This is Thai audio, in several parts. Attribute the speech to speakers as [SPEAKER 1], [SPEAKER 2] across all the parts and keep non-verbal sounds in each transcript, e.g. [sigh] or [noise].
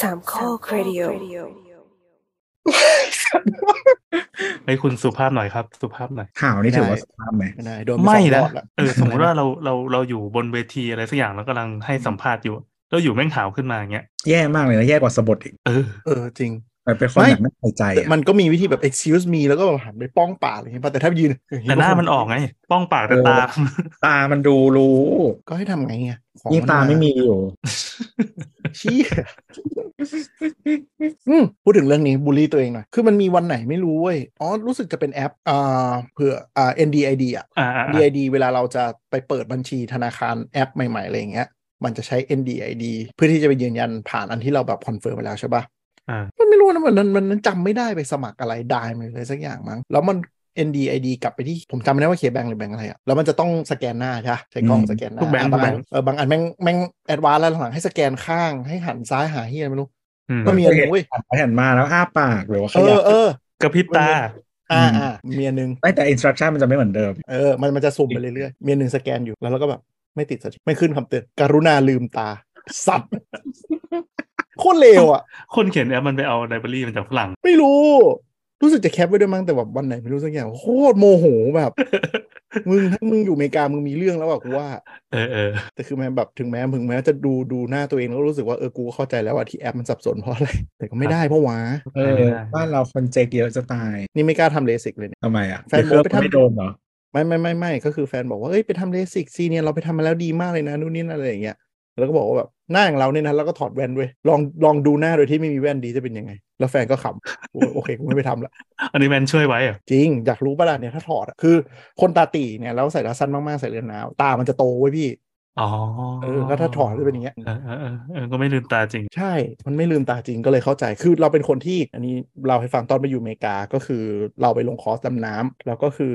[SPEAKER 1] สามข้อครดิโอ
[SPEAKER 2] ให้คุณสุภาพหน่อยครับ สุภาพหน่อย
[SPEAKER 3] ข่าวนี่ถือว่า
[SPEAKER 4] ได้
[SPEAKER 3] สุภาพไหม
[SPEAKER 4] ไม่ได้โดนป
[SPEAKER 2] ไม่
[SPEAKER 4] สองร
[SPEAKER 2] นะ
[SPEAKER 4] อบแล้ว [laughs]
[SPEAKER 2] เออสมมติว่าเราเราเราอยู่บนเวทีอะไรสักอย่างแล้วกำลังให้สัมภาษณ์อยู่ แล้วอยู่แม่งหาวขึ้นมาอย่างเงี้ย
[SPEAKER 3] แย่มากเลยนะแย่กว่าสะบดอีก
[SPEAKER 2] เออ
[SPEAKER 4] เออจริง
[SPEAKER 3] มันเป็นความ
[SPEAKER 4] ไม่
[SPEAKER 3] แบบไม่ใส่ใจอะ
[SPEAKER 4] มันก็มีวิธีแบบ excuse me แล้วก็แบบหันไปป้องปากอะไรอย่างเงี้ยป่ะแต่ถ้ายืนอย่ง
[SPEAKER 2] แต่หน้ามันออกไง ป้องปากแต่ตา
[SPEAKER 4] [laughs]
[SPEAKER 3] ตามันดูรู้
[SPEAKER 4] ก็ให้ทำไงอ่ะของ
[SPEAKER 3] ยิ่ง
[SPEAKER 4] น
[SPEAKER 3] ตาไม่มีอยู่
[SPEAKER 4] เชี้อืมพูดถึงเรื่องนี้บูลลี่ตัวเองหน่อย คือมันมีวันไหนไม่รู้เว้ยอ๋อรู้สึกจะเป็นแอปอ่าเผื่ออ่า NDID อ่ะ
[SPEAKER 2] อ่าอ่า
[SPEAKER 4] NDID เวลาเราจะไปเปิดบัญชีธนาคารแอปใหม่ๆอะไรอย่างเงี้ย มันจะใช้ NDID เพื่อที่จะไปยืนยันผ่านอันที่เราแบบคอนเฟิร์มไปแล้วใช่ปะ
[SPEAKER 2] อ่า
[SPEAKER 4] มันไม่รู้นะมันมันมันจำไม่ได้ไปสมัครอะไรได้มันเลยสักอย่างมั้งแล้วมัน NDID กลับไปที่ผมจำไม่ได้ว่าเคแบงหรือแบงอะไรอะแล้วมันจะต้องสแกนหน้าใช่ปะใช้กล้อง
[SPEAKER 3] อืม
[SPEAKER 4] สแกนหน้า
[SPEAKER 2] ทุกแบงค์
[SPEAKER 4] อ่ะบางอัน
[SPEAKER 2] ทุกแบงค์
[SPEAKER 4] เออบางอันแม่งแม่งแอดวานแล้วหลังๆให้สแกนข้างให้หันซ้ายหาเฮียไม่รู้
[SPEAKER 2] อืม
[SPEAKER 4] ก็มีอันหนึงเว้ย
[SPEAKER 3] หันไปหันมาแล้วอ้าปากหรือว่าข
[SPEAKER 4] เอ
[SPEAKER 3] ยั
[SPEAKER 4] อบ เออก
[SPEAKER 2] ระพริบตา
[SPEAKER 4] อ่า
[SPEAKER 3] อืม
[SPEAKER 4] อ่ามีอันหนึง
[SPEAKER 3] ไม่แต่อินสตรั t ชั่นมันจะไม่เหมือนเดิม
[SPEAKER 4] เออมันมันจะสุ่มไปเรื่อยๆมีอันหนึงสแกนอยู่แล้วเราก็แบบไม่ติดสักทีไม่ขึ้นคำเตือนกรุณาลืมตา สัตว์ [laughs] โคตรเลวอ่ะ
[SPEAKER 2] คนเขียนแอปมันไปเอาไดบรารีมันจากฝรั่ง
[SPEAKER 4] ไม่รู้ รู้สึกจะแคปไว้ด้วยมั้งแต่แบบวันไหนไม่รู้สักอย่างโคตรโมโหแบบ [laughs] มึงถ้ามึงอยู่อเมริกามึงมีเรื่องแล้วอะกูว่า
[SPEAKER 2] เออเออ
[SPEAKER 4] แต่คือแม้แบบถึงแม้ถึงแม้จะดูดูหน้าตัวเองแล้วรู้สึกว่าเออกูเข้าใจแล้วว่าที่แอปมันสับสนเพราะอะไร แต่ก็ไม่ได้เพราะวะ
[SPEAKER 3] เออ บ้านเราคนเจ๊กเยอะจะตาย
[SPEAKER 4] นี่ไม่กล้าทำเลสิกเลยเนี่ย
[SPEAKER 3] ทำไมอ่ะ
[SPEAKER 4] แฟน
[SPEAKER 3] เดี๋ยว
[SPEAKER 4] ผม
[SPEAKER 3] เครื่อง
[SPEAKER 4] ไปทำ
[SPEAKER 3] ไม่โดนเหรอ
[SPEAKER 4] ไม่ไม่ไม่ไม่ก็คือแฟนบอกว่าเอ้ยไปทำเลสิกซีเนี่ยเราไปทำมาแล้วดีมากเลยนะนู่นนี่นั่นอะไรอย่างเงี้ยแล้วก็บอกว่าแบบหน้าอย่างเราเนี่ยนะแล้วก็ถอดแว่นด้วยลองลองดูหน้าโดยที่ไม่มีแว่นดีจะเป็นยังไง แล้วแฟนก็ขำโอ้ยโอเคกูไม่ไปทำละ
[SPEAKER 2] อันนี้แมนช่วยไว้เหรอ
[SPEAKER 4] จริง อยากรู้ปะล่ะเนี่ยถ้าถอดอะคือคนตาตีเนี่ยแล้วใส่ตาสั้นมากๆ ใส่เรือนหนาว ตามันจะโตไว้ยพี่
[SPEAKER 2] อ๋อ
[SPEAKER 4] เออแล้วถ้าถอดจะเป็นอย่างเงี้ย
[SPEAKER 2] เออเออเออเออก็ไม่ลืมตาจริง
[SPEAKER 4] ใช่ มันไม่ลืมตาจริงก็เลยเข้าใจ คือเราเป็นคนที่ อันนี้เราให้ฟังตอนไปอยู่อเมริกา ก็คือเราไปลงคอร์สดำน้ำแล้วก็คือ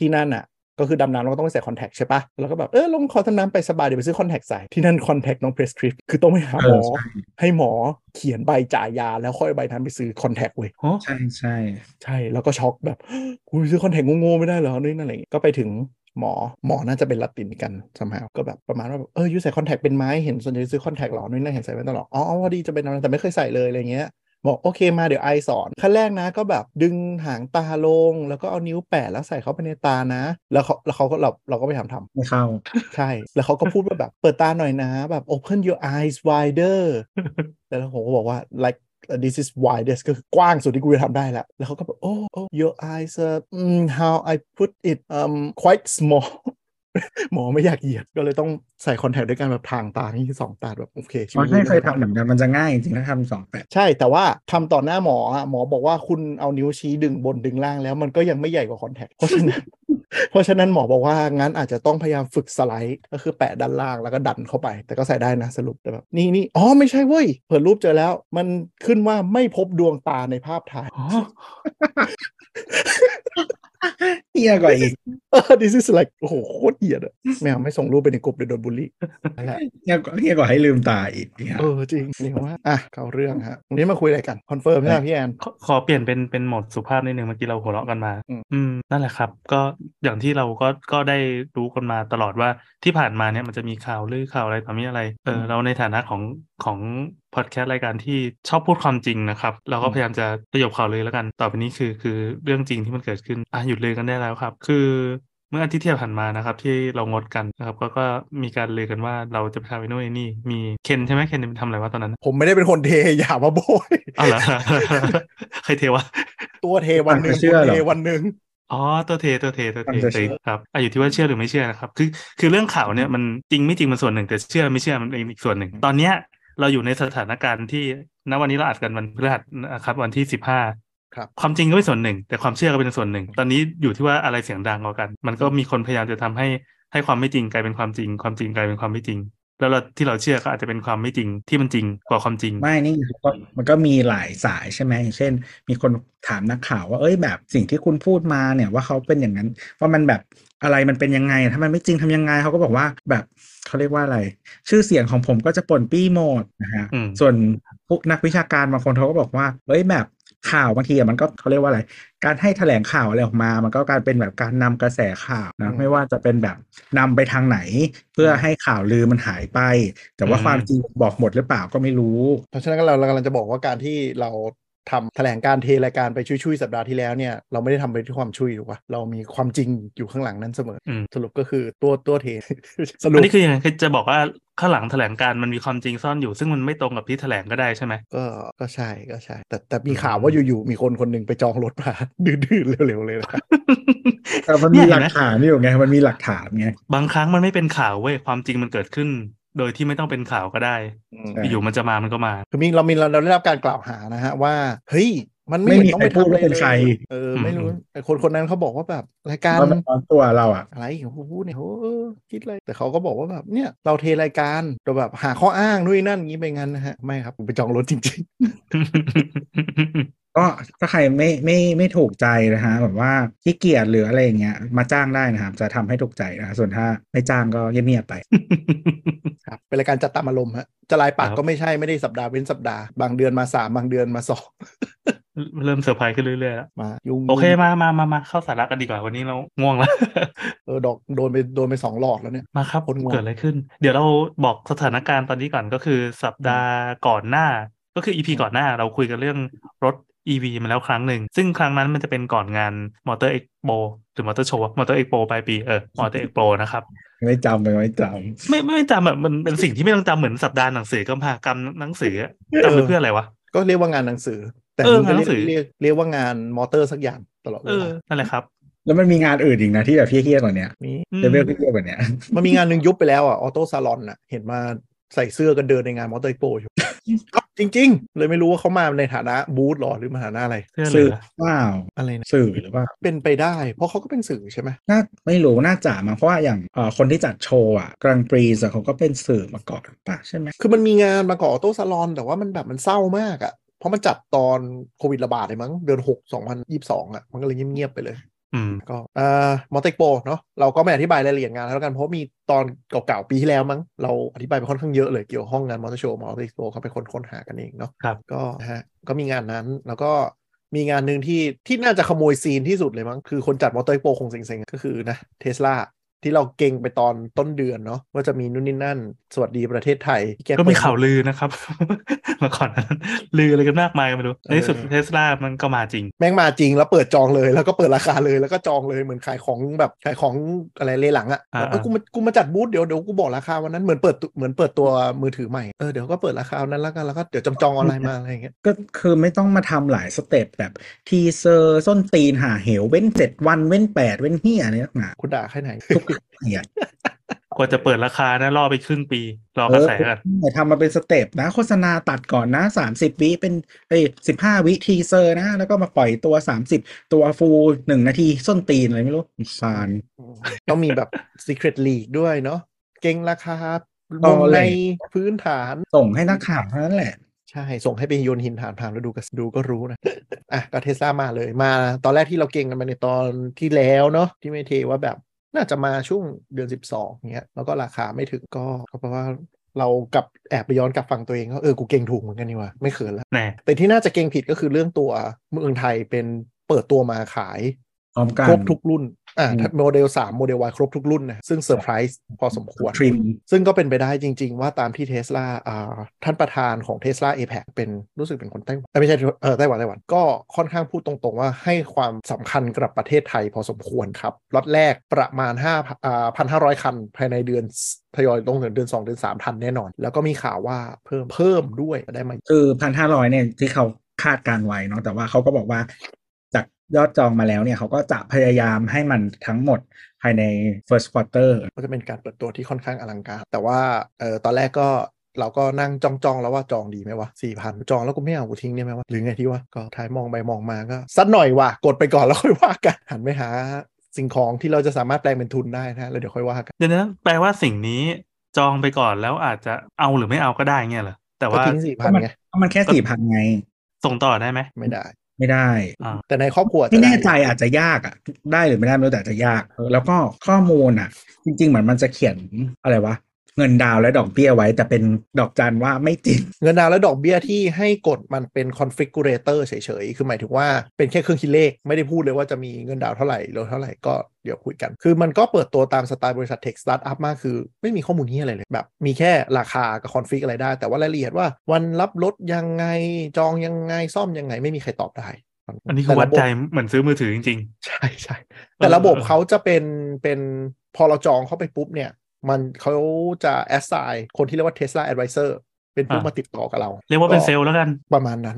[SPEAKER 4] ที่นั่นอ่ะ ก็คือดำน้ำเราก็ต้องไปใส่คอนแทคใช่ปะแล้วก็แบบเออลงคอร์สดำน้ำไปสบายเดี๋ยวไปซื้อคอนแทคใส่ที่นั่นคอนแทคน้องเพรสคริปคือต้องไปหาหมอ
[SPEAKER 3] เออใช่
[SPEAKER 4] ให้หมอเขียนใบจ่ายยาแล้วค่อยเอาใบนั้นไปซื้อคอนแทคเว้ย
[SPEAKER 3] ใช่ใช่
[SPEAKER 4] ใช่ แล้วก็ช็อกแบบ [gasps] กูไปซื้อคอนแทคโง่ๆไม่ได้เหรอนี่นั่นอะไรอย่างเงี้ยก็ไปถึงหมอหมอน่าจะเป็นละตินกันสมหาวก็แบบประมาณว่าแบบเออยูใส่คอนแทคเป็นไหม้เห็นส่วนใหญ่ซื้อคอนแทคหรอนี่นั่นเห็นใส่เป็นตลอดอ๋อพอดีจะเป็นอะไรแต่ไม่เคยใส่เลยอะไรเงี้ยบอกโอเคมาเดี๋ยวไอสอนขั้นแรกนะก็แบบดึงหางตาลง แล้วก็เอานิ้วแปะแล้วใส่เข้าไปในตานะ แล้วเขาแล้วเขาก็เราเราก็ไปทำทำ
[SPEAKER 3] ไม่เข้า
[SPEAKER 4] ใช่ แล้วเขาก็พูดว่าแบบ เปิดตาหน่อยนะ แบบ open your eyes wider แต่แล้วผมก็บอกว่า like this is widest ก็คือกว้างสุดที่กูจะทำได้แล้ว แล้วเขาก็แบบโอ้ oh, your eyes are mm, how I put it um quite small [laughs] หมอไม่อยากเหยียดก็เลยต้องใส่คอนแทคด้วยกันแบบทางตานี่สองตาแบบโอเค
[SPEAKER 3] อ๋อ
[SPEAKER 4] ต
[SPEAKER 3] ใช่เคย
[SPEAKER 4] นี้
[SPEAKER 3] ทำเหมือนกันมันจะง่ายจริงๆถ้าทำสองแปด
[SPEAKER 4] ใช่ แต่ว่าทำต่อหน้าหมออะหมอบอกว่าคุณเอานิ้วชี้ดึงบนดึงล่างแล้วมันก็ยังไม่ใหญ่กว่าคอนแทค เพราะฉะนั้น [laughs] เพราะฉะนั้นหมอบอกว่างั้นอาจจะต้องพยายามฝึกสไลด์ก็คือแปะด้านล่างแล้วก็ดันเข้าไป แต่ก็ใส่ได้นะสรุปแต่แบบนี่นี่อ๋อไม่ใช่เว้ยเปิดรูปเจอแล้ว มันขึ้นว่าไม่พบดวงตาในภาพถ่าย [laughs]
[SPEAKER 2] อ๋อ
[SPEAKER 3] เหี้ยกว่าอีก
[SPEAKER 4] this is like โอ้โหโคตรเหี้ยดอะแมวไม่ส่งรูปไปในกลุ่มเดี๋ยวโดนบูลลี่นั่นแหละ
[SPEAKER 3] เหี้ยกว่าเหี้ยกว่าให้ลืมตาอีกเนี่ย
[SPEAKER 4] เออจริงเรียกว่าอ่ะเข้าเรื่องฮะวันนี้มาคุยอะไรกันคอนเฟิร์มใช่ไหมพี่แอน
[SPEAKER 2] ขอขอเปลี่ยนเป็นเป็นโหมดสุภาพนิดนึงเมื่อกี้เราหัวเราะกันมา
[SPEAKER 4] อืม
[SPEAKER 2] อืมนั่นแหละครับ ก็อย่างที่เราก็ก็ได้รู้กันมาตลอดว่าที่ผ่านมาเนี่ยมันจะมีข่าวลือข่าวอะไรต่อมีอะไรเออเราในฐานะของของพอดแคสต์รายการที่ชอบพูดความจริงนะครับ เราก็พยายามจะสยบข่าวลือแล้วกันต่อไปนี้คือคือเรื่องจริงที่มันเกิดขึ้นอ่ะหยุดลือกันได้แล้วครับ คือ เมื่ออาทิตย์ที่ผ่านมานะครับ ที่เรางดกันนะครับก็ก็มีการลือกันว่าเราจะไปทำไอ้นู่นไอ้นี่ มีเคนใช่ไหมเคนไปทำอะไรวะตอนนั้น
[SPEAKER 4] ผมไม่ได้เป็นคนเท [laughs] อย่ามาโบย
[SPEAKER 2] อ้าว [laughs] เหรอ ใครเทวะ
[SPEAKER 4] ตัวเทวันหนึ่งคนเทวันหนึ่ง
[SPEAKER 2] อ๋อตัวเทตัวเทตัวเท
[SPEAKER 3] มันจะเชื่อ
[SPEAKER 2] แต่ครับอ่ะอยู่ที่ว่าเชื่อหรือไม่เชื่อนะครับ คือคือเรื่องข่าวเนี่ยมันจริงไม่จริงมันส่วนหนึ่งแต่เชื่อไม่เชื่อมันอีกส่วนหนึ่ง ตอนเนี้ยเราอยู่ในสถานการณ์ที่ณวันนี้เราอัดกันวันพฤหัสนะครับวันที่สิบห้า
[SPEAKER 4] ครับ
[SPEAKER 2] ความจริงก็เป็นส่วนหนึ่ง แต่ความเชื่อก็เป็นส่วนหนึ่ง ตอนนี้อยู่ที่ว่าอะไรเสียงดังกว่ากัน มันก็มีคนพยายามจะทำให้ให้ความไม่จริงกลายเป็นความจริง ความจริงกลายเป็นความไม่จริง แล้วเราที่เราเชื่อก็อาจจะเป็นความไม่จริงที่มันจริงกว่าความจริง
[SPEAKER 3] ไม่นี่มันก็มันก็มีหลายสายใช่ไหมอย่างเช่น มีคนถามนักข่าวว่าเอ้ยแบบสิ่งที่คุณพูดมาเนี่ยว่าเขาเป็นอย่างนั้น ว่ามันแบบอะไรมันเป็นยังไง ถ้ามันไม่จริงทำยังไงเขาก็บอกว่าแบบเขาเรียกว่าอะไร ชื่อเสียงของผมก็จะป่นปี้หมดนะฮะ
[SPEAKER 2] อืม
[SPEAKER 3] ส่วนพวกนักวิชาการบางคนเขาก็บอกว่าเอ้ยแบบ ข่าวบางทีอะมันก็เขาเรียกว่าอะไร การให้แถลงข่าวอะไรออกมา มันก็กลารเป็นแบบการนำกระแสข่าว
[SPEAKER 4] อื
[SPEAKER 3] นะ
[SPEAKER 4] ม
[SPEAKER 3] ไม่ว่าจะเป็นแบบนำไปทางไหน เพื่อให้ข่าวลือมันหายไป แต่ว่า
[SPEAKER 2] อืม
[SPEAKER 3] ความจริงบอกหมดหรือเปล่าก็ไม่รู้
[SPEAKER 4] เพราะฉะนั้นก็เราเรากำลังจะบอกว่าการที่เราทำแถลงการเทรายการไปชุยๆสัปดาห์ที่แล้วเนี่ยเราไม่ได้ทำไปด้วยความชุยหรอกวะเรามีความจริงอยู่ข้างหลังนั้นเสมออ
[SPEAKER 2] ม
[SPEAKER 4] สรุปก็คือตัวตัวเท สรุ
[SPEAKER 2] อั
[SPEAKER 4] ป
[SPEAKER 2] นนี้คือยังไงคือจะบอกว่าข้างหลังแถลงการณ์มันมีความจริงซ่อนอยู่ ซึ่งมันไม่ตรงกับที่แถลงก็ได้ใช่ไหม
[SPEAKER 4] ก็ก็ใช่ก็ใช่ แต่แต่มีข่าวว่าอยู่ๆมีคนคนหนึ่งไปจองรถมา [laughs] ดื้อๆเร็วๆเลยนะ
[SPEAKER 3] แต่มัน
[SPEAKER 2] เนี่ย
[SPEAKER 3] มี
[SPEAKER 2] เห็
[SPEAKER 3] หลั
[SPEAKER 2] นไหม
[SPEAKER 3] กฐานอยู่ไงมันมีหลักฐานไง
[SPEAKER 2] บางครั้งมันไม่เป็นข่าวเว้ยความจริงมันเกิดขึ้น โดยที่ไม่ต้องเป็นข่าวก็ได้
[SPEAKER 3] ใช่
[SPEAKER 2] อยู่ๆมันจะมามันก็มา [laughs]
[SPEAKER 4] คือมีเรามีเราเราได้รับการกล่าวหานะฮะว่าเฮ้ยมันไม่
[SPEAKER 3] ไม่มี
[SPEAKER 4] เห็นต้
[SPEAKER 3] ใครพู
[SPEAKER 4] องไป
[SPEAKER 3] ด
[SPEAKER 4] ทำ
[SPEAKER 3] ว่าเป็นใคร
[SPEAKER 4] เออ
[SPEAKER 2] อืม
[SPEAKER 4] ไม่รู้ไอ้คนคนนั้นเขาบอกว่าแบบรายการ
[SPEAKER 3] ตอนตอนตัวเราอ่ะ
[SPEAKER 4] อะไรของพูดเนี่ยโหเออคิดอะไรแต่เขาก็บอกว่าแบบเนี่ยเราเทรายการเราแบบหาข้ออ้างนู่นนนั่นอย่างนี้ไปงั้นนะฮะไม่ครับผมไปจองรถจริง
[SPEAKER 3] ก็ถ้าใครไม่ไม่ไม่ถูกใจนะฮะแบบว่าขี้เกียจหรืออะไรอย่างเงี้ยมาจ้างได้นะครับจะทำให้ถูกใจนะฮะส่วนถ้าไม่จ้างก็เงียบๆไป
[SPEAKER 4] ๆ ครับเป็นรายการจัดตามอารมณ์ฮะจะลายปาก
[SPEAKER 2] ครับ
[SPEAKER 4] ก็ไม่ใช่ไม่ได้สัปดาห์เว้นสัปดาห์บางเดือนมาสามบางเดือนมาสอง
[SPEAKER 2] เริ่มเซอร์ไพรส์ขึ้นเรื่อยๆแล้ว
[SPEAKER 4] มายุ่ง
[SPEAKER 2] โอเคมามามามาเข้าสาระกันดีกว่าวันนี้เราง่วงแล้ว [laughs]
[SPEAKER 4] เออดอกโดนไปโดนไปสองหลอดแล้วเนี่ย
[SPEAKER 2] มาครับ
[SPEAKER 4] คนงง
[SPEAKER 2] เกิดอะไรขึ้น เดี๋ยวเราบอกสถานการณ์ตอนนี้ก่อนก็คือสัปดาห์ก่อนหน้า ก็คืออีพีก่อนหน้าเราคุยกันเรื่องรถ EV มาแล้วครั้งหนึ่ง ซึ่งครั้งนั้นมันจะเป็นก่อนงานมอเตอร์เอ็กโปหรือมอเตอร์โชว์มอเตอร์เอ็กโปปลายปีเออมอเตอร์เอ็กโปนะครับ
[SPEAKER 3] ไม่จำไปไม่จ
[SPEAKER 2] ไม่ไม่ไม่จำแบบมันเป็นสิ่งที่ไม่ต้องจำเหมือนสัปดาห์หนังสือกำพากรรมหนังสืออะจำไปเพื่ออะไรวะ
[SPEAKER 4] ก็เรียกว่างานหนังสือ แต่
[SPEAKER 2] เออ
[SPEAKER 4] มึงก็
[SPEAKER 2] งานหนั
[SPEAKER 4] เรียก
[SPEAKER 2] งสือ
[SPEAKER 4] เรียกเรียกว่างานมอเตอร์สักอย่างตลอดเว
[SPEAKER 2] เออ
[SPEAKER 4] ลา
[SPEAKER 2] นั่นแหละครับ
[SPEAKER 3] ำแล้วมันมีงานอื่นอีกนะที่แบบเฮี้ยๆกว่าเนี้ย
[SPEAKER 4] นี่
[SPEAKER 2] อืม
[SPEAKER 3] เลเวลเฮี้ยๆกว่าเนี้ย
[SPEAKER 4] มันมีงานหนึ่งยุบไปแล้วอ่ะออโต้ซาลอนอ่ะเห็นมาใส่เสื้อกันเดินในงานมอเตอร์โปอยู่ [laughs] เอ้าจริง ๆ เลยไม่รู้ว่าเขามาในฐานะบูธหรอหรือมาฐานะอะไร
[SPEAKER 2] เพื่อเหลื
[SPEAKER 3] สื่อ
[SPEAKER 2] อ
[SPEAKER 3] เปล่า
[SPEAKER 4] อะไรนะ
[SPEAKER 3] สื่อหรือเปล่า
[SPEAKER 4] เป็นไปได้ เพราะเขาก็เป็นสื่อใช่ไหม
[SPEAKER 3] น่าไม่รู้น่าจะมาเพราะว่าอย่างเอ่อคนที่จัดโชว์อ่ะกรังปรีสเขาก็เป็นสื่อมาก่อนป่ะใช่ไหม
[SPEAKER 4] คือมันมีงานมาก่อออโต้ซาลอน แต่ว่ามันแบบมันเศร้ามากอะ่ะ เพราะมันจัดตอนโควิดระบาดเลยมั้งเดือน 6 2022 อ่ะ มันก็เลยเงียบๆไปเลย
[SPEAKER 2] อืม
[SPEAKER 4] ก็เอ่อมอเตกโปเนาะเราก็ไม่อธิบายรายละเอียดงานแล้วกัน เพราะมีตอนเก่าๆปีที่แล้วมั้ง เราอธิบายไปค่อนข้างเยอะเลยเกี่ยวห้องงานมอเตอร์โชว์มอเตกโปเขาไปค้นค้นหากันเองเนาะ
[SPEAKER 2] ครับ
[SPEAKER 4] ก็นะฮะก็มีงานนั้นแล้วก็มีงานหนึ่งที่ที่น่าจะขโมยซีนที่สุดเลยมั้งคือคนจัดมอเตอร์โปคงเซ็งๆก็คือนะเทสลาที่เราเก่งไปตอนต้นเดือนเนาะว่าจะมีนู่นนี่นั่น สวัสดีประเทศไทยที่แ
[SPEAKER 2] ก็มีข่าว
[SPEAKER 4] เปิด
[SPEAKER 2] ลือนะครับ [laughs] มาก่อนนั้นลืออะไรกันมากมายไม่รู้ในที่สุด
[SPEAKER 4] เออ
[SPEAKER 2] เทสลามันก็มาจริง
[SPEAKER 4] แม่งมาจริงแล้วเปิดจองเลยแล้วก็เปิดราคาเลยแล้วก็จองเลยเหมือนขายของแบบขายของอะไรเลหลังอะ
[SPEAKER 2] อ่า
[SPEAKER 4] แบบเอ้ย
[SPEAKER 2] อ่า
[SPEAKER 4] กูมากูมาจัดบูธเดี๋ยวเดี๋ยวกูบอกราคาวันนั้นเหมือนเปิดตัวเหมือนเปิดตัวมือถือใหม่เออเดี๋ยวก็เปิดราคาวันนั้นแล้วกันแล้วก็เดี๋ยวจำจองออนไลน์มาอะไรอย่างเงี้ย
[SPEAKER 3] ก็คือไม่ต้องมาทำหลายสเต็ปแบบทีเซอร์ส้นตีนหาเหวเว้นเจ็ดวันเว้นแปดเว้นเฮี้ยอะไรนักหนา
[SPEAKER 4] คุณด่าแค่ไหน
[SPEAKER 3] ทุกเหี้ย
[SPEAKER 2] กว่าจะเปิดราคานะรอไปครึ่งปี รอกระแสกัน
[SPEAKER 3] เออทำมาเป็นสเต็ปนะ โฆษณาตัดก่อนนะสามสิบวิเป็นเอ้สิบห้าวิทีเซอร์นะ แล้วก็มาปล่อยตัวสามสิบตัวฟูหนึ่งนาทีส้นตีนอะไรไม่รู้ซาน
[SPEAKER 4] ต้องมีแบบ secret league ด้วยเนาะเก่งราคา
[SPEAKER 3] ต่
[SPEAKER 4] ว
[SPEAKER 3] อง เล
[SPEAKER 4] ใน
[SPEAKER 3] ย
[SPEAKER 4] พื้นฐาน
[SPEAKER 3] ส่งให้นักข่าวเท่านั้นแหละ
[SPEAKER 4] ใช่ ส่งให้ไปโยนหินถามทางแล้วดูก็ดูก็รู้นะ [laughs] อ่ะก็เทสลามาเลยมาตอนแรกที่เราเก่งกันมาในตอนที่แล้วเนาะที่ไม่เทว่าแบบน่าจะมาช่วงเดือน 12เงี้ยแล้วก็ราคาไม่ถึงก็ก็เพราะว่าเรากลับแอบไปย้อนกลับฟังตัวเองก็เออกูเก่งถูกเหมือนกันนี่หว่าไม่เขินละ
[SPEAKER 2] แน่
[SPEAKER 4] แต่ที่น่าจะเก่งผิดก็คือเรื่องตัวเมืองไทยเป็นเปิดตัวมาขาย
[SPEAKER 3] พร้อมกัน
[SPEAKER 4] ครบทุกรุ่นอ่า
[SPEAKER 3] อืม
[SPEAKER 4] โมเดล3โมเดล Y ครบทุกรุ่นนะซึ่งเซอร์ไพรส์พอสมควร
[SPEAKER 3] ทริม
[SPEAKER 4] ซึ่งก็เป็นไปได้จริง ๆ ว่าตามที่เทสลาอ่าท่านประธานของเทสลาเอแพเป็นรู้สึกเป็นคนไต้หวันเอ้ยไม่ใช่เออไต้หวันไต้หวันก็ค่อนข้างพูดตรงๆ ว่าให้ความสำคัญกับประเทศไทยพอสมควรครับล็อตแรกประมาณ5อ่าพันห้าร้อยคัน ภายในเดือนทยอยลงถึงเดือน 2 เดือน 3 ทันแน่นอน แล้วก็มีข่าวว่าเพิ่มเพิ่มด้วยได้มา
[SPEAKER 3] คือพันห้าร้อยเนี่ยที่เขาคาดการไว้เนาะแต่ว่าเขาก็บอกว่า จากยอดจองมาแล้วเนี่ยเขาก็จะพยายามให้มันทั้งหมดภายใน first quarter
[SPEAKER 4] ก็จะเป็นการเปิดตัวที่ค่อนข้างอลังการ แต่ว่าเออตอนแรกก็เราก็นั่งจ้องจ้องๆแล้วว่าจองดีไหมวะสี่พันจองแล้วกูไม่เอากูทิ้งเนี่ยไหมวะหรือไงที่วะก็ท้ายมองไปมองมาก็สักหน่อยว่ะกดไปก่อน [laughs] แล้วค่อยว่ากันหันไปหาสิ่งของที่เราจะสามารถแปลงเป็นทุนได้นะแล้วเดี๋ยวค่อยว่ากัน
[SPEAKER 2] เดี๋ยวนะแปลว่าสิ่งนี้จองไปก่อนแล้วอาจจะเอาหรือไม่เอาก็ได้เงี้ยเหรอแต่
[SPEAKER 4] ก็
[SPEAKER 2] ว่า
[SPEAKER 4] ทิ้งสี่พันไง
[SPEAKER 3] ก็มันแค่สี่พันไง
[SPEAKER 2] ส่งต่อได้ไหม
[SPEAKER 4] ไม่ได้
[SPEAKER 3] ไม่ได้
[SPEAKER 4] แต่ในครอบครัว
[SPEAKER 3] ไม่แน่
[SPEAKER 4] ด้
[SPEAKER 3] ใจอาจจะยากอ่ะ ได้หรือไม่ได้ไม่รู้แต่อาจจะยาก แล้วก็ข้อมูลอ่ะ จริง ๆ เหมือนมันจะเขียนอะไรวะ เงินดาวน์และดอกเบี้ยไว้ แต่เป็นดอกจันว่าไม่จริง
[SPEAKER 4] เงินดาวและดอกเบี้ยที่ให้กดมันเป็นคอนฟิกูเรเตอร์เฉยๆ คือหมายถึงว่าเป็นแค่เครื่องคิดเลข ไม่ได้พูดเลยว่าจะมีเงินดาวเท่าไหร่ลดเท่าไหร่ก็เดี๋ยวคุยกัน คือมันก็เปิดตัวตามสไตล์บริษัทเทคสตาร์ทอัพมากคือ ไม่มีข้อมูลนี้ยอะไรเลยแบบ มีแค่ราคากับคอนฟิกอะไรได้ แต่ว่ารายละเอียดว่าวันรับรถยังไงจองยังไงซ่อมยังไงไม่มีใครตอบได้
[SPEAKER 2] อันนี้คือวัดใจเหมือนซื้อมือถือจริง
[SPEAKER 4] ใช่ใช่แต่ระบบเขาจะเป็นเป็นพอเราจองเข้าไปปุ๊บเนี่ยมันเขาจะแอสไซน์คนที่เรียกว่า Tesla Advisor เป็นผู้
[SPEAKER 2] อ่าม
[SPEAKER 4] มาติดต่อกับเรา
[SPEAKER 2] ๆ เรียกว่าเป็นเซลล์แล้วกัน
[SPEAKER 4] ประมาณนั้น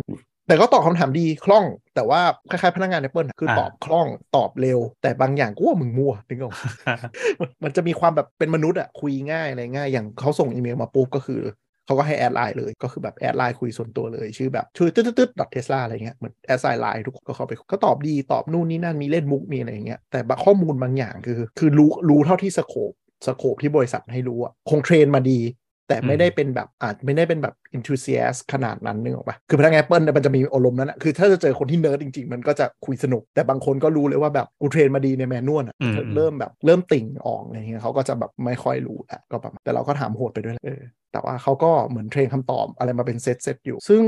[SPEAKER 4] แต่ก็ตอบคำถามดีคล่อง แต่ว่าคล้ายๆพนักงาน Apple นะคือ
[SPEAKER 2] อ่า
[SPEAKER 4] ตอบคล่องตอบเร็ว แต่บางอย่างกูว่ามึงมั่วนึกออก มันจะมีความแบบเป็นมนุษย์อะคุยง่ายอะไรง่าย อย่างเขาส่งอีเมลมาปุ๊บก็คือ เขาก็ให้แอดไลน์เลย ก็คือแบบแอดไลน์คุยส่วนตัวเลย ชื่อแบบชื่อตึ๊ดตึ๊ดดอทเทสลาอะไรเงี้ย เหมือนแอดไซน์ไลน์ทุกคนก็เข้าไปก็ตอบดีตอบนู่นนี่นั่นมีเล่นมุกมีอะไรอย่างเงี้ย แต่บางข้อมูลบางอย่างคือ คือรู้รู้เท่าที่สโคปสโคปที่บริษัทให้รู้อะคงเทรนมาดี แต่ไม่ได้เป็นแบบอาจไม่ได้เป็นแบบ enthusiast ขนาดนั้นนึกออกปะคือพนักงาน Apple เนี่ยมันจะมีอารมณ์นั้นอะคือถ้าจะเจอคนที่เนิร์ดจริง ๆ มันก็จะคุยสนุก แต่บางคนก็รู้เลยว่าแบบกูเทรนมาดีในแมนนวลอะ
[SPEAKER 2] อืม
[SPEAKER 4] เริ่มแบบเริ่มติ่งออกอะไรเงี้ยเขาก็จะแบบไม่ค่อยรู้อะก็ประมาณแต่เราก็ถามโหดไปด้วยแหละเออ แต่ว่าเขาก็เหมือนเทรนคำตอบอะไรมาเป็นเซตเซตอยู่ ซึ่ง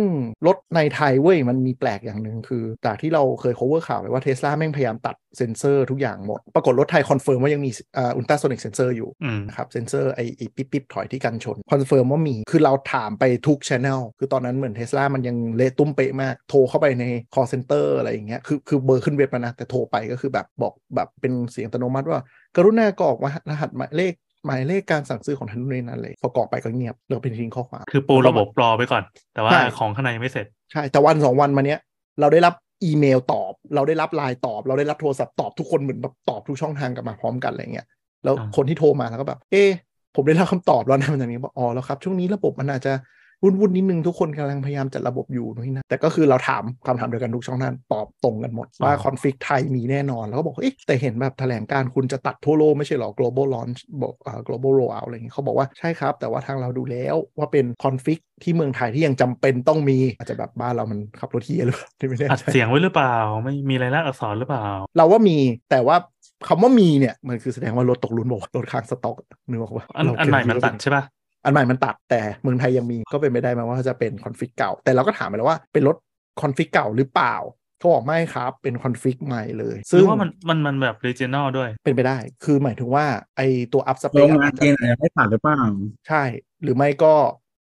[SPEAKER 4] รถในไทยเว้ยมันมีแปลกอย่างหนึ่งคือ จากที่เราเคย cover ข่าวไปว่าเทสลาแม่งพยายามตัดเซนเซอร์ทุกอย่างหมด ปรากฏรถไทยคอนเฟิร์มว่ายังมีอุลตราโซนิกเซนเซอร์อยู่
[SPEAKER 2] อืม
[SPEAKER 4] นะครับเซนเซอร์ไอ้ไอ้ปิ๊บปิ๊บถอยที่กันชน คอนเฟิร์มว่ามี คือเราถามไปทุกช anel คือตอนนั้นเหมือนเทสลามันยังเละตุ้มเป๊ะมาก โทรเข้าไปใน call center อะไรอย่างเงี้ยคือคือเบอร์ขึ้นเว็บมานะ แต่โทรไปก็คือแบบบอกแบบเป็นเสียงอัตโนมัติว่า กรุณากรอกรหัสหมายเลขหมายเลขการสั่งซื้อของท่านนู้นนี่นั่นเลยพอกรอกไปก็เงียบแล้วเป็นทิ้งข้อความ
[SPEAKER 2] คือปูระบบรอไปก่อน แต่ว่า
[SPEAKER 4] ใช่
[SPEAKER 2] ของข้างในยังไม่เสร็จ
[SPEAKER 4] ใช่ แต่วันสองวันมาเนี้ยเราได้รับอีเมลตอบ เราได้รับไลน์ตอบ เราได้รับโทรศัพท์ตอบทุกคนเหมือนแบบตอบทุกช่องทางกลับมาพร้อมกันอะไรเงี้ยแล้ว
[SPEAKER 2] อ่า
[SPEAKER 4] คนที่โทรมาแล้วก็แบบ เอ๊ะผมได้รับคำตอบแล้วนะมันอย่างนี้บอกอ๋อแล้วครับ ช่วงนี้ระบบมันอาจจะวุ่นวุ่นๆนิดนึงทุกคนกำลังพยายามจัดระบบอยู่นู่นนนะแต่ก็คือเราถามคำถามเดียวกันทุกช่องทางตอบตรงกันหมดว่าคอนฟ lict ไทยมีแน่นอนแล้วก็บอกเอ๊ะแต่เห็นแบบแถลงการณ์คุณจะตัดทั่วโลกไม่ใช่เหรอ global launch บอกอ่า global rollout อะไรอย่างเงี้ยเขาบอกว่าใช่ครับ แต่ว่าทางเราดูแล้วว่าเป็นคอนฟ lict ที่เมืองไทยที่ยังจำเป็นต้องมีอาจจะแบบบ้านเรามันขับรถเฮียหรือเปล่าที่ไม่แน่
[SPEAKER 2] อัด
[SPEAKER 4] ใจ
[SPEAKER 2] [laughs] เสียงไว้หรือเปล่า ไม่มีรายลักษณ์อักษรหรือเปล่า
[SPEAKER 4] เราว่ามีแต่ว่าคำว่ามีเนี่ยมันคือแสดงว่ารถตกหลุนบอกว่ารถค้างสต็อกนึกออกว่า
[SPEAKER 2] อัน
[SPEAKER 4] เรา
[SPEAKER 2] อัน
[SPEAKER 4] เกิ
[SPEAKER 2] ใหม่มัน
[SPEAKER 4] เยะ
[SPEAKER 2] ตัดใช่ป่ะ
[SPEAKER 4] อันใหม่มันตัดแต่เมืองไทยยังมีก็เป็นไปได้ไหมว่าจะเป็นคอนฟิกเก่า แต่เราก็ถามไปแล้วว่าเป็นรถคอนฟิกเก่าหรือเปล่าเขาบอกไม่ครับเป็นคอนฟิกใหม่เลย
[SPEAKER 2] ห
[SPEAKER 4] ซึ่
[SPEAKER 2] รื
[SPEAKER 4] ง
[SPEAKER 2] อว่ามันมันมันแบบร e เจน a ลด้วย
[SPEAKER 4] เป็นไปได้ คือหมายถึงว่าไอตัวอัพสเป
[SPEAKER 3] โร
[SPEAKER 4] ค
[SPEAKER 3] งงานเองอาจจะไม่ตัดหรือเปล่า
[SPEAKER 4] ใช่ หรือไม่ก็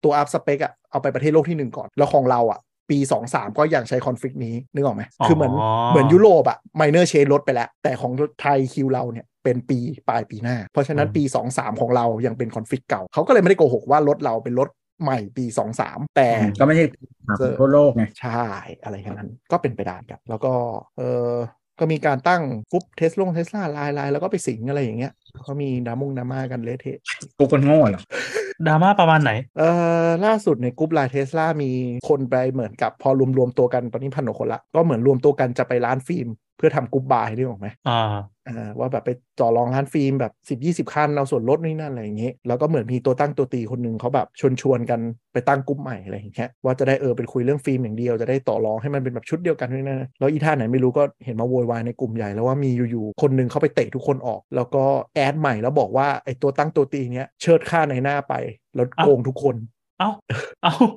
[SPEAKER 4] ตัวอัพสเปคอะเอาไปประเทศโลกที่หนึ่งก่อน แล้วของเราอะปี 2 3 ก็ยังใช้คอนฟิกนี้นึกออกไหม
[SPEAKER 2] อ๋อ
[SPEAKER 4] คือเหมือนเหมือนยุโรปอะมเนอร์เชนลดไปแล้ว แต่ของไทยคิวเราเนี่ยเป็นปีปลายปีหน้า เพราะฉะนั้นปี 2 3 ของเรายังเป็นคอนฟิกเก่าเขาก็เลยไม่ได้โกหกว่ารถเราเป็นรถใหม่ปี 2 3 แต่
[SPEAKER 3] ก็ไม่ใช่ถามทั่วโลกไง
[SPEAKER 4] ใช่อะไรอย่างนั้นก็เป็นไปได้ครับ แล้วก็เออก็มีการตั้งกรุ๊ปเทสลงเทสลาไลน์ไลน์แล้วก็ไปสิงอะไรอย่างเงี้ยก็มีดรามุ่งดราม่ากันเละเทะ
[SPEAKER 3] กูคนโง่เหรอ
[SPEAKER 2] ดราม่าประมาณไหน
[SPEAKER 4] เออล่าสุดในกรุ๊ปไลน์เทสลามีคนไปเหมือนกับพอรวมๆตัวกันตอนนี้พันกว่าคนละ ก็เหมือนรวมตัวกันจะไปร้านฟิล์ม เพื่อทำกรุ๊ปบายนี่ออกไหม
[SPEAKER 2] อ่า
[SPEAKER 4] อ่าว่าแบบไปต่อรองร้านฟิล์มแบบ 10 20 คันเราส่วนลดนี่นั่นอะไรอย่างเงี้ยแล้วก็เหมือนมีตัวตั้งตัวตีคนหนึ่งเขาแบบชวนชวนๆกันไปตั้งกลุ่มใหม่อะไรอย่างเงี้ยว่าจะได้เออเป็นคุยเรื่องฟิล์มอย่างเดียวจะได้ต่อรองให้มันเป็นแบบชุดเดียวกันนี่นั่นแล้วอีท่าไหนไม่รู้ก็เห็นมาโวยวายในกลุ่มใหญ่แล้วว่ามีอยู่ๆคนหนึ่งเขาไปเตะทุกคนออก แล้วก็แอดใหม่แล้วบอกว่าไอ้ตัวตั้งตัวตีเนี้ยเชิดค่าในหน้าไปแล้วโกงทุกคน
[SPEAKER 2] เอ้า เอ้า [laughs]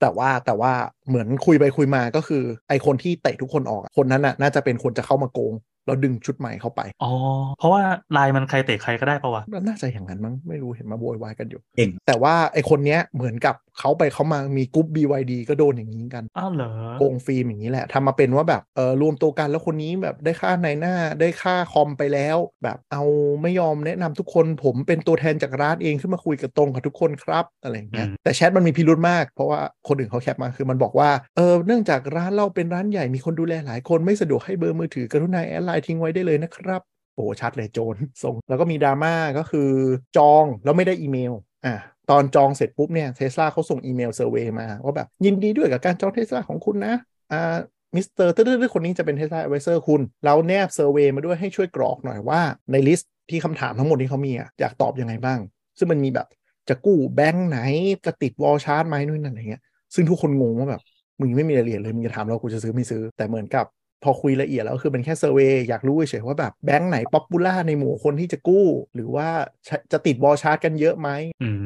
[SPEAKER 4] แต่ว่าแต่ว่าเหมือนคุยไปคุยมาก็คือ ไอคนที่เตะทุกคนออกอะคนนั้นน่ะน่าจะเป็นคนจะเข้ามาโกงแล้วดึงชุดใหม่เข้าไป
[SPEAKER 2] อ๋อ เพราะว่าลายมันใครเตะใครก็ได้ปะวะ
[SPEAKER 4] น่าจะอย่างนั้นมั้งไม่รู้เห็นมาโวยวายกันอยู่
[SPEAKER 3] เก่ง
[SPEAKER 4] แต่ว่าไอคนเนี้ยเหมือนกับเขาไปเขามามีกรุ๊ป BYD ก็โดนอย่างนี้กัน
[SPEAKER 2] อ้าวเหรอ
[SPEAKER 4] โกงฟิล์มอย่างนี้แหละทำมาเป็นว่าแบบเออรวมตัวกันแล้วคนนี้แบบได้ค่าในหน้าได้ค่าคอมไปแล้ว แบบเอาไม่ยอมแนะนำทุกคนผมเป็นตัวแทนจากร้านเองขึ้นมาคุยกับตรงกับทุกคนครับอะไรอย่างเงี้ย
[SPEAKER 2] อืม
[SPEAKER 4] แต่แชทมันมีพิรุธมากเพราะว่าคนอื่นเขาแคปมาคือมันบอกว่าเออเนื่องจากร้านเราเป็นร้านใหญ่มีคนดูแลหลายคนไม่สะดวกให้เบอร์มือถือกรุณาแอดไลน์ทิ้งไว้ได้เลยนะครับ โอ้โหชัดเลยโจร [laughs] ส่งแล้วก็มีดราม่าก็คือจองแล้วไม่ได้อีเมลอ่ะตอนจองเสร็จปุ๊บเนี่ยเทสลาเขาส่งอีเมลเซอร์เวยมาว่าแบบยินดีด้วยกับการจองเทสลาของคุณนะอ่ามิสเตอร์ตื้อๆคนนี้จะเป็นเทสลา a d v i เซอร์คุณ เราแนบเซอร์เวยมาด้วยให้ช่วยกรอกหน่อยว่าในลิสต์ที่คำถามทั้งหมดที่เขามีอ่ะอยากตอบยังไงบ้าง ซึ่งมันมีแบบจะกู้แบงค์ไหนจะติดวอลชาร์ตไหมนู่นนั่นอะไรเงี้ยซึ่งทุกคนงงว่าแบบมึงยังไม่มีรายละเอียดเลยมึงจะถามเรากูจะซื้อไม่ซื้อแต่เหมือนกับ พอคุยละเอียดแล้วคือเป็นแค่เซอร์เวย์อยากรู้เฉยๆว่าแบบแบงค์ไหนป๊อปปูล่าในหมู่คนที่จะกู้ หรือว่าจะจะติดวอลชาร์ตกันเยอะไหม
[SPEAKER 2] อืม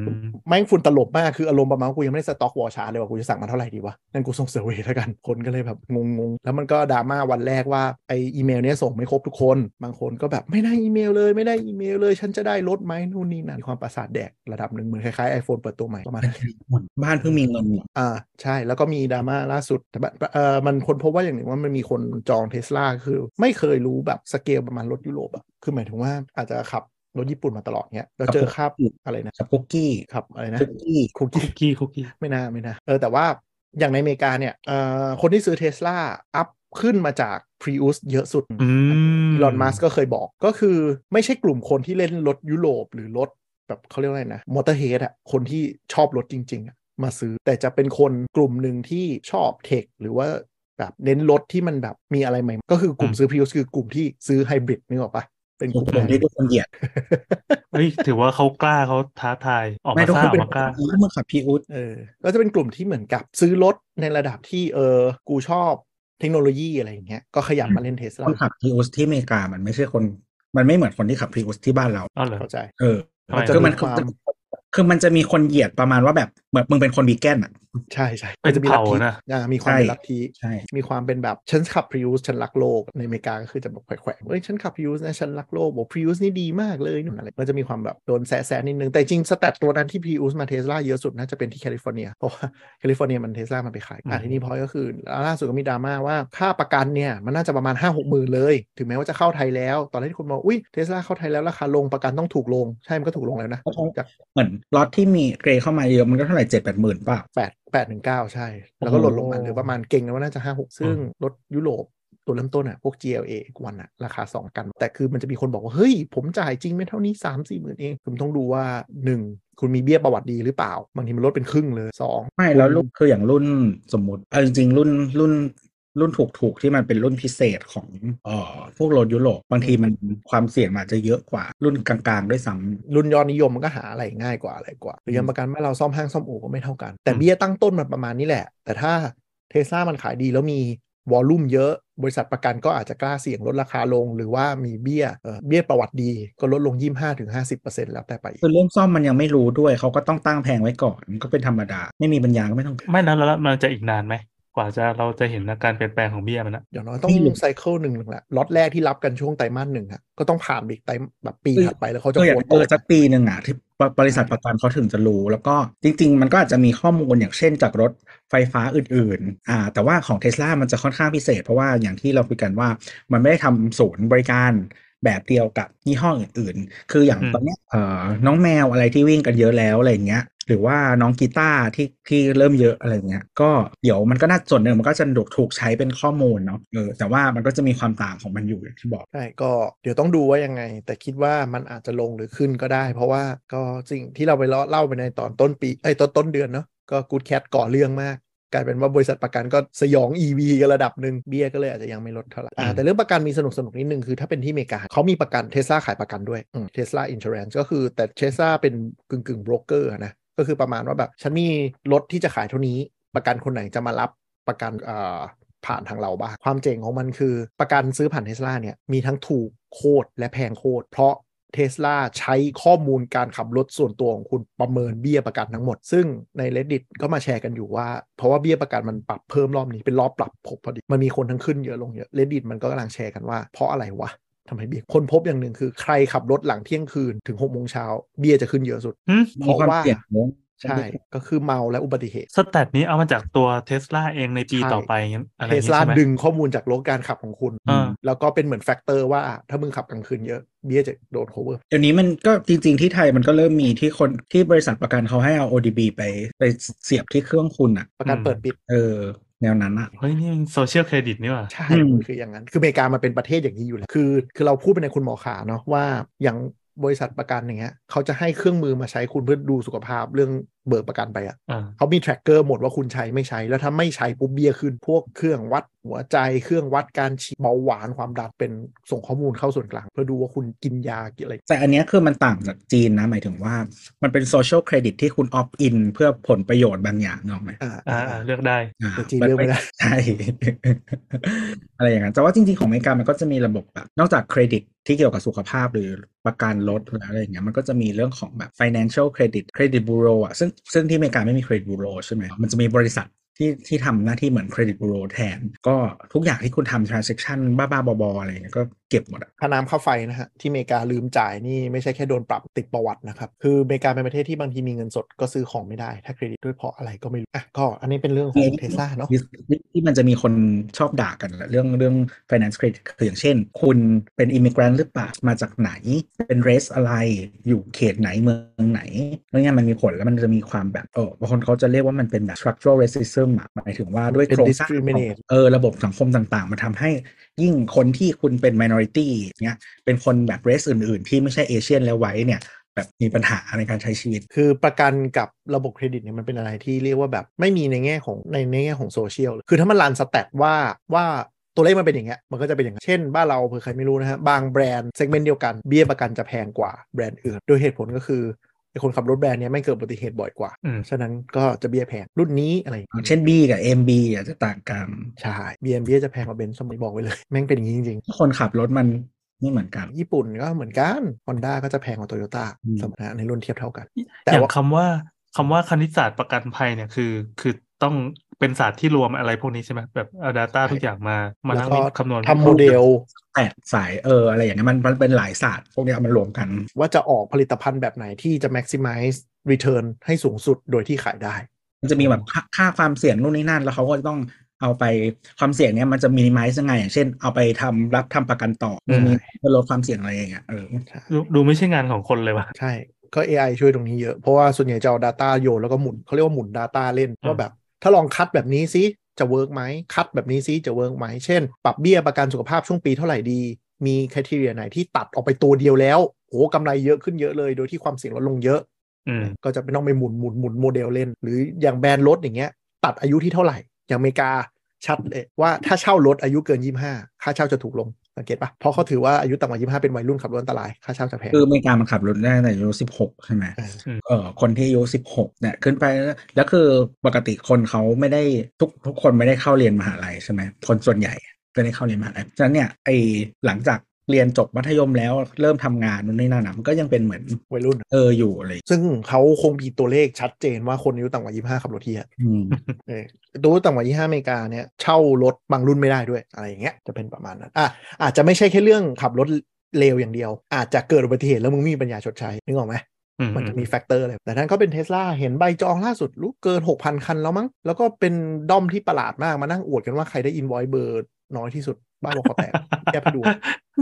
[SPEAKER 4] แม่งฝุ่นตลบมาก คืออารมณ์ประมาณว่ากูยังไม่ได้สต็อกวอลชาร์จเลยว่ากูจะสั่งมาเท่าไหร่ดีวะ นั่นกูส่งเซอร์เวย์แล้วกัน คนก็เลยแบบงงๆ แล้วมันก็ดราม่าวันแรกว่าไออีเมลเนี้ยส่งไม่ครบทุกคน บางคนก็แบบไม่ได้อีเมลเลยไม่ได้อีเมลเลย ฉันจะได้ลดไหมนู่นนี่นั่นมีความประสาทแดกระดับหนึ่งเหมือนคล้ายๆ iPhone เปิดตัวใหม่ประมาณนั้น
[SPEAKER 3] บ้านเพิ่งมีเงินเนี่ย
[SPEAKER 4] อ่าใช่แล้วก็มีดราม่าล่าสุดแต่ว่าเออมันคนพบว่าอย่างหนึ่งว่ามันมีคนจองเทสลาคือ ไม่เคยรู้แบบสเกลประมาณรถยุโรปอะคือหมายถึงว่าอาจจะขับรถญี่ปุ่นมาตลอดเนี้ยแล้วเจอคาบอะไรนะ
[SPEAKER 3] กับคุกกี้
[SPEAKER 4] ขับอะไรนะ
[SPEAKER 3] คุกกี้
[SPEAKER 4] คุก
[SPEAKER 2] คุ
[SPEAKER 4] กี้
[SPEAKER 2] กกี้คุกกี้
[SPEAKER 4] ไม่น่าไม่น่าเออแต่ว่าอย่างในอเมริกาเนี่ยเอ่อคนที่ซื้อเทสลาอัพขึ้นมาจาก Prius เยอะสุด
[SPEAKER 2] อืม
[SPEAKER 4] อีลอนมัสก็เคยบอกก็คือไม่ใช่กลุ่มคนที่เล่นรถยุโรปหรือรถแบบเขาเรียกว่าอะไรนะมอเตอร์เฮดอะคนที่ชอบรถจริง ๆอะมาซื้อ แต่จะเป็นคนกลุ่มหนึ่งที่ชอบเทคหรือว่าแบบเน้นรถที่มันแบบมีอะไรใหม่ ก็คือกลุ่ม
[SPEAKER 2] อืม
[SPEAKER 4] ซื้อ Prius คือกลุ่มที่ซื้อไฮบริดนึกออกปะเป็น [laughs] กลุ่ม
[SPEAKER 3] ผมที่ทุกคนเหยียด
[SPEAKER 2] เฮ้ยถือว่าเขากล้าเขาท้าทายออก
[SPEAKER 3] ไม่
[SPEAKER 2] มา
[SPEAKER 3] ทุก
[SPEAKER 2] สร้า
[SPEAKER 3] ค
[SPEAKER 2] งอ
[SPEAKER 3] นเป็
[SPEAKER 2] อน กมากล้า
[SPEAKER 3] ทุกคนขับพีอุด
[SPEAKER 4] เออก็จะเป็นกลุ่มที่เหมือนกับซื้อรถในระดับที่เออกูชอบเทคโนโลยีอะไรอย่างเงี้ยก็ขยับมาเล่นเทสลา
[SPEAKER 3] คนขับพีอุดที่อเมริกามันไม่ใช่คน มันไม่เหมือนคนที่ขับพีอุดที่บ้านเรา
[SPEAKER 2] เอาเหรอ
[SPEAKER 4] เข้าใจ
[SPEAKER 3] เออ
[SPEAKER 2] ทำไม
[SPEAKER 3] คือมัน
[SPEAKER 4] ความ
[SPEAKER 3] คือมันจะมีคนเหยียดประมาณว่าแบบเหมือนมึงเป็นคนวีแกนอ่ะ
[SPEAKER 4] ใช่ใช่
[SPEAKER 2] เป็น
[SPEAKER 4] จะมีลัทธิ
[SPEAKER 2] เผ่านะ
[SPEAKER 4] อ่ามีความเป็น
[SPEAKER 3] ใช่
[SPEAKER 4] ลัทธิ
[SPEAKER 3] ใช่
[SPEAKER 4] มีความเป็นแบบฉันขับ Prius ฉันรักโลกในอเมริกาก็คือจะแบบแขวะๆเอ้ยฉันขับ Prius นะฉันรักโลกบอก Prius นี่ดีมากเลยนู่นอะไรก็จะมีความแบบโดนแซะๆนิดนึงแต่จริงสแตทตัวนั้นที่ Prius มาเทสลาเยอะสุดน่าจะเป็นที่แคลิฟอร์เนียเพราะว่าแคลิฟอร์เนียมันเทสลามันไปขายอ่ะ
[SPEAKER 2] อืม
[SPEAKER 4] ทีนี้พอยก็คือล่าสุดก็มีดราม่าว่าค่าประกันเนี่ยมันน่าจะประมาณ5 6หมื่นเลย ถึงแม้ว่าจะเข้าไทยแล้ว ตอนแรกที่คนบอกอุ้ยเทสลาเข้าไทยแล้วราคาลงประกันต้องถูกลงใช่มันก็ถูกลงแล้วนะจาก
[SPEAKER 3] เหมือนล็อตที่มีเกรย์เข้ามาเยอะมันก็เท่าไหร่เจ็ดแปดหมื่นป่ะ
[SPEAKER 4] แปดแปดหนึ่งเก้าใช่ แล้วก็หล่นลงมา
[SPEAKER 2] โอ้โห
[SPEAKER 4] เหลือประมาณเก่งแล้วว่าน่าจะห้าหกซึ่งรถยุโรปตัวเริ่มต้นอะพวก GLA วันอะราคา 2 กัน แต่คือมันจะมีคนบอกว่า เฮ้ย ผมจ่ายจริงไม่เท่านี้ 3 4 หมื่นเองคุณต้องดูว่า 1 คุณมีเบี้ยประวัติดีหรือเปล่า บางทีมันลดเป็นครึ่งเลย 2
[SPEAKER 3] ไม่แล้วรุ่นคืออย่างรุ่นสมมติเอาจริงๆรุ่นรุ่นรุ่นถูกๆที่มันเป็นรุ่นพิเศษของเอ่อพวกรถยุโรปบางทีมันความเสี่ยงมันอาจจะเยอะกว่ารุ่นกลางๆด้วยซ้
[SPEAKER 4] รุ่นยอดนิยมมันก็หาอะไรง่ายกว่าอะไรกว่า หรือยังประกันบ้านเราซ่อมห้างซ่อมอู่ก็ไม่เท่ากัน แต่
[SPEAKER 2] อืม
[SPEAKER 4] เบี้ยตั้งต้นมันประมาณนี้แหละ แต่ถ้าเทสลามันขายดีแล้วมีวอลลุ่มเยอะ บริษัทประกันก็อาจจะกล้าเสี่ยงลดราคาลง หรือว่ามีเบี้ยเอ่อเบี้ยประวัติดีก็ลดลง 25-50%แล้วแต่ไป
[SPEAKER 3] ำคือเรื่องซ่อมมันยังไม่รู้ด้วยเขาก็ต้องตั้งแพงไว้ก่อนมันก็เป็นธรรมดา ไม่มีปัญญาก็ไม่ต้อง
[SPEAKER 2] ไม่นะแล้วแล้วมันจะอีกนานไหม กว่าจะเราจะเห็นการเปลี่ยนแปลงของเบี้ยมันนะ
[SPEAKER 4] อย่างน้อยต้อง
[SPEAKER 3] ไม่รู้
[SPEAKER 4] ไซเคิลหนึ่งหนึ่งแหละล็อตแรกที่รับกันช่วงไตรมาสหนึ่งอะก็ต้องผ่านไปอีกไตรแบบปีถัดไปแล้วเขาจะ
[SPEAKER 3] คืออย่าง
[SPEAKER 4] โอน
[SPEAKER 3] เออ
[SPEAKER 4] ต่
[SPEAKER 3] สักปีหนึ่งอ่ะที่บริบริษัทประกันเขาถึงจะรู้ แล้วก็จริง ๆ มันก็อาจจะมีข้อมูลอย่างเช่นจากรถไฟฟ้าอื่นๆอ่าแต่ว่าของเทสลามันจะค่อนข้างพิเศษ เพราะว่าอย่างที่เราคุยกันว่ามันไม่ได้ทำศูนย์บริการแบบเดียวกับยี่ห้ออื่นๆ คืออย่างตอนเนี้ยเอ่อน้องแมวอะไรที่วิ่งกันเยอะแล้วอะไรอย่างเงี้ย หรือว่าน้องกีตาร์ที่ที่เริ่มเยอะอะไรอย่างเงี้ยก็เดี๋ยวมันก็น่าส่วนหนึ่งมันก็จะถูกถูกใช้เป็นข้อมูลเนาะเออแต่ว่ามันก็จะมีความต่างของมันอยู่อย่างที่บอก
[SPEAKER 4] ใช่ก็เดี๋ยวต้องดูว่ายังไง แต่คิดว่ามันอาจจะลงหรือขึ้นก็ได้ เพราะว่าก็สิ่งที่เราไปเล่าเล่าไปในตอนต้นปีไอ้ยตอนต้นเดือนเนาะก็กูดแคทก่อเรื่องมาก กลายเป็นว่าบริษัทประกันก็สยอง EV กันระดับหนึ่งเบี้ยก็เลยอาจจะยังไม่ลดเท่าไหร่อ่าแต่เรื่องประกันมีสนุกสนุกนิดนึงคือถ้าเป็นที่อเมริกาเขามีประกันเทสลาขายประกันด้วยเทสลาอินช r รันก็คือแต่เทสลาเป็นกึ่งกึ่งโบรกเกอร์นะก็คือประมาณว่าแบบฉันมีรถที่จะขายเท่านี้ ประกันคนไหนจะมารับประกันอ่าผ่านทางเราบ้างความเจ๋งของมันคือประกันซื้อผ่านเทสลาเนี่ยมีทั้งถูกโคตรและแพงโคตรเพราะ เทสลาใช้ข้อมูลการขับรถส่วนตัวของคุณประเมินเบี้ยประกันทั้งหมด ซึ่งใน reddit ก็มาแชร์กันอยู่ว่า เพราะว่าเบี้ยประกันมันปรับเพิ่มรอบนี้เป็นรอบปรับพอดี มันมีคนทั้งขึ้นเยอะลงเยอะ reddit มันก็กำลังแชร์กันว่าเพราะอะไรวะทำไมเบี้ยคนพบอย่างหนึ่งคือใครขับรถหลังเที่ยงคืนถึงหกโมงเช้าเบี้ยจะขึ้นเยอะสุด
[SPEAKER 2] หึ
[SPEAKER 4] เพ
[SPEAKER 3] มี
[SPEAKER 4] ราะ
[SPEAKER 3] ความ
[SPEAKER 4] ว่า
[SPEAKER 3] เสี่ยงเนอะ
[SPEAKER 4] ใช่ก็คือเมาและอุบัติเหตุ
[SPEAKER 2] สแตทนี้เอามาจากตัวเทสลาเองในปี
[SPEAKER 4] ใช่
[SPEAKER 2] ต่อไปงั้นอะไรอ
[SPEAKER 4] เท
[SPEAKER 2] ย่าง
[SPEAKER 4] ส
[SPEAKER 2] งี้
[SPEAKER 4] ลา
[SPEAKER 2] ใช่ไหม
[SPEAKER 4] ดึงข้อมูลจากโลกการขับของคุณ
[SPEAKER 2] อ่า
[SPEAKER 4] แล้วก็เป็นเหมือนแฟกเตอร์ว่าถ้ามึงขับกลางคืนเยอะเบี้ยจะโดน cover
[SPEAKER 3] เดี๋ยวนี้มันก็จริงๆที่ไทยมันก็เริ่มมีที่คนที่บริษัทประกันเขาให้เอา ODB ไปไปเสียบที่เครื่องคุณอ่ะ
[SPEAKER 4] ประกัน
[SPEAKER 2] อืม
[SPEAKER 4] เปิดปิด
[SPEAKER 3] เออ แนวนั้นอ่ะ
[SPEAKER 2] เฮ้ยนี่โซเชียลเครดิตนี่หว่า
[SPEAKER 4] ใช่
[SPEAKER 3] อืม
[SPEAKER 4] มันคืออย่างนั้น คืออเมริกามันเป็นประเทศอย่างนี้อยู่แล้ว คือ คือเราพูดไปในคุณหมอขาเนาะว่าอย่างบริษัทประกันอย่างเงี้ยเขาจะให้เครื่องมือมาใช้คุณเพื่อดูสุขภาพเรื่อง เบิกประกันไปอะ
[SPEAKER 2] อ่า
[SPEAKER 4] เขามี tracker หมดว่าคุณใช้ไม่ใช้ แล้วถ้าไม่ใช้ปุ๊บเบี้ยขึ้น พวกเครื่องวัดหัวใจ เครื่องวัดการฉีดเบาหวานความดันเป็นส่งข้อมูลเข้าส่วนกลาง เพื่อดูว่าคุณกินยากี่อะไร
[SPEAKER 3] แต่อันเนี้ยคือมันต่างจากจีนนะ หมายถึงว่ามันเป็นโซเชียลเครดิตที่คุณออฟอินเพื่อผลประโยชน์บางอย่างเนกอะไหม
[SPEAKER 4] อ่า
[SPEAKER 2] อ่าอ่าเลือกได้
[SPEAKER 3] อ่า
[SPEAKER 4] แต่จีนเลือกไม่ได้
[SPEAKER 3] ใช่ [laughs] อะไรอย่างนั้นแต่ว่าจริงๆ ของอเมริกามันก็จะมีระบบแบบ นอกจากเครดิตที่เกี่ยวกับสุขภาพหรือประกันรถแล้วอะไรอย่างเงี้ยมันก็จะมีเรื่องของแบบ financial credit credit bureau อ่ะซึ่งซึ่งที่อเมริกาไม่มี credit bureau ใช่ไหมมันจะมีบริษัทที่ที่ทำหน้าที่เหมือน credit bureau แทน ก็ทุกอย่างที่คุณทำ transaction บ้าๆบอๆอะไรอย่างเงี้ยก็เก็บหมดอ่ะ
[SPEAKER 4] ค่าน้ำค่าไฟนะฮะ ที่อเมริกาลืมจ่ายนี่ไม่ใช่แค่โดนปรับติดประวัตินะครับ คืออเมริกาเป็นประเทศที่บางทีมีเงินสดก็ซื้อของไม่ได้ ถ้าเครดิตด้วยเพราะอะไรก็ไม่รู้อ่ะก็อันนี้เป็นเรื่องของเทสลาเนาะ
[SPEAKER 3] ที่มันจะมีคนชอบด่ากันแหละเรื่องเรื่อง finance credit คืออย่างเช่น คุณเป็น immigrant หรือเปล่ามาจากไหน เป็น race อะไรอยู่เขตไหนเมืองไหนแล้วเนี่ยมันมีผลแล้วมันจะมีความแบบเออบางคนเขาจะเรียกว่ามันเป็นแบบ structural racism อะหมายถึงว่าด้วย
[SPEAKER 4] เป็น
[SPEAKER 3] โครงสร้างของ
[SPEAKER 4] discriminate
[SPEAKER 3] เออระบบสังคมต่างๆ มันทำให้ยิ่งคนที่คุณเป็น minority เนี่ยเป็นคนแบบ race อื่นๆ ที่ไม่ใช่เอเชียนแล้วไว้เนี่ยแบบมีปัญหาในการใช้ชีวิต
[SPEAKER 4] คือประกันกับระบบเครดิตเนี่ยมันเป็นอะไรที่เรียกว่าแบบไม่มีในแง่ของในในแง่ของโซเชียลเลยคือถ้ามันรันสแตทว่าว่าตัวเลขมันเป็นอย่างเงี้ยมันก็จะเป็นอย่างเงี้ยเช่น บ้านเราเผื่อใครไม่รู้นะฮะบางแบรนด์เซกเมนต์เดียวกันเบี้ยประกันจะแพงกว่าแบรนด์อื่น โดยเหตุผลก็คือไอคนขับรถแบรนด์เนี้ยไม่เกิดอุบัติเหตุบ่อยกว่า
[SPEAKER 2] อืม
[SPEAKER 4] ฉะนั้นก็จะเบี้ยแพงรุ่นนี้อะไร
[SPEAKER 3] เช่น B กับ MB อาจจะต่างกัน
[SPEAKER 4] ใช่เบียเบี้ยจะแพงกว่าเบนซ์สมัยบอกไว้เลย [laughs] แม่งเป็นอย่างนี้จริง
[SPEAKER 3] คนขับรถมันไม่เหมือนกัน
[SPEAKER 4] ๆญี่ปุ่นก็เหมือนกันฮอนด้าก็จะแพงกว่าโตโยต้า
[SPEAKER 3] อืม
[SPEAKER 4] สมรรถนะในรุ่นเทียบเท่ากัน แต่
[SPEAKER 2] อย่าง
[SPEAKER 4] ว่า
[SPEAKER 2] คำว่าคำว่าคณิตศาสตร์ประกันภัยเนี่ยคือ คือต้องเป็นศาสตร์ที่รวมอะไรพวกนี้ใช่ไหมแบบเอา Data
[SPEAKER 4] ใช่
[SPEAKER 2] ทุกอย่างมามา
[SPEAKER 4] แล้ว
[SPEAKER 2] นั่ง
[SPEAKER 4] ก็
[SPEAKER 2] คำนวณ
[SPEAKER 4] ทำโมเดล
[SPEAKER 3] แปดสายเอออะไรอย่างเงี้ยมันมันเป็นหลายศาสตร์พวกเนี้ยเอามันรวมกัน
[SPEAKER 4] ว่าจะออกผลิตภัณฑ์แบบไหนที่จะ maximize return ให้สูงสุดโดยที่ขายได้
[SPEAKER 3] มันจะมีแบบค่าค่าความเสี่ยงนู่นนี่นั่น แล้วเขาก็จะต้องเอาไปความเสี่ยงเนี้ยมันจะมินิมัลยังไง อย่างเช่น เอาไปทำรับทำประกันต่อ
[SPEAKER 4] อืม
[SPEAKER 3] มีเพื่อลดความเสี่ยงอะไรอย่างเงี้ยเออ
[SPEAKER 2] ดูดูไม่ใช่งานของคนเลยว่ะ
[SPEAKER 4] ใช่ ก็ AI ช่วยตรงนี้เยอะ เพราะว่าส่วนใหญ่จะเอา Data โยนแล้วก็หมุนเขาเรียกว่าหมุน Data เล่น
[SPEAKER 2] อืม
[SPEAKER 4] ว่าแบบ ถ้าลองคัดแบบนี้ซิจะเวิร์กไหมคัดแบบนี้ซิจะเวิร์กไหม เช่น ปรับเบี้ยประกันสุขภาพช่วงปีเท่าไหร่ดี มีค r i เ e ียไหนที่ตัดออกไปตัวเดียวแล้วโอ้กำไรเยอะขึ้นเยอะเลย โดยที่ความเสี่ยงลดลงเยอะ
[SPEAKER 2] อืม
[SPEAKER 4] ก็จะไม่ต้องไปหมุนหมุนหมุนโมเดลเล่น หรืออย่างแบรนด์รถอย่างเงี้ย ตัดอายุที่เท่าไหร่ อย่างอเมริกาชัดเลยว่าถ้าเช่ารถอายุเกิน 25 ค่าเช่าจะถูกลงสังเกตปะเพราะเขาถือว่าอายุต่ำกว่า 25 เป็นวัยรุ่นขับรถอันตราย ค่าเช่าจะแพง
[SPEAKER 3] คืออเมริกามันขับรถได้แต่อายุสิบหกใช่ไหม
[SPEAKER 4] เออ
[SPEAKER 3] เออคนที่อายุสิบหกเนี่ยขึ้นไปแล้วแล้วคือปกติคนเขาไม่ได้ทุกทุกคนไม่ได้เข้าเรียนมหาลัยใช่ไหมคนส่วนใหญ่ไม่ได้เข้าเรียนมหาลัยฉะนั้นเนี่ยไอหลังจากเรียนจบมัธยมแล้วเริ่มทำงานนู่นนี่นั่นอะมันก็ยังเป็นเหมือน
[SPEAKER 4] วัยรุ่น
[SPEAKER 3] เอออยู่อะไรอย่างเงี้ย
[SPEAKER 4] ซึ่งเขาคงมีตัวเลขชัดเจนว่าคนอายุต่ำกว่า 25 ขับรถเฮีย
[SPEAKER 3] อืม
[SPEAKER 4] เออตัวต่ำกว่า 25อเมริกาเนี่ยเช่ารถบางรุ่นไม่ได้ด้วยอะไรอย่างเงี้ยจะเป็นประมาณนั้นอ่ะอาจจะไม่ใช่แค่เรื่องขับรถเลวอย่างเดียว อาจจะเกิดอุบัติเหตุแล้วมึงไมมีปัญญาชดใช้นึกออกไหม
[SPEAKER 2] อื
[SPEAKER 4] มันจะมีแฟกเตอร์อะไร แต่นั้นก็เป็นเทสลาเห็นใบจองล่าสุดรู้เกิน 6,000 คันแล้วมั้ง แล้วก็เป็นด้อมที่ประหลาดมาก มานั่งอวดกันว่าใครได้อินวอยเบอร์น้อยที่สุด บ้าบอคอแตก แกไปดู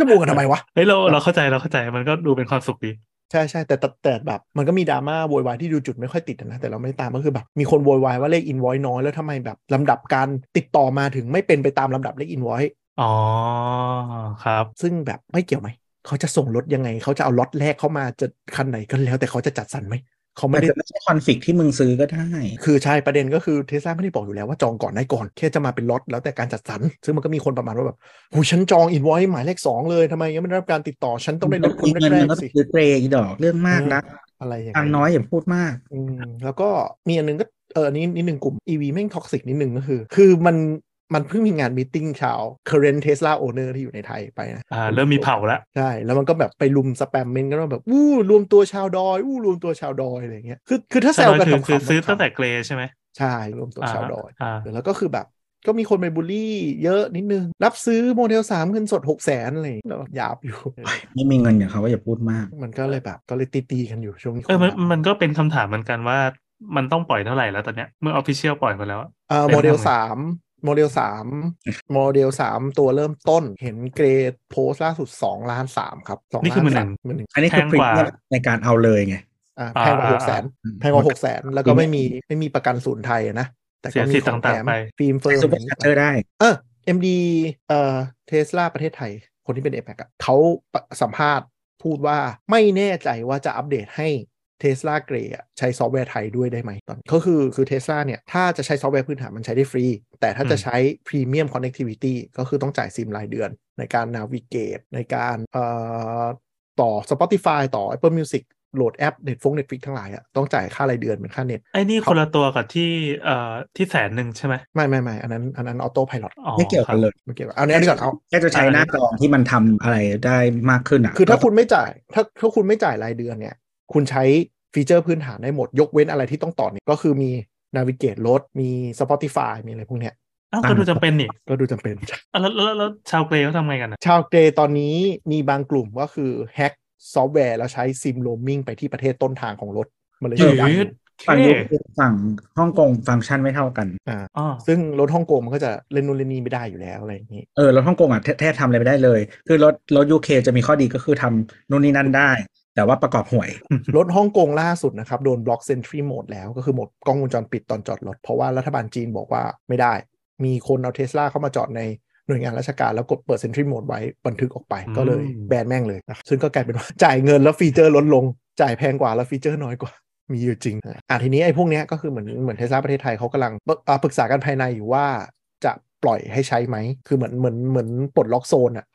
[SPEAKER 4] จะบูกันทำไมวะ
[SPEAKER 2] เฮ้ยเราเราเข้าใจเราเข้าใจมันก็ดูเป็นความสุขดี
[SPEAKER 4] ใช่ใช่แต่แต่แต่แบบ มันก็มีดราม่าโวยวายที่ดูจุดไม่ค่อยติดนะ แต่เราไม่ได้ตามก็คือแบบ มีคนโวยวายว่าเลขอินวอยน้อยแล้วทำไมแบบลำดับการติดต่อมาถึงไม่เป็นไปตามลำดับเลขอินวอย
[SPEAKER 2] อ๋อครับ
[SPEAKER 4] ซึ่งแบบไม่เกี่ยวไหมเขาจะส่งรถยังไงเขาจะเอาล็อตแรกเข้ามาจะคันไหนก็แล้ว แต่เขาจะจัดสรรไหมเขาไม่
[SPEAKER 3] มัน
[SPEAKER 4] ได้
[SPEAKER 3] จะไม่ใช่คอนฟ lict ที่มึงซื้อก็ได้
[SPEAKER 4] คือใช่ประเด็นก็คือเทสลาไม่ได้บอกอยู่แล้วว่าจองก่อนได้ก่อน แค่จะมาเป็นล็อตแล้วแต่การจัดสรร ซึ่งมันก็มีคนประมาณว่าแบบหูฉันจองอินวอยหมายเลขสองเลยทำไมยังไม่ได้รับการติดต่อ ฉันต้องได้ลดคน
[SPEAKER 3] เงิน
[SPEAKER 4] แร
[SPEAKER 3] มัน
[SPEAKER 4] ก
[SPEAKER 3] ก็
[SPEAKER 4] ๆสิ
[SPEAKER 3] คือเกรย์อีดอกเรื่องมากนะ
[SPEAKER 4] อะไรอย่าง
[SPEAKER 3] ตังค์น้อยอย่าพูดมาก
[SPEAKER 4] อืมแล้วก็มีอันหนึงก็เอออันนี้นิดหนึ่งกลุ่ม EV แม่งท็อกซิกนิดหนึ่งก็คือ คือมันมันเพิ่งมีงานมีติ้งชาว current Tesla owner ที่อยู่ในไทยไปนะ
[SPEAKER 2] อ่า เริ่มมีเผาละ
[SPEAKER 4] ใช่ แล้วมันก็แบบไปลุมสแปมเมนต์กันว่าแบบอู้รวมตัวชาวดอยอู้รวมตัวชาวดอยอะไรอย่างเงี้ยคือคือถ้าแซวกัน
[SPEAKER 2] คือ
[SPEAKER 4] ขำๆ
[SPEAKER 2] คือซื้อ
[SPEAKER 4] มันขำ
[SPEAKER 2] ตั้งแต่เกรย์ใช่ไหม
[SPEAKER 4] ใช่รวมตัวชาวดอย
[SPEAKER 2] อ่า
[SPEAKER 4] เออแล้วก็คือแบบก็มีคนไปบูลลี่เยอะนิดนึง รับซื้อโมเดล 3 เงินสด 6 0 0 0 0อะไรอย่างเงี้ยแล้วแบบหยาบอยู่
[SPEAKER 3] ไม่มีเงินอย่างเขาก็อย่าพูดมาก
[SPEAKER 4] มันก็เลยแบบก็เลยตีตีๆกันอยู่ช่วงนี้
[SPEAKER 2] เออมัน
[SPEAKER 4] ค
[SPEAKER 2] มันก็เป็นคำถามเหมือนกันว่ามันต้องปล่อยเท่าไหร่แล้วตอนเนี้ยเมื่อออฟฟิเชียลปล่อยมาแล้วอะ
[SPEAKER 4] เอ่อ
[SPEAKER 2] เป็น
[SPEAKER 4] โมเดล
[SPEAKER 2] ทำไง
[SPEAKER 4] 3 โมเดล 3 โมเดล 3 ตัวเริ่มต้นเห็นเกรดโพสต์ล่าสุด 2 ล้าน 3 ครับ2
[SPEAKER 2] นี่คือมือหนึ่
[SPEAKER 4] ล้าง มือหนึ่ง
[SPEAKER 3] อันนี้คือ
[SPEAKER 2] แพง
[SPEAKER 3] พรี
[SPEAKER 2] กว่า
[SPEAKER 3] เมียมในการเอาเลยไง
[SPEAKER 4] อ่าแพงกว่า 6 0 0 0 0นแพงกว่า 6 0 0 0 0 แล้วก็ไม่มีไม่มีประกันศูนย์ไทยอะนะ แต่ก็
[SPEAKER 2] เสียสิ
[SPEAKER 4] มี
[SPEAKER 2] ทธิ์
[SPEAKER 4] ของแถ
[SPEAKER 2] ต่าง
[SPEAKER 4] ม
[SPEAKER 2] ๆไป
[SPEAKER 4] ฟิล์มเฟิ
[SPEAKER 3] ใช้
[SPEAKER 4] ร์ม
[SPEAKER 3] ซูเปอร์ชาร์เจอร์ได้
[SPEAKER 4] เออ MD เอ่อเทสลาประเทศไทย คนที่เป็นเอ a c อะเขาสัมภาษณ์พูดว่าไม่แน่ใจว่าจะอัปเดตให้ เทสลาเกรย์ใช้ซอฟต์แวร์ไทยด้วยได้ไหมตอนก็คือคือเทสลาเนี่ยถ้าจะใช้ซอฟต์แวร์พื้นฐานมันใช้ได้ฟรี แต่ถ้าจะใช้พรีเมียมคอนเน c ติวิตี้ก็คือต้องจ่ายซิมรายเดือน ในการนาวิเกตในการเอ่อต่อ Spotify ต่อ Apple Music โหลดแอป Netflix Netflix ทั้งหลายอะต้องจ่ายค่ารายเดือนเป็นค่าเน็ต
[SPEAKER 2] ไอ้นี่คนละตัวกับที่เอ่อที่แสนหนึ่งใช่ไหม
[SPEAKER 4] ไม่ไม่ไม่อันนั้นอันนั้นออโต้พายโ
[SPEAKER 2] อ๋อ
[SPEAKER 3] ไม่เกี่ยว
[SPEAKER 2] ค
[SPEAKER 3] กั
[SPEAKER 2] รั
[SPEAKER 3] น
[SPEAKER 2] บ
[SPEAKER 3] เลย
[SPEAKER 4] ไม่เกี่ยวเอาเนี้ยดีกว่าเอา
[SPEAKER 3] แค่จะใช้หน้าจอที่มันทำอะไรได้มากขึ้นอ่ะ
[SPEAKER 4] คือถ้าคุณไม่จ่ายถ้าถ้าคุณไม่จ่ายรายเดือนเนี่ย คุณใช้ฟีเจอร์พื้นฐานได้หมด ยกเว้นอะไรที่ต้องต่อเนี่ยก็คือมีนาวิเกตรถมี Spotify มีอะไรพวกเนี้ย
[SPEAKER 2] อ้าวก็ดูจำเป็นนี่
[SPEAKER 4] ก็ดูจำเป็น [laughs]
[SPEAKER 2] อ่ะแล้วแล้วแล้วแล้วชาวเกรย์เขาทำไงกันอ่ะ
[SPEAKER 4] ชาวเกรตอนนี้มีบางกลุ่มก็คือแฮ็กซอฟต์แวร์แล้วใช้ซิมโลมิงไปที่ประเทศต้นทางของรถมันเลย
[SPEAKER 2] หรื
[SPEAKER 4] ดั
[SPEAKER 2] อ
[SPEAKER 3] ฝั่ง
[SPEAKER 4] ง
[SPEAKER 2] เท่
[SPEAKER 3] ยุโรปฝั่งฮ่องกงฟังก์ชันไม่เท่ากัน
[SPEAKER 4] อ่า
[SPEAKER 2] อ๋อ
[SPEAKER 4] ซึ่งรถฮ่องกงมันก็จะเล่นนู่นเล่นนี่ไม่ได้อยู่แล้วอะไรอย่างนี้
[SPEAKER 3] เออรถฮ่องกงอ่ะแทแทบทำอะไรไม่ได้เลย คือรถรถยูเคจะมีข้อดีก็คือทำนู่นนี่นั่นได้ แต่ว่าประกอบห่วย
[SPEAKER 4] รถฮ่องก [laughs] งล่าสุดนะครับ โดนบล็อกเซนทรีโหมดแล้วก็คือโหมดกล้องวงจรปิดตอนจอดรถ เพราะว่ารัฐบาลจีนบอกว่าไม่ได้ มีคนเอาเทสลาเข้ามาจอดในหน่วยงานราชการแล้วกดเปิดเซนทรีโหมดไว้บันทึกออกไปก็เลยแบนแม่งเลยนะครับซึ่งก็กลายเป็นว่า จ่ายเงินแล้วฟีเจอร์ลดลง จ่ายแพงกว่าแล้วฟีเจอร์น้อยกว่า มีอยู่จริงนะอ่ะทีนี้ไอ้พวกเนี้ยก็คือเหมือนเหมือนเทสลาประเทศไทยเขากำลังปรึกอ่าปรึกษากันภายในอยู่ว่าจะปล่อยให้ใช้ไหมคือเหมือนเหมือนเหมือนปลดล็อกโซนอะ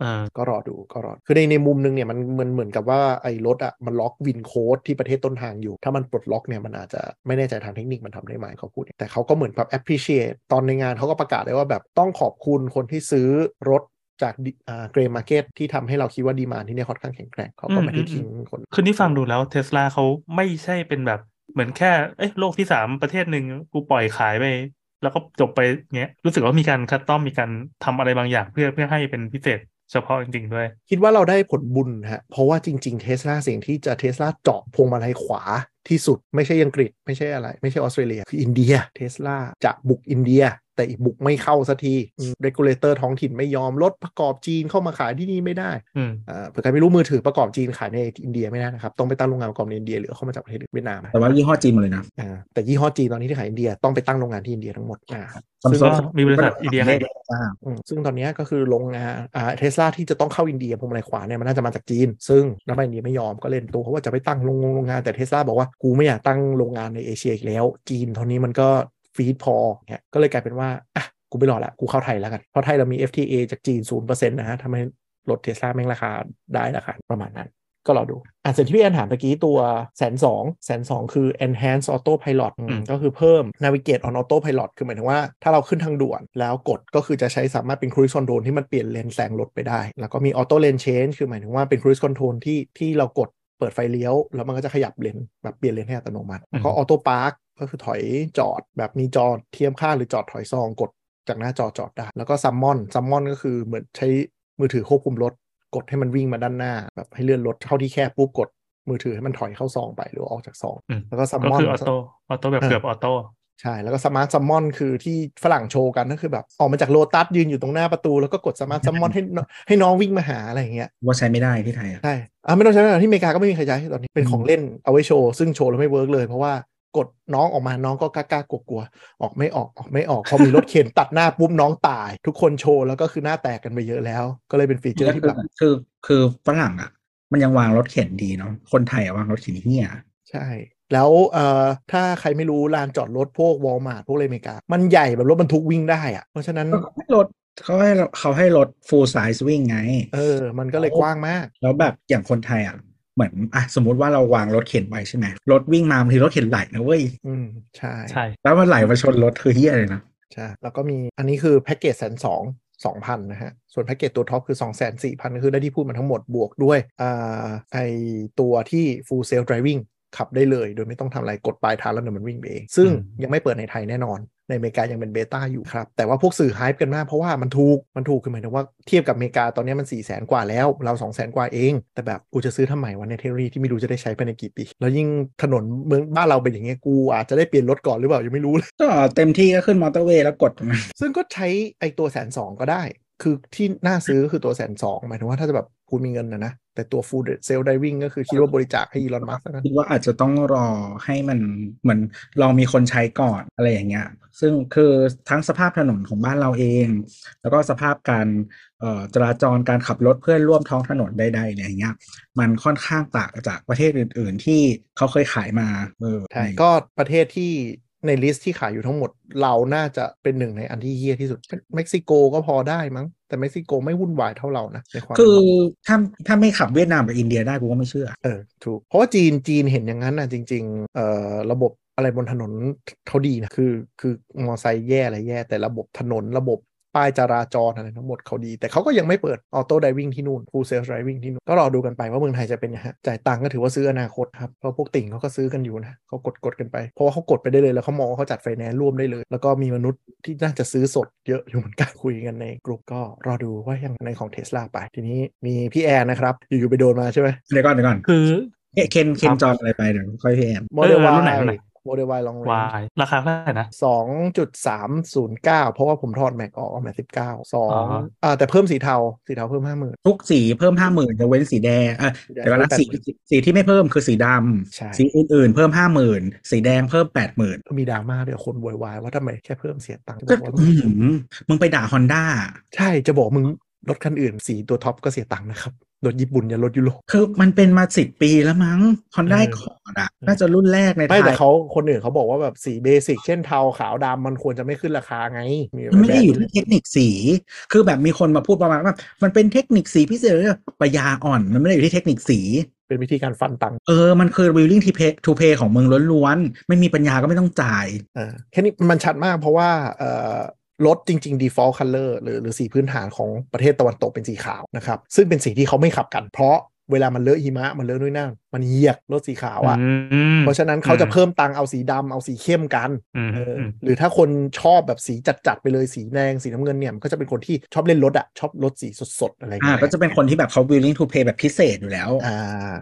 [SPEAKER 2] เออ
[SPEAKER 4] ก็รอดูก็รอดูคือในในมุมนึงเนี่ยมันมันเหมือนกับว่าไอ้รถอ่ะมันล็อกวินโค้ดที่ประเทศต้นทางอยู่ ถ้ามันปลดล็อกเนี่ยมันอาจจะไม่แน่ใจทางเทคนิคมันทำได้ไหมเขาพูดแต่เขาก็เหมือนแบบ appreciate ตอนในงานเขาก็ประกาศเลยว่าแบบต้องขอบคุณคนที่ซื้อรถจากเกรย์มาร์เก็ตที่ทำให้เราคิดว่าดีมานที่เนี่ยค่อนข้างแข็งแกร่งเขาก็ไม่ได้
[SPEAKER 2] อืมอืม
[SPEAKER 4] ทิ้งคน
[SPEAKER 2] คือนี่ฟังดูแล้วเทสลาเขาไม่ใช่เป็นแบบเหมือนแค่เอ้ยโลกที่สามประเทศหนึ่งกูปล่อยขายไป แล้วก็จบไปเงี้ยรู้สึกว่ามีการคัดต้อมมีการทำอะไรบางอย่างเพื่อเพื่อให้เป็นพิเศษเฉพาะจริงๆด้วย
[SPEAKER 4] คิดว่าเราได้ผลบุญฮะเพราะว่าจริงๆเทสลาสิ่งที่จะเทสลาเจาะพวงมาลัยขวาที่สุดไม่ใช่อังกฤษไม่ใช่อะไร ไม่ใช่ออสเตรเลียคืออินเดียเทสลาจะบุกอินเดีย แต่อีกบุกไม่เข้าสักทีเรกูเลเตอร์ท้องถิ่นไม่ยอมรถประกอบจีนเข้ามาขายที่นี่ไม่ได้
[SPEAKER 2] อืม
[SPEAKER 4] อ่าเผื่อใครไม่รู้มือถือประกอบจีนขายในอินเดียไม่ได้นะครับ ต้องไปตั้งโรงงานประกอบในอินเดียหรือเข้ามาจากประเทศเวียดนาม
[SPEAKER 3] แต่ว่ายี่ห้อจีนหมดเลยนะ
[SPEAKER 4] อ่าแต่ยี่ห้อจีนตอนนี้ที่ขายอินเดียต้องไปตั้งโรงงานที่อินเดียทั้งหมดอ่า
[SPEAKER 3] คอน
[SPEAKER 2] ซึ่ง
[SPEAKER 3] โซล
[SPEAKER 2] ก็มีบริษัทอินเดียไง
[SPEAKER 3] อ่า
[SPEAKER 4] อืมซึ่งตอนเนี้ยก็คือลงงานอ่าเทสลาที่จะต้องเข้าอินเดียพวงมาลัยขวาเนี่ยมันน่าจะมาจากจีน ซึ่งรัฐบาลอินเดียไม่ยอมก็เล่นตัวเขาว่าจะไปตั้งโรงงงโรงงานแต่เทสลาบอกว่ากูไม่อยากตั้งโรงงานในเอเชียอีกแล้ว จีนเท่านี้มันก็ฟีดพอเนี่ยก็เลยกลายเป็นว่าอ่ะกูไม่รอละกูเข้าไทยแล้วกัน เพราะไทยเรามี FTA จากจีน0%นะฮะทำให้รถเทสลาแม่งราคาได้ราคาประมาณนั้น ก็รอดูอ่ะส่วนที่พี่แอนถามตะกี้ตัวแสนสองแสนสองคือ enhance auto pilot อืม
[SPEAKER 2] อืม
[SPEAKER 4] ก็คือเพิ่ม navigate on auto pilot คือหมายถึงว่าถ้าเราขึ้นทางด่วนแล้วกดก็คือจะใช้สามารถเป็น cruise control ที่มันเปลี่ยนเลนแซงรถไปได้ แล้วก็มี auto lane change คือหมายถึงว่าเป็น cruise control ที่ที่เรากดเปิดไฟเลี้ยว แล้วมันก็จะขยับเลนแบบเปลี่ยนเลนให้อัตโนมัติ
[SPEAKER 2] อืม
[SPEAKER 4] ก็ auto park ก็คือถอยจอดแบบมีจอดเทียมข้างหรือจอดถอยซองกดจากหน้าจอจอดได้ แล้วก็ summon summon ก็คือเหมือนใช้มือถือควบคุมรถ กดให้มันวิ่งมาด้านหน้าแบบให้เลื่อนรถเข้าที่แคบปุ๊บกดมือถือให้มันถอยเข้าซองไปหรือออกจากซอง
[SPEAKER 2] อืม
[SPEAKER 4] แล้วก็ซัม
[SPEAKER 2] ก็
[SPEAKER 4] มอน
[SPEAKER 2] คือออโต้ออโต้แบบ
[SPEAKER 4] อ่า
[SPEAKER 2] เกือบออโต้
[SPEAKER 4] ใช่ แล้วก็สมาร์ทซัมมอนคือที่ฝรั่งโชว์กันก็คือแบบออกมาจากโลตัสยืนอยู่ตรงหน้าประตู แล้วก็กดสมาร์ทซัมมอนให้น้องให้น้องวิ่งมาหาอะไรอย่างเงี้ย
[SPEAKER 3] ว่าใช้ไม่ได้ที่ไทยอ่ะ
[SPEAKER 4] ใช่อ่ะไม่ต้องใช้แล้วที่อเมริกาก็ไม่มีใครใช้ตอนนี้เป็นของเล่นเอาไว้โชว์ ซึ่งโชว์แล้วไม่เวิร์กเลย เพราะว่ากดน้องออกมาน้องก็กล้าๆกลัวๆออกไม่ออกออกไม่ออกพอมีรถเข็นตัดหน้าปุ๊บน้องตาย ทุกคนโชว์แล้วก็คือหน้าแตกกันไปเยอะแล้ว ก็เลยเป็นฟีเจอร์ที่แบบ
[SPEAKER 3] คือคือฝรั่งอ่ะ มันยังวางรถเข็นดีเนาะคนไทยอะวางรถเข็นเฮีย
[SPEAKER 4] ใช่ แล้วเอ่อถ้าใครไม่รู้ลานจอดรถพวกวอลมาร์ทพวกอะไรอเมริกา มันใหญ่แบบรถบรรทุกวิ่งได้อะเพราะฉะนั้น
[SPEAKER 3] เขาให้รถเขาให้เราเขาให้รถ full size วิ่งไง
[SPEAKER 4] เออมันก็เลยกว้างมาก
[SPEAKER 3] แล้วแบบอย่างคนไทยอ่ะเหมือนอ่ะสมมติว่าเราวางรถเข็นไว้ใช่ไหมรถวิ่งมาบางทีรถเข็นไหลนะเว้ย
[SPEAKER 4] อืม ใช่
[SPEAKER 2] ใช่
[SPEAKER 3] แล้วมันไหลมาชนรถคือเฮียเลยนะ
[SPEAKER 4] ใช่ แล้วก็มีอันนี้คือแพ็กเกจแสนสองสองพันนะฮะ ส่วนแพ็กเกจตัวท็อปคือ 2 4 0 0 0 0คือได้ที่พูดมาทั้งหมดบวกด้วยอ่าไอตัวที่ full self driving ขับได้เลย โดยไม่ต้องทำอะไรกดปลายทางแล้วเดี๋ยวมันวิ่งไปเองซึ่งยังไม่เปิดในไทยแน่นอน ในอเมริกายังเป็นเบต้าอยู่ครับ แต่ว่าพวกสื่อไฮป์กันมากเพราะว่ามันถูก มันถูกคือหมายถึงว่าเทียบกับอเมริกาตอนนี้มัน4ี่แสนกว่าแล้ว เรา2องแสนกว่าเอง แต่แบบกูจะซื้อทำไมวะในเทคโนโลยีที่ไม่รู้จะได้ใช้ภายในกี่ปี แล้วยิ่งถนนเมืองบ้านเราเป็นอย่างเงี้ยกูอาจจะได้เปลี่ยนรถก่อนหรือเปล่ายังไม่รู้เลย
[SPEAKER 3] ก็เต็มที่ก็ขึ้นมอเตอร์เวย์แล้วกดตรงนั้น
[SPEAKER 4] ซึ่งก็ใช้ไอตัวแสนสองก็ได้ คือที่น่าซื้อคือตัวแสนสองหมายถึงว่าถ้าจะแบบคุณมีเงินนะนะ แต่ตัวฟู l เซล l ด d วิ่งก็คือคิดว่าบริจาคให้อีลอนมัสก์นะ
[SPEAKER 3] คิดว่าอาจจะต้องรอให้มันเหมือนลองมีคนใช้ก่อนอะไรอย่างเงี้ย ซึ่งคือทั้งสภาพถนนของบ้านเราเอง แล้วก็สภาพการเอ่อจราจรการขับรถเพื่อนร่วมท้องถนนใดๆอะไรอย่างเงี้ย มันค่อนข้างต่างจากประเทศอื่น ๆ ที่เขาเคยขายมาเออ
[SPEAKER 4] ใช่ก็ประเทศที่ในลิสต์ที่ขายอยู่ทั้งหมดเราน่าจะเป็นหนึ่งในอันที่เฮี้ยที่สุดเม็กซิโกก็พอได้มั้ง แต่เม็กซิโกไม่วุ่นวายเท่าเรานะในความ
[SPEAKER 3] คือถ้าถ้าไม่ขับเวียดนามกับอินเดียได้กูก็ไม่เชื่อ
[SPEAKER 4] เออถูกเพราะว่าจีนจีนเห็นอย่างนั้นนะจริงๆเอ่อระบบอะไรบนถนนเขาดีนะคือคือมอไซค์แย่อะไรแย่ แต่ระบบถนนระบบป้ายจราจรอะไรทั้งหมดเขาดี แต่เขาก็ยังไม่เปิดออโต้ไดวิ่งที่นู่นฟูลเซลไดวิ่งที่นู่น ก็รอดูกันไปว่าเมืองไทยจะเป็นยังไงฮะจ่ายตังค์ก็ถือว่าซื้ออนาคตครับเพราะพวกติ่งเขาก็ซื้อกันอยู่นะเขากดกดกันไป เพราะว่าเขากดไปได้เลยแล้วเขามองว่าเขาจัดไฟแนนซ์ร่วมได้เลย แล้วก็มีมนุษย์ที่น่าจะซื้อสดเยอะอยู่เหมือนกัน [laughs] คุยกันในกลุ่มก็รอดูว่ายังในของเทสลาไปทีนี้มีพี่แอนนะครับอยู่ๆไปโดนมาใช่ไหม
[SPEAKER 3] เดี๋ยวก่อนเดี๋ยวก่อน
[SPEAKER 2] คือ
[SPEAKER 3] เอ๊ะเคนเค
[SPEAKER 2] คน รับ
[SPEAKER 3] จอนอะไรไปเดี๋ยวค่อยพี่แอน
[SPEAKER 4] โมเดล
[SPEAKER 2] เอ
[SPEAKER 4] วา
[SPEAKER 2] อรุ่
[SPEAKER 4] ย
[SPEAKER 2] นไหนรุ่นไหน
[SPEAKER 4] โมเดลวายลองเล
[SPEAKER 2] วาย ยราคาเท่าไหร่นะ
[SPEAKER 4] สองจุดสามศูนย์เก้าเพราะว่าผมถอดแม็กออกแม็กสิบเก้าสอง
[SPEAKER 2] อ๋อ
[SPEAKER 4] อ่าแต่เพิ่มสีเทา สีเทาเพิ่มห้าหมื่น
[SPEAKER 3] ทุกสีเพิ่มห้าหมื่นยกเว้นสีแดงเออเดี๋ยวก่อนนะสีสีที่ไม่เพิ่มคือสีด
[SPEAKER 4] ใช่
[SPEAKER 3] ำสีอื่น ๆ เพิ่มห้าหมื่นสีแดงเพิ่มแปดหมื่น
[SPEAKER 4] มีดราม่าด้วยคนโวยวายว่าทำไมแค่เพิ่มเสียตังค์
[SPEAKER 3] ก็
[SPEAKER 4] บอกว่า
[SPEAKER 3] อื้อหือมึงไปด่าฮอนด้า
[SPEAKER 4] ใช่จะบอกมึงรถคันอื่น สีตัวท็อปก็เสียตังค์นะครับรถญี่ปุ่นอย่ารถยุโรป
[SPEAKER 3] คือมันเป็นมาสิบปีแล้วมั้งฮอนด้า
[SPEAKER 4] เออ
[SPEAKER 3] คอร์ดอะน่าจะรุ่นแรกในไท
[SPEAKER 4] ไม่แต่
[SPEAKER 3] ย
[SPEAKER 4] เขาคนอื่นเขาบอกว่าแบบสีเบสิกเช่นเทาขาวดำมันควรจะไม่ขึ้นราคาไง
[SPEAKER 3] มันไม่ได้อยู่ที่
[SPEAKER 4] แบบ
[SPEAKER 3] เทคนิคสี คือแบบมีคนมาพูดประมาณว่ามันเป็นเทคนิคสีพิเศษเลยปัญญาอ่อนมันไม่ได้อยู่ที่เทคนิคสี
[SPEAKER 4] เป็นวิธีการฟันตังค์
[SPEAKER 3] เออ มันคือ willing to pay to pay ของเมืองล้วนๆ ไม่มีปัญญาก็ไม่ต้องจ่าย
[SPEAKER 4] อ่าแค่นี้มันชัดมากเพราะว่าเอ่อ รถจริง ๆ default color หรือหรือสีพื้นฐานของประเทศตะวันตกเป็นสีขาวนะครับ ซึ่งเป็นสีที่เขาไม่ขับกัน เพราะเวลามันเลอะหิมะ มันเลอะนู่นนั่นมันเหยียกรถสีขาวอะ่ะ
[SPEAKER 2] อืม
[SPEAKER 4] เพราะฉะนั้นเขาจะเพิ่มตังค์เอาสีดำเอาสีเข้มกัน
[SPEAKER 2] อืม
[SPEAKER 4] เอออ
[SPEAKER 2] ม
[SPEAKER 4] หรือถ้าคนชอบแบบสีจัด ๆ ไปเลยสีแดงสีน้ำเงินเนี่ยมันก็จะเป็นคนที่ชอบเล่นรถอะ่ะชอบรถสีสด ๆ อะไรอย่าง
[SPEAKER 3] อ่า
[SPEAKER 4] เงี้ย
[SPEAKER 3] ก็จะเป็นคนที่แบบเขา willing to pay แบบพิเศษอยู่แล้ว
[SPEAKER 4] อ่า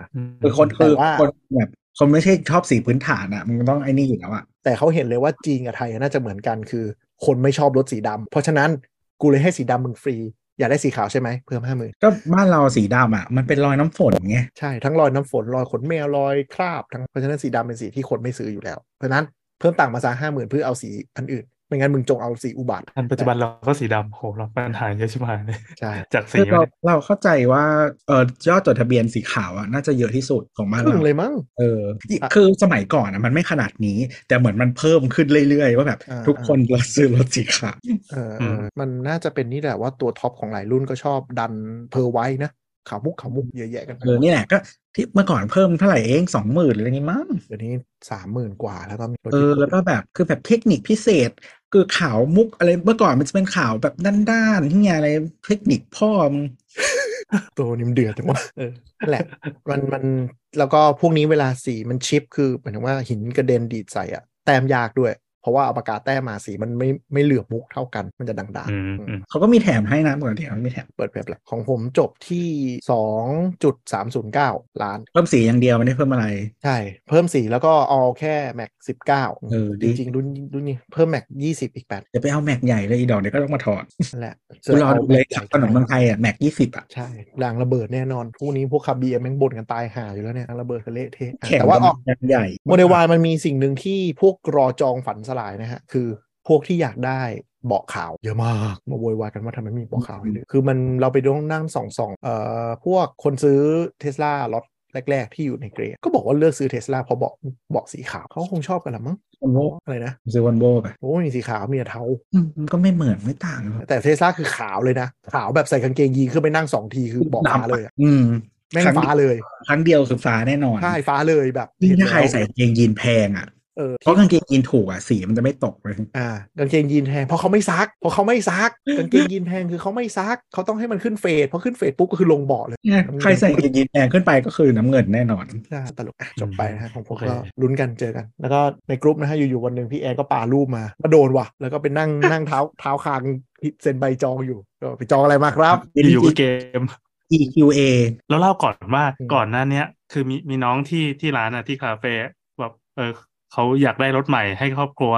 [SPEAKER 3] คือคนคือ
[SPEAKER 4] แต่ว่า
[SPEAKER 3] คนแบบคนไม่ใช่ชอบสีพื้นฐานอะมันต้องไอ้นี่อยู่แล้วอะ
[SPEAKER 4] แต่เขาเห็นเลยว่าจีนกับไทยน่าจะเหมือนกันคือ คนไม่ชอบรถสีดำเพราะฉะนั้นกูเลยให้สีดำมึงฟรีอยากได้สีขาวใช่ไหมเพิ่มห้าหมื่น
[SPEAKER 3] ก็บ้านเราสีดำอะมันเป็นรอยน้ำฝนไง
[SPEAKER 4] ใช่ทั้งรอยน้ำฝนรอยขนแมวรอยคราบทั้งเพราะฉะนั้นสีดำเป็นสีที่คนไม่ซื้ออยู่แล้ว เพราะฉะนั้นเพิ่มต่างค์มาซะห้าหมื่นเพื่อเอาสีอันอื่น ไม่งั้นมึงจงเอาสีอุบาท
[SPEAKER 2] อันปัจจุบันเราก็สีดำโหเราปัญหาเยอะชิบหายเลย
[SPEAKER 4] ใช่
[SPEAKER 2] จากสี
[SPEAKER 3] คือเรา
[SPEAKER 2] มัน
[SPEAKER 3] เราเข้าใจว่าเออยอดจดทะเบียนสีขาวอะน่าจะเยอะที่สุดของบ้าน
[SPEAKER 4] ครึ่
[SPEAKER 3] เรา
[SPEAKER 4] งเลยมั้ง
[SPEAKER 3] เอออีก
[SPEAKER 4] อ่ะ
[SPEAKER 3] คือสมัยก่อนอะมันไม่ขนาดนี้ แต่เหมือนมันเพิ่มขึ้นเรื่อยๆ ว่าแบบ
[SPEAKER 4] อ่า
[SPEAKER 3] ทุกคนเราซื้อรถสีขาว
[SPEAKER 4] เออเออมันน่าจะเป็นนี่แหละว่าตัวท็อปของหลายรุ่นก็ชอบดันเพอร์ไว้นะขาวมุกขาวมุกเยอะแยะกันไป
[SPEAKER 3] เออนี่แหละก็ที่เมื่อก่อนเพิ่มเท่าไหร่เองสองหมื่นอะไรอย่างงี้มั้ง
[SPEAKER 4] เดี๋ยวนี้สามหมื่นกว่าแล้วก็มีรถ
[SPEAKER 3] เออแล้วก็แบบคือแบบเทคนิคพิเศษ คือขาวมุกอะไรเมื่อก่อนมันจะเป็นขาวแบบด้านๆที่ไงอะไรเทคนิคพ่อมึง
[SPEAKER 4] ตัวนิ่มนเดือดจังวะเออนั่นแหละ มันมันแล้วก็พวกนี้เวลาสีมันชิปคือหมายถึงว่าหินกระเด็นดีดใส่อะแต้มยากด้วย เพราะว่าเอาปากกาแต้มมาสีมันไม่ไม่เหลือบมุกเท่ากันมันจะด่างๆ
[SPEAKER 2] อืมอืม
[SPEAKER 3] เขาก็มีแถมให้นะเมื่อก่อนมีแถม
[SPEAKER 4] เปิดแบบละของผมจบที่ 2.309 ล้าน
[SPEAKER 3] เพิ่มสีอย่างเดียวไม่ได้เพิ่มอะไร
[SPEAKER 4] ใช่ เพิ่มสีแล้วก็เอาแค่ Mac 19
[SPEAKER 3] เออ
[SPEAKER 4] จ
[SPEAKER 3] ดี
[SPEAKER 4] ริงๆรุ่นรุ่นนี้เพิ่ม Mac 20 อีก8
[SPEAKER 3] เดี๋ยวไปเอาแม็กใหญ่เลยอีดอกเดี๋ยวก็ต้องมาถอด
[SPEAKER 4] นั่นแหละ
[SPEAKER 3] กูรอดูเลยขับถนนเมืองไทยอ่ะแม็กยี่สิบอ่ะ
[SPEAKER 4] ใช่รางระเบิดแน่นอนพวกนี้พวกขับ BM แม่งบ่นกันตายห่าอยู่แล้วเนี่ยรางระเบิดกันเละเทะอ่ะ
[SPEAKER 3] แข่ง
[SPEAKER 4] แต่ว่าออก
[SPEAKER 3] กับมันใหญ่
[SPEAKER 4] โมเดลวายมันมีสิ่งหนึ่งที่พวกรอจองฝันสลายนะฮะ คือพวกที่อยากได้เบาะขาวเยอะมากมาโวยวายกันว่าทำไมไม่มีเบาะขาวให้เลยคือมันเราไปต้องนั่งส่องส่องเอ่อพวกคนซื้อเทสลาล็อตแรก ๆ ที่อยู่ในเกรดก็บอกว่าเลือกซื้อเทสลาเพราะเบาะเบาะสีขาวเขาคงชอบกันละมั้ง
[SPEAKER 3] วอนโว
[SPEAKER 4] อะไรนะ
[SPEAKER 3] ซื้อวอนโวไป
[SPEAKER 4] โอ้ยมีสีขาวมีแต่เทา
[SPEAKER 3] อืมมันก็ไม่เหมือนไม่ต่างหรอก
[SPEAKER 4] แต่เทสลาคือขาวเลยนะขาวแบบใส่กางเกงยีนขึ้นไปนั่งสองทีคือเบาะฟ้าเลยอะ
[SPEAKER 3] อืม
[SPEAKER 4] แม่ง
[SPEAKER 3] ครั้
[SPEAKER 4] ฟ้าเลย
[SPEAKER 3] ครั้งเดียวคือฟ้าแน่นอน
[SPEAKER 4] ใช่ฟ้าเลยแบบ
[SPEAKER 3] ยิ่งถ้า
[SPEAKER 4] เน
[SPEAKER 3] ใคร
[SPEAKER 4] แล้ว
[SPEAKER 3] ใส่กางเกงยีนแพงอ่ะ
[SPEAKER 4] เออ
[SPEAKER 3] เพราะกางเกงยีนถูกอ่ะสีมันจะไม่ตกเลย
[SPEAKER 4] อ่ากางเกงยีนแพงเพราะเขาไม่ซักเพราะเขาไม่ซักกางเกงยีนแพงคือเขาไม่ซักเขาต้องให้มันขึ้นเฟดพอขึ้นเฟดปุ๊บก็คือลงเบาะเลย
[SPEAKER 3] ใครใส่กางเกงยีนแพงขึ้นไปก็คือน้ำเงินแน่นอน
[SPEAKER 4] น่าตลกอ่ะจบไปนะฮะของพวก
[SPEAKER 2] โอเค
[SPEAKER 4] เราลุ้นกันเจอกัน แล้วก็ในกรุ๊ปนะฮะอยู่ๆวันหนึ่งพี่แอนก็ปารูปมาก็โดนว่ะ แล้วก็เป็นนั่ง นั่งเท้าเท้าคางเซ็นใบจองอยู่ก็ไปจองอะไรมาครับ
[SPEAKER 2] อยู่ๆก็เกม
[SPEAKER 3] EQA
[SPEAKER 2] แล้วเล่าก่อนว่า
[SPEAKER 4] อืม
[SPEAKER 2] ก่อนหน้าเนี้ย คือมีมีน้องที่ที่ร้านอ่ะที่คาเฟ่แบบเออเขาอยากได้รถใหม่ให้ครอบครัว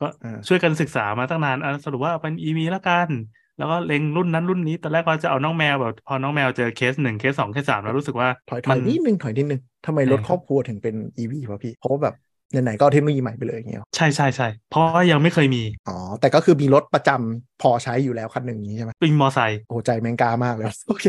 [SPEAKER 2] ก็
[SPEAKER 4] อ่า
[SPEAKER 2] ช่วยกันศึกษามาตั้งนานอ่ะสรุปว่าเป็นอีวีละกัน แล้วก็เล็งรุ่นนั้นรุ่นนี้ตอนแรกก็จะเอาน้องแมวแบบพอน้องแมวเจอเคสหนึ่งเคสสองเคสสามแล้วรู้สึกว่า
[SPEAKER 4] ถอยถ
[SPEAKER 2] มั
[SPEAKER 4] อยนิดนึงถอยนิดนึงทำไมรถ
[SPEAKER 2] ใช่ครับ
[SPEAKER 4] ครอบครัวถึงเป็น E ีวีวะพี่ เพราะว่าแบบไหนๆก็เอาเทคโนโลยีใหม่ไปเลยอย่างเงี้ยหรอ
[SPEAKER 2] ใช่ใช่ใช่เพราะว่ายังไม่เคยมี
[SPEAKER 4] อ๋อ แต่ก็คือมีรถประจำพอใช้อยู่แล้วคันหนึ่งอย่างนี้ใช่ไหม
[SPEAKER 2] ปิงมอไซค์
[SPEAKER 4] โอ้ใจแมงกามากเลย [laughs] โอเค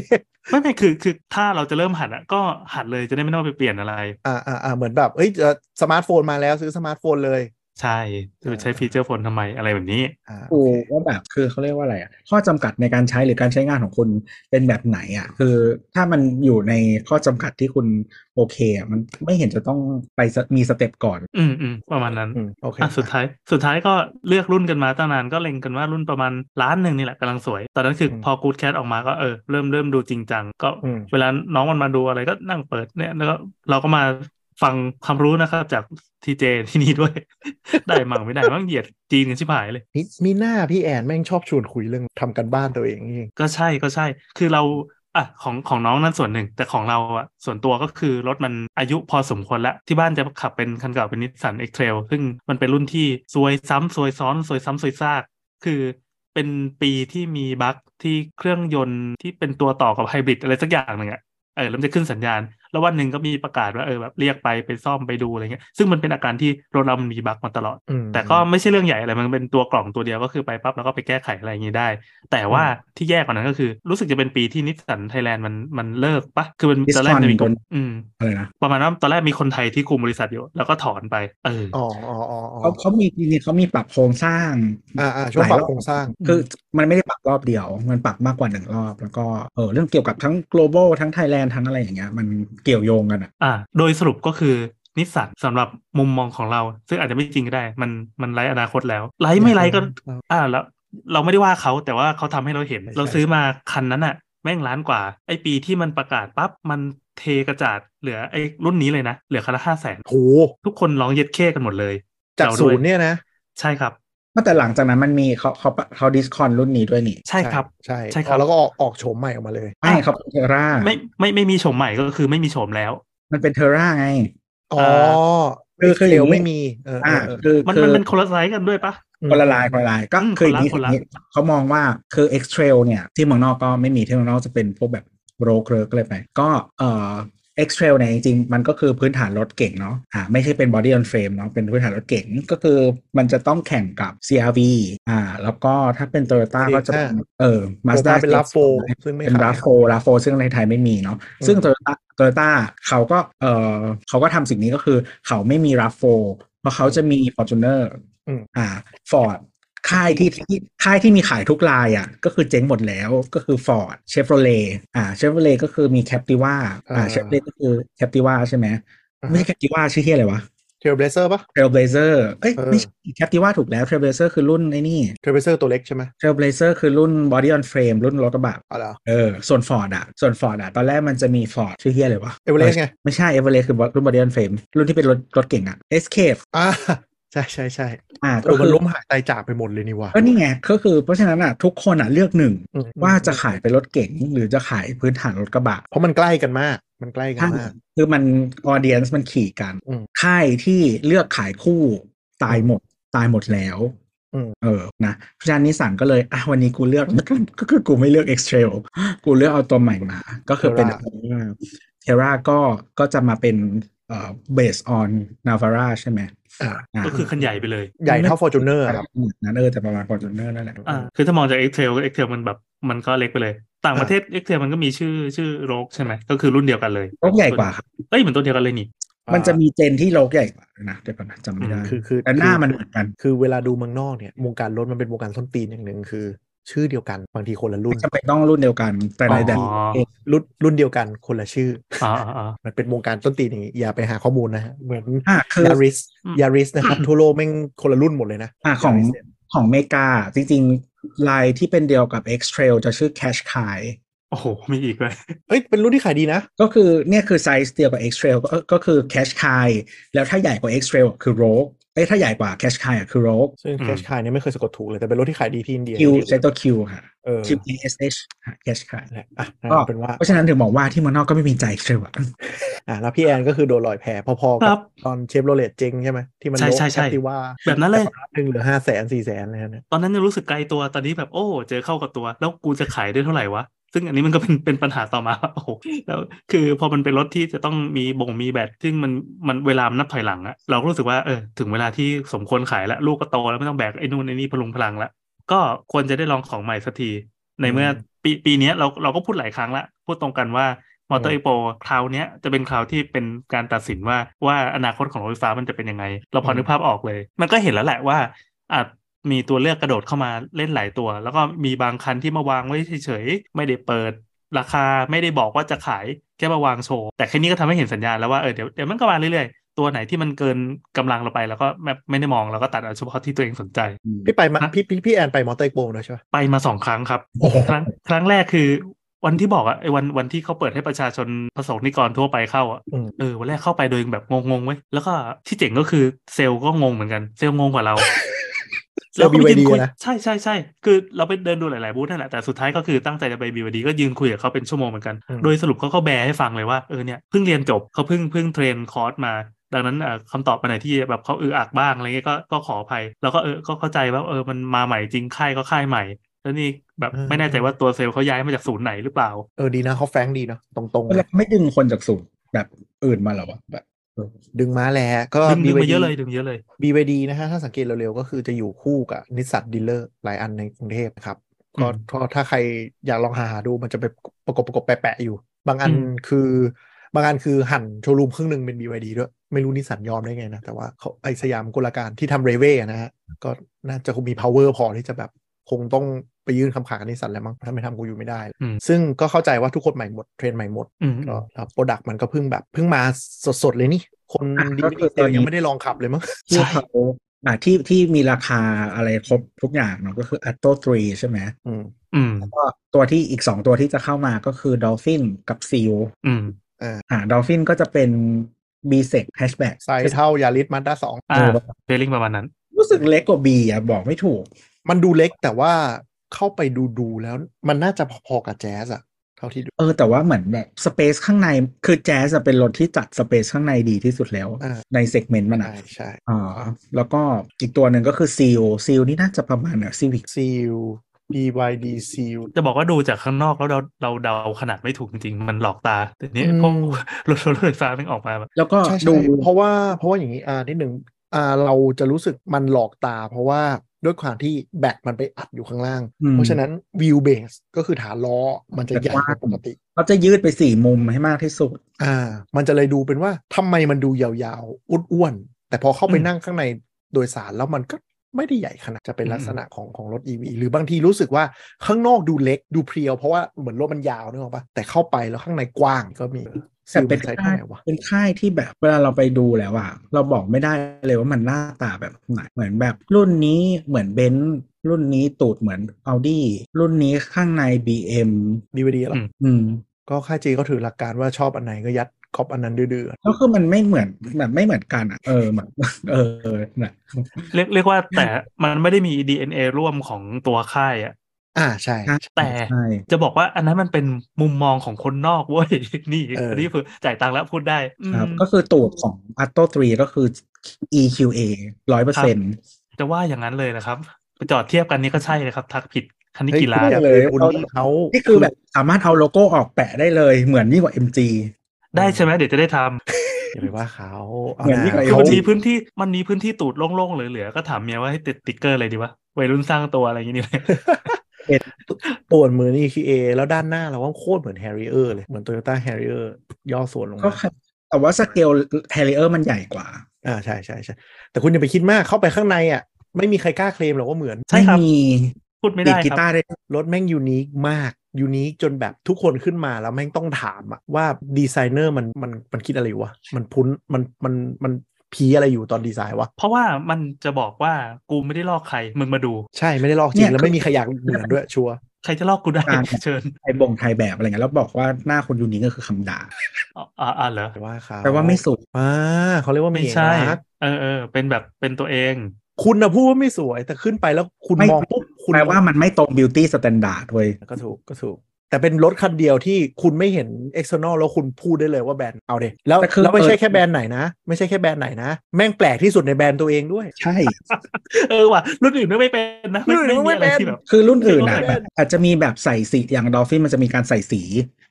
[SPEAKER 2] ไม่ไม่คือคือถ้าเราจะเริ่มหัดอะก็หัดเลยจะได้ไม่ต้องไปเปลี่ยนอะไร
[SPEAKER 4] อ่าอ่าอ่าเหมือนแบบเอ้ยเอ่อสมาร์ทโฟนมาแล้วซื้อสมาร์ทโฟนเลย
[SPEAKER 2] ใช่จะไปใช้ฟีเจอร์โฟนทำไมอะไรแบบนี้
[SPEAKER 4] อ่าโอ
[SPEAKER 3] กู
[SPEAKER 4] เค
[SPEAKER 3] ว่าแบบคือเขาเรียกว่าอะไรอะข้อจำกัดในการใช้หรือการใช้งานของคุณเป็นแบบไหนอ่ะ คือถ้ามันอยู่ในข้อจำกัดที่คุณโอเคอะมันไม่เห็นจะต้องไปสมีสเต็ปก่อน
[SPEAKER 2] อืมอืมประมาณนั้น
[SPEAKER 4] อืมโอเค
[SPEAKER 2] อ่ะสุดท้ายสุดท้ายก็เลือกรุ่นกันมาตั้งนานก็เล็งกันว่ารุ่นประมาณล้านหนึ่งนี่แหละกำลังสวย ตอนนั้นคือพอกูดแคทออกมาก็เออเริ่มเริ่มดูจริงจังก็
[SPEAKER 4] อืม
[SPEAKER 2] เวลาน้องมันมาดูอะไรก็นั่งเปิดเนี่ยแล้วก็เราก็มาฟังความรู้นะครับ จากทีเจที่นี่ด้วย [laughs] ได้มั่งไม่ได้มั่งเหยียดจีนกันชิบหายเลย
[SPEAKER 4] มีมีหน้าพี่แอนแม่งชอบชวนคุยเรื่องทำกันบ้านตัวเองนี่เอง
[SPEAKER 2] ก็ใช่ก็ใช่ คือเราอ่ะของของน้องนั่นส่วนหนึ่ง แต่ของเราอ่ะส่วนตัวก็คือรถมันอายุพอสมควรแล้ว ที่บ้านจะขับเป็นคันเก่าเป็นนิสสันเอ็กเทรลซึ่งมันเป็นรุ่นที่ซวยซ้ำซวยซ้อนซวยซ้ำซวยซาก คือเป็นปีที่มีบั๊กที่เครื่องยนต์ที่เป็นตัวต่อกับไฮบริดอะไรสักอย่างหนึ่งอ่ะเออแล้วมันจะขึ้นสัญญาณ แล้ววันหนึ่งก็มีประกาศว่าเออแบบเรียกไปไปซ่อมไปดูอะไรเงี้ยซึ่งมันเป็นอาการที่รถเรามันมีบั๊กมาตลอด
[SPEAKER 4] อืม
[SPEAKER 2] แต่ก็ไม่ใช่เรื่องใหญ่อะไร มันเป็นตัวกล่องตัวเดียวก็คือไปปั๊บแล้วก็ไปแก้ไขอะไรอย่างนี้ได้ แต่ว่าที่แย่กว่านั้นก็คือรู้สึกจะเป็นปีที่นิสสันไทยแลนด์มันมันเลิกปะคือมันตอนแรกมันมีคน
[SPEAKER 3] Discount
[SPEAKER 2] อืม
[SPEAKER 3] อะไรนะ
[SPEAKER 2] ประมาณว่าตอนแรกมีคนไทยที่คุมบริษัทอยู่ แล้วก็ถอนไป เออ
[SPEAKER 4] อ๋ออ๋ออ๋ออ๋อ
[SPEAKER 3] เขาเขามีจริงๆเขามีปรับโครงสร้าง
[SPEAKER 4] อ่าอ่าช่วงปรับโครงสร้าง
[SPEAKER 3] คือมันไม่ได้ปรับรอบเดียว มันปรับมากกว่าหนึ่งรอบ แล้วก็เออเรื่องเกี่ยวกับทั้ง global ทั้ง Thailand ทั้งอะไรอย่างเงี้ยมันเกี่ยวโยงกันอ่ะ
[SPEAKER 2] อ่า โดยสรุปก็คือนิสสันสำหรับมุมมองของเรา ซึ่งอาจจะไม่จริงก็ได้ มันมันไร้อนาคตแล้วไร้ไม่ไร้ก็ อ่าแล้วเราไม่ได้ว่าเขาแต่ว่าเขาทำให้เราเห็น
[SPEAKER 4] ใช่
[SPEAKER 2] เราซื้อมาคันนั้นอะแม่งล้านกว่า ไอปีที่มันประกาศปั๊บมันเทกระจาดเหลือไอรุ่นนี้เลยนะ เหลือคันละห้าแสน
[SPEAKER 4] โห
[SPEAKER 2] ทุกคนร้องเย็ดเข้กันหมดเลย
[SPEAKER 4] จาก
[SPEAKER 2] ราด้
[SPEAKER 4] ศู
[SPEAKER 2] วน
[SPEAKER 4] ย์เนี่ยนะ
[SPEAKER 2] ใช่ครับ
[SPEAKER 3] แต่หลังจากนั้นมันมีเขาเขาเขาดิสคอนรุ่นนี้ด้วยนี่
[SPEAKER 2] ใช่ครับ
[SPEAKER 4] ใช่
[SPEAKER 2] ใช่ครับ
[SPEAKER 4] แล้วก็ออกออกโฉมใหม่ออกมาเลย
[SPEAKER 3] ไม่เขาเป็นเทอร่า
[SPEAKER 2] ไม่ไม่ไม่มีโฉมใหม่ก็คือไม่มีโฉมแล้ว
[SPEAKER 3] มันเป็นเทอร่าไง
[SPEAKER 4] อ๋อ
[SPEAKER 3] คือคือ
[SPEAKER 4] เร็ว
[SPEAKER 3] อย่างนี้
[SPEAKER 4] ไม่มีเออเอ
[SPEAKER 3] อ่า
[SPEAKER 4] อเออ
[SPEAKER 3] คือ
[SPEAKER 2] มัน
[SPEAKER 3] คื
[SPEAKER 2] มัน
[SPEAKER 3] อ
[SPEAKER 2] เป็นคนละไซส์กันด้วยปะ
[SPEAKER 3] คนละลายคนละลายก็
[SPEAKER 2] อืม
[SPEAKER 3] คือ
[SPEAKER 2] คนละ
[SPEAKER 3] นี้
[SPEAKER 2] คนละ
[SPEAKER 3] เขามองว่าคือ X Trail เนี่ย ที่เมืองนอกก็ไม่มีที่เมืองนอกจะเป็นพวกแบบโรกเลิกอะไรไป ก็เอ่อ X Trail เนี่ยจริงๆ มันก็คือพื้นฐานรถเก่งเนาะอ่าไม่ใช่เป็น Body on Frame เนาะเป็นพื้นฐานรถเก่งก็คือมันจะต้องแข่งกับ CRV อ่าแล้วก็ถ้าเป็น Toyota ก็จะเป็นเออ Mazda
[SPEAKER 4] เป็นลาโฟ
[SPEAKER 3] CX-9
[SPEAKER 4] ซึ่งไม่
[SPEAKER 3] เป็น
[SPEAKER 4] ขาย
[SPEAKER 3] ราโฟราโฟซึ่งในไทยไม่มีเนาะซึ่ง
[SPEAKER 4] อืม
[SPEAKER 3] โตโยต้าโตโยต้าเขาก็เออเขาก็ทำสิ่งนี้ก็คือ เขาไม่มีราโฟเพราะเขาจะมีฟอร์จูเนอร์อ่าฟอร์ดค่ายที่ที่ค่ายที่มีขายทุกลายอ่ะก็คือเจ๊งหมดแล้วก็คือ Ford Chevrolet อ่า Chevrolet ก็คือมี Captiva อ่า
[SPEAKER 4] อ่า
[SPEAKER 3] Chevrolet ก็คือ Captiva ใช่ไหมไม่ใช่ Captiva ชื่อเที่อะไรวะ
[SPEAKER 4] เทลเบเซอร์ปะ
[SPEAKER 3] Trailblazer เอ้ย
[SPEAKER 4] เออ
[SPEAKER 3] ไม่ใช่ Captiva ถูกแล้ว Trailblazer คือรุ่นไอ้นี่
[SPEAKER 4] เทลเบเซอร์ตัวเล็กใช่ไหม
[SPEAKER 3] Trailblazer คือรุ่น Body on Frame รุ่นรถกระบะ
[SPEAKER 4] อ๋อเหรอ
[SPEAKER 3] เออ ส่วนฟอร์ดอะส่วนฟอร์ดอะตอนแรกมันจะมีฟอร์ดชื่อเฮียเลยวะ
[SPEAKER 4] เอเวอเรสไง
[SPEAKER 3] ไม่ใช่เอเวอเรสคือรุ่นบอดี้ออนเฟรมรุ่นที่เป็นรถรถเก่งอะเอสเคป
[SPEAKER 4] อ่าใช่ใช่ใช่
[SPEAKER 3] อ่า
[SPEAKER 4] เอ
[SPEAKER 3] ก็
[SPEAKER 4] อ
[SPEAKER 3] คื
[SPEAKER 4] มัน
[SPEAKER 3] อ
[SPEAKER 4] ล้มหายตายจากไปหมดเลยนี่ว่ะ
[SPEAKER 3] ก็นี่ไงก็คือเพราะฉะนั้นอะทุกคนอะเลือกหนึ่ง
[SPEAKER 4] อืม
[SPEAKER 3] ว่าจะขายเป็นรถเก่ง หรือจะขายพื้นฐานรถกระบะ
[SPEAKER 4] เพราะมันใกล้กันมาก มันใกล้กัน
[SPEAKER 3] ถ้าม
[SPEAKER 4] าก
[SPEAKER 3] คือมันออเดียนส์มันขี่กัน
[SPEAKER 4] อืม
[SPEAKER 3] ค่ายที่เลือกขายคู่ตายหมดตายหมดแล้ว
[SPEAKER 4] อืม
[SPEAKER 3] เออนะเพราะฉะนั้นนิสสันก็เลยอ่ะวันนี้กูเลือก [laughs] แล้วกันก็คือกูไม่เลือก X Trail กูเลือกเอาตัวใหม่มา ก็คือเป็น เทราก็ก็จะมาเป็นเอ่อ based on Navara ใช่ไหม
[SPEAKER 4] อ่า
[SPEAKER 3] อ่า
[SPEAKER 2] ก็คือคันใหญ่ไป
[SPEAKER 3] [laughs]
[SPEAKER 2] เลย
[SPEAKER 4] ใหญ่เท่าฟอร์จูเนอร์ครับ
[SPEAKER 3] เหมือนนั้นเออแต่ประมาณ Fortuner นั่นแหละ
[SPEAKER 2] อ่าคือถ้ามองจากเอ็กเทลเอ็กเทลมันแบบมันก็เล็กไปเลย ต่างประเทศเอ็กเทลมันก็มีชื่อชื่อโรกใช่ไหมก็คือรุ่นเดียวกันเลย
[SPEAKER 3] รถใหญ่กว่าครับ
[SPEAKER 2] เอ้ยเหมือนตัวเดียวกันเลยนี่
[SPEAKER 3] มันจะมีเจนที่โลกใหญ่กว่านะเดี๋ยวก่อนนะจำไม่ได้
[SPEAKER 4] คือ คือ
[SPEAKER 3] แต่หน้ามันเหมือนกัน
[SPEAKER 4] คือเวลาดูเมืองนอกเนี่ยวงการรถมันเป็นวงการส้นตีนอย่างหนึ่งคือ ชื่อเดียวกันบางทีคนละรุ่
[SPEAKER 3] ไม่
[SPEAKER 4] น
[SPEAKER 3] จำเป็นต้องรุ่นเดียวกัน แต่ในแต่ละ
[SPEAKER 2] อ๋อ
[SPEAKER 3] ประเทศ
[SPEAKER 4] รุ่นรุ่นเดียวกันคนละชื่อ
[SPEAKER 2] อ่าอ่าอ่า
[SPEAKER 4] มันเป็นวงการส้นตีนอย่างนี้อย่าไปหาข้อมูลนะฮะเหมือน
[SPEAKER 3] อ่าคือย
[SPEAKER 4] าริส
[SPEAKER 2] อืม
[SPEAKER 4] ยาริสนะครับทั่วโลกแม่งคนละรุ่นหมดเลยนะ
[SPEAKER 3] อ่าของ
[SPEAKER 4] Yaris เนี่ย
[SPEAKER 3] ของเมกาจริงๆ ลายที่เป็นเดียวกับ X Trail จะชื่อ Cash c a i
[SPEAKER 2] โอ้โหมีอีกเลย
[SPEAKER 4] เอ้ยเป็นรุ่นที่ขายดีนะ
[SPEAKER 3] ก็คือเนี่ยคือไซส์เดียวกับ X Trail ก็ก็คือ Cash c a i แล้วถ้าใหญ่กว่า X Trail คือ Rogue เอ้ยถ้าใหญ่กว่าแคชคายอ่ะคือโรก
[SPEAKER 4] ซึ่ง
[SPEAKER 2] อืม
[SPEAKER 4] แคชคายเนี่ยไม่เคยสะกดถูกเลยแต่เป็นรถที่ขายดีที่อินเดีย
[SPEAKER 3] คิวใช้ตัวคิวค่ะ
[SPEAKER 4] เออ
[SPEAKER 3] คิว ASH ค่ะแคชคาย
[SPEAKER 4] แหละอ่ะนั่น
[SPEAKER 3] ก็
[SPEAKER 4] เป็นว่า
[SPEAKER 3] เพราะฉะนั้นถึงบอกว่าที่เมืองนอกก็ไม่มีใจเชื่อว่ะ
[SPEAKER 4] อ่ะแล้วพี่แอนก็คือโดนลอยแพพอๆ
[SPEAKER 2] ค
[SPEAKER 4] กั
[SPEAKER 2] รั
[SPEAKER 4] บบ ตอนเชฟโรเลตเจงใช่ไหมที่มัน
[SPEAKER 2] ใช่ใช่ใช่
[SPEAKER 4] ที่ว่า
[SPEAKER 2] แบบนั้นเลย
[SPEAKER 4] หนึ่งหรือห้าแสนสี่แสนอะไรเนี่ย
[SPEAKER 2] ตอนนั้นยังรู้สึกไกลตัวตอนนี้แบบโอ้ เจอเข้ากับตัว แล้วกูจะขายได้เท่าไหร่วะ ซึ่งอันนี้มันก็เป็นเป็นปัญหาต่อมา [laughs] โอ้โหแล้วคือพอมันเป็นรถที่จะต้องมีบ่งมีแบตซึ่งมันมันเวลามันนับถอยหลังอะเราก็รู้สึกว่าเออถึงเวลาที่สมควรขายแล้วลูกก็โตแล้วไม่ต้องแบกไอ้นู่นไอ้นี่พลุงพลังละก็ควรจะได้ลองของใหม่สักที ในเมื่อ
[SPEAKER 4] อืม
[SPEAKER 2] ปีปีเนี้ยเราเราก็พูดหลายครั้งละพูดตรงกันว่า มอเตอร์
[SPEAKER 4] อืม
[SPEAKER 2] อีโปคราวเนี้ยจะเป็นคราวที่เป็นการตัดสินว่าว่าอนาคตของรถไฟฟ้ามันจะเป็นยังไง เราพอนึกภาพออกเลย มันก็เห็นแล้วแหละว่าอาจมีตัวเลือกกระโดดเข้ามาเล่นหลายตัว แล้วก็มีบางคันที่มาวางไว้เฉยๆ ไม่ได้เปิด ราคาไม่ได้บอกว่าจะขายแค่มาวางโชว์ แต่แค่นี้ก็ทำให้เห็นสัญญาณแล้วว่าเออเดี๋ยวเดี๋ยวมันก็มาเรื่อยๆ ตัวไหนที่มันเกินกำลังเราไปแล้วก็ไม่ไม่ได้มองเราก็ตัดเอาเฉพาะที่ตัวเองสนใจ
[SPEAKER 4] พี่ไปมา
[SPEAKER 2] ฮะ
[SPEAKER 4] พี่พี่พี่แอนไปมอเตอร์โปนะใช่ปะ
[SPEAKER 2] ไปมาสองครั้งครับ
[SPEAKER 3] โอ้โห
[SPEAKER 2] ครั้งครั้งแรกคือวันที่บอกอะไอ้วันวันที่เขาเปิดให้ประชาชนประสงค์นิกรทั่วไปเข้าอะ
[SPEAKER 4] อืม
[SPEAKER 2] เออวันแรกเข้าไปโดยแบบงงๆไว้ยแล้วก็ที่เจ๋งก็คือเซลล์ก็งงเหมือนกันเซลล์งงกว่าเรา
[SPEAKER 4] เซลล์
[SPEAKER 2] ก็ไปยืน
[SPEAKER 4] BYD
[SPEAKER 2] คุย
[SPEAKER 4] นะ
[SPEAKER 2] ใช่ใช่ใช่คือเราไปเดินดูหลายๆบูธนั่นแหละแต่สุดท้ายก็คือตั้งใจจะไปบีวดีก็ยืนคุยกับเขาเป็นชั่วโมงเหมือนกัน
[SPEAKER 4] อืม
[SPEAKER 2] โดยสรุปเขาก็แบร์ให้ฟังเลยว่าเออเนี่ยเพิ่งเรียนจบเขาเพิ่งเพิ่งเทรนคอร์สมา ดังนั้นเอ่อคำตอบไปไหนที่แบบเขาอืออักบ้างอะไรเงี้ยก็ก็ขออภัย แล้วก็เออก็เข้าใจว่าเออมันมาใหม่จริงค่ายก็ค่ายใหม่ แล้วนี่แบบ
[SPEAKER 4] อืม
[SPEAKER 2] ไม่แน่ใจว่าตัวเซลล์เขาย้ายมาจากศูนย์ไหนหรือเปล่า
[SPEAKER 4] เออดีนะเขาแฟงดีเนาะตรงๆ
[SPEAKER 3] แล้ว
[SPEAKER 4] นะ
[SPEAKER 3] ไม่ดึงคนจากสูตรแบบอื่นมาเหรอวะแบบ
[SPEAKER 4] ดึงมาแหล้วก็
[SPEAKER 2] ดึงดึง
[SPEAKER 4] BYD
[SPEAKER 2] มาเยอะเลยดึงเยอะเลย
[SPEAKER 4] BYD นะฮะถ้าสังเกตเร็วๆ ก็คือจะอยู่คู่กับนิสสันดีลเลอร์หลายอันในกรุงเทพนะครับก็
[SPEAKER 2] อืม
[SPEAKER 4] ก็ถ้าใครอยากลองหาหาดูมันจะไปประกบประกบแปะๆอยู่ บางอัน
[SPEAKER 2] อืม
[SPEAKER 4] คือ บางอันคือหั่นโชว์รูมครึ่งหนึ่งเป็น BYD ด้วย ไม่รู้นิสสันยอมได้ไงนะ แต่ว่าเขาไอสยามกุลาการที่ทำเรเว่นะฮะก็น่าจะคงมี power พอที่จะแบบคงต้องไปยื่นคำขาดกับนิสสันแล้วมั้งถ้าไม่ทำกูอยู่ไม่ได้
[SPEAKER 2] อืม
[SPEAKER 4] ซึ่งก็เข้าใจว่าทุกคนใหม่หมดเทรนด์ใหม่หมด
[SPEAKER 2] อืม
[SPEAKER 4] ก็แล้วโปรดักต์มันก็เพิ่งแบบเพิ่งมาสดๆเลยนี่ คนดีดีเซลยังไม่ได้ลองขับเลยมั้ง [laughs]
[SPEAKER 3] ที่เขาอ่ะที่ที่มีราคาอะไรครบทุกอย่างเนาะก็คืออัตโตทรีใช่ไหม
[SPEAKER 4] อืม
[SPEAKER 2] อืม
[SPEAKER 3] ก็ตัวที่อีกสองตัวที่จะเข้ามาก็คือดอลฟินกับซีล
[SPEAKER 2] อืม
[SPEAKER 3] อ่าดอลฟินก็จะเป็น b s e c hatchback
[SPEAKER 4] ไซส์เท่ายาริสมาด้าสอง
[SPEAKER 2] อ่า
[SPEAKER 3] เออ
[SPEAKER 2] เฟลิ่งประมาณนั้น
[SPEAKER 3] รู้สึกเล็กกว่า B อ่ะบอกไม่ถูก
[SPEAKER 4] มันดูเล็กแต่ว่าเข้าไปดูดูๆแล้วมันน่าจะพอๆกับแจ๊สอะเท่าที่ดู
[SPEAKER 3] เออแต่ว่าเหมือนแบบสเปซข้างในคือแจ๊สเป็นรถที่จัดสเปซข้างในดีที่สุดแล้ว
[SPEAKER 4] อ่า
[SPEAKER 3] ในเซกเมนต์มัน
[SPEAKER 4] ใช่
[SPEAKER 3] อ่ะ
[SPEAKER 4] ใช่
[SPEAKER 3] อ่าแล้วก็อีกตัวหนึ่งก็คือซีลซีลนี่น่าจะประมาณอ่ะซีวิก
[SPEAKER 4] ซีล BYD ซีล
[SPEAKER 2] จะบอกว่าดูจากข้างนอกแล้วเราเราเดาขนาดไม่ถูกจริงๆ มันหลอกตาแต่นี้
[SPEAKER 4] อืม
[SPEAKER 2] พวกรถรถรถไฟฟ้ามันออกมาแบบ
[SPEAKER 3] แล้วก็
[SPEAKER 4] ใช่
[SPEAKER 3] ดู
[SPEAKER 4] ใช่เพราะว่าเพราะว่าอย่างนี้อ่านิดหนึ่งอ่าเราจะรู้สึกมันหลอกตา เพราะว่าด้วยความที่แบตมันไปอัดอยู่ข้างล่าง
[SPEAKER 3] อืม
[SPEAKER 4] เพราะฉะนั้นวิวเบสก็คือฐานล้อมันจะใหญ่ก
[SPEAKER 3] มัน
[SPEAKER 4] ว่าก
[SPEAKER 3] ว้าง
[SPEAKER 4] ปกติ
[SPEAKER 3] เขาจะยืดไปสี่มุมให้มากที่สุด
[SPEAKER 4] อ่า มันจะเลยดูเป็นว่าทำไมมันดูยาวๆอ้วนๆ แต่พอเข้าไป
[SPEAKER 2] อืม
[SPEAKER 4] นั่งข้างในโดยสารแล้วมันก็ไม่ได้ใหญ่ขนาดจะเป็น
[SPEAKER 2] อืม
[SPEAKER 4] ลักษณะของของรถ EV หรือบางทีรู้สึกว่าข้างนอกดูเล็กดูเพรียว เพราะว่าเหมือนรถมันยาวนึกออกปะแต่เข้าไปแล้วข้างในกว้างก็มี
[SPEAKER 3] แต่
[SPEAKER 4] ซิล
[SPEAKER 3] เป็น
[SPEAKER 4] ใช้เท่า
[SPEAKER 3] ค่าย
[SPEAKER 4] ไหร่วะ
[SPEAKER 3] เป็นค่ายที่แบบเวลาเราไปดูแล้วอะเราบอกไม่ได้เลยว่ามันหน้าตาแบบไหนเหมือนแบบรุ่นนี้เหมือนเบนซ์รุ่นนี้ตูดเหมือน Audi รุ่นนี้ข้างใน BM
[SPEAKER 4] BVD หรอ
[SPEAKER 2] อืม
[SPEAKER 3] อืม
[SPEAKER 4] ก็ค่ายจีก็ถือหลักการว่าชอบอันไหนก็ยัดครอบอันนั้นดื้อๆ
[SPEAKER 3] ก็คือมันไม่เหมือนแบบไม่เหมือนกันอ่ [laughs] ะเออแบบเออนะ
[SPEAKER 2] เรียกเรียกว่าแต่ [laughs] มันไม่ได้มี DNA ร่วมของตัวค่ายอะ
[SPEAKER 4] อ่าใช่
[SPEAKER 2] แต่
[SPEAKER 3] ใช่
[SPEAKER 2] จะบอกว่าอันนั้นมันเป็นมุมมองของคนนอกเว้ย [laughs] นี่
[SPEAKER 4] เออ
[SPEAKER 2] นนี่คือจ่ายตังค์แล้วพูดได้อืม
[SPEAKER 3] ครับ ก็คือตูดของ a t t o 3 ก็คือ EQA ร้อยเปอร์เซ็นต์
[SPEAKER 2] จะว่าอย่างนั้นเลยนะครับไปจอดเทียบกันนี่ก็ใช่เลยครับ ทักผิดคันนี้
[SPEAKER 4] เฮ้ย
[SPEAKER 2] กี่ล้า
[SPEAKER 4] คุ
[SPEAKER 2] น
[SPEAKER 4] ณอย่า
[SPEAKER 3] เลย
[SPEAKER 4] ไปบูลลี่เขา
[SPEAKER 3] นี่คือแบบสามารถเอาโลโก้ออกแปะได้เลยเหมือนยิ่งกว่า MG
[SPEAKER 2] ได้ใช่ไหมเดี๋ยวจะได้ท
[SPEAKER 4] อย่าไปว่าเขาเอา
[SPEAKER 3] เหมือน
[SPEAKER 4] ห
[SPEAKER 3] ที่
[SPEAKER 4] น้า
[SPEAKER 2] ำ
[SPEAKER 3] ใคร
[SPEAKER 2] คือ
[SPEAKER 4] เขา
[SPEAKER 2] มันมีพื้นที่มันมีพื้นที่ตูดโล่งๆเหลือๆก็ถามเมียว่าให้ติดติ๊กเกอร์อะไรดีวะวัยรุ่นสร้างตัวอะไร [laughs] อย่างนี้นี่เลย
[SPEAKER 4] ตัวเหมือน EQA แล้วด้านหน้าเราว่าโคตรเหมือน Harrier เลย เหมือน Toyota Harrier ย่อส่วนลง
[SPEAKER 3] ก็
[SPEAKER 4] มา
[SPEAKER 3] ค่ะแต่ว่าสเกล Harrier มันใหญ่กว่า
[SPEAKER 4] อ่าใช่ใช่ใช่แต่คุณอย่าไปคิดมากเข้าไปข้างในอ่ะ ไม่มีใครกล้าเคลมหรอกว่าเหมือน
[SPEAKER 2] ใช่ครับ
[SPEAKER 3] ไม่มี
[SPEAKER 2] พูดไม่
[SPEAKER 3] ดีด
[SPEAKER 2] ได้
[SPEAKER 3] กี
[SPEAKER 2] ค
[SPEAKER 3] ตา
[SPEAKER 2] รับ
[SPEAKER 3] ร์ได้ด้วย
[SPEAKER 4] รถแม่งยูนิคมากยูนิคจนแบบทุกคนขึ้นมาแล้วแม่งต้องถามอะว่าดีไซเนอร์มันมันมันคิดอะไรอยู่วะ มันพุ้นมันมันมันพีอะไรอยู่ตอนดีไซน์วะ
[SPEAKER 2] เพราะว่ามันจะบอกว่ากูไม่ได้ลอกใครมึงมาดู
[SPEAKER 4] ใช่ไม่ได้ลอกจริง แล้วไม่มีใครอยากเหมือนด้วยชัวร์
[SPEAKER 2] ใครจะลอกกูได้ [laughs] เชิญ
[SPEAKER 3] ไทยบ่งไทยแบบอะไรเงี้ยแล้วบอกว่าหน้าคนยูนิคก็คือคำด่า
[SPEAKER 2] อ๋ออ่าอ่าเหรอ
[SPEAKER 4] แต่ว่าเขา
[SPEAKER 3] แปลว่าไม่สุด
[SPEAKER 4] อ่าเขาเรียกว่ามี
[SPEAKER 2] ไม่ใช่
[SPEAKER 4] เอกลักษณ์
[SPEAKER 2] เออเออเป็นแบบเป็นตัวเอง
[SPEAKER 4] คุณนะพูดว่าไม่สวย แต่ขึ้นไปแล้วคุณ
[SPEAKER 3] ไม่
[SPEAKER 4] มองปุ๊บคุณ
[SPEAKER 3] แปลว่ามันไม่ตรงบิวตี้สแตนดาร์ดเว้ย
[SPEAKER 4] ก็ถูกก็ถูก แต่เป็นรถคันเดียวที่คุณไม่เห็น external แล้วคุณพูดได้เลยว่าแบรนด์เอาเด็แล้ว
[SPEAKER 3] แต่คือ
[SPEAKER 4] แล้วไม่ใช่
[SPEAKER 3] เออ
[SPEAKER 4] แค่แบรนด์ไหนนะ ไม่ใช่แค่แบรนด์ไหนนะ แม่งแปลกที่สุดในแบรนด์ตัวเองด้วย
[SPEAKER 3] ใช่
[SPEAKER 2] เออว่ะรุ่นอื่นไม่เป็นนะ
[SPEAKER 4] รุ่นอื่นไม่เป็น
[SPEAKER 2] อะรที่แบบ
[SPEAKER 3] คือรุ่นอื่นอ่ะ
[SPEAKER 2] ไม่เป็น
[SPEAKER 3] อาจจะมีแบบใส่สีอย่างดอฟฟินมันจะมีการใส่สี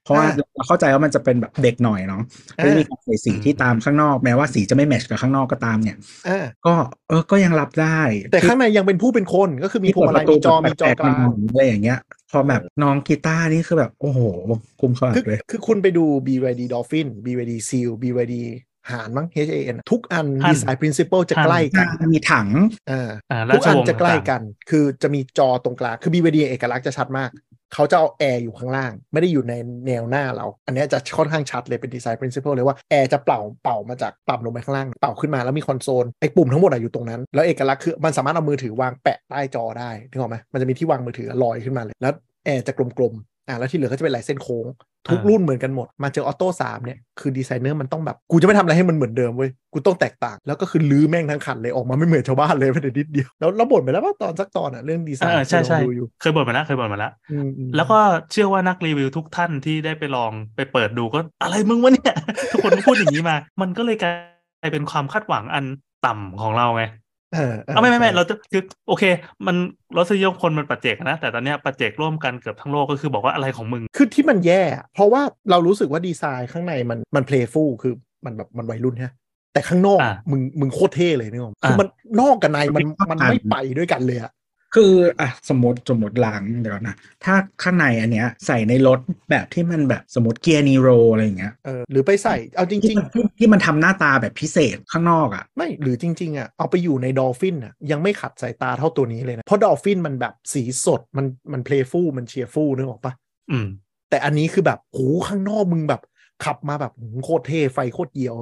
[SPEAKER 3] เพราะว่า
[SPEAKER 4] อ่า
[SPEAKER 3] เราเข้าใจว่ามันจะเป็นแบบเด็กหน่อยเนาะ
[SPEAKER 4] อ่า
[SPEAKER 3] ก็จะมีการใส่สี
[SPEAKER 2] อืม
[SPEAKER 3] ที่ตามข้างนอกแม้ว่าสีจะไม่แมทชกับข้างนอกก็ตามเนี่ย
[SPEAKER 4] อ่า
[SPEAKER 3] ก็เออก็ยังรับได้
[SPEAKER 4] แต่ข้างในยังเป็นผู้เป็นคนก็คือมีพวงมาลัยมีจอมีจอกลาง
[SPEAKER 3] อะไรอย่างเงี้ย พอแบบน้องกีตาร์นี่คือแบบโอ้โหคุมเขา
[SPEAKER 4] คื
[SPEAKER 3] อั
[SPEAKER 4] อ
[SPEAKER 3] ดเลย
[SPEAKER 4] คือคุณไปดู BYD Dolphin BYD Seal BYD หานมั้ง HAN ทุกอัน
[SPEAKER 2] หัน
[SPEAKER 4] ดีไซน์ principle จะ
[SPEAKER 2] หัน
[SPEAKER 4] ใกล้กัน
[SPEAKER 3] มันมีถัง
[SPEAKER 4] อ่า
[SPEAKER 2] อ่า
[SPEAKER 4] ทุกอัน
[SPEAKER 2] ราชวงศ์
[SPEAKER 4] จะใกล้
[SPEAKER 2] ต่างๆ
[SPEAKER 4] กัน คือจะมีจอตรงกลาง คือ BYD เอกลักษณ์จะชัดมาก เขาจะเอาแอร์อยู่ข้างล่าง ไม่ได้อยู่ในแนวหน้าเรา อันเนี้ยจะค่อนข้างชัดเลยเป็นดีไซน์ principle เลยว่าแอร์จะเป่าเป่ามาจากต่ำลงไปข้างล่าง เป่าขึ้นมาแล้วมีคอนโซลไอ้ปุ่มทั้งหมดอะอยู่ตรงนั้น แล้วเอกลักษณ์คือมันสามารถเอามือถือวางแปะใต้จอได้นึกออกไหมมันจะมีที่วางมือถือลอยขึ้นมาเลยแล้ว แอร์จะกลมๆ อ่ะแล้วที่เหลือก็จะเป็นลายเส้นโค้ง ทุก
[SPEAKER 2] อ่ารุ่
[SPEAKER 4] รุ่นเหมือนกันหมด มาเจอออโต้สามเนี่ยคือดีไซเนอร์มันต้องแบบ กูจะไม่ทำอะไรให้มันเหมือนเดิมเว้ย กูต้องแตกต่าง แล้วก็คือลื้อแม่งทั้งคันเลย ออกมาไม่เหมือนชาวบ้านเลยแม้แต่นิดเดียว แล้วเราบ่นไปแล้วว่าตอนสักตอนอ่ะ เรื่องดีไซน์
[SPEAKER 2] อ่าใช่ใช่
[SPEAKER 4] ลองดูอยู่
[SPEAKER 2] เคยบ่นมาแล้วเคยบ่นมาแล้ว
[SPEAKER 4] อืมอืม
[SPEAKER 2] แล้วก็เชื่อว่านักรีวิวทุกท่านที่ได้ไปลองไปเปิดดูก็อะไรมึงวะเนี่ย [laughs] ทุกคนก็พูดอย่างนี้มา มันก็เลยกลายเป็นความคาดหวังอันต่ำของเราไง
[SPEAKER 4] เออเออ
[SPEAKER 2] เอาไม่ไม่ไม่
[SPEAKER 4] ใช่
[SPEAKER 2] เราจะคือโอเค มันรสนิยมคนมันปัจเจกนะ แต่ตอนเนี้ยปัจเจกร่วมกันเกือบทั้งโลกก็คือบอกว่าอะไรของมึง
[SPEAKER 4] คือที่มันแย่อะเพราะว่าเรารู้สึกว่าดีไซน์ข้างในมันมันเพลย์ฟูลคือมันแบบมันวัยรุ่นฮะแต่ข้างนอก
[SPEAKER 2] อ่า
[SPEAKER 4] มึงมึงโคตรเท่เลยนึกออกไหมคืออา มันนอกกับในมันมัน
[SPEAKER 3] มันไม่
[SPEAKER 4] ไม่
[SPEAKER 3] เข้ากัน
[SPEAKER 4] ไปด้วยกันเลยอะ
[SPEAKER 3] คืออ่ะสมมติสมมติหลังเดี๋ยวนะ ถ้าข้างในอันเนี้ยใส่ในรถแบบที่มันแบบสมมติเกียร์นีโรอะไรอย่างเงี้ย
[SPEAKER 4] เออหรือไปใส่ เอาจ
[SPEAKER 3] ที่
[SPEAKER 4] ริง
[SPEAKER 3] มันที่มันทำหน้าตาแบบพิเศษข้างนอกอ่ะ
[SPEAKER 4] ๆ ไม่หรือจริง ๆ อ่ะ เอาไปอยู่ในดอลฟินอ่ะ ยังไม่ขัดสายตาเท่าตัวนี้เลยนะ เพราะดอลฟินมันแบบสีสด มันมันเพลย์ฟูลมันเชียร์ฟูลนึกออกปะ
[SPEAKER 2] อืม
[SPEAKER 4] แต่อันนี้คือแบบโหข้างนอกมึงแบบ ขับมาแบบหืมโคตรเท่ไฟโคตรเหี่ยว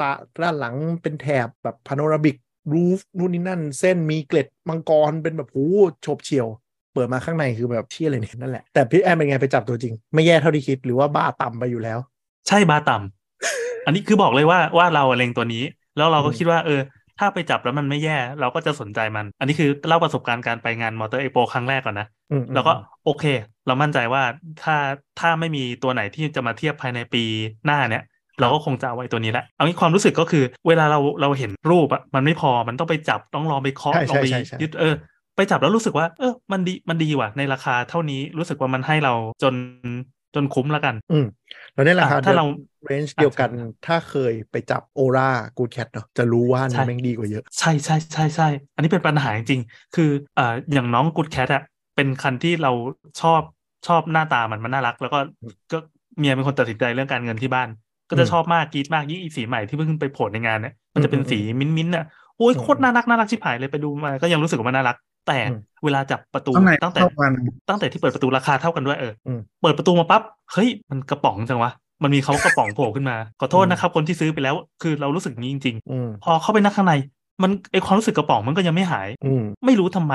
[SPEAKER 4] ตาด้านหลังเป็นแถบแบบพาโนรามิกรูฟนู่นนี่นั่น เส้นมีเกล็ดมังกรเป็นแบบโหโฉบเฉี่ยว เปิดมาข้างในคือแบบเชี่ยเลยเนี่ยนั่นแหละแต่พี่แอมเป็นไงไปจับตัวจริง ไม่แย่เท่าที่คิดหรือว่าบ้าต่ำไปอยู่แล้ว
[SPEAKER 2] ใช่บาร์ต่ำ อันนี้คือบอกเลยว่าว่าเราอะเล็งตัวนี้ แล้วเราก็
[SPEAKER 4] อืม
[SPEAKER 2] คิดว่าเออ ถ้าไปจับแล้วมันไม่แย่ เราก็จะสนใจมัน อันนี้คือเล่าประสบการณ์การไปงานมอเตอร์เอโปครั้งแรกก่อนนะ
[SPEAKER 4] อืมๆ
[SPEAKER 2] แล้วก็โอเค เรามั่นใจว่าถ้าถ้าไม่มีตัวไหนที่จะมาเทียบภายในปีหน้าเนี่ย เราก็คงจะเอาไว้ตัวนี้แหละเอางี้ความรู้สึกก็คือ เวลาเราเราเห็นรูปอะมันไม่พอมันต้องไปจับต้องลองไปเคาะ
[SPEAKER 4] ใช่
[SPEAKER 2] ลองไป
[SPEAKER 4] ใช่ใช่
[SPEAKER 2] ยึดเออ ไปจับแล้วรู้สึกว่า เออมันดีมันดีว่ะในราคาเท่านี้รู้สึกว่ามันให้เราจนจนคุ้มละกัน
[SPEAKER 4] อืมแล้วเนี่ยแหละ
[SPEAKER 2] อ่ะ
[SPEAKER 4] ครับ
[SPEAKER 2] ถ้าเรา
[SPEAKER 4] เรนจ์เดียวกัน
[SPEAKER 2] อ่ะ
[SPEAKER 4] ถ้าเคยไปจับโอรากูแคทเนาะจะรู้ว่า
[SPEAKER 2] ใช่
[SPEAKER 4] นี่แม่งดีกว่าเยอะ
[SPEAKER 2] ใช่ใช่ใช่ใช่ อันนี้เป็นปัญหาจริงๆ คือเอ่ออย่างน้องกูดแคทอะเป็นคันที่เราชอบชอบหน้าตามันมันน่ารัก แล้วก็ก็เมียเป็นคนตัดสินใจเรื่องการเงินที่บ้าน ก็จะ
[SPEAKER 4] อืม
[SPEAKER 2] ชอบมากกรีดมากยิ่งอีสีใหม่ที่เพิ่งไปโผล่ในงานเนี่ยมันจะเป็น
[SPEAKER 4] อืมอืม
[SPEAKER 2] สีมิ้นมิ้นอะโอ้ย
[SPEAKER 4] อืม
[SPEAKER 2] โคตรน่ารักน่ารักชิบหายเลยไปดูมา ก็ยังรู้สึกว่ามันน่ารัก แต่
[SPEAKER 4] อืม
[SPEAKER 2] เวลาจับประตู
[SPEAKER 3] ข้างใน
[SPEAKER 2] ตั้งแต่
[SPEAKER 3] เท่ากัน
[SPEAKER 2] ตั้งแต่ที่เปิดประตูราคาเท่ากันด้วยเอออ
[SPEAKER 4] ม
[SPEAKER 2] เปิดประตูมาปั๊บเฮ้ยมันกระป๋องจังวะมันมีคำว่ากระป๋องโผล่ขึ้นมาขอโทษนะครับคนที่ซื้อไปแล้วคือเรารู้สึกอย่างนี้จริง ๆ
[SPEAKER 4] อืม
[SPEAKER 2] พอเข้าไปนั่งข้างใน มันไอความรู้สึกกระป๋องมันก็ยังไม่หาย
[SPEAKER 4] อืม
[SPEAKER 2] ไม่รู้ทำไม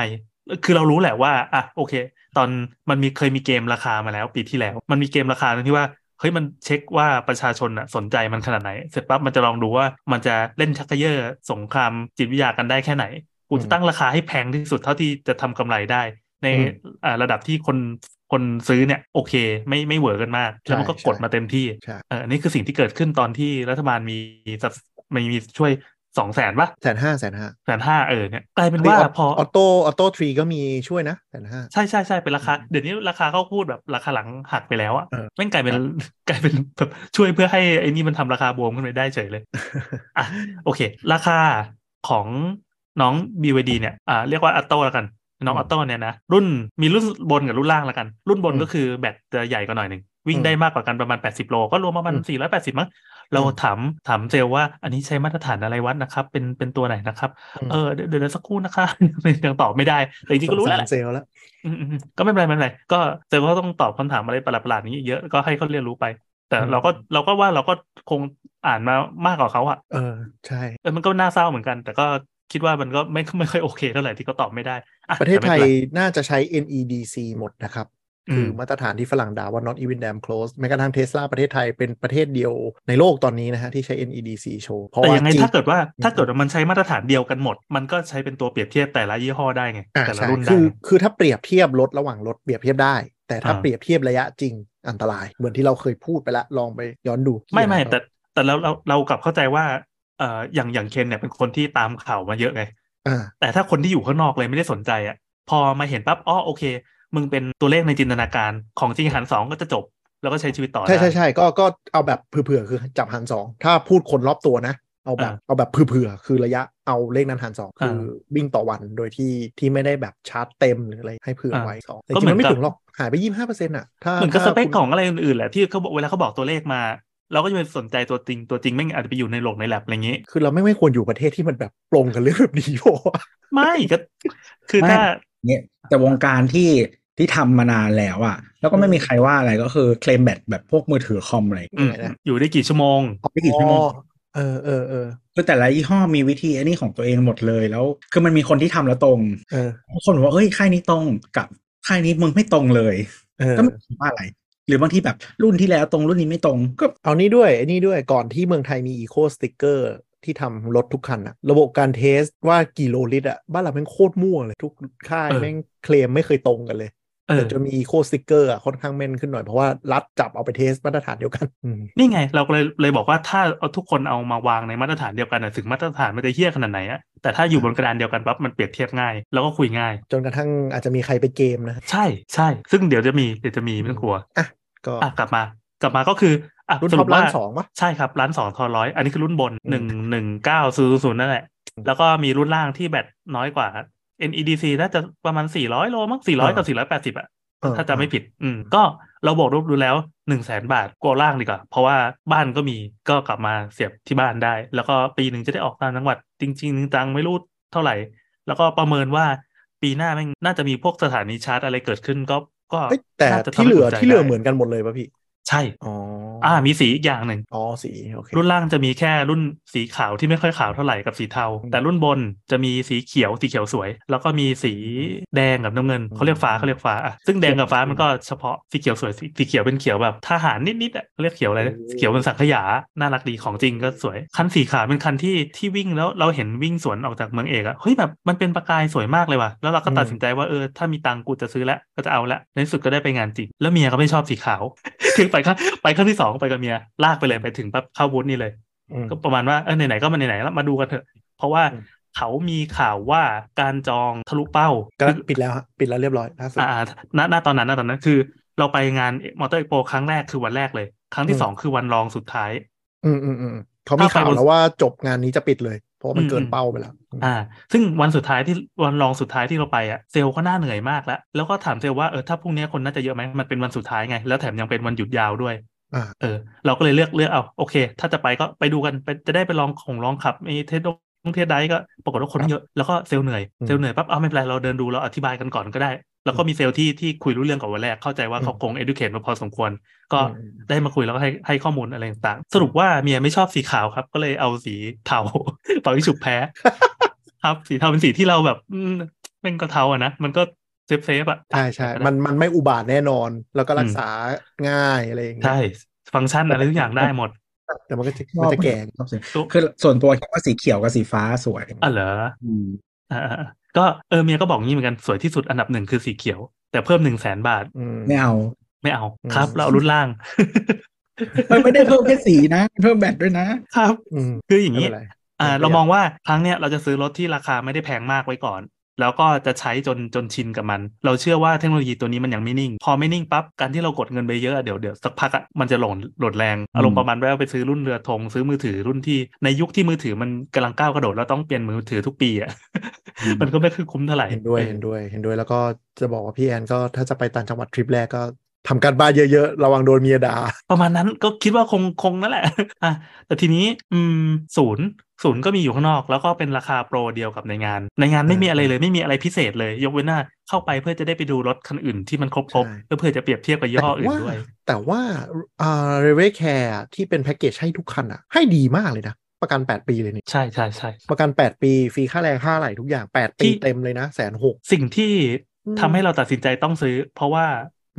[SPEAKER 2] คือเรารู้แหละว่าอ่ะโอเค ตอนมันมีเคยมีเกมราคามาแล้ว ปีที่แล้ว มันมีเกมราคาตรงที่ว่าเฮ้ยมันเช็คว่าประชาชนน่ะสนใจมันขนาดไหน เสร็จปั๊บมันจะลองดูว่ามันจะเล่นชักเขยอสงครามจิตวิทยากันได้แค่ไหนกูจะตั้งราคาให้แพงที่สุดเท่าที่จะทำกำไรได้ ใน
[SPEAKER 4] อืม
[SPEAKER 2] อ่าระดับที่คนคนซื้อเนี่ยโอเค ไม่ไม่เหวอกันมากแล้วมันก็
[SPEAKER 4] ใช่
[SPEAKER 2] กด
[SPEAKER 4] ใช่
[SPEAKER 2] มาเต็มที่
[SPEAKER 4] ใช่
[SPEAKER 2] เอออันนี้คือสิ่งที่เกิดขึ้นตอนที่รัฐบาลมีสับมีมีช่วยสองแสนปะ
[SPEAKER 4] แสนห้าแสนห้า
[SPEAKER 2] แสนห้าเออเนี่ยกลายเป็นว่าพอ
[SPEAKER 4] ออโต้ออโต้ทรีก็มีช่วยนะแสนห้า
[SPEAKER 2] ใช่ใช่ใช่เป็นราคา เดี๋ยวนี้ราคาเขาพูดแบบราคาหลังหักไปแล้วอะ
[SPEAKER 4] เออ
[SPEAKER 2] แม่งกลายเป็น [laughs] กลายเป็นแบบช่วยเพื่อให้ไอ้นี่มันทำราคาบวมขึ้นไปได้เฉยเลย อ่ะโอเค ราคาของน้อง BYD เนี่ยอ่าเรียกว่าอัตโต้ละกัน น้อง
[SPEAKER 4] อืม
[SPEAKER 2] อัตโต้เนี่ยนะรุ่นมีรุ่นบนกับรุ่นล่างละกัน รุ่นบน
[SPEAKER 4] อืม
[SPEAKER 2] ก็คือแบตจะใหญ่กว่าหน่อยหนึ่งวิ่ง
[SPEAKER 4] อืม
[SPEAKER 2] ได้มากกว่ากันประมาณ 80 โล ก็รวมประมาณ
[SPEAKER 4] อืม
[SPEAKER 2] 480 มั้งเรา
[SPEAKER 4] อืม
[SPEAKER 2] ถามถามเซลว่าอันนี้ใช้มาตรฐานอะไรวัดนะครับ เป็นเป็นตัวไหนนะครับ เออเดี๋ยวเดี๋ยวสักครู่นะคะ [laughs] ยังตอบไม่ได้แต่จริงๆก็รู้แล้วแหละ
[SPEAKER 4] เซลแล้ว
[SPEAKER 2] อืมอืมอืมก็ไม่เป็นไรไม่เป็นไรก็แต่ว่าต้องตอบคำถามอะไรประหลาดๆอย่างนี้เยอะก็ให้เขาเรียนรู้ไป แต่
[SPEAKER 4] อืม
[SPEAKER 2] เราก็เราก็ว่าเราก็คงอ่านมามากกว่าเขาอะ
[SPEAKER 4] เออใช่
[SPEAKER 2] เออมันก็น่าเศร้าเหมือนกัน แต่ก็คิดว่า [laughs] มันก็ไม่ไม่ค่อยโอเคเท่าไหร่ที่เขาตอบไม่ได้อ่
[SPEAKER 4] ประเทศ
[SPEAKER 2] แต่
[SPEAKER 4] ไท
[SPEAKER 2] ม่
[SPEAKER 4] ย
[SPEAKER 2] นร
[SPEAKER 4] น่าจะใช้ NEDC หมดนะครับ
[SPEAKER 2] อืม
[SPEAKER 4] คือมาตรฐานที่ฝรั่งด่าว่า not even damn close แม้กระทั่งเทสลาประเทศไทยเป็นประเทศเดียวในโลกตอนนี้นะฮะที่ใช้ NEDC โชว์เพราะ
[SPEAKER 2] แต่
[SPEAKER 4] ว่า
[SPEAKER 2] ยังไง
[SPEAKER 4] จริ
[SPEAKER 2] ถ้าเกิดว่าถ้าเกิดว่ามันใช้มาตรฐานเดียวกันหมด มันก็ใช้เป็นตัวเปรียบเทียบแต่ละยี่ห้อได้ไง
[SPEAKER 4] อ่า
[SPEAKER 2] แต่ละ
[SPEAKER 4] ใช่
[SPEAKER 2] รุ่นได้
[SPEAKER 4] คือ
[SPEAKER 2] ไง
[SPEAKER 4] คือถ้าเปรียบเทียบรถระหว่างรถเปรียบเทียบได้ แต่ถ้า
[SPEAKER 2] อ่า
[SPEAKER 4] เปรียบเทียบระยะจริงอันตราย เหมือนที่เราเคยพูดไปละลองไปย้อนดู
[SPEAKER 2] ไม่ไม่
[SPEAKER 4] ที่
[SPEAKER 2] แต่แต่เราเราเรากลับเข้าใจว่าเอ่ออย่างอย่างเคนเนี่ยเป็นคนที่ตามข่าวมาเยอะไง
[SPEAKER 4] อ่า
[SPEAKER 2] แต่ถ้าคนที่อยู่ข้างนอกเลยไม่ได้สนใจอ่ะ พอมาเห็นปั๊บอ๋อโอเค มึงเป็นตัวเลขในจินตนาการของจริงหารสองก็จะจบ แล้วก็ใช้ชีวิตต่อ
[SPEAKER 4] ใช่
[SPEAKER 2] ได้
[SPEAKER 4] ใช่ใช่ก็ก็เอาแบบเผื่อๆคือจับหารสองถ้าพูดคนรอบตัวนะ เอาแบบ
[SPEAKER 2] อ่า
[SPEAKER 4] เอาแบบเผื่อๆคือระยะเอาเลขนั้นหารสองคืออา วิ่งต่อวันโดยที่ที่ไม่ได้แบบชาร์จเต็มหรืออะไรให้เผื่ออา ไว้สองแต่
[SPEAKER 2] ก็
[SPEAKER 4] จริ
[SPEAKER 2] เหมือน
[SPEAKER 4] งๆมันไม่
[SPEAKER 2] กับ
[SPEAKER 4] ถึงหรอกหายไปยี่ห้าเปอร์เซ็นต์อ่ะถ้า
[SPEAKER 2] เหมือนกับส
[SPEAKER 4] ถ้า
[SPEAKER 2] เปค
[SPEAKER 4] คุณ
[SPEAKER 2] ของอะไรอื่นๆแหละที่เขาบอกเวลาเขาบอกตัวเลขมา เราก็จะไปสนใจตัวจริงตัวจริงแม่งอาจจะไปอยู่ในโลกในแลบอะไรอย่างงี้
[SPEAKER 4] คือเราไม่ไม่ควรอยู่ประเทศที่มันแบบปรงกันเรื่องแบบนี้โย [laughs]
[SPEAKER 2] ไม่ก็คือ
[SPEAKER 3] ไม่
[SPEAKER 2] ถ้า
[SPEAKER 3] เนี่ยแต่วงการที่ที่ทำมานานแล้วอะแล้วก็ไม่มีใครว่าอะไรก็คือเคลมแบตแบบพวกมือถือคอมอะไร
[SPEAKER 2] อืม
[SPEAKER 4] ไหนนะ
[SPEAKER 2] อยู่ได้กี่ชั่วโมง
[SPEAKER 3] ไม่กี่ชั่วโมง
[SPEAKER 4] เออเออเออ
[SPEAKER 3] คือแต่ละยี่ห้อมีวิธีไอันนี้ของตัวเองหมดเลยแล้ว คือมันมีคนที่ทำแล้วตรง
[SPEAKER 4] เออ
[SPEAKER 3] ทุกคนบอกว่าเอ้ยค่ายนี้ตรงกับค่ายนี้มึงไม่ตรงเลย
[SPEAKER 4] เออ
[SPEAKER 3] ก็ไม่ถือว่าอะไร หรือบางทีแบบรุ่นที่แล้วตรงรุ่นนี้ไม่ตรงก็
[SPEAKER 4] เอานี่ด้วยไอ้นี่ด้วยก่อนที่เมืองไทยมีอีโคสติกเกอร์ที่ทำรถทุกคันอะระบบการเทสว่ากี่โลลิตรอะบ้านเราแม่งโคตรมั่วเลย ทุกค่าย
[SPEAKER 2] เออ
[SPEAKER 4] แม่งเคลมไม่เคยตรงกันเลย
[SPEAKER 2] เออ
[SPEAKER 4] จนมีอีโคสติกเกอร์อะค่อนข้างแม่นขึ้นหน่อยเพราะว่ารัฐจับเอาไปเทสมาตรฐานเดียวกันอืม
[SPEAKER 2] นี่ไง เราก็เลยเลยบอกว่าถ้าเอาทุกคนเอามาวางในมาตรฐานเดียวกันนะถึงมาตรฐานมันจะเฮี้ยขนาดไหนอะแต่ถ้าอยู่บนกระดานเดียวกันปั๊บมันเปรียบเทียบง่าย แล้วก็คุยง่าย
[SPEAKER 4] จนกระทั่งอาจจะมีใครไปเกมนะ
[SPEAKER 2] ใช่ใช่ซึ่งเดี๋ยวจะมีเดี๋ยวจะมีไม่ต้องกลัว
[SPEAKER 4] ก็
[SPEAKER 2] อ่ะกลับมา กลับมาก็คืออ่ะ
[SPEAKER 4] รุ่น
[SPEAKER 2] ส
[SPEAKER 4] ท็
[SPEAKER 2] รุ
[SPEAKER 4] อป
[SPEAKER 2] ปว่า
[SPEAKER 4] ล้านสองปะ
[SPEAKER 2] ใช่ครับร้านสองทอร้อยอันนี้คือรุ่นบนห
[SPEAKER 4] อืม
[SPEAKER 2] นึ่งหนึ่งเก้าศูนย์ศูนย์นั่นแหละ แล้วก็มีรุ่นล่างที่แบตน้อยกว่า NEDC น่าจะประมาณสี่ร้อยโลมั้งสี่ร้อยกับสี่ร้อยแปดสิบอะ
[SPEAKER 4] เออ
[SPEAKER 2] ถ้าจำไม่ผิด อืม ก็เราบอกรูปดูแล้วหนึ่งแสนบาทกลัวล่างดีกว่า เพราะว่าบ้านก็มีก็กลับมาเสียบที่บ้านได้ แล้วก็ปีหนึ่งจะได้ออกตามจังหวัด จริงๆจังๆไม่รู้เท่าไหร่ แล้วก็ประเมินว่าปีหน้าแม่งน่าจะมีพวกสถานีชาร์จอะไรเกิดขึ้นก็ก็
[SPEAKER 4] เอ้ยแต่
[SPEAKER 2] น่าจะ
[SPEAKER 4] ที่เหลือ
[SPEAKER 2] ทำใสนใจ
[SPEAKER 4] ที่เหลือ
[SPEAKER 2] ได้
[SPEAKER 4] เหมือนกันหมดเลยปะพี่
[SPEAKER 2] ใช่
[SPEAKER 4] อ๋อ
[SPEAKER 2] อ่า
[SPEAKER 4] อ่า
[SPEAKER 2] มีสีอีกอย่างหนึ่ง
[SPEAKER 4] อ๋อสีโอเค
[SPEAKER 2] รุ่นล่างจะมีแค่รุ่นสีขาวที่ไม่ค่อยขาวเท่าไหร่กับสีเทา
[SPEAKER 4] อืม
[SPEAKER 2] แต่รุ่นบนจะมีสีเขียวสีเขียวสวย แล้วก็มีสีแดงกับน้ำเงิน
[SPEAKER 4] อืม
[SPEAKER 2] เขาเรียกฟ้าเขาเรียกฟ้าอ่ะซึ่งแดงกับฟ้ามันก็เฉพาะสีเขียวสวยสีสีเขียวเป็นเขียวแบบทหารนิดๆอ่ะเขาเรียกเขียวอะไรนะ
[SPEAKER 4] โอ้
[SPEAKER 2] เขียวเป็นสังขยาน่ารักดีของจริงก็สวย คันสีขาวเป็นคันที่ที่วิ่งแล้วเราเห็นวิ่งสวนออกจากเมืองเอกอ่ะเฮ้ยแบบมันเป็นประกายสวยมากเลยว่ะแล้วเราก็ตัดสินใจว่าเออถ้ามีตังค์กูจะซื้อละก็จะเอาละในที่สุดก็ได้ไปงานจริงแล้วเมียก็ไม่ชอบสีขาว [laughs] ถึงไปครั้งไปครั้งที่สองไปกับเมียลากไปเลยไปถึงปั๊บเข้าบูธนี่เลย
[SPEAKER 4] อืม
[SPEAKER 2] ก็ประมาณว่าเออไหนๆก็มาไหนๆแล้วมาดูกันเถอะ เพราะว่า
[SPEAKER 4] อืม
[SPEAKER 2] เขามีข่าวว่าการจองทะลุเป้า
[SPEAKER 4] ก็ปิดแล้วฮะปิดแล้วเรียบร้อยล่าสุด
[SPEAKER 2] อ่าณณตอนนั้นณตอนนั้นคือ เราไปงานมอเตอร์เอ็กโปครั้งแรกคือวันแรกเลย ครั้ง
[SPEAKER 4] อื
[SPEAKER 2] ที่
[SPEAKER 4] ม
[SPEAKER 2] สองคือวันรองสุดท้าย
[SPEAKER 4] อืมอืมอืมเขามี
[SPEAKER 2] ถ้าไป
[SPEAKER 4] ข่าว
[SPEAKER 2] บน
[SPEAKER 4] แล้วว่าจบงานนี้จะปิดเลย เพราะว่ามัน
[SPEAKER 2] อืม
[SPEAKER 4] เกิน
[SPEAKER 2] อืม
[SPEAKER 4] เป้าไปแล้วอืม
[SPEAKER 2] อ่า ซึ่งวันสุดท้ายที่วันรองสุดท้ายที่เราไปอ่ะเซลล์ก็น่าเหนื่อยมากแล้ว แล้วก็ถามเซลล์ว่าเออถ้าพรุ่งนี้คนน่าจะเยอะไหมมันเป็นวันสุดท้ายไง แล้วแถมยังเป็นวันหยุดยาวด้วย
[SPEAKER 4] อ่า
[SPEAKER 2] เออเราก็เลยเลือกเลือกเอาโอเค ถ้าจะไปก็ไปดูกันไปจะได้ไปลองของลองขับมีเทสต้องเทสได้ก็ปรากฏว่าคนเยอะแล้วก็เซลล์เหนื่อย
[SPEAKER 4] อืม
[SPEAKER 2] เซลล์เหนื่อยปั๊บเอาไม่เป็นไรเราเดินดูเราอธิบายกันก่อนก็ได้ แล้วก็มีเซลล์ที่ที่คุยรู้เรื่องกับวันแรกเข้าใจว่า
[SPEAKER 4] อืม
[SPEAKER 2] เขาคง educate มาพอสมควร ก็
[SPEAKER 4] อืม
[SPEAKER 2] ได้มาคุยแล้วก็ให้ให้ข้อมูลอะไรต่างๆ สรุปว่าเมียไม่ชอบสีขาวครับ ก็เลยเอาสีเทา [laughs] เป่าที่ฉุบแพ้ ครับสีเทาเป็นสีที่เราแบบอืมแม่งก็เทาอะนะมันก็เซฟเซฟๆอะ
[SPEAKER 4] ใช่ใช่ มันมันไม่อุบาทแน่นอน แล้วก็รัก
[SPEAKER 2] อืม
[SPEAKER 4] ษาง่ายอะไรอย่างเงี้ย
[SPEAKER 2] ใช่ฟังก์ชันอะไรทุกอย่างได้
[SPEAKER 4] [laughs]
[SPEAKER 2] หมด
[SPEAKER 4] แต่มันก็จะมันจะแก่
[SPEAKER 3] ชอบสีคือส่วนตัวคิดว่าสีเขียวกับสีฟ้าสวย
[SPEAKER 2] อ่ะเหรอ
[SPEAKER 3] อืม
[SPEAKER 2] อ่าๆๆก็เออเมียก็บอกงี้เหมือนกันสวยที่สุดอันดับหนึ่งคือสีเขียว แต่เพิ่มหนึ่งแสนบาท
[SPEAKER 4] อืม
[SPEAKER 3] ไม่เอา
[SPEAKER 2] ไม่เอา
[SPEAKER 4] อืม
[SPEAKER 2] ครับ เราเอารุ่นล่าง
[SPEAKER 3] มันไม่ได้เพิ่มแค่สีนะ [laughs] มันเพิ่มแบตด้วยนะครับ
[SPEAKER 4] อืม
[SPEAKER 2] คืออย่าง
[SPEAKER 4] ไม่
[SPEAKER 2] นี้
[SPEAKER 4] เป็นไร
[SPEAKER 2] อ่า
[SPEAKER 4] ไม่เป็นไร
[SPEAKER 2] เรามองว่าครั้งเนี้ยเราจะซื้อรถที่ราคาไม่ได้แพงมากไว้ก่อน แล้วก็จะใช้จนจนชินกับมัน เราเชื่อว่าเทคโนโลยีตัวนี้มันยังไม่นิ่ง พอไม่นิ่งปั๊บการที่เรากดเงินไปเยอะอะเดี๋ยวเดี๋ยวสักพักอะมันจะหล่นหลดแรงอารมณ์ประมาณว่าไปซื้อรุ่นเรือธงซื้อมือถือรุ่นที่ในยุคที่มือถือมันกำลังก้าวกระโดดเราต้องเปลี่ยนมือถือทุกปีอะ [laughs] มันก็ไม่คือคุ้มเท่าไหร่
[SPEAKER 4] เห็นด้วย
[SPEAKER 2] ออ
[SPEAKER 4] เห็นด้วยเห็นด้วยแล้วก็จะบอกว่าพี่แอนก็ถ้าจะไปต่างจังหวัดทริปแรกก็ทำการบ้านเยอะๆ ระวังโดนเมียด่า
[SPEAKER 2] ประมาณนั้นก็คิดว่าคงคงนั่นแหละ [laughs] อ่ะแต่ทีนี้อืมศูนย์ศูนย์ก็มีอยู่ข้างนอก แล้วก็เป็นราคาโปรเดียวกับในงาน ในงานไม่มีอะไรเลยไม่มีอะไรพิเศษเลย ยกเว้นว่าเข้าไปเพื่อจะได้ไปดูรถคันอื่นที่มันครบครบๆแล้วเพื่อจะเปรียบเทียบกับยี่ห้ออื่นด้วย
[SPEAKER 4] แต่ว่าอ่าเรเวแคร์ที่เป็นแพ็กเกจให้ทุกคันอ่ะ ให้ดีมากเลยนะ ประกัน 8 ปีเลยนี่
[SPEAKER 2] ใช่ใช่ใช่
[SPEAKER 4] ประกัน 8 ปี ฟรีค่าแรงค่าอะไหลทุกอย่าง 8 ปี
[SPEAKER 2] ที่
[SPEAKER 4] เต็มเลยนะแสนหก
[SPEAKER 2] สิ่งที่
[SPEAKER 4] อืม
[SPEAKER 2] ทำให้เราตัดสินใจต้องซื้อ เพราะว่า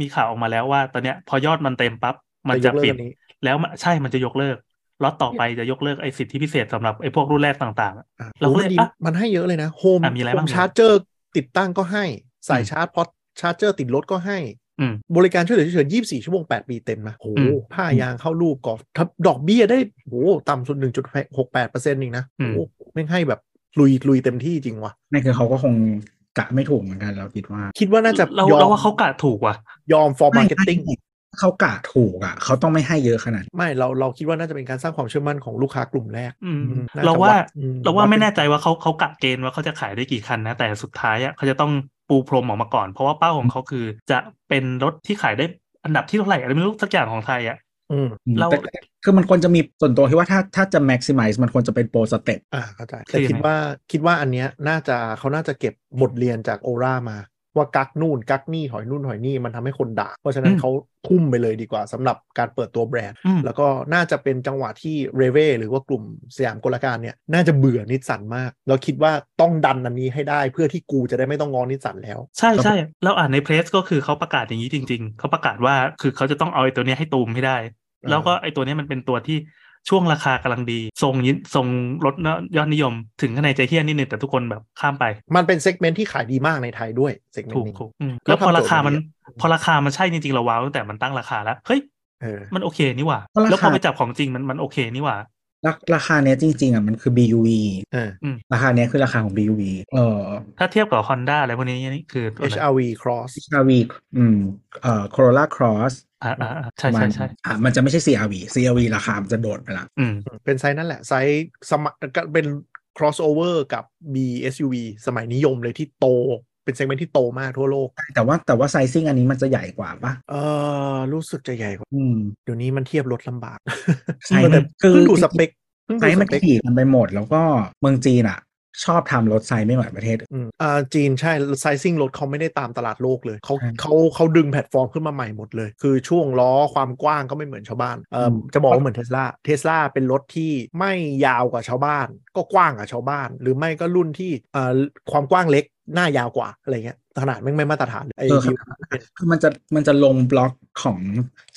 [SPEAKER 2] มีข่าวออกมาแล้วว่า ตอนเนี้ยพอยอดมันเต็มปั๊บมันจะ
[SPEAKER 4] ยกเลิก
[SPEAKER 2] ปิด
[SPEAKER 4] อันนี้
[SPEAKER 2] แล้วมันใช่มันจะยกเลิกล็อตต่อไปจะยกเลิกไอ้สิทธิพิเศษสำหรับไอ้พวกรุ่นแรกต่างๆอะ
[SPEAKER 4] อ่ะ
[SPEAKER 2] เราก็เลย
[SPEAKER 4] โอ้มันดี
[SPEAKER 2] อ่ะ
[SPEAKER 4] มันให้เยอะเลยนะโฮม
[SPEAKER 2] อ่ะมีอะไร
[SPEAKER 4] โฮ
[SPEAKER 2] บ้าง
[SPEAKER 4] ม
[SPEAKER 2] เนี่ย
[SPEAKER 4] ชาร์จเจอร์ติดตั้งก็ให้ สาย
[SPEAKER 2] อืม
[SPEAKER 4] ชาร์จพอชาร์จเจอร์ติดรถก็ให้
[SPEAKER 2] อืม
[SPEAKER 4] บริการช่วยเหลือเฉยๆ24 ชั่วโมง 8 ปีเต็มนะโอ้โห
[SPEAKER 2] อืม
[SPEAKER 4] ผ้ายางเข้ารูปกอทับดอกเบี้ยได้โอ้โหต่ำสุด1.68เปอร์เซ็นต์เองนะ
[SPEAKER 2] อื
[SPEAKER 4] โอ้
[SPEAKER 2] ม
[SPEAKER 4] โหแม่งให้แบบลุยลุยเต็มที่จริงว่ะ
[SPEAKER 3] นี่คือเขาก็คงกะไม่ถูกเหมือนกันเราคิดว่า
[SPEAKER 4] คิดว่าน่าจะ
[SPEAKER 2] เรา
[SPEAKER 4] ยอ
[SPEAKER 2] เรา
[SPEAKER 4] ม
[SPEAKER 2] ว่าเขากะถูกว่ะ
[SPEAKER 4] ยอม for marketing
[SPEAKER 3] ไม่ถ้าเขากะถูกอ่ะเขาต้องไม่ให้เยอะขนาดนั้น
[SPEAKER 4] ไม่เราเราคิดว่าน่าจะเป็นการสร้างความเชื่อมั่นของลูกค้ากลุ่มแรก
[SPEAKER 2] อืม
[SPEAKER 4] อืมน่จะ
[SPEAKER 2] เราว่า
[SPEAKER 4] ดอื
[SPEAKER 2] เราว่าไม่
[SPEAKER 4] เป็
[SPEAKER 2] แน่ใจว่าเขาเขากะเกณฑ์ว่าเขาจะขายได้กี่คันนะ แต่สุดท้ายอะเขาจะต้องปูพรมออกมาก่อน เพราะว่าเป้าของเขาคือจะเป็นรถที่ขายได้อันดับที่เท่าไหร่อะไรไม่รู้สักอย่างของไทยอ่ะ
[SPEAKER 4] อืม
[SPEAKER 2] เรา
[SPEAKER 3] แต่แต่คือมันควรจะมีส่วนตัวที่ว่าถ้าถ้าจะ maximize มันควรจะเป็นโปรสเต็ป
[SPEAKER 4] อ่าเข้าใจ
[SPEAKER 2] คือ
[SPEAKER 4] แต่คิ
[SPEAKER 2] ยั
[SPEAKER 4] ด
[SPEAKER 2] งไง
[SPEAKER 4] ว่าคิดว่าอันเนี้ยน่าจะเขาน่าจะเก็บบทเรียนจากโอรามา ว่ากักนู่นกักนี่หอยนู่นหอยนี่มันทำให้คนด่า เพราะฉะนั้น
[SPEAKER 2] อืม
[SPEAKER 4] เขาทุ่มไปเลยดีกว่าสำหรับการเปิดตัวแบรนด์
[SPEAKER 2] อืม
[SPEAKER 4] แล้วก็น่าจะเป็นจังหวะที่เรเว่หรือว่ากลุ่มสยามกลการเนี่ยน่าจะเบื่อนิสสันมาก แล้วคิดว่าต้องดันอันนี้ให้ได้เพื่อที่กูจะได้ไม่ต้องงอนิสสันแล้ว
[SPEAKER 2] ใช่ใช่เราอ่านในเพรสก็คือเขาประกาศอย่างนี้จริง ๆ เขาประกาศว่าคือเขาจะต้องเอาไอ้ตัวเนี้ยให้ตูมให้ได้
[SPEAKER 4] อ่า
[SPEAKER 2] แล้วก็ไอ้ตัวเนี้ยมันเป็นตัวที่ช่วงราคากำลังดีทรงยินทรงรถยอดนิยม ถึงข้างในใจเที่ยนิดนึงแต่ทุกคนแบบข้ามไป
[SPEAKER 4] มันเป็นเซกเมนต์ที่ขายดีมากในไทยด้วยเซกเมน
[SPEAKER 2] ถูก
[SPEAKER 4] ต์นี้
[SPEAKER 2] ถูกอืม
[SPEAKER 4] ก็
[SPEAKER 2] แล้วพอ
[SPEAKER 4] ทำโจทย์
[SPEAKER 2] ราคามัน
[SPEAKER 4] แบบนี้
[SPEAKER 2] พอราคามันใช่จริงๆเราว้าวตั้งแต่มันตั้งราคาแล้วเฮ้ย
[SPEAKER 4] เออ
[SPEAKER 2] มันโอเคนี่หว่า
[SPEAKER 3] เพราะรา
[SPEAKER 2] แล้วพ
[SPEAKER 3] คา
[SPEAKER 2] อไปจับของจริงมันมันโอเคนี่หว่า
[SPEAKER 3] ราราคาเนี้ยจริงๆอ่ะมันคือ BUV
[SPEAKER 4] เออ
[SPEAKER 3] ราคาเนี้ยคือราคาของ BUV เอ่อ
[SPEAKER 2] ถ้าเทียบกับ Honda อะไรพวกนี้นี่คือตัวไหน
[SPEAKER 4] HRV Cross
[SPEAKER 3] CRV อืมเอ่อ Corolla Cross
[SPEAKER 2] อ่าอ่าอ่าใช่ใช่ใช่
[SPEAKER 3] อ่ะมันจะไม่ใช่ CRV CRV ราคามันจะโดดไปละ
[SPEAKER 2] อืม
[SPEAKER 4] เป็นไซส์นั่นแหละ ไซส์สมัครเป็น crossover กับ B SUV สมัยนิยมเลยที่โต เป็นเซกเมนต์ที่โตมากทั่วโลก
[SPEAKER 3] แต่ว่าแต่ว่าไซซิ่งอันนี้มันจะใหญ่กว่าปะ
[SPEAKER 4] เออรู้สึกจะใหญ่กว่า
[SPEAKER 3] อืม
[SPEAKER 4] เดี๋ยวนี้มันเทียบรถลำบาก
[SPEAKER 3] [laughs] ใช่
[SPEAKER 4] แต่
[SPEAKER 3] คือ
[SPEAKER 4] เพิ่งดูสเปคเพิ่ง
[SPEAKER 3] ไซ
[SPEAKER 4] ดู
[SPEAKER 3] ส์
[SPEAKER 4] ส
[SPEAKER 3] มัน
[SPEAKER 4] เปค
[SPEAKER 3] ขี่กันไปหมด แล้วก็เมืองจีนอ่ะ ชอบทำรถไซส์ไม่เหมือนประเทศอื่น
[SPEAKER 4] อืมอ่าจีนใช่ ไซซิ่งรถเขาไม่ได้ตามตลาดโลกเลย เขา
[SPEAKER 3] ใช่
[SPEAKER 4] เขาเขาดึงแพลตฟอร์มขึ้นมาใหม่หมดเลย คือช่วงล้อความกว้างก็ไม่เหมือนชาวบ้านเอออ
[SPEAKER 3] ม
[SPEAKER 4] จะบอกว่าเหมือนเทสลาเทสลาเป็นรถที่ไม่ยาวกว่าชาวบ้าน ก็กว้างกว่าชาวบ้าน หรือไม่ก็รุ่นที่เอ่อความกว้างเล็กหน้ายาวกว่าอะไรเงี้ยขนาดแม่งไม่มาตรฐานเลยไอ้
[SPEAKER 3] เออค
[SPEAKER 4] ดิว
[SPEAKER 3] รับคือมันจะมันจะลงบล็อกของ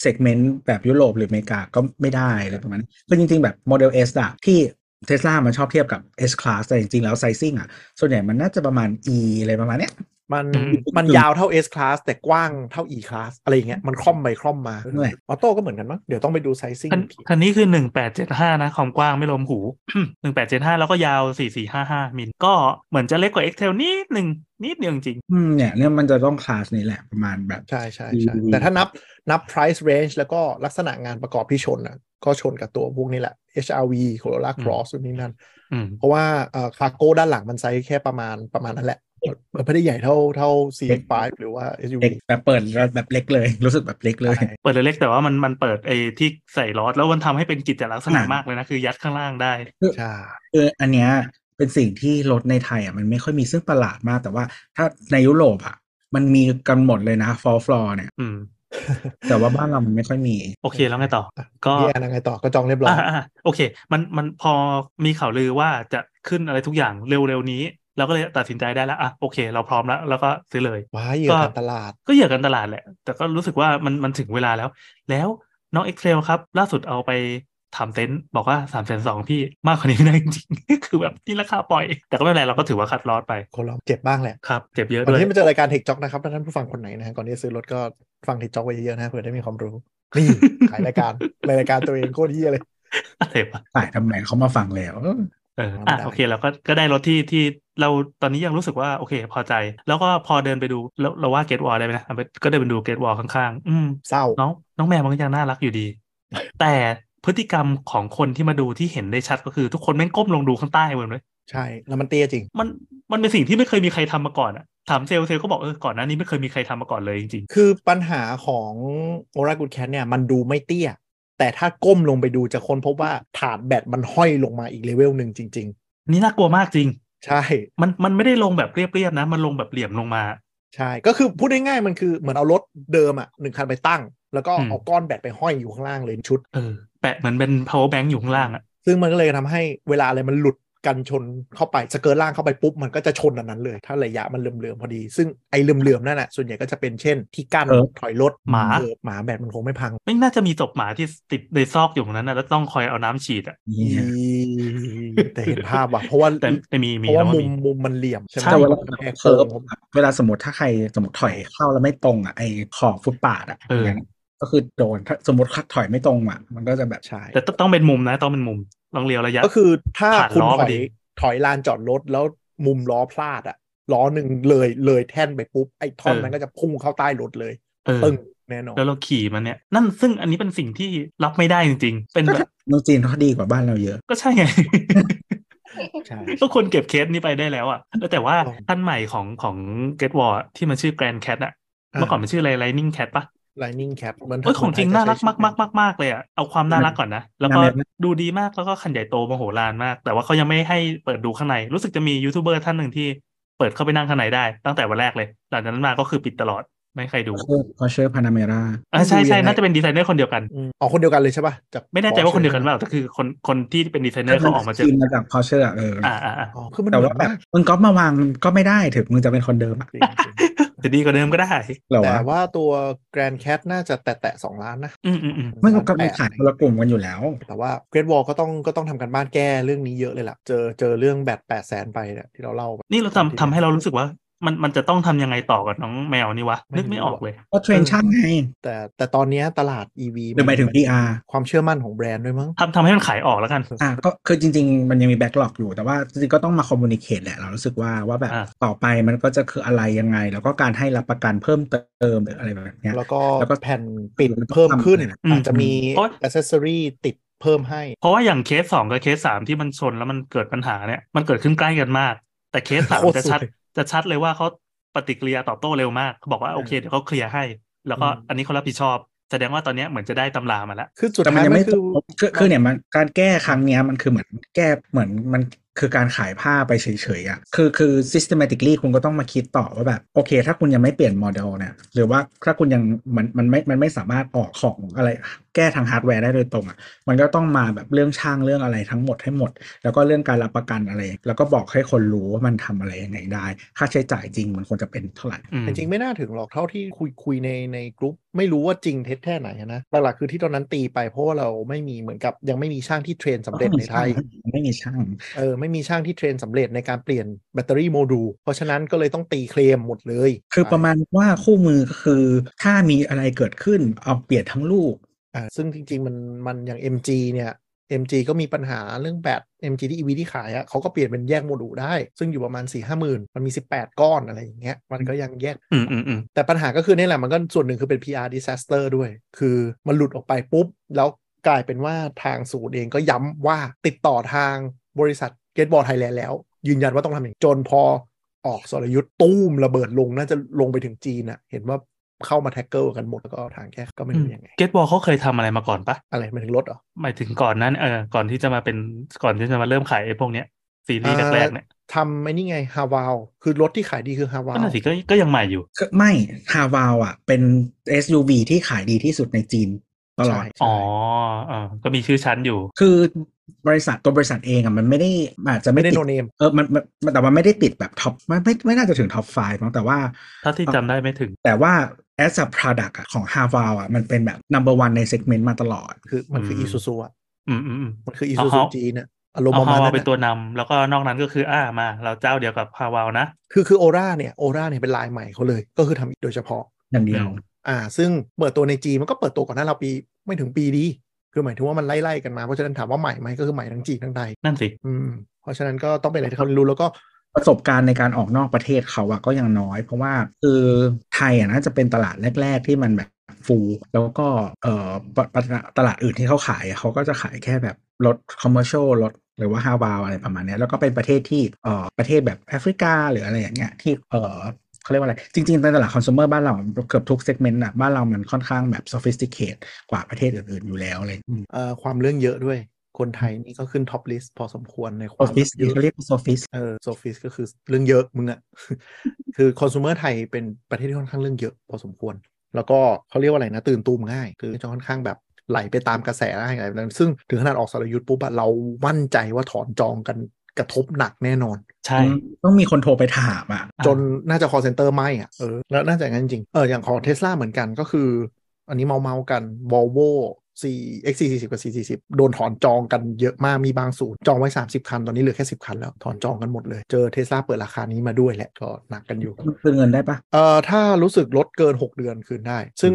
[SPEAKER 3] เซกเมนต์แบบยุโรปหรืออเมริกาก็ไม่ได้อะไรประมาณนี้คือจริงๆ แบบโมเดล S อะที่เทสลามันชอบเทียบกับ S Class แต่จริงๆ แล้วไซซิ่งอะส่วนใหญ่มันน่าจะประมาณ E อะไรประมาณเนี้ย
[SPEAKER 4] มัน
[SPEAKER 2] อืม
[SPEAKER 4] มันยาวเท่า S class แต่กว้างเท่า E class อะไรเงี้ยมันคล่อมไปคล่อมมา
[SPEAKER 3] เหนื่อย
[SPEAKER 4] ออโต้ก็เหมือนกันมั้งเดี๋ยวต้องไปดูไซซิ่ง
[SPEAKER 2] คัน
[SPEAKER 4] ที
[SPEAKER 2] คันนี้คือหนึ่งแปดเจ็ดห้านะ ความกว้างไม่รวมหู [coughs] หนึ่งแปดเจ็ดห้าแล้วก็ยาวสี่สี่ห้าห้ามิลก็เหมือนจะเล็กกว่า Excel นิดหนึ่งนิดเดียวจริง
[SPEAKER 3] อืมเนี่ยเนี่ยมันจะต้องคลาสนี้แหละประมาณแบบ
[SPEAKER 4] ใช่ใช่
[SPEAKER 3] อืม
[SPEAKER 4] ใช่
[SPEAKER 3] อืม
[SPEAKER 4] แต่ถ้านับนับ price range แล้วก็ลักษณะงานประกอบที่ชนอ่ะก็ชนกับตัวพวกนี้แหละ HRV Corolla
[SPEAKER 2] อืม
[SPEAKER 4] Cross นู่นนี่นั่น
[SPEAKER 2] ๆอืม
[SPEAKER 4] เพราะว่าเอ่อคาโก้ด้านหลังมันไซส์แค่ประมาณประมาณนั้นแหละมันไม่ได้ใหญ่เท่าเท่า CX5 หรือว่า SUV
[SPEAKER 3] เล็กแบบเปิดแล้วแบบเล็กเลย รู้สึกแบบเล็กเลย
[SPEAKER 4] ใช่
[SPEAKER 2] เปิดเล็กๆแต่ว่ามันมันเปิดไอ้ที่ใส่ล้อแล้วมันทำให้เป็นกิจลักษณะ
[SPEAKER 3] อ่าม
[SPEAKER 2] มากเลยนะคือยัดข้างล่างได้
[SPEAKER 4] ใช่
[SPEAKER 3] คืออันเนี้ยเป็นสิ่งที่รถในไทยอ่ะมันไม่ค่อยมีซึ่งประหลาดมาก แต่ว่าถ้าในยุโรปอ่ะมันมีกันหมดเลยนะฟอลฟลอร์เนี่ย
[SPEAKER 2] อืม
[SPEAKER 3] แต่ว่าบ้านเรามันไม่ค่อยมี
[SPEAKER 2] โอเคแล้วไงต่อ ก็
[SPEAKER 4] พี่แอนยังไงต่อก็จองเรียบร้อย
[SPEAKER 2] อ่าอ่าโอเค มันมันพอมีข่าวลือว่าจะขึ้นอะไรทุกอย่างเร็วๆนี้ เราก็เลยตัดสินใจได้แล้วอ่ะโอเค เราพร้อมแล้วแล้วก็ซื้อเลย
[SPEAKER 4] ว้ายเหยื่อการตลาด
[SPEAKER 2] ก็เหยื่อกันตลาดแหละ แต่ก็รู้สึกว่ามันมันถึงเวลาแล้ว แล้วน้องเอ็กเ l ครับ ล่าสุดเอาไปถามเต็นท์บอกว่าสามแสนสองพี่มากกว่านี้ไม่ได้จริงๆ [laughs] คือแบบนี่ราคาปล่อย แต่ก็ไม่เป็นไรเราก็ถือว่าคัดลอดไป
[SPEAKER 4] คนเราเจ็บบ้างแหละ
[SPEAKER 2] ครับ เจ็บเยอะ
[SPEAKER 4] ก่อ
[SPEAKER 2] ด้วน ย
[SPEAKER 4] ที่มาเจอรายการเทคจ็อกนะครับถ้าท่านผู้ฟังคนไหนนะฮะก่อนที่จะซื้อรถก็ฟังเทคจ็อกไว้เยอะๆนะเผื่อได้มีความรู้นี่ขายรายการในรายการตัวเองโคตรเยี่ยเลย
[SPEAKER 2] [laughs] อะไรวะ
[SPEAKER 3] ฝ่ายทำไมเขามาฟังแล้วเออ
[SPEAKER 2] เออ
[SPEAKER 4] ธรรม
[SPEAKER 2] อ่ะ
[SPEAKER 4] ดา
[SPEAKER 2] โอเคเราก็ก็ได้รถที่ที่เราตอนนี้ยังรู้สึกว่าโอเค พอใจ แล้วก็พอเดินไปดูแล้วเราว่าเกตวอลได้ไหมนะเอาไปก็เดินไปดูเกตวอลข้างๆ อืม
[SPEAKER 4] เศร้า
[SPEAKER 2] น้องน้องแมวมันก็ยังน่ารักอยู่ดี แต่พฤติกรรมของคนที่มาดูที่เห็นได้ชัดก็คือ ทุกคนแม่งก้มลงดูข้างใต้เหมือนเลย
[SPEAKER 4] ใช่ แล้วมันเตี้ยจริง
[SPEAKER 2] มันมันเป็นสิ่งที่ไม่เคยมีใครทำมาก่อนอะถามเซลล์เซลล์ก็บอกเออก่อนหน้านี้ไม่เคยมีใครทำมาก่อนเลยจริง
[SPEAKER 4] คือปัญหาของโอรากูดแคทเนี่ยมันดูไม่เตี้ย แต่ถ้าก้มลงไปดูจะค้นพบว่าถาดแบตมันห้อยลงมาอีกเลเวลหนึ่งจริง
[SPEAKER 2] ๆ นี่น่ากลัวมากจริง
[SPEAKER 4] ๆ ใช่
[SPEAKER 2] มันมันไม่ได้ลงแบบเรียบๆนะ มันลงแบบเหลี่ยมลงมา
[SPEAKER 4] ใช่ ก็คือพูดง่ายๆมันคือเหมือนเอารถเดิมอ่ะหนึ่งคันไปตั้ง แล้วก็
[SPEAKER 2] อืม
[SPEAKER 4] เอาก้อนแบตไปห้อยอยู่ข้างล่างเลยชุด
[SPEAKER 2] เออ แปะเหมือนเป็น power bank อยู่ข้างล่างอะ
[SPEAKER 4] ซึ่งมันก็เลยทำให้เวลาอะไรมันหลุด กันชนเข้าไปสเกิร์ตล่างเข้าไปปุ๊บมันก็จะชนอันนั้นเลย ถ้าระยะมันเหลื่อมๆพอดี ซึ่งไอ้เหลื่อมๆนั่นแหะส่วนใหญ่ก็จะเป็นเช่น ที่กั้น
[SPEAKER 3] เออ
[SPEAKER 4] ถอยรถ
[SPEAKER 2] หมา
[SPEAKER 4] เออหมาแบบมันคงไม่พัง
[SPEAKER 2] ไม่น่าจะมีจบหมาที่ติดในซอกอยู่ตรงนั้นนะแล้วต้องคอยเอาน้ำฉีดอ่ะ
[SPEAKER 3] นี่ฮะ
[SPEAKER 4] แต่เห็นภาพว่ะเพราะว่า
[SPEAKER 2] แต่แต่มีมี
[SPEAKER 4] เพราะว่า
[SPEAKER 2] แล้ว
[SPEAKER 4] มุ
[SPEAKER 2] มี
[SPEAKER 4] มมุมมันเหลี่ยมใช่ไหม
[SPEAKER 2] ใช่
[SPEAKER 3] แต่เวลา
[SPEAKER 4] มันแพง
[SPEAKER 3] เคิร์ฟ
[SPEAKER 4] ผม
[SPEAKER 3] อะเวลาสมมติถ้าใครสมมติถอยเข้าแล้วไม่ตรงอ่ะไอขอบฟุตปาดอ่ะ
[SPEAKER 2] เอออ
[SPEAKER 3] ย่างนั้นก็คือโดนถ้าสมมติถอยไม่ตรงอ่ะ มันก็จะแบบ
[SPEAKER 4] ใช่
[SPEAKER 2] แต่ต้องต้องเป็นมุมนะ ต้องเป็นมุมลองเลียวระยะ
[SPEAKER 4] ก็คือถ้า
[SPEAKER 2] ผ่าน
[SPEAKER 4] คุณ
[SPEAKER 2] ล้อพ
[SPEAKER 4] ถอ
[SPEAKER 2] อย ดี
[SPEAKER 4] ถอยลานจอดรถแล้วมุมล้อพลาดอะล้อหนึ่งเลยเลยแท่นไปปุ๊บไอ้ท่อนนั้นก็จะพุ่งเข้าใต้รถเลย
[SPEAKER 2] เออ
[SPEAKER 4] ตึงแน่นอน
[SPEAKER 2] แล้วเราขี่มันเนี่ย นั่นซึ่งอันนี้เป็นสิ่งที่รับไม่ได้จริง ๆ เป็น
[SPEAKER 4] [laughs]
[SPEAKER 2] แบบ
[SPEAKER 3] เมืองจีนเขาดีกว่าบ้านเราเยอะ
[SPEAKER 2] ก็ใช่ไง [laughs]
[SPEAKER 4] ใช่
[SPEAKER 2] ก็ควรเก็บเคสนี้ไปได้แล้วอ่ะเออแต่ว่า
[SPEAKER 4] อ๋อ
[SPEAKER 2] ท่านใหม่ของของเกตวอร์ที่มันชื่อแกรนแคทอ่ะ
[SPEAKER 4] อ่า
[SPEAKER 2] เมื่อก่อนมันชื่ออะไรไลนิ่งแคทปะ
[SPEAKER 4] Lightning Cap มัน
[SPEAKER 2] เอ้ยของจริงน่ารักมากมากมากมากเลยอ่ะ เอาความน่ารักก่อนนะ แล้วก็
[SPEAKER 3] น่ารักนะ
[SPEAKER 2] ดูดีมากแล้วก็คันใหญ่โตมโหฬารมาก แต่ว่าเขายังไม่ให้เปิดดูข้างใน รู้สึกจะมียูทูบเบอร์ท่านหนึ่งที่เปิดเข้าไปนั่งข้างในได้ ตั้งแต่วันแรกเลย หลังจากนั้นมาก็คือปิดตลอดไม่ให้ใครดู
[SPEAKER 3] พอเชอร์พานาเมรา
[SPEAKER 2] อ่าใช่ใช่น่าจะเป็นดีไซเนอร์คนเดียวกัน
[SPEAKER 4] อืมอ๋อคนเดียวกันเลยใช่ป่ะจาก
[SPEAKER 2] ไม่แน่ใจ
[SPEAKER 4] Porsche
[SPEAKER 2] ว่าคนเดียวกันเปล่าแต่คือคนคนที่เป็นดีไซเนอร์เขาออกมาเจ
[SPEAKER 3] จี
[SPEAKER 2] อน
[SPEAKER 3] มาจากพอเชอร์เอออ
[SPEAKER 2] อ่าอ่าอ่า
[SPEAKER 4] อ๋อคือมัน
[SPEAKER 3] แต่ว่า
[SPEAKER 4] เหมือน
[SPEAKER 3] แบบ
[SPEAKER 4] มก
[SPEAKER 3] มึงก๊อปมาวางมันก็ไม่ได้ถึงมึงจะเป็นคนเดิมอะ
[SPEAKER 4] จริง
[SPEAKER 2] จะดีกว่าเดิมก็ได้
[SPEAKER 3] เหรอ
[SPEAKER 4] ๆแต่
[SPEAKER 3] วะ
[SPEAKER 4] ว่าตัว Grand Cat น่าจะแตะๆสองล้านนะ
[SPEAKER 2] อืมอืมอืม
[SPEAKER 3] ไม่ก็กำลังขายคนละกลุ่มกันอยู่แล้ว
[SPEAKER 4] แต่ว่าเกรดวอลก็ต้องก็ต้องทำกันบ้านแก้เรื่องนี้เยอะเลยล่ะ เจอเจอเรื่องแบบแปดแสนไปเนี่ยที่เราเล่าไป
[SPEAKER 2] นี่เราทำทำให้เรารู้สึกว่า มันมันจะต้องทำยังไงต่อกับน้องแมวนี่วะ
[SPEAKER 4] ไม่รู้
[SPEAKER 2] นึกไม่ออกเลย
[SPEAKER 3] ก็เทรนช่างไง
[SPEAKER 4] แต่แต่ตอนเนี้ยตลาด EV
[SPEAKER 3] หรือหมายถึง PR
[SPEAKER 4] ความเชื่อมั่นของแบรนด์ด้วยมั้ง
[SPEAKER 2] ทำทำให้มันขายออกแล้วกัน
[SPEAKER 3] อ่ะก็คือจริง ๆ มันยังมีแบ็กหลอกอยู่แต่ว่าจริงๆก็ต้องมาคอมมูนิเค e แหละ เรารู้สึกว่าว่าแบบ
[SPEAKER 2] อ่ะ
[SPEAKER 3] ต่อไปมันก็จะคืออะไรยังไง แล้วก็การให้รับประกันเพิ่มเติมหรืออะไรแบบเนี้ย
[SPEAKER 4] แล้วก็
[SPEAKER 3] แล้วก็
[SPEAKER 4] แผ่นปิดเพิ่มขึ้น
[SPEAKER 2] อืม
[SPEAKER 4] อาจจะมี
[SPEAKER 2] เพราะ
[SPEAKER 4] อ c เซ s ซอรีติดเพิ่มให้
[SPEAKER 2] เพราะว่าอย่างเคสสองกับเคสสามที่มันชนแล้วมันเกิดปัญหาเนี่ยมันเกิดขึ้นใกล้กันมาก แต่เคสสาม
[SPEAKER 4] โคตร
[SPEAKER 2] จะชัด
[SPEAKER 4] สวย
[SPEAKER 2] จะชัดเลยว่าเขาปฏิกิริยาตอบโต้เร็วมากเขาบอกว่าโอเคเดี๋ยวเขาเคลียร์ให้ แล้วก็
[SPEAKER 4] อืม
[SPEAKER 2] อันนี้เขารับผิดชอบ แสดงว่าตอนเนี้ยเหมือนจะได้ตำรามาแล้ว
[SPEAKER 4] คือสุด
[SPEAKER 3] แต่มัน
[SPEAKER 4] ท้าย
[SPEAKER 3] ยัง
[SPEAKER 4] มั
[SPEAKER 3] ไม่
[SPEAKER 4] นคือ
[SPEAKER 3] จบคือคือเนี่ยมันการแก้ครั้งเนี้ยมันคือเหมือนแก้เหมือนมันคือการขายผ้าไปเฉยๆอ่ะคือคือ systematically คุณก็ต้องมาคิดต่อว่าแบบโอเค ถ้าคุณยังไม่เปลี่ยนโมเดลเนี่ยหรือว่าถ้าคุณยังมันมันไม่มันไม่สามารถออกของอะไรแก้ทางฮาร์ดแวร์ได้โดยตรงอ่ะมันก็ต้องมาแบบเรื่องช่างเรื่องอะไรทั้งหมดให้หมด แล้วก็เรื่องการรับประกันอะไร แล้วก็บอกให้คนรู้ว่ามันทำอะไรยังไงได้ ค่าใช้จ่ายจริงมันควรจะเป็นเท่าไหร่
[SPEAKER 2] อืม
[SPEAKER 4] จริงๆไม่น่าถึงหรอกเท่าที่คุยคุยในในกลุ่มไม่รู้ว่าจริงเท็จแค่ไหนนะหลักๆคือที่ตอนนั้นตีไปเพราะว่าเราไม่มีเหมือนกับยังไม่มีช่างที่เทรนสำเร็จในไทย
[SPEAKER 3] ไม่มีช่าง
[SPEAKER 4] เออไม่มีช่างที่เทรนสำเร็จในการเปลี่ยนแบตเตอรี่โมดูล เพราะฉะนั้นก็เลยต้องตีเคลมหมดเลย
[SPEAKER 3] คือประมาณว่าคู่มือก็คือถ้ามีอะไรเกิดขึ้นเอาเปลี่ยนทั้งลูก
[SPEAKER 4] อ่าซึ่งจริงๆ มันมันอย่าง MG เนี่ย MG ก็มีปัญหาเรื่องแบต MG ที่ EV ที่ขายอะเขาก็เปลี่ยนเป็นแยกโมดูลได้ ซึ่งอยู่ประมาณ 4 5 0 0 0 0 มันมี 18 ก้อนอะไรอย่างเงี้ยมันก็ยังแยก
[SPEAKER 2] อืมอืมอืม
[SPEAKER 4] แต่ปัญหาก็คือนี่แหละมันก็ส่วนหนึ่งคือเป็น PR disaster ด้วย คือมันหลุดออกไปปุ๊บ แล้วกลายเป็นว่าทางศูนย์เองก็ย้ำว่าติดต่อทางบริษัทเกตบอลไทยแลนด์แล้ว ยืนยันว่าต้องทำอย่างจนพอออกสรยุทธ์ตู้มระเบิดลงน่าจะลงไปถึงจีนอะเห็นว่าเข้ามาแท็กเกิลกันหมดแล้วก็ทางแก้ก็ไม่รู้ยังไง
[SPEAKER 2] เกตบอลเขาเคยทำอะไรมาก่อนปะ
[SPEAKER 4] อะไรหมายถึงรถเหรอ
[SPEAKER 2] หมายถึงก่อนนั้นเออก่อนที่จะมาเป็นก่อนที่จะมาเริ่มขายไอ้พวกเนี้ยซีรีส์
[SPEAKER 4] อ่า
[SPEAKER 2] แรกๆเนี่ย
[SPEAKER 4] ทำไอ้นี่ไงฮาวาวคือรถที่ขายดีคือฮาวา
[SPEAKER 2] ก็
[SPEAKER 4] ว
[SPEAKER 2] น่าสิก็ก็ยังใหม่อยู่
[SPEAKER 3] คือไม่ฮาวาวอ่ะ เป็น SUV ที่ขายดีที่สุดในจีนตลอด
[SPEAKER 4] ใช่
[SPEAKER 2] อ๋อเออก็มีชื่อชั้นอยู่
[SPEAKER 3] คือบริษัทตัวบริษัทเองอ่ะมันไม่ได้อาจจะ
[SPEAKER 4] ไม่
[SPEAKER 3] ไม่
[SPEAKER 4] ได้
[SPEAKER 3] ติด
[SPEAKER 4] โนเนม
[SPEAKER 3] เออมันมันมันแต่ว่าไม่ได้ติดแบบท็อปไม่ไม่ไม่น่าจะถึงท็อปไฟมั้งแต่ว่า
[SPEAKER 2] ถ้าที่จำได้ไม่ถึง
[SPEAKER 3] แต่ว่า as a product อะของฮาวาวอ่ะมันเป็นแบบ number one ใน segment มาตลอด
[SPEAKER 4] คือมันคือ
[SPEAKER 2] อืม
[SPEAKER 4] อีซูซูอะ
[SPEAKER 2] อืมอืมอืม
[SPEAKER 4] มันคืออี
[SPEAKER 2] เอา
[SPEAKER 4] ซูซู
[SPEAKER 2] เขา
[SPEAKER 4] จีนอะอารมณ์ป
[SPEAKER 2] เอา
[SPEAKER 4] ระ
[SPEAKER 2] ฮา
[SPEAKER 4] มา
[SPEAKER 2] วา
[SPEAKER 4] ณนั้
[SPEAKER 2] วน เป็น
[SPEAKER 4] อะ
[SPEAKER 2] ตัวนำแล้วก็นอกนั้นก็คืออ่ามา เราเจ้าเดียวกับฮาวาวนะ
[SPEAKER 4] คือคือโอราเนี่ยโอราเนี่ยเป็นลายใหม่เขาเลยก็คือทำโดยเฉพาะ
[SPEAKER 3] อย่างเดียว
[SPEAKER 4] อ่า ซึ่งเปิดตัวในจีนมันก็เปิดตัวก่อนหน้าเราปีไม่ถึงปีดีคือหมายถึงว่ามันไล่ๆกันมา เพราะฉะนั้นถามว่าใหม่ไหมก็คือใหม่ทั้งจีนทั้งไทย
[SPEAKER 2] นั่นสิ
[SPEAKER 4] อืมเพราะฉะนั้นก็ต้องเป็นอะไรที่เขารู้แล้วก็
[SPEAKER 3] ประสบการณ์ในการออกนอกประเทศเขาอะก็ยังน้อย เพราะว่าคือไทยอะน่าจะเป็นตลาดแรก ๆ ที่มันแบบฟูลแล้วก็เอ่อปะปะตลาดอื่นที่เขาขายอะเขาก็จะขายแค่แบบรถคอมเมอร์เชลรถหรือว่าฮาวาวอะไรประมาณเนี้ยแล้วก็เป็นประเทศที่เอ่อประเทศแบบแอฟริกาหรืออะไรอย่างเงี้ยที่เอ่อเขาเรียกว่าอะไร จริงๆในตลาดคอน sumer บ้านเราเกือบทุกเซกเมนต์อะบ้านเรามันค่อนข้างแบบ sophisticated กว่าประเทศอื่นๆอยู่แล้วเลยอืม
[SPEAKER 4] เอ่อความเรื่องเยอะด้วย คนไทยนี่ก็ขึ้นท็อปลิสต์พอสมควรในความ
[SPEAKER 3] sophist
[SPEAKER 4] เยอะ
[SPEAKER 3] เขาเรียกว่า sophist
[SPEAKER 4] เออโซฟิสก็คือเรื่องเยอะมึงอะ [laughs] คือคอน sumer ไทยเป็นประเทศที่ค่อนข้างเรื่องเยอะพอสมควร แล้วก็เขาเรียกว่าอะไรนะ ตื่นตูมง่าย คือจะค่อนข้างแบบไหลไปตามกระแสได้อะไรแบบนั้นซึ่งถึงขนาดออกสารยุทธ์ปุ๊บอะเรามั่นใจว่าถอนจองกัน กระทบหนักแน่นอน
[SPEAKER 2] ใช่
[SPEAKER 3] ต้องมีคนโทรไปถามอ่ะ
[SPEAKER 2] อ่า
[SPEAKER 4] จนน่าจะ call center ไหม่อ่ะเออแล้วน่าจะอย่างนั้นจริงเอออย่างของเทสลาเหมือนกันก็คือ อันนี้เมาเมาๆกัน Volvo C X 4 4 0กับ C 4 0โดนถอนจองกันเยอะมากมีบางศูนย์จองไว้ 30 คัน ตอนนี้เหลือแค่ 10 คันแล้ว ถอนจองกันหมดเลย เจอเทสลาเปิดราคานี้มาด้วยแหละ ก็หนักกันอยู่
[SPEAKER 3] มันคืนเงินได้ปะ
[SPEAKER 4] เอ่อถ้ารู้สึกลดเกิน 6 เดือนคืนได้ ซึ่ง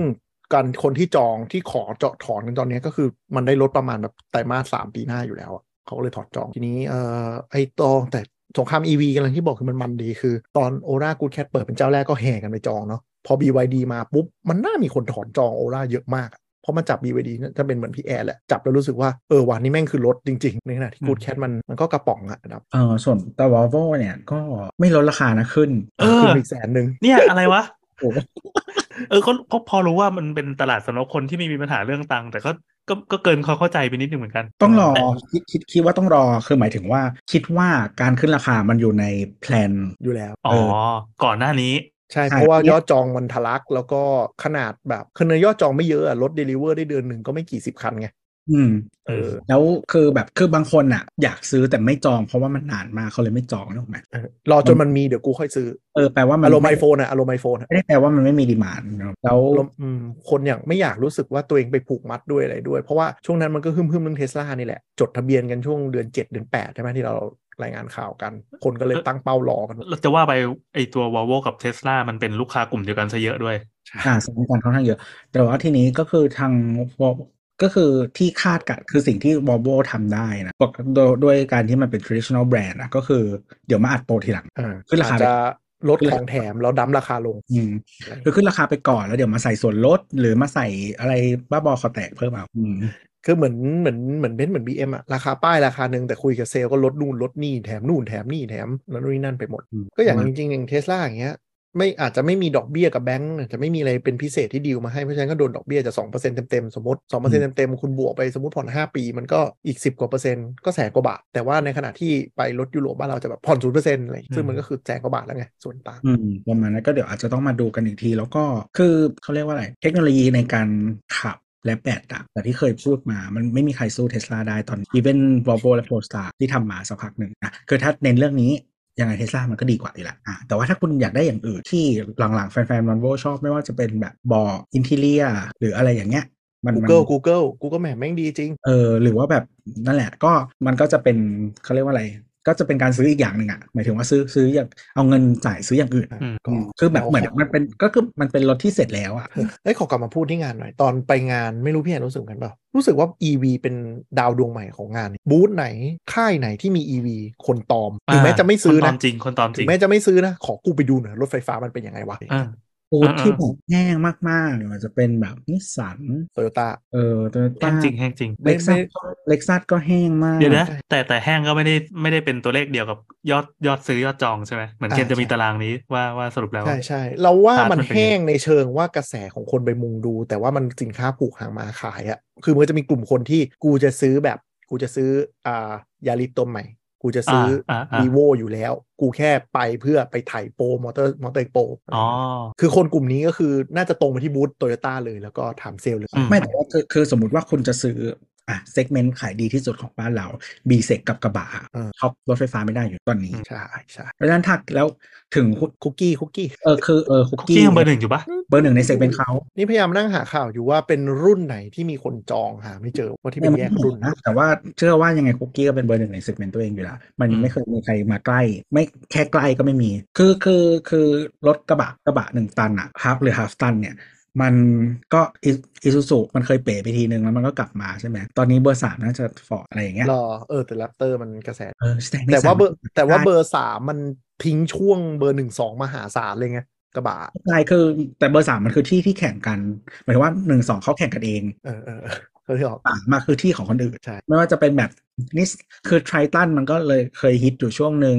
[SPEAKER 4] การคนที่จองที่ขอเจาะถอนกันตอนเนี้ยก็คือมันได้ลดประมาณแบบไตรมาสสามปีหน้าอยู่แล้วอะเขาก็เลยถอนจองทีนี้เอ่อไอ้ตองแต่สงคราม EV กันเลยที่บอกคือมันมันดีคือ ตอนโอรากูดแคทเปิดเป็นเจ้าแรกก็แห่กันไปจองเนาะพอ BYD มาปุ๊บ มันน่ามีคนถอนจองโอราเยอะมากอะเพราะมันจับ BYD น่าจะเป็นเหมือนพี่แอร์แหละ จับแล้วรู้สึกว่าเออวันนี้แม่งคือลดจริงๆในขณะที่กูดแคทมันมันก็กระป๋องอะนะครับ
[SPEAKER 3] เออส่วนแต่วอลโวเนี่ยก็ไม่ลดราคานะขึ้น
[SPEAKER 2] เออ
[SPEAKER 4] ขึ้นไปอีกแสนหนึ่ง [laughs]
[SPEAKER 2] เนี่ยอะไรวะ
[SPEAKER 3] โอ้โห
[SPEAKER 2] เออเขาเขาพอรู้ว่ามันเป็นตลาดสำหรับคนที่ไม่มีปัญหาเรื่องตังค์แต่ก็ก็ก็เกินเขาเข้าใจไปนิดนึงเหมือนกัน
[SPEAKER 3] ต้องรอ
[SPEAKER 2] แต่
[SPEAKER 3] คิดคิดคิดว่าต้องรอคือหมายถึงว่าคิดว่าการขึ้นราคามันอยู่ในแพลน
[SPEAKER 4] อยู่แล้ว
[SPEAKER 2] อ๋อ ก่อนหน้านี้
[SPEAKER 4] ใช่
[SPEAKER 3] ใช่
[SPEAKER 4] เพราะว่ายอดจองมันทะลักแล้วก็ขนาดแบบคือเนยยอดจองไม่เยอะอะรถเดลิเวอร์ได้เดือนหนึ่งก็ไม่กี่สิบคันไง
[SPEAKER 3] อืม
[SPEAKER 4] เออ
[SPEAKER 3] แล้วคือแบบคือบางคนอ่ะ อยากซื้อแต่ไม่จองเพราะว่ามันนานมากเขาเลยไม่จองนึกออกไหม
[SPEAKER 4] เออรอจนมันมีเดี๋ยวกูค่อยซื้อ
[SPEAKER 3] เออแปลว่ามัน
[SPEAKER 4] อารมณ์ไอโฟนอะอารมณ์ไอโฟนอะ
[SPEAKER 3] ไม่ได้แปลว่ามันไม่มีดีมานแล้ว
[SPEAKER 4] อารมณ์อืมคนอย่างไม่อยากรู้สึกว่าตัวเองไปผูกมัดด้วยอะไรด้วย เพราะว่าช่วงนั้นมันก็ฮึ่มๆเรื่องเทสลานี่แหละ จดทะเบียนกันช่วงเดือน 7 เดือน8ใช่ไหมที่เรารายงานข่าวกัน คนก็เลยตั้งเป้ารอกัน
[SPEAKER 2] เราจะว่าไปไอตัว v อลโวกับเทสลามันเป็นลูกค้ากลุ่มเดียวกันซะเยอะด้วย
[SPEAKER 3] อ่าสถานการณ์ค่อนข้างเยอะ แต่ว่าทีนี้ก็คือทาง Volvo ก็คือที่คาดกันคือสิ่งที่ Volvo ทำได้นะปกโดยด้วยการที่มันเป็น traditional brand นะก็คือเดี๋ยวมาอัดโปรทีหลัง
[SPEAKER 4] อ่า
[SPEAKER 3] ขึ้นราคา
[SPEAKER 4] อาจ
[SPEAKER 3] ไป
[SPEAKER 4] จะลดของแถมแล้วดั้มราคาลง
[SPEAKER 3] อืมคือขึ้นราคาไปก่อนแล้วเดี๋ยวมาใส่ส่วนลด หรือมาใส่อะไรบ้าบอคอแตกเพิ่มเอาอืม
[SPEAKER 4] คือเหมือนเหมือนเหมือนเบนซ์เหมือนบีเอ็มอะราคาป้ายราคาหนึ่งแต่คุยกับเซลล์ก็ลดนู่นลดนี่แถมนู่นแถมนี่แถมนั่นนี่นั่นไปหมด ก็อย่างจริงๆอย่างเทสลาอย่างเงี้ยไม่อาจจะไม่มีดอกเบี้ยกับแบงก์อาจจะไม่มีอะไรเป็นพิเศษที่ดีลมาให้เพราะฉะนั้นก็โดนดอกเบี้ยจะสองเปอร์เซ็นต์เต็มๆ สมมติสองเปอร์เซ็นต์เต็มๆ คุณบวกไปสมมติผ่อนห้าปีมันก็อีกสิบกว่าเปอร์เซ็นต์ก็แสนกว่าบาท แต่ว่าในขณะที่ไปรถยุโรปบ้านเราจะแบบผ่อนศูนย์เปอร์เซ็นต์อะไรซึ่งมันก็คือแสนกว่าบาทแล้วไงส่วนต่าง
[SPEAKER 3] อืมประมาณนั้นก็เดี๋ยวอาจจะต้องมาดูกันอีกที แล้วก็คือเขาเรียกว่าอะไร เทคโนโลยีในการขับและแบตอะแต่ที่เคยพูดมามันไม่มีใครสู้เทสลาได้ตอนอีเวน Volvo และ Polestar ที่ทำมาสักพักหนึ่งนะคือถ้าเน้นเรื่องนี้ ยังไงเทสลามันก็ดีกว่าอยู่แล้วอ่ะแต่ว่าถ้าคุณอยากได้อย่างอื่นที่หลังๆ แฟนๆ Volvo ชอบไม่ว่าจะเป็นแบบเบออินทีเลียหรืออะไรอย่างเงี้ย มันมัน
[SPEAKER 4] Google Google Google Map แม่งดีจริง
[SPEAKER 3] เออหรือว่าแบบนั่นแหละก็มันก็จะเป็นเขาเรียกว่าอะไร ก็จะเป็นการซื้ออีกอย่างหนึ่งอะหมายถึงว่าซื้อซื้ออย่างเอาเงินจ่ายซื้ออย่างอื่น
[SPEAKER 2] อืม
[SPEAKER 4] ก็
[SPEAKER 3] คือแบบเหมือนมันเป็นก็คือมันเป็นรถที่เสร็จแล้วอะ
[SPEAKER 4] เอ้ยขอกลับมาพูดที่งานหน่อย ตอนไปงานไม่รู้พี่แอนรู้สึกเหมือนกันเปล่า รู้สึกว่า EV เป็นดาวดวงใหม่ของงาน บูธไหนค่ายไหนที่มี EV คนตอมถึงแม้จะไม่ซื้อ
[SPEAKER 2] คนต
[SPEAKER 4] นะ
[SPEAKER 2] มจริงคนตอมจ
[SPEAKER 4] ถึ
[SPEAKER 2] ริ
[SPEAKER 4] ง
[SPEAKER 2] ง
[SPEAKER 4] แม้จะไม่ซื้อนะ ขอกูไปดูหน่อยรถไฟฟ้ามันเป็นยังไงวะ
[SPEAKER 2] อ่า
[SPEAKER 3] ปู
[SPEAKER 2] อ่าๆ
[SPEAKER 3] ที่แบบแห้งมากๆเนี่ยมันจะเป็นแบบนิสสัน
[SPEAKER 4] โตโยต้า
[SPEAKER 3] เออโตโย
[SPEAKER 2] แห้
[SPEAKER 3] ต้าง
[SPEAKER 2] จริงแห้งจริง
[SPEAKER 3] เล็กซัส
[SPEAKER 4] ไม่
[SPEAKER 3] เล็กซัสก็แห้งมาก
[SPEAKER 2] เดี๋ยวนะแต่แต่แห้งก็ไม่ได้ไม่ได้เป็นตัวเลขเดียวกับยอดยอดซื้อยอดจองใช่ไหมเหมือน
[SPEAKER 4] อ่า
[SPEAKER 2] เคนจะมี
[SPEAKER 4] ใช่
[SPEAKER 2] ตารางนี้ว่าว่าสรุปแล้ว
[SPEAKER 4] ใช่ใช่เราว่า
[SPEAKER 2] ตาดมั
[SPEAKER 4] มันน
[SPEAKER 2] เป็นยังไง
[SPEAKER 4] แห้งในเชิงว่ากระแสของคนไปมุงดู แต่ว่ามันสินค้าผูกหางมาขายอะคือมันก็จะมีกลุ่มคนที่กูจะซื้อแบบ กูจะซื้ออ่ายาลิปตัวใหม่ กูจะซื้ออา
[SPEAKER 2] อ่า
[SPEAKER 4] วีโวอยู่แล้ว กูแค่ไปเพื่อไปถ่ายโปรมอเตอร์มอเตอร์โปร
[SPEAKER 2] อ๋อ
[SPEAKER 4] คือคนกลุ่มนี้ก็คือน่าจะตรงไปที่บูธโตโยต้าเลยแล้วก็ถามเซลล์เลย
[SPEAKER 2] อืม
[SPEAKER 3] ไม่แต่ว่าคือคือสมมติว่าคุณจะซื้ออ่ะเซกเมนต์ขายดีที่สุดของบ้านเรา B เซกกับกระบะท็อปรถไฟฟ้าไม่ได้อยู่ตอนนี้
[SPEAKER 4] ใช่ใช่
[SPEAKER 3] เพราะฉะนั้นถ้าแล้วถึงคุณ
[SPEAKER 4] คุกกี้คุกกี้
[SPEAKER 3] เออคือเออคุก
[SPEAKER 2] คุก
[SPEAKER 3] กี้
[SPEAKER 2] กี้ยังเบอร์หนึ่งอยู่ปะ
[SPEAKER 3] เบอร์หนึ่งในเซกเมนต์เขา
[SPEAKER 4] นี่พยายามนั่งหาข่าวอยู่ว่าเป็นรุ่นไหนที่มีคนจองหาไม่เจอว่าที่เป็นแยกรุ่น
[SPEAKER 3] นะแต่ว่าเชื่อว่ายังไงคุกกี้ก็เป็นเบอร์หนึ่งในเซกเมนต์ตัวเองอยู่แล้วมันไม่เคยมีใครมาใกล้ ไม่แค่ใกล้ก็ไม่มี คือคือคือรถกระบะกระบะหนึ่งตันอะฮาฟหรือฮาฟตันเนี่ย มันก็อิซูซุมันเคยเป๋ไปทีนึงแล้วมันก็กลับมาใช่ไหมตอนนี้เบอร์สามน่าจะฟอร์ดอะไรอย่างเงี้ย
[SPEAKER 4] รอเออแต่แรปเตอร์มันกระแส
[SPEAKER 3] เออต่ใน
[SPEAKER 4] แต่ว่าเบอร์
[SPEAKER 3] สม
[SPEAKER 4] แต่ว่าเบอร์สามมันทิ้งช่วงเบอร์หนึ่งสองมหาศาลเลยไงกระบะ
[SPEAKER 3] ใช่คือแต่เบอร์สามมันคือที่ที่แข่งกันหมายถึงว่าหนึ่งสองเขาแข่งกันเอง
[SPEAKER 4] เออเออเออเขาที่ออก
[SPEAKER 3] ต่างมากคือที่ของคนอื่น
[SPEAKER 4] ใช่
[SPEAKER 3] ไม่ว่าจะเป็นแบบนิสคือไทรตันมันก็เลยเคยฮิตอยู่ช่วงหนึ่ง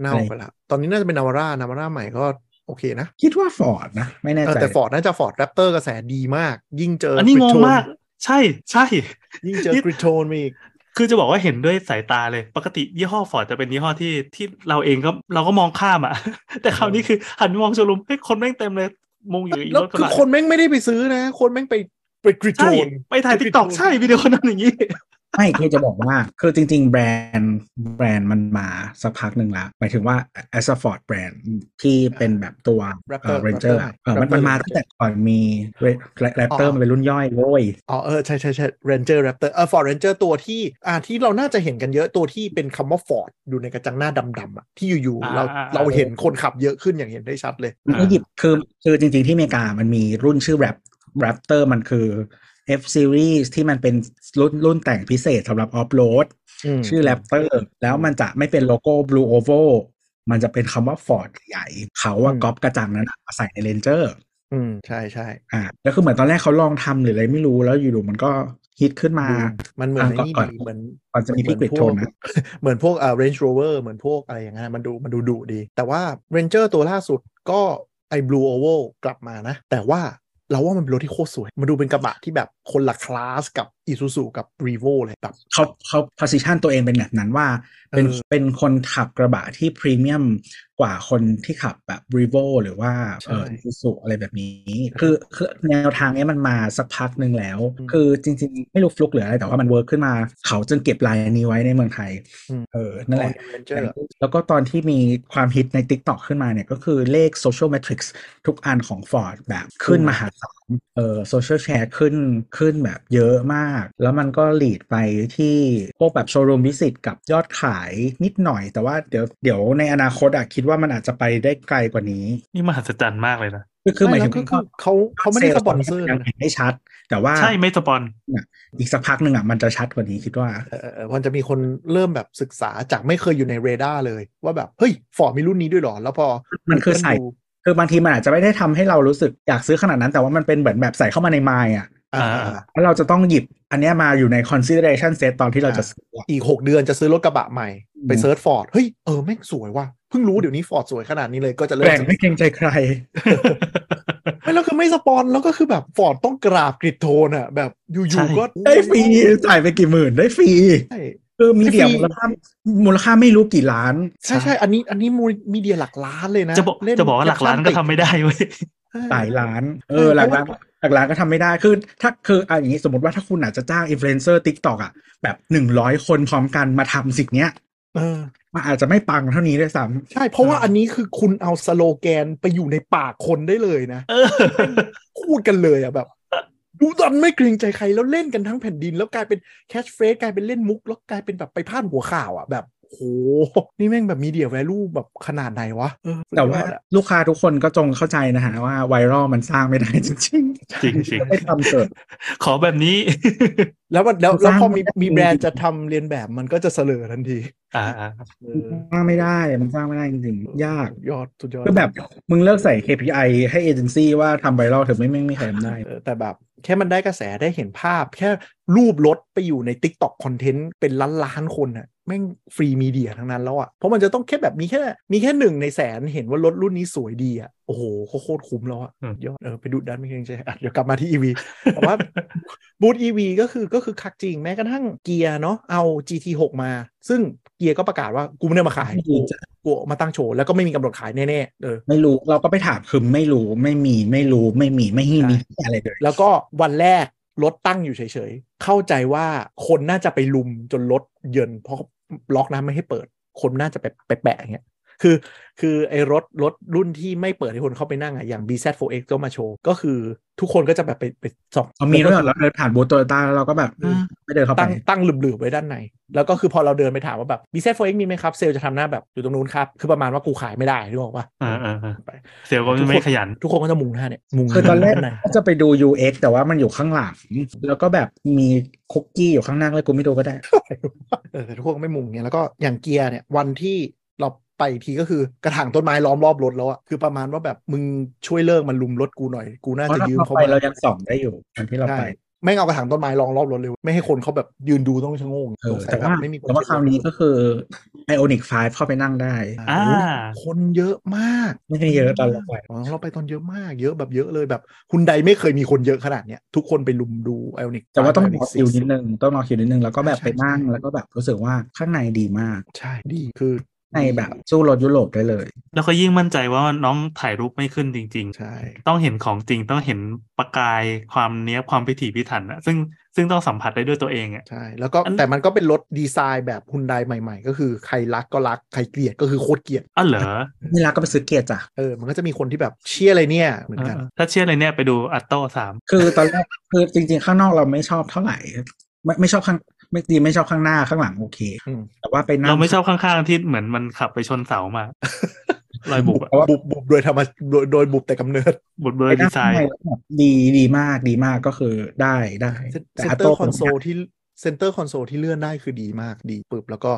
[SPEAKER 4] เน่าไปละตอนนี้น่าจะเป็นนาวาร่านาวาร่าใหม่ก็โอเคนะ
[SPEAKER 3] คิดว่าฟอร์ดนะ ไม่แน่
[SPEAKER 4] เออ
[SPEAKER 3] ใจ
[SPEAKER 4] แต่ฟอร์ดน่าจะฟอร์ดแรปเตอร์กระแสดีมาก ยิ่งเจอ
[SPEAKER 2] อั
[SPEAKER 4] อั
[SPEAKER 2] นนี้งงมาก ใช่ใช่
[SPEAKER 4] ยิ่งเจอกริโชนมาอีก
[SPEAKER 2] คือจะบอกว่าเห็นด้วยสายตาเลย ปกติยี่ห้อฟอร์ดจะเป็นยี่ห้อที่ที่เราเองก็เราก็มองข้ามอ่ะ [laughs] แต่คราวนี้คือหันมามองโชว์รูมเฮ้ยคนแม่งเต็มเลยมุงอยู่กับอี
[SPEAKER 4] แล้ว
[SPEAKER 2] รถก
[SPEAKER 4] คือบ
[SPEAKER 2] ระะ
[SPEAKER 4] คนแม่งไม่ได้ไปซื้อนะ คนแม่งไปไปกริดโจ
[SPEAKER 2] ใช่
[SPEAKER 4] น
[SPEAKER 2] ไปถ่าย
[SPEAKER 4] ไป
[SPEAKER 2] ติ๊
[SPEAKER 4] ปิ
[SPEAKER 2] ก
[SPEAKER 4] ด
[SPEAKER 2] ตอก
[SPEAKER 4] โชว์
[SPEAKER 2] ใช่วิดีโอนั้นอย่างนี้
[SPEAKER 3] ไม่คือจะบอกว่า คือจริง ๆ แบรนด์แบรนด์มันมาสักพักหนึ่งแล้วหมายถึงว่า a s f o r d แบรนด์ที่เป็นแบบตัว
[SPEAKER 4] Raptor
[SPEAKER 3] เรนเจอร์
[SPEAKER 4] Raptor
[SPEAKER 3] มัน
[SPEAKER 4] Raptor
[SPEAKER 3] มันมาตั้งแต่ก่อนมีแรปเตอ
[SPEAKER 4] อ๋
[SPEAKER 3] ร์
[SPEAKER 4] อ
[SPEAKER 3] มันเป็นรุ่นย่อยเว้ย
[SPEAKER 4] อ๋อเออใช่ใช่ใช่เรนเจอร์แรปเตอร์เออฟอร์เรนเจอร์ตัวที่อ่าที่เราน่าจะเห็นกันเยอะตัวที่เป็นคำว่าฟอร์ดอยู่ในกระจังหน้าดำๆอ่ะที่อยู่ๆเรา
[SPEAKER 2] อ่าอ่า
[SPEAKER 4] เราเห็นคนขับเยอะขึ้นอย่างเห็นได้ชัดเลย
[SPEAKER 2] อ่า
[SPEAKER 3] อียิปต์คือคือจริงๆที่อเมริกามันมีรุ่นชื่อแรปแรปเตอร์มันคือ F series ที่มันเป็นรุ่นรุ่นแต่งพิเศษสำหรับออฟโรดชื่อแรปเตอร์แล้วมันจะไม่เป็นโลโก้ Blue Oval มันจะเป็นคำว่า Ford ใหญ่ เขาว่า
[SPEAKER 4] อืม
[SPEAKER 3] ก๊อปกระจังนั้นอะมาใส่ใน Ranger
[SPEAKER 4] อืมใช่ใช่
[SPEAKER 3] อ่าแล้วคือเหมือนตอนแรกเขาลองทำหรืออะไรไม่รู้แล้วอยู่ๆมันก็ฮิตขึ้นมา
[SPEAKER 4] ดูมันเหมือนไอ้นี่
[SPEAKER 3] ก่อน
[SPEAKER 4] ดีเหมือน
[SPEAKER 3] ก่อนจะมีพี่กริดโทนนะ
[SPEAKER 4] [laughs] เหมือนพวกเอ่อ Range Rover เหมือนพวกอะไรอย่างเงี้ยมันดูมันดูดุดี แต่ว่า Ranger ตัวล่าสุดก็ไอ้ Blue Oval กลับมานะ แต่ว่าเราว่ามันเป็นรถที่โคตรสวย มันดูเป็นกระบะที่แบบคนละคลาสกับ Isuzu กับ Revo เลยแบบ
[SPEAKER 3] เขาเขา position ตัวเองเป็นแบบนั้นว่า เป็น
[SPEAKER 4] เออ
[SPEAKER 3] เป็นคนขับกระบะที่พรีเมียมกว่าคนที่ขับแบบ r e v o หรือว่า
[SPEAKER 4] ใช่
[SPEAKER 3] เออสุอะไรแบบนี้ คือคือแนวทางเนี้ยมันมาสักพักหนึ่งแล้ว
[SPEAKER 4] อืม
[SPEAKER 3] คือจริงๆ ไม่รู้ฟลุกหรืออะไร แต่ว่ามันเวิร์กขึ้นมาเขาจึงเก็บลายนี้ไว้ในเมืองไทย
[SPEAKER 4] อืม
[SPEAKER 3] เออ นั่นแหละ
[SPEAKER 4] Ranger อะ
[SPEAKER 3] แล้วก็ตอนที่มีความฮิตใน TikTok ขึ้นมาเนี่ย ก็คือเลข Social Metrics ทุกอันของ Ford แบบขึ้นมหาศาลเออโซเชียลแชร์ขึ้นขึ้นแบบเยอะมาก แล้วมันก็หลีดไปที่พวกแบบโชว์รูมวิสิตกับยอดขายนิดหน่อย แต่ว่าเดี๋ยวเดี๋ยวในอนาคตอะคิดว่ามันอาจจะไปได้ไกลกว่านี้
[SPEAKER 2] นี่มหัศจรรย์มากเลยนะ
[SPEAKER 3] คือคือหมายถึง
[SPEAKER 4] ไแล้วก็คือเขาเขาไม่ได้สปอนเซอร์
[SPEAKER 3] ยัง
[SPEAKER 4] นะ
[SPEAKER 3] เห็นได้ชัด แต่ว่า
[SPEAKER 2] ใช่ไม่สปอน
[SPEAKER 3] อีกสักพักหนึ่งอะมันจะชัดกว่านี้คิดว่า
[SPEAKER 4] เออเออมันจะมีคนเริ่มแบบศึกษาจากไม่เคยอยู่ในเรดาร์เลย ว่าแบบ เฮ้ยฟอร์มีรุ่นนี้ด้วยเหรอ แล้วพอ
[SPEAKER 3] มันคือ
[SPEAKER 4] Google
[SPEAKER 3] ใส่
[SPEAKER 4] ดู
[SPEAKER 3] คือบางทีมันอาจจะไม่ได้ทำให้เรารู้สึกอยากซื้อขนาดนั้น แต่ว่ามันเป็นเหมือนแบบใส่เข้ามาในมายอะ
[SPEAKER 4] อ่า
[SPEAKER 3] แล้วเราจะต้องหยิบอันเนี้ยมาอยู่ใน consideration set ตอนที่เรา
[SPEAKER 4] อ่า
[SPEAKER 3] จะซื้ออะ
[SPEAKER 4] อีก 6 เดือนจะซื้อรถกระบะใหม่
[SPEAKER 3] อืม
[SPEAKER 4] ไปเซิร์ชฟอร์ดเฮ้ย เออ แม่งสวยว่ะเพิ่งรู้เดี๋ยวนี้ฟอร์ดสวยขนาดนี้เลยก็จะเริ่
[SPEAKER 3] แก
[SPEAKER 4] ม
[SPEAKER 3] ร่งไม่เกรงใจใคร
[SPEAKER 4] ไม่แล้วคือไม่สปอนแล้วก็คือแบบฟอร์ดต้องกราบกริดโทนอ่ะ แบบอยู่ๆก็
[SPEAKER 3] ได้ฟรีจ่ายไปกี่หมื่นได้ฟรี
[SPEAKER 4] ใช่
[SPEAKER 3] คือมีเดียมู
[SPEAKER 4] ได้ฟรี
[SPEAKER 3] ลค่ามูลค่าไม่รู้กี่ล้าน
[SPEAKER 4] ใช่ใช่อันนี้อันนี้มูลมีเดียหลักล้านเลยนะ
[SPEAKER 2] จะบอก
[SPEAKER 4] เล่น
[SPEAKER 2] จะบอกว่าหลักล้านก็ทำไม่ได้เว้ย
[SPEAKER 4] ใช่
[SPEAKER 3] หลายล้าน เอ
[SPEAKER 4] ใช่
[SPEAKER 3] อหลัก
[SPEAKER 4] เพราะ
[SPEAKER 3] ล้านหลักล้านก็ทำไม่ได้คือถ้าคืออ่ะอย่างนี้สมมติว่าถ้าคุณอาจจะจ้างอินฟลูเอนเซอร์ทิกตอกอ่ะแบบหนึ่งร้อยคนพร้อมกันมาทำสิ่งเนี้ย
[SPEAKER 4] เออ
[SPEAKER 3] มันอาจจะไม่ปังเท่านี้ด้วยซ้ำ
[SPEAKER 4] ใช่เพราะว่าอันนี้คือคุณเอาสโลแกนไปอยู่ในปากคนได้เลยนะ
[SPEAKER 2] เออ
[SPEAKER 4] พูดกันเลยอ่ะแบบดูดันไม่เกรงใจใครแล้วเล่นกันทั้งแผ่นดิน แล้วกลายเป็นแคชเฟสกลายเป็นเล่นมุก แล้วกลายเป็นแบบไปพาดหัวข่าวอ่ะแบบโหนี่แม่งแบบมีเดียแวลูแบบขนาดไหนวะเออสุดย
[SPEAKER 3] แต่
[SPEAKER 4] อด
[SPEAKER 3] ว่า
[SPEAKER 4] อะ
[SPEAKER 3] ลูกค้าทุกคนก็จงเข้าใจนะฮะว่าไวรัลมันสร้างไม่ได้จริง
[SPEAKER 2] จริงจริง
[SPEAKER 3] ๆไม่ทำเกิด
[SPEAKER 2] ขอแบบนี้ [laughs]
[SPEAKER 4] แล้วมันแล้ว
[SPEAKER 3] มันส
[SPEAKER 4] แล้ว
[SPEAKER 3] ร้าง
[SPEAKER 4] พอมี
[SPEAKER 3] ไม่ได้
[SPEAKER 4] มีแบรนด์จะทำเรียนแบบมันก็จะเสลอทันที
[SPEAKER 2] อ่าอ่า
[SPEAKER 4] เออ
[SPEAKER 3] สร้างไม่ได้มันสร้างไม่ได้จริงๆยาก
[SPEAKER 4] สุดยอดสุดยอด
[SPEAKER 3] คือแบบมึงเลิกใส่ KPI ให้เอเจนซี่ว่าทำไวรัลเถอะไม่ไม่ไม่ใครทำได้
[SPEAKER 4] เออแต่แบบ แค่มันได้กระแสได้เห็นภาพ แค่รูปรถไปอยู่ใน Tik t o อกคอนเทนต์เป็นล้านล้านๆคนอ่ะแม่งฟรีมีเดียทั้งนั้นแล้วอ่ะเพราะมันจะต้องแค่แบบมีแค่มีแค่หนึ่งในแสนเห็นว่ารถรุ่นนี้สวยดีอ่ะโอ้โหโคตรคุ้มแล้วอ่ะยอดเออไปดูดันไม่เกรงใจอ่ะเดี๋ยวกลับมาที่ EV แต่ว่า [laughs] บูธ EV ก็คือก็คือคักจริงแม้กระทั่งเกียร์เนาะเอา GT6 มา ซึ่งเกียร์ก็ประกาศว่ากูไม่ได้มาขาย
[SPEAKER 3] ไม่
[SPEAKER 4] กู
[SPEAKER 3] รู้จะ
[SPEAKER 4] กูเอามาตั้งโชว์แล้วก็ไม่มีกำหนดขายแน่ๆเออ
[SPEAKER 3] ไม่รู้เราก็ไปถามคือไม่รู้ไม่มีไม่รู้ไม่มีไม่มี
[SPEAKER 4] ใช่
[SPEAKER 3] มีอะไรเลย
[SPEAKER 4] แล้วก็วันแรกรถตั้งอยู่เฉยๆ เข้าใจว่าคนน่าจะไปลุมจนรถเยินเพราะล็อกนะไม่ให้เปิด คนน่าจะไปไปแปะอย่างเงี้ยคือคือไอ้รถรถรุ่นที่ไม่เปิดให้คนเข้าไปนั่งอ่ะอย่าง BZ4X ก็มาโชว์ ก็คือทุกคนก็จะแบบไปไปส่อง
[SPEAKER 3] เอามีด้วยเหรอเราเดินผ่านบูธโตโยต้าแล้วเราก็แบบ
[SPEAKER 4] อืม
[SPEAKER 3] ไม่เดินเข้าไป
[SPEAKER 4] ตั้งตั้งหลืบๆไว้ด้านใน แล้วก็คือพอเราเดินไปถามว่าแบบ BZ4X มีไหมครับ เซลล์จะทำหน้าแบบอยู่ตรงนู้นครับ คือประมาณว่ากูขายไม่ได้นึกออกปะ
[SPEAKER 2] อ่าอ่าอ่าเซลล์ก็ไม่ขยัน
[SPEAKER 4] ทุกคนก็จะมุงหน้าเนี่ยมุงหา
[SPEAKER 3] คือตอนแรก
[SPEAKER 4] ด้าใ
[SPEAKER 3] ก็จะไปดู UX แต่ว่ามันอยู่ข้างหลัง แล้วก็แบบมีคุกกี้อยู่ข้างหน้าเลยกูไม่ดูก็ได้
[SPEAKER 4] เออแต่ทุกคนก็ไม่มุงเนี่ยแล้วก็อย่างเกียร์เนี่ยวันที่เราไปอีกทีก็คือกระถางต้นไม้ล้อมรอบรถแล้วอะคือประมาณว่าแบบมึงช่วยเลิกมันลุมรถกูหน่อย กูน่า
[SPEAKER 3] เพราะ
[SPEAKER 4] จะยืม
[SPEAKER 3] เรา
[SPEAKER 4] เขา
[SPEAKER 3] ไป
[SPEAKER 4] มา
[SPEAKER 3] เรายังส่องได้อยู่ตอนที่เรา
[SPEAKER 4] ใช่
[SPEAKER 3] ไป
[SPEAKER 4] ไม่งเอากระถางต้นไม้ล้อมรอบรถเลยไม่ให้คนเขาแบบยืนดูต้องชะโงง
[SPEAKER 3] เออ
[SPEAKER 4] สงสัย
[SPEAKER 3] แต่ว่า
[SPEAKER 4] ไม่มีน
[SPEAKER 3] แต่ว่าคราวนี้ก็คือ Ionic 5 เข้าไปนั่งได้
[SPEAKER 4] อ่า
[SPEAKER 2] อ่า
[SPEAKER 4] คนเยอะมาก
[SPEAKER 3] ไม่ได้เยอะตอนเราไป
[SPEAKER 4] อ๋อเราไปตอนเยอะมากเยอะแบบเยอะเลยแบบคุณใดไม่เคยมีคนเยอะขนาดเนี้ยทุกคนไปลุมดูไอออนิก
[SPEAKER 3] แต่ว่าต้องรอคิวนิดนึงต้องรอคิวนิดนึงแล้วก็แบบ
[SPEAKER 4] ใช่
[SPEAKER 3] ไปนั่ง
[SPEAKER 4] ใช่
[SPEAKER 3] แล้วก็แบบรู้สึกว่าข้างในดีมาก
[SPEAKER 4] ใช่ดีคือ
[SPEAKER 3] ในแบบสู้รถยุโรปได้เลย
[SPEAKER 2] แล้วก็ยิ่งมั่นใจว่าน้องถ่ายรูปไม่ขึ้นจริง
[SPEAKER 4] ใช่
[SPEAKER 2] ๆ ต้องเห็นของจริงต้องเห็นประกายความเนี้ยบความพิถีพิถันนะซึ่ง ซึ่งต้องสัมผัสได้ด้วยตัวเองอ่ะ
[SPEAKER 4] ใช่ แล้วก็
[SPEAKER 2] อัน
[SPEAKER 4] แต่มันก็เป็นรถดีไซน์แบบฮุนไดใหม่ ๆ ก็คือใครรักก็รักใครเกลียดก็คือโคตรเกลียด
[SPEAKER 2] อ้าวเหรอ
[SPEAKER 3] นี่รักก็ไปซื้อเกียร์จ้ะ
[SPEAKER 4] เออมันก็จะมีคนที่แบบเชี่ยอะไรเนี่ยเหมือน
[SPEAKER 2] เอ
[SPEAKER 4] กัน
[SPEAKER 2] อถ้าเชื่ออะไรเนี่ยไปดูอัตโต้สาม
[SPEAKER 3] คือตอนแรก คือจริงๆ ข้างนอกเราไม่ชอบเท่าไหร่ ไม่ไม่ชอบข้างไม่ดีไม่ชอบข้างหน้าข้างหลังโอเค
[SPEAKER 4] อืม
[SPEAKER 3] แต่ว่าไปนั่ง
[SPEAKER 2] เราไม่ชอบข้างๆที่เหมือนมันขับไปชนเสามา รอยบุบอะ
[SPEAKER 3] แต่ว่า
[SPEAKER 4] บุบบุบโดยธรรมโดยโดยบุบแต่กำเนิด [laughs]
[SPEAKER 2] บุบเบอ
[SPEAKER 3] ไป
[SPEAKER 2] ร์ดี
[SPEAKER 3] นั่ง
[SPEAKER 2] ไซ
[SPEAKER 3] ข้าง
[SPEAKER 2] น์
[SPEAKER 3] ในแล้วแบบดีดีมากดีมากก็คือได้ได้
[SPEAKER 4] เซน
[SPEAKER 3] แต่
[SPEAKER 4] เซ็น
[SPEAKER 3] อัต
[SPEAKER 4] เตอ
[SPEAKER 3] โต้
[SPEAKER 4] ร์คอนโซ
[SPEAKER 3] ผม
[SPEAKER 4] ลที่เซนเตอร์คอนโซลที่เลื่อนได้คือดีมากดีปึ๊บแล้วก็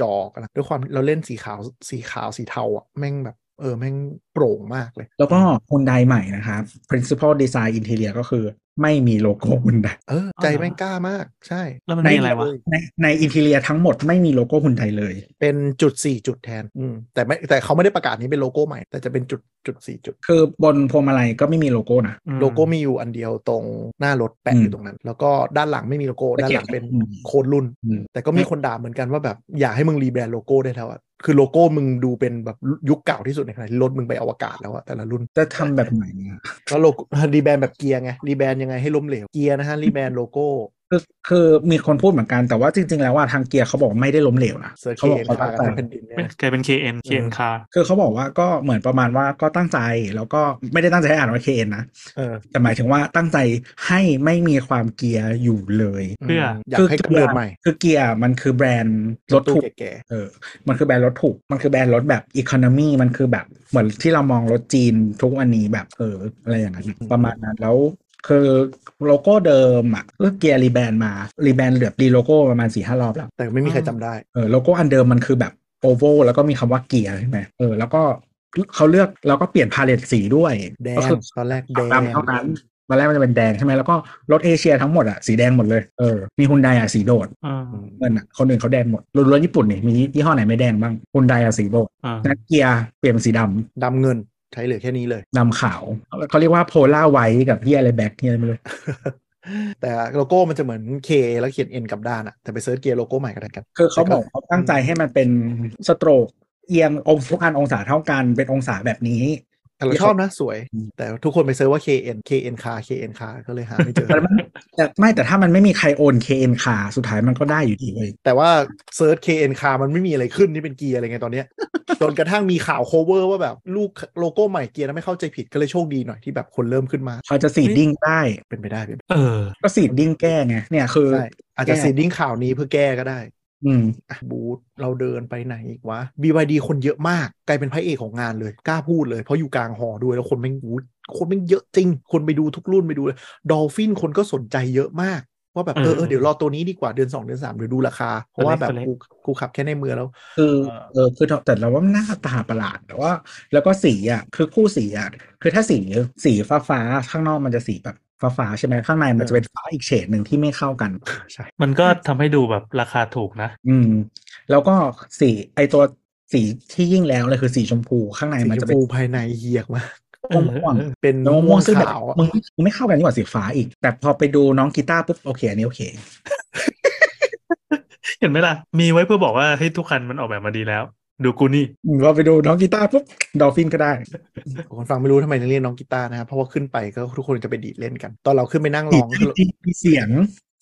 [SPEAKER 4] จอกันนะด้วยความเราเล่นสีขาวสีขาวสีเทาอ่ะแม่งแบบเออแม่งโปร่งมากเลย
[SPEAKER 3] แล้วก็ฮุนไดใหม่นะครับ principal design interior ก็คือไม่มีโลโก้ฮุนได
[SPEAKER 4] เออ
[SPEAKER 2] อ๋อ
[SPEAKER 4] ใจ
[SPEAKER 2] เหรอ
[SPEAKER 4] แม่งกล้ามากใช่
[SPEAKER 2] แล้วมันมีอะไรวะ
[SPEAKER 3] ในในอินเทเรียทั้งหมดไม่มีโลโก้ฮุนไดเลย
[SPEAKER 4] เป็นจุดสี่จุดแทนอืมแต่ไม่แต่เขาไม่ได้ประกาศนี้เป็นโลโก้ใหม่ แต่จะเป็นจุดจุดสี่จุด
[SPEAKER 3] คือบนพวงมาลัยก็ไม่มีโลโก้นะ
[SPEAKER 2] อืม
[SPEAKER 4] โลโก้มีอยู่อันเดียวตรงหน้ารถแปะ
[SPEAKER 3] อืม
[SPEAKER 4] อยู่ตรงนั้น แล้วก็ด้านหลังไม่มีโลโก้
[SPEAKER 3] แต่
[SPEAKER 4] ด้าน
[SPEAKER 3] เขี
[SPEAKER 4] ห
[SPEAKER 3] ย
[SPEAKER 4] ลั
[SPEAKER 3] น
[SPEAKER 4] งเป็น
[SPEAKER 3] อืม
[SPEAKER 4] โค้ดรุ่น
[SPEAKER 3] อืม
[SPEAKER 4] แต่ก็มีคนด่าเหมือนกันว่าแบบอยากให้มึงรีแบรนด์โลโก้ได้แล้วอะคือโลโก้มึงดูเป็นแบบยุคเก่าที่สุดในขณะที่รถมึงไปอวกาศแล้วอะแต่ละรุ่น
[SPEAKER 3] จะทำแบบไหนอะ
[SPEAKER 4] แล้วโลโก้ รีแบรนด์แบบเกียร์ไงรีแบรนด์ยังไงให้ล้มเหลวเกียร์นะฮะรีแบรนด์โลโก้
[SPEAKER 3] คือคือมีคนพูดเหมือนกันแต่ว่าจริง ๆ แล้วว่าทางเกียร์เขาบอกไม่ได้ล้มเหลวนะ
[SPEAKER 4] เซอร์เค
[SPEAKER 3] เขาบอกเขา
[SPEAKER 4] นทา
[SPEAKER 3] ตั้
[SPEAKER 4] ง
[SPEAKER 3] งใจ
[SPEAKER 4] การทั้งแผ่นดินเนี่ย
[SPEAKER 2] กลายเป็น KN KN คา
[SPEAKER 3] คือเขาบอกว่าก็เหมือนประมาณว่าก็ตั้งใจแล้วก็ไม่ได้ตั้งใจให้อ่านว่าเคนนะ
[SPEAKER 4] เออ
[SPEAKER 3] แต่หมายถึงว่าตั้งใจให้ไม่มีความเกียร์อยู่เลย
[SPEAKER 2] เพื่อ
[SPEAKER 4] อยากให้กำเนิดใหม่
[SPEAKER 3] คือเกียร์มันคือแบรนด์รถ
[SPEAKER 4] ตู้
[SPEAKER 3] ถูก
[SPEAKER 4] แก่
[SPEAKER 3] เออมันคือแบรนด์รถถูก มันคือแบรนด์รถแบบอีโคโนมีมันคือแบบเหมือนที่เรามองรถจีนทุกวันนี้แบบเอออะไรอย่างนั้นประมาณนั้นแล้ว คือโลโก้เดิมอ่ะก็เกียร์รีแบรนด์มารีแบรนด์เหลือบรีโลโก้ประมาณสี่ห้ารอบแล้ว
[SPEAKER 4] ๆแต่ไม่มีใครจำได้
[SPEAKER 3] เออโลโก้อันเดิมมันคือแบบโอเวลแล้วก็มีคำว่าเกียร์ใช่ไหมเออแล้วก็เขาเลือกแล้วก็เปลี่ยนพาเลตสีด้วย
[SPEAKER 4] แด
[SPEAKER 3] ก็
[SPEAKER 4] ง
[SPEAKER 3] คือ
[SPEAKER 4] ตอนแรก
[SPEAKER 3] ขาว
[SPEAKER 4] แดง
[SPEAKER 3] ดำเท่านั้นตอนแรกมันจะเป็นแดงใช่ไหมแล้วก็รถเอเชียทั้งหมดอ่ะสีแดงหมดเลยเออมีฮุนไดอ่ะสีโดด
[SPEAKER 2] อ่า
[SPEAKER 4] อืม
[SPEAKER 3] เงินอ่ะคนอื่นเขาแดงหมดรถรถญี่ปุ่นนี่มียี่ห้อไหนไม่แดงบ้างฮุนไดอ่ะสีโดด
[SPEAKER 2] อ่า
[SPEAKER 3] นักเกียร์เปลี่ยนเป็นสีดำ
[SPEAKER 4] ดำเงินใช้เหลือแค่นี้เลย
[SPEAKER 3] ดำขาวเขาเรียกว่าโพล่าไวกับที่อะไรแบ็คที่อะไรไม่รู้
[SPEAKER 4] แต่โลโก้มันจะเหมือน K แล้วเขียน N กลับด้านอะแต่ไปเซิร์ชเกียร์โลโก้ใหม่ก็ได้กัน
[SPEAKER 3] คือเขาบอกเขาตั้งใจให้มันเป็นสโตรกเอียงองศาทุกอันองศาเท่ากันเป็นองศาแบบนี้
[SPEAKER 4] แต่เราชอบนะสวย
[SPEAKER 3] อืม
[SPEAKER 4] แต่ทุกคนไปเซิร์ชว่า KN KN คา KN คาก็เลยหาไม่เจ
[SPEAKER 3] [laughs]
[SPEAKER 4] อ
[SPEAKER 3] แต่มันแต่ไม่แต่ถ้ามันไม่มีใครโอน KN คาสุดท้ายมันก็ได้อยู่ดีเลย
[SPEAKER 4] แต่ว่าเซิร์ช KN คามันไม่มีอะไรขึ้นนี่เป็นเกียร์อะไรไงตอนเนี้ย จนกระทั่งมีข่าวโคเวอร์ว่าแบบลูกโลโก้ใหม่เกียร์แล้วไม่เข้าใจผิดก็เลยโชคดีหน่อยที่แบบคนเริ่มขึ้นมา
[SPEAKER 3] เขาจะสีดดิ้งได้
[SPEAKER 4] เป็นไปได้เป็นไป
[SPEAKER 2] เออ
[SPEAKER 3] ก็สีดดิ้งแก้ไงเนี่ยคือ
[SPEAKER 4] ได้อาจจะ
[SPEAKER 3] แก้
[SPEAKER 4] ซีดดิ้งข่าวนี้เพื่อแก้ก็ได้
[SPEAKER 3] อืม
[SPEAKER 4] อ่ะบูธเราเดินไปไหนอีกวะ BYD คนเยอะมากกลายเป็นพระเอกของงานเลยกล้าพูดเลยเพราะอยู่กลางหอด้วยแล้วคนแม่งหูคนแม่งเยอะจริง คนไปดูทุกรุ่นไปดูเลยดอลฟินคนก็สนใจเยอะมาก ว่าแบบเออเออเดี๋ยวรอตัวนี้ดีกว่าเดือนสองเดือนสามเดี๋ยวดูราคาเพราะว่าแบบกูกูขับแค่ในเมืองแล้ว
[SPEAKER 3] คือเออคือแต่เราว่ามันหน้าตาประหลาดแต่ว่า แล้วก็สีอ่ะคือคู่สีอ่ะคือถ้าสีสีฟ้าฟ้าๆข้างนอกมันจะสีแบบฟ้าฟ้าๆใช่ไหมข้างในมันจะเป็นฟ้าอีกเฉดหนึ่งที่ไม่เข้ากัน
[SPEAKER 4] ใช่
[SPEAKER 2] มันก็ทำให้ดูแบบราคาถูกนะ
[SPEAKER 3] อืม แล้วก็สีไอตัวสีที่ยิ่งแล้วเลยคือสีชมพูข้างใน
[SPEAKER 4] สี
[SPEAKER 3] มัน
[SPEAKER 4] ช
[SPEAKER 3] จะ
[SPEAKER 4] ม
[SPEAKER 3] เป็น
[SPEAKER 4] พูภายในเหียกมาก
[SPEAKER 2] เออ
[SPEAKER 3] ม่วง
[SPEAKER 4] เป็น
[SPEAKER 3] แล้วมะม่ว
[SPEAKER 4] ม่ว
[SPEAKER 3] ง
[SPEAKER 4] ง
[SPEAKER 3] ซึ่งแบบ
[SPEAKER 4] ขาวอะ
[SPEAKER 3] มึงมึงไม่เข้ากันนี่กว่าสีฟ้าอีก แต่พอไปดูน้องกีตาร์ปุ๊บโอเคอันนี้โอเค
[SPEAKER 2] เห็นไหมล่ะ มีไว้เพื่อบอกว่าเฮ้ยทุกคันมันออกแบบมาดีแล้ว ดูกูนี่
[SPEAKER 3] อืมเราไปดูน้องกีตาร์ปุ๊บดอลฟินก็ได้
[SPEAKER 4] คนฟังไม่รู้ทำไมถึงเรียกน้องกีตาร์นะครับเพราะว่าขึ้นไปก็ทุกคนจะไปดีดเล่นกัน ตอนเราขึ้นไปนั่งร้องคือ
[SPEAKER 3] ที่มีเสียง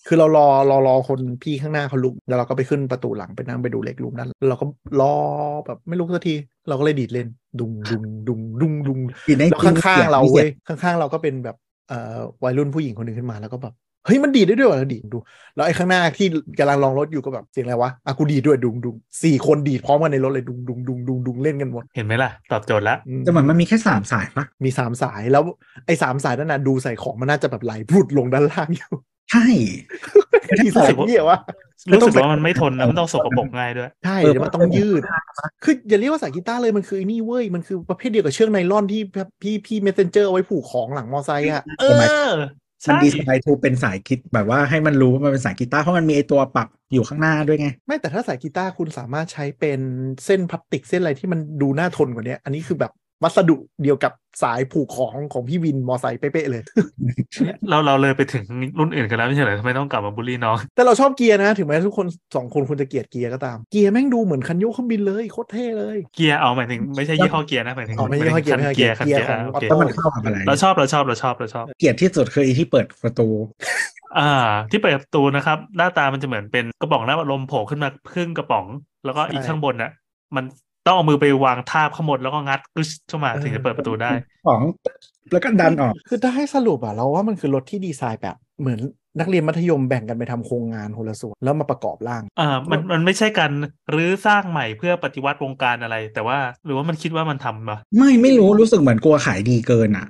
[SPEAKER 4] คือเรารอรอรอคนพี่ข้างหน้าเขาลุกแล้วเราก็ไปขึ้นประตูหลังไปนั่งไปดูเล็กรูมนั้นแล้วเราก็รอแบบไม่ลุกสักที เราก็เลยดีดเล่น ดุงดุงดุงดุงดุง
[SPEAKER 3] อยู่ใน
[SPEAKER 4] แล้วข้างๆเรา
[SPEAKER 3] มีสี
[SPEAKER 4] เว้
[SPEAKER 3] ง
[SPEAKER 4] ยข้างๆ เราก็เป็นแบบเอ่อวัยรุ่นผู้หญิงคนหนึ่งขึ้นมาแล้วก็แบบเฮ้ยมันดีดได้ด้วยเหรอดีดดูแล้วไอ้ข้างหน้าที่กำลังลองรถอยู่ก็แบบเสียงอะไรวะอ่ะกูดีดด้วยดุงดุงสี่คนดีดพร้อมกันในรถเลยดุงดุงดุงดุงดุงเล่นกันหมด
[SPEAKER 2] เห็นไหมล่ะ ตอบโจทย์ละ
[SPEAKER 4] อืม
[SPEAKER 3] แต่เหมือนมันมีแค่สามสายปะ
[SPEAKER 4] มีสามสายแล้วไอ้สามสายนั่นนะดูใส่ของมันน่าจะแบบไหลพรุดลงด้านล่างอยู่
[SPEAKER 3] ใช่
[SPEAKER 4] [laughs] ที่สายเหี้ยวะ
[SPEAKER 2] รู้สึกว่ามันไม่ทนนะมันต้องสกปรกง่ายด้วย
[SPEAKER 4] ใช่แล้วมันต้องยืด คืออย่าเรียกว่าสายกีตาร์เลยมันคือไอ้นี่เว้ย มันคือประเภทเดียวกับเชือกไนล่อนที่พี่พี่เมสเซนเจอร์เอาไว้ผูกของหลังมอไซค์อ่ะ
[SPEAKER 2] เออ
[SPEAKER 3] มัน
[SPEAKER 2] ใช่
[SPEAKER 3] ดีไซน์ทูเป็นสายคิดแบบว่าให้มันรู้ว่ามันเป็นสายกีตาร์เพราะมันมีไอตัวปรับอยู่ข้างหน้าด้วยไง
[SPEAKER 4] ไม่แต่ถ้าสายกีตาร์คุณสามารถใช้เป็นเส้นพลาสติกเส้นอะไรที่มันดูน่าทนกว่าเนี้ยอันนี้คือแบบวัสดุเดียวกับสายผูกของของพี่วินมอไซค์เป๊ะ [laughs] ๆเลย
[SPEAKER 2] เราเราเลยไปถึงรุ่นอื่นกันแล้วไม่ใช่เหรอทำไมต้องกลับมาบูลลี่น้อง
[SPEAKER 4] แต่เราชอบเกียร์นะ ถึงแม้ทุกคนสองคนคุณจะเกลียดเกียร์ก็ตาม เกียร์แม่งดูเหมือนคันโยกเครื่องบินเลยโคตรเท่เลย
[SPEAKER 2] เกียร์เอาหมายถึงไม่ใช่ยี่ห้อเกียร์นะหมายถึง
[SPEAKER 4] อ๋อไม่ใช่ยี่ห้อเกียร์
[SPEAKER 2] คัน
[SPEAKER 4] ไม่
[SPEAKER 2] เกี
[SPEAKER 4] ใช่
[SPEAKER 2] ยร์คัน
[SPEAKER 4] เกียร์
[SPEAKER 2] เกียร์อ่ะโอเค
[SPEAKER 3] แล้ว
[SPEAKER 4] ของออโต้
[SPEAKER 3] มันเข้ากับอะไร
[SPEAKER 2] เราชอบเราชอบเราชอบเราชอบ
[SPEAKER 3] เกลียดที่สุดคือไอที่เปิดประตู
[SPEAKER 2] อ่า ที่เปิดประตูนะครับ หน้าตามันจะเหมือนเป็นกระป๋องน้ำอัดลมโผล่ขึ้นมาครึ่งกระป๋อง แล้วก็อีก
[SPEAKER 4] ใช่
[SPEAKER 2] ข้างบนน่ะ มันต้องเอามือไปวางทาบข้างบนแล้วก็งัดกึชเข้ามา
[SPEAKER 4] เออ
[SPEAKER 2] ถึงจะเปิดประตูได้
[SPEAKER 3] ของแล้วก็ดันออก
[SPEAKER 4] คือถ้าให้สรุปอะเราว่ามันคือรถที่ดีไซน์แบบเหมือนนักเรียนมัธยมแบ่งกันไปทำโครงงานคนละส่วนแล้วมาประกอบร่าง
[SPEAKER 2] อ่า มันมันไม่ใช่การรื้อสร้างใหม่เพื่อปฏิวัติวงการอะไร แต่ว่าหรือว่ามันคิดว่ามันทำปะ
[SPEAKER 3] ไม่ไม่รู้รู้สึกเหมือนกลัวขายดีเกินอ่ะ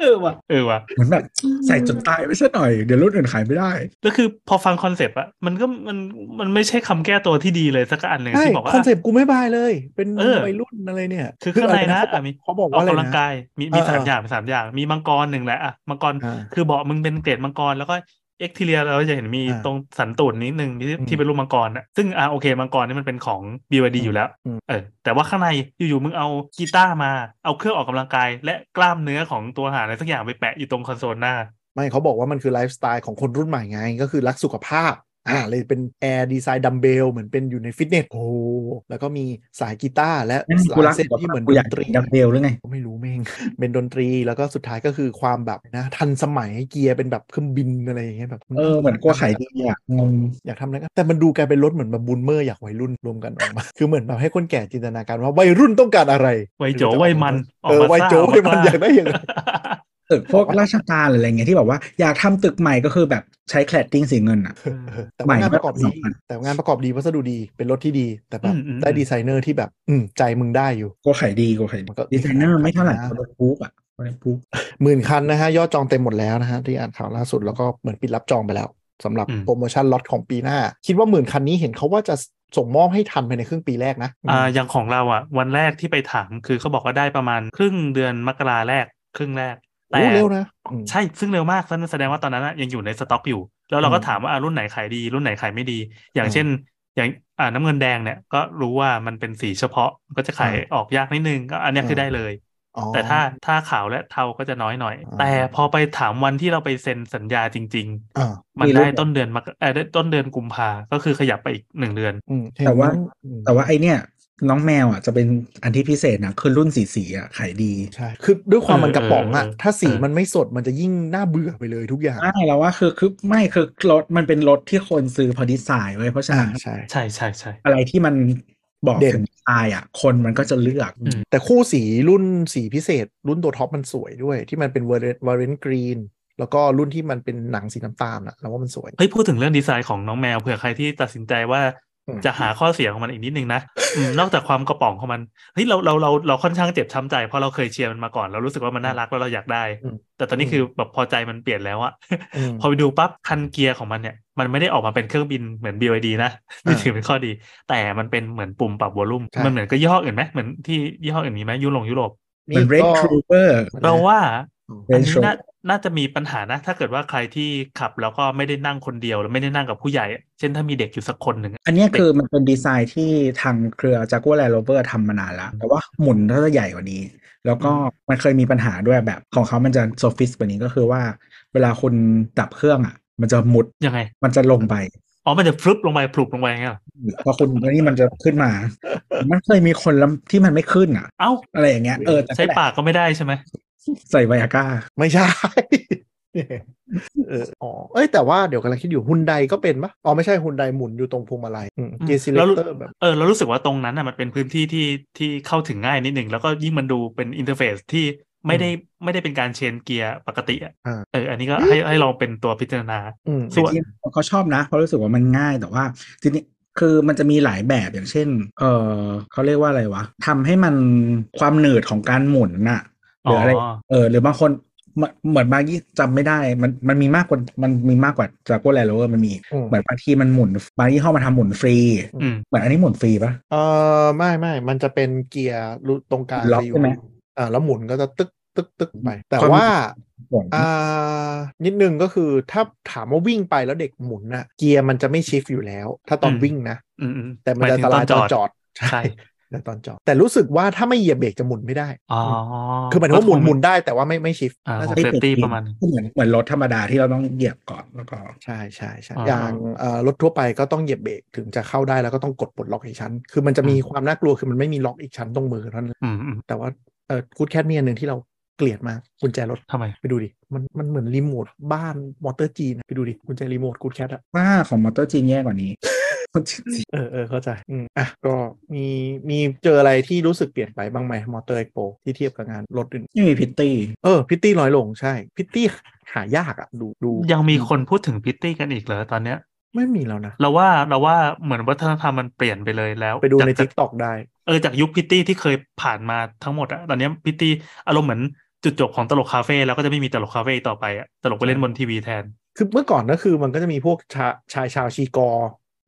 [SPEAKER 2] เออว่ะเออว่ะ
[SPEAKER 3] เหมือนแบบใส่จนตายไม่ใช่หน่อยเดี๋ยวรุ่นอื่นขายไม่ได้
[SPEAKER 2] แล้วคือพอฟังคอนเซปต์อะมันก็มันมันไม่ใช่คำแก้ตัวที่ดีเลยสักอันหนึ่ง
[SPEAKER 4] ใช่
[SPEAKER 2] ที่บอกว่า
[SPEAKER 4] คอนเซปต์กูไม่บายเลย เป็น
[SPEAKER 2] เออ
[SPEAKER 4] วัยรุ่นอะไรเนี่ย
[SPEAKER 2] คือข้างในนะ
[SPEAKER 4] เขาบ
[SPEAKER 2] อ่ะ
[SPEAKER 4] อก
[SPEAKER 2] มี
[SPEAKER 4] เขาบอก
[SPEAKER 2] ออ
[SPEAKER 4] ว่ากอะไร
[SPEAKER 2] กำลัง
[SPEAKER 4] นะ
[SPEAKER 2] กายมีมี
[SPEAKER 4] เออ
[SPEAKER 2] สาม
[SPEAKER 4] เอออ
[SPEAKER 2] อย่างมีสามอย่าง มีมังกรหนึ่งแหละอะมังกร
[SPEAKER 4] อ่า
[SPEAKER 2] คือเบาะมึงเป็นเกรดมังกร แล้วก็เอ็กทีเรียเราจะเห็นมี
[SPEAKER 4] อ่า
[SPEAKER 2] ตรงสันตูดนิดนึงที่
[SPEAKER 4] อืม
[SPEAKER 2] ที่เป็นรูปมังกรอะซึ่งอ่ะโอเคมังกรนี่มันเป็นของ BYD อยู่แล้ว
[SPEAKER 4] อืม
[SPEAKER 2] เออแต่ว่าข้างในอยู่ๆมึงเอากีตาร์มาเอาเครื่องออกกำลังกาย และกล้ามเนื้อของตัวหาอะไรสักอย่างไปแปะอยู่ตรงคอนโซลหน้า
[SPEAKER 4] ไม่เขาบอกว่ามันคือไลฟ์สไตล์ของคนรุ่นใหม่ไง ก็คือรักสุขภาพอ่าเลยเป็นแอร์ดีไซน์ดัมเบลเหมือนเป็นอยู่ในฟิตเนสโอ้โหแล้วก็มีสายกีตาร์และ
[SPEAKER 3] นั่นกู
[SPEAKER 4] สาย
[SPEAKER 3] รัก
[SPEAKER 4] เส้น
[SPEAKER 3] สุข
[SPEAKER 4] ที่
[SPEAKER 3] ภา
[SPEAKER 4] เห
[SPEAKER 3] พ
[SPEAKER 4] มือน
[SPEAKER 3] กู
[SPEAKER 4] ด
[SPEAKER 3] อยาก
[SPEAKER 4] นตรี
[SPEAKER 3] ดับเบลหรือไง
[SPEAKER 4] ไม่รู้แม่ง [laughs] เป็นดนตรีแล้วก็สุดท้ายก็คือความแบบนะทันสมัยเกียร์เป็นแบบเครื่องบินอะไรอย่างเงี้ยแบบ
[SPEAKER 3] เออเหมือนกลัวขายดีอ่ะงง
[SPEAKER 4] อยากทำอะไรก็แต่มันดูกลายเป็นรถเหมือนแบบบูมเมอร์อยากวัยรุ่นรวมกันออกมา [laughs] คือเหมือนแบบให้คนแก่จินตนาการว่าวัยรุ่นต้องการอะไร
[SPEAKER 2] วัยโจ๋วัยมันออก
[SPEAKER 4] เออ
[SPEAKER 2] มา
[SPEAKER 4] วัยโจ
[SPEAKER 2] ซ่าออกมา
[SPEAKER 4] วัยมั
[SPEAKER 2] ซ่า
[SPEAKER 4] น [laughs] อยากได้อย่างไร
[SPEAKER 3] ตึกพวกราชการหรืออะไรเงี้ยที่แบบว่าอยากทำตึกใหม่ก็คือแบบใช้แคลดติ้งสีเงินอ่ะ
[SPEAKER 4] เออแต่ว่างานประกอบดี
[SPEAKER 3] ใหม่มาก
[SPEAKER 4] แต่ว่างานประกอบดีวัสดุดีเป็นรถที่ดี แต่แบบ
[SPEAKER 2] อืมอืม
[SPEAKER 4] ได้ดีไซเนอร์ที่แบบอืมใจมึงได้อยู่
[SPEAKER 3] กลัวขายดีกลัวขายดี
[SPEAKER 4] มันก็
[SPEAKER 3] ดีไซเนอร์ไม่เท่าไหร่กลัวปุ๊บอ่ะกลัวปุ๊บ
[SPEAKER 4] หมื่นคันนะฮะ ยอดจองเต็มหมดแล้วนะฮะ ที่อ่านข่าวล่าสุดแล้วก็เหมือนปิดรับจองไปแล้วสำหรับ
[SPEAKER 2] อืม
[SPEAKER 4] โปรโมชั่นล็อตของปีหน้า คิดว่าหมื่นคันนี้เห็นเขาว่าจะส่งมอบให้ทันภายในครึ่งปีแรกนะ
[SPEAKER 2] อ่าอย่างของเราอ่ะ วันแรกที่ไปถามคือเขาบอกว่าได้ประมาณครึ่งเดือนมกราแรก ครึ่งแรก
[SPEAKER 4] โอ้
[SPEAKER 2] แต่
[SPEAKER 4] เร็วนะอืม
[SPEAKER 2] ใช่ซึ่งเร็วมากนั่นแสดงว่าตอนนั้นอะยังอยู่ในสต็อกอยู่ แล้วเราก็
[SPEAKER 4] อืม
[SPEAKER 2] ถามว่าอ่ะรุ่นไหนขายดี รุ่นไหนขายไม่ดี อย่าง
[SPEAKER 4] อืม
[SPEAKER 2] เช่น อย่างอ่าน้ำเงินแดงเนี่ยก็รู้ว่ามันเป็นสีเฉพาะก็จะขาย
[SPEAKER 4] อ่า
[SPEAKER 2] ออกยากนิดนึงก็อันเนี้ยคือ
[SPEAKER 4] ม
[SPEAKER 2] ได้เลย
[SPEAKER 4] อ๋อ
[SPEAKER 2] แต่ถ้าถ้าขาวและเทาก็จะน้อยหน่อย
[SPEAKER 4] อ่า
[SPEAKER 2] แต่พอไปถามวันที่เราไปเซ็นสัญญาจริง
[SPEAKER 4] อ่า
[SPEAKER 2] ๆ มันได้ต้นเดือนมกเอ่อได้ต้นเดือนกุมภาก็คือขยับไปอีกหนึ่งเดือน
[SPEAKER 4] อืมเห็น
[SPEAKER 3] แต่ว่า
[SPEAKER 4] อืม
[SPEAKER 3] แต่ว่าไอเนี่ยน้องแมวอ่ะจะเป็นอันที่พิเศษนะคือรุ่นสีสีๆอ่ะขายดี
[SPEAKER 4] ใช่ คือด้วยความ
[SPEAKER 2] เออ
[SPEAKER 4] มันกระป๋องอะ
[SPEAKER 2] เออเออ
[SPEAKER 4] ถ้าสี
[SPEAKER 2] เออ
[SPEAKER 4] มันไม่สดมันจะยิ่งน่าเบื่อไปเลยทุกอย่าง
[SPEAKER 3] ใช่แล้วว่าคือคือไม่คือรถมันเป็นรถที่คนซื้อเพอดีไซน์ไว้ยเพราะฉะ
[SPEAKER 4] อ่า
[SPEAKER 3] นั้น
[SPEAKER 4] ใช่
[SPEAKER 2] ใช่ใช่ใช่
[SPEAKER 3] อะไรที่มันบอก
[SPEAKER 4] เด่น
[SPEAKER 3] ถึงดีไซน์อ่ะ คนมันก็จะเลือก
[SPEAKER 2] อืม
[SPEAKER 4] แต่คู่สีรุ่นสีพิเศษ รุ่นตัวท็อปมันสวยด้วย ที่มันเป็นวาเรนกรีน แล้วก็รุ่นที่มันเป็นหนังสีน้ำตาลอะเราว่ามันสวย
[SPEAKER 2] เฮ้ยพูดถึงเรื่องดีไซน์ของน้องแมวเผื่อใครที่ตัดสินใจว่า
[SPEAKER 4] อืม
[SPEAKER 2] จะหาข้อเสียของมันอีกนิดนึงนะอืมนอกจากความกระป๋องของมันเฮ้ยเราเราเราเราค่อนข้างเจ็บช้ำใจเพราะเราเคยเชียร์มันมาก่อนเรารู้สึกว่ามันน่ารักแล้วเราอยากได้
[SPEAKER 4] อืม
[SPEAKER 2] แต่ตอนนี้
[SPEAKER 4] อืม
[SPEAKER 2] คือแบบพอใจมันเปลี่ยนแล้วอะ
[SPEAKER 4] อืม
[SPEAKER 2] พอไปดูปั๊บคันเกียร์ของมันเนี่ยมันไม่ได้ออกมาเป็นเครื่องบินเหมือน BYD นะนี่
[SPEAKER 4] อ่า
[SPEAKER 2] ถือเป็นข้อดี แต่มันเป็นเหมือนปุ่มปรับวอลลุ่ม
[SPEAKER 4] ใช่
[SPEAKER 2] มันเหมือนก็ยี่ห้ออื่นไหมเหมือนที่ยี่ห้ออื่นมีไหมยุโรปยุโรป
[SPEAKER 3] เหมือน Red
[SPEAKER 4] ก็
[SPEAKER 3] Rover
[SPEAKER 2] เราว่า
[SPEAKER 4] อืม
[SPEAKER 2] อัน
[SPEAKER 3] Range
[SPEAKER 2] นี้
[SPEAKER 3] Rover
[SPEAKER 2] น่าน่าจะมีปัญหานะ ถ้าเกิดว่าใครที่ขับแล้วก็ไม่ได้นั่งคนเดียวแล้วไม่ได้นั่งกับผู้ใหญ่อะเช่นถ้ามีเด็กอยู่สักคนหนึ่งอะ
[SPEAKER 3] อันเนี้ยคือมันเป็นดีไซน์ที่ทางเครือ Jaguar Land Rover ทำมานานแล้ว แต่ว่าหมุนก็จะใหญ่กว่านี้ แล้วก็มันเคยมีปัญหาด้วยแบบของเขามันจะโซฟิสกว่านี้ก็คือว่า เวลาคุณดับเครื่องอ่ะ มันจะมุด
[SPEAKER 2] ยังไง
[SPEAKER 3] มันจะลงไป
[SPEAKER 2] อ๋อ มันจะฟลุปลงไปพลุบลงไปอย่างเงี้ยเหรอ
[SPEAKER 3] พอคุณแล้วนี่มันจะขึ้นมา มันเคยมีคนแล้วที่มันไม่ขึ้นอ่ะ
[SPEAKER 2] เอ้า
[SPEAKER 3] อะไรอย่างเงี้ยเออแต่
[SPEAKER 2] ใช้ปากก็ไม่ได้ใช่ไหม
[SPEAKER 3] ใส่ไวอาก้า
[SPEAKER 4] ไม่ใช่ [laughs] เอออ๋อเอ้ยแต่ว่าเดี๋ยวกำลังคิดอยู่ฮุนไดก็เป็นปะอ๋อไม่ใช่ฮุนไดหมุนอยู่ตรงพวงมาลัยอืมเกียร์ซีเล
[SPEAKER 2] แล้ว
[SPEAKER 4] เตอร์แบบ
[SPEAKER 2] เออเรารู้สึกว่าตรงนั้นน่ะมันเป็นพื้นที่ที่ที่เข้าถึงง่ายนิดหนึ่ง แล้วก็ยิ่งมันดูเป็นอินเทอร์เฟซที่ไม่ได้ไม่ได้เป็นการเชนเกียร์ปกติอะ
[SPEAKER 4] อ่า
[SPEAKER 2] เอออันนี้ก็ให้ให้ลองเป็นตัวพิจารณา
[SPEAKER 4] อืม
[SPEAKER 2] ส่วน
[SPEAKER 3] ที่เขาชอบนะเพราะรู้สึกว่ามันง่ายแต่ว่าทีนี้คือมันจะมีหลายแบบอย่างเช่น เออเขาเรียกว่าอะไรวะทำให้มันความหนืดของการหมุนน่ะหรืออะไร
[SPEAKER 2] อ๋อ
[SPEAKER 3] เออหรือบางคนเหมือนเหมือนบางยี่จำไม่ได้ มันมันมีมากกว่ามันมีมากกว่าจากกู้แลโรเวอร์มันมี
[SPEAKER 4] อืม
[SPEAKER 3] เหมือนบางทีมันหมุนบางยี่ห้อมันทำหมุนฟรี
[SPEAKER 2] อืม
[SPEAKER 3] เหมือนอันนี้หมุนฟรีปะ
[SPEAKER 4] เอ่อไม่ไม่มันจะเป็นเกียร์รูตรงกลาง
[SPEAKER 3] ล็อก
[SPEAKER 4] จะยู่
[SPEAKER 3] ใช่ไหม
[SPEAKER 4] อ่าแล้วหมุนก็จะตึกตึกตึกไปแต่
[SPEAKER 3] ความ
[SPEAKER 4] ว่า
[SPEAKER 3] หมุน
[SPEAKER 4] อ่านิดนึงก็คือถ้าถามว่าวิ่งไปแล้วเด็กหมุนน่ะเกียร์มันจะไม่ชิฟอยู่แล้ว ถ้าตอน
[SPEAKER 2] อืม
[SPEAKER 4] วิ่งนะ
[SPEAKER 2] อืมอืม
[SPEAKER 4] แต่มันจะอันตรายตอนจอด
[SPEAKER 2] ใช่
[SPEAKER 4] แต่ตอนจอด แต่รู้สึกว่าถ้าไม่เหยียบเบรกจะหมุนไม่ได้
[SPEAKER 2] อ๋อ
[SPEAKER 4] คือหมายถึงว่าหมุนหมุนได้แต่ว่าไม่ไม่ชิฟ
[SPEAKER 2] อ่า
[SPEAKER 4] น่า
[SPEAKER 2] ขอ
[SPEAKER 4] จะ
[SPEAKER 2] งเซฟตี้ประมาณ
[SPEAKER 3] เหมือนเหมือนรถธรรมดาที่เราต้องเหยียบก่อนแล้วก็
[SPEAKER 4] ใช่ใช่ใช่
[SPEAKER 2] อ่า
[SPEAKER 4] อย่างเอ่อรถทั่วไปก็ต้องเหยียบเบรกถึงจะเข้าได้แล้วก็ต้องกดปลดล็อกอีกชั้น คือมันจะมี
[SPEAKER 2] อืม
[SPEAKER 4] ความน่ากลัวคือมันไม่มีล็อกอีกชั้นตรงมือเท่านั้น
[SPEAKER 2] อืมอืม
[SPEAKER 4] แต่ว่าเออกูดแคทมีอันหนึ่งที่เรา เกลียดมากกุญแจรถ
[SPEAKER 2] ทำไม
[SPEAKER 4] ไปดูดิมันมันเหมือนรีโมทบ้านมอเตอร์จีนอะไปดูดิกุญแจรีโมทกูดแคทอะ
[SPEAKER 3] บ้าของมอเตอร์จีนแย่กว่านี้
[SPEAKER 4] เออเออเข้าใจอืมอ่ะก็มีมีเจออะไรที่รู้สึกเปลี่ยนไปบ้างไหมมอเตอร์เอ็กโปที่เทียบกับงานรถอื่น
[SPEAKER 3] ไม่มีพิตตี้
[SPEAKER 4] เออพิตตี้น้อยลงใช่พิตตี้หายากอะดูดู
[SPEAKER 2] ยังมีคนพูดถึงพิตตี้กันอีกเหรอตอนเนี้ย
[SPEAKER 4] ไม่มีแล้วนะ
[SPEAKER 2] เราว่าเราว่าเหมือนวัฒนธรรมมันเปลี่ยนไปเลยแล้ว
[SPEAKER 4] ไปดู
[SPEAKER 2] จาก
[SPEAKER 4] ใน
[SPEAKER 2] จา
[SPEAKER 4] ทิ
[SPEAKER 2] ก
[SPEAKER 4] กตอกได้
[SPEAKER 2] เออจากยุคพิตตี้ที่เคยผ่านมาทั้งหมดอะตอนเนี้ยพิตตี้อารมณ์เหมือนจุดจบของตลกคาเฟ่แล้วก็จะไม่มีตลกคาเฟ่อีกต่อไปอะตลกไปเล่นบนทีวีแทน
[SPEAKER 4] คือเมื่อก่อนก็คือมันก็จะมีพวกชาชายชาวชีกอ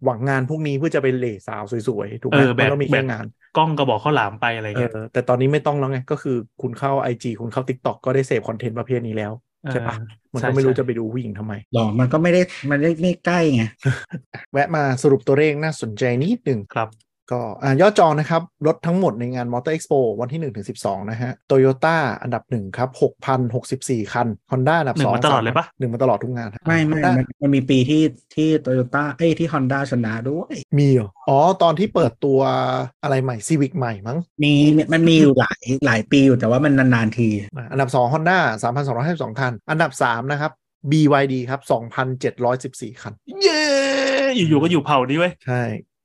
[SPEAKER 4] หวังงานพวกนี้เพื่อจะไปเหล่สาวสวยๆ ถูกไหม
[SPEAKER 2] เออแบ
[SPEAKER 4] มั
[SPEAKER 2] บ
[SPEAKER 4] นต้องมี
[SPEAKER 2] แบ
[SPEAKER 4] แค่
[SPEAKER 2] บ
[SPEAKER 4] งาน
[SPEAKER 2] กล้องกระบอกข้าวหลามไปอะไร
[SPEAKER 4] เอ
[SPEAKER 2] เงี้ย
[SPEAKER 4] อแต่ตอนนี้ไม่ต้องแล้วไง ก็คือคุณเข้า IG คุณเข้า TikTok ก็ได้เสพคอนเทนต์ประเภทนี้แล้ว ใช่ปะ
[SPEAKER 2] เออ
[SPEAKER 4] มัน
[SPEAKER 2] ใช่
[SPEAKER 4] ก็ไม่รู้
[SPEAKER 2] ใช่
[SPEAKER 4] จะไปดูผู้หญิงทำไม
[SPEAKER 3] หรอ มันก็ไม่ได้ มันไม่ไม่ใกล้ไง
[SPEAKER 4] แวะมาสรุปตัวเลขน่าสนใจนิดหนึ่ง
[SPEAKER 2] ครับ
[SPEAKER 4] ก็อ่ะยอดจองนะครับ รถทั้งหมดในงาน Motor Expo วันที่1ถึง12 นะฮะ โตโยต้าอันดับ 1 ครับ 6,064 คัน Honda อันดับ
[SPEAKER 2] หนึ่ง
[SPEAKER 4] 2
[SPEAKER 2] มาตลอดเลยปะ
[SPEAKER 4] หนึ่งมาตลอดทุกงานฮะ
[SPEAKER 3] ไม่ไม่
[SPEAKER 4] Honda
[SPEAKER 3] มันมันมีปีที่ที่โตโยต้าเอ้ยที่ฮอนด้าชนะด้วย
[SPEAKER 4] มีเหรออ๋อ ตอนที่เปิดตัวอะไรใหม่ Civic ใหม่มั้ง
[SPEAKER 3] มีเนี่ยมันมีอยู่หลายหลายปีอยู่แต่ว่ามันนานๆที
[SPEAKER 4] อ่ะอันดับ 2 Honda 3,252 คัน อันดับ 3 นะครับ BYD ครับ 2,714 คัน
[SPEAKER 2] เย้อยู่ๆก็อยู่เผ่านี้เว้ย
[SPEAKER 4] ใช่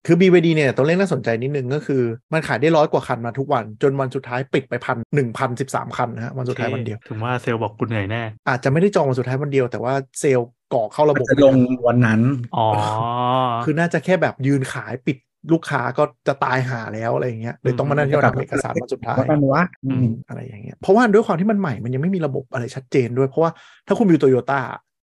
[SPEAKER 4] คือ BYD เนี่ยตัวเลขน่าสนใจนิดนึงก็คือ มันขายได้ร้อยกว่าคันมาทุกวัน จนวันสุดท้ายปิดไปพันหนึ่งพันสิบสามคันนะฮะวันสุดท้ายวันเดียว
[SPEAKER 2] ถึงว่าเซลล์บอกกูเหนื่อยแน่
[SPEAKER 4] อาจจะไม่ได้จองวันสุดท้ายวันเดียวแต่ว่าเซลล์ก่อเข้าระ
[SPEAKER 3] มั
[SPEAKER 4] บ
[SPEAKER 3] น
[SPEAKER 4] บ
[SPEAKER 3] จะลงวันนั้น
[SPEAKER 2] อ๋อ
[SPEAKER 4] คือน่าจะแค่แบบยืนขายปิดลูกค้าก็จะตายหาแล้วอะไรอย่างเงี้ยเลยต้องมานั่งยอดทำเอกสารวันสุดท้าย
[SPEAKER 3] ว่ากันวะ
[SPEAKER 2] อืม
[SPEAKER 4] อะไรอย่างเงี้ยเพราะว่าด้วยความที่มันใหม่มันยังไม่มีระบบอะไรชัดเจนด้วย เพราะว่าถ้าคุณอยู่โตโยต้า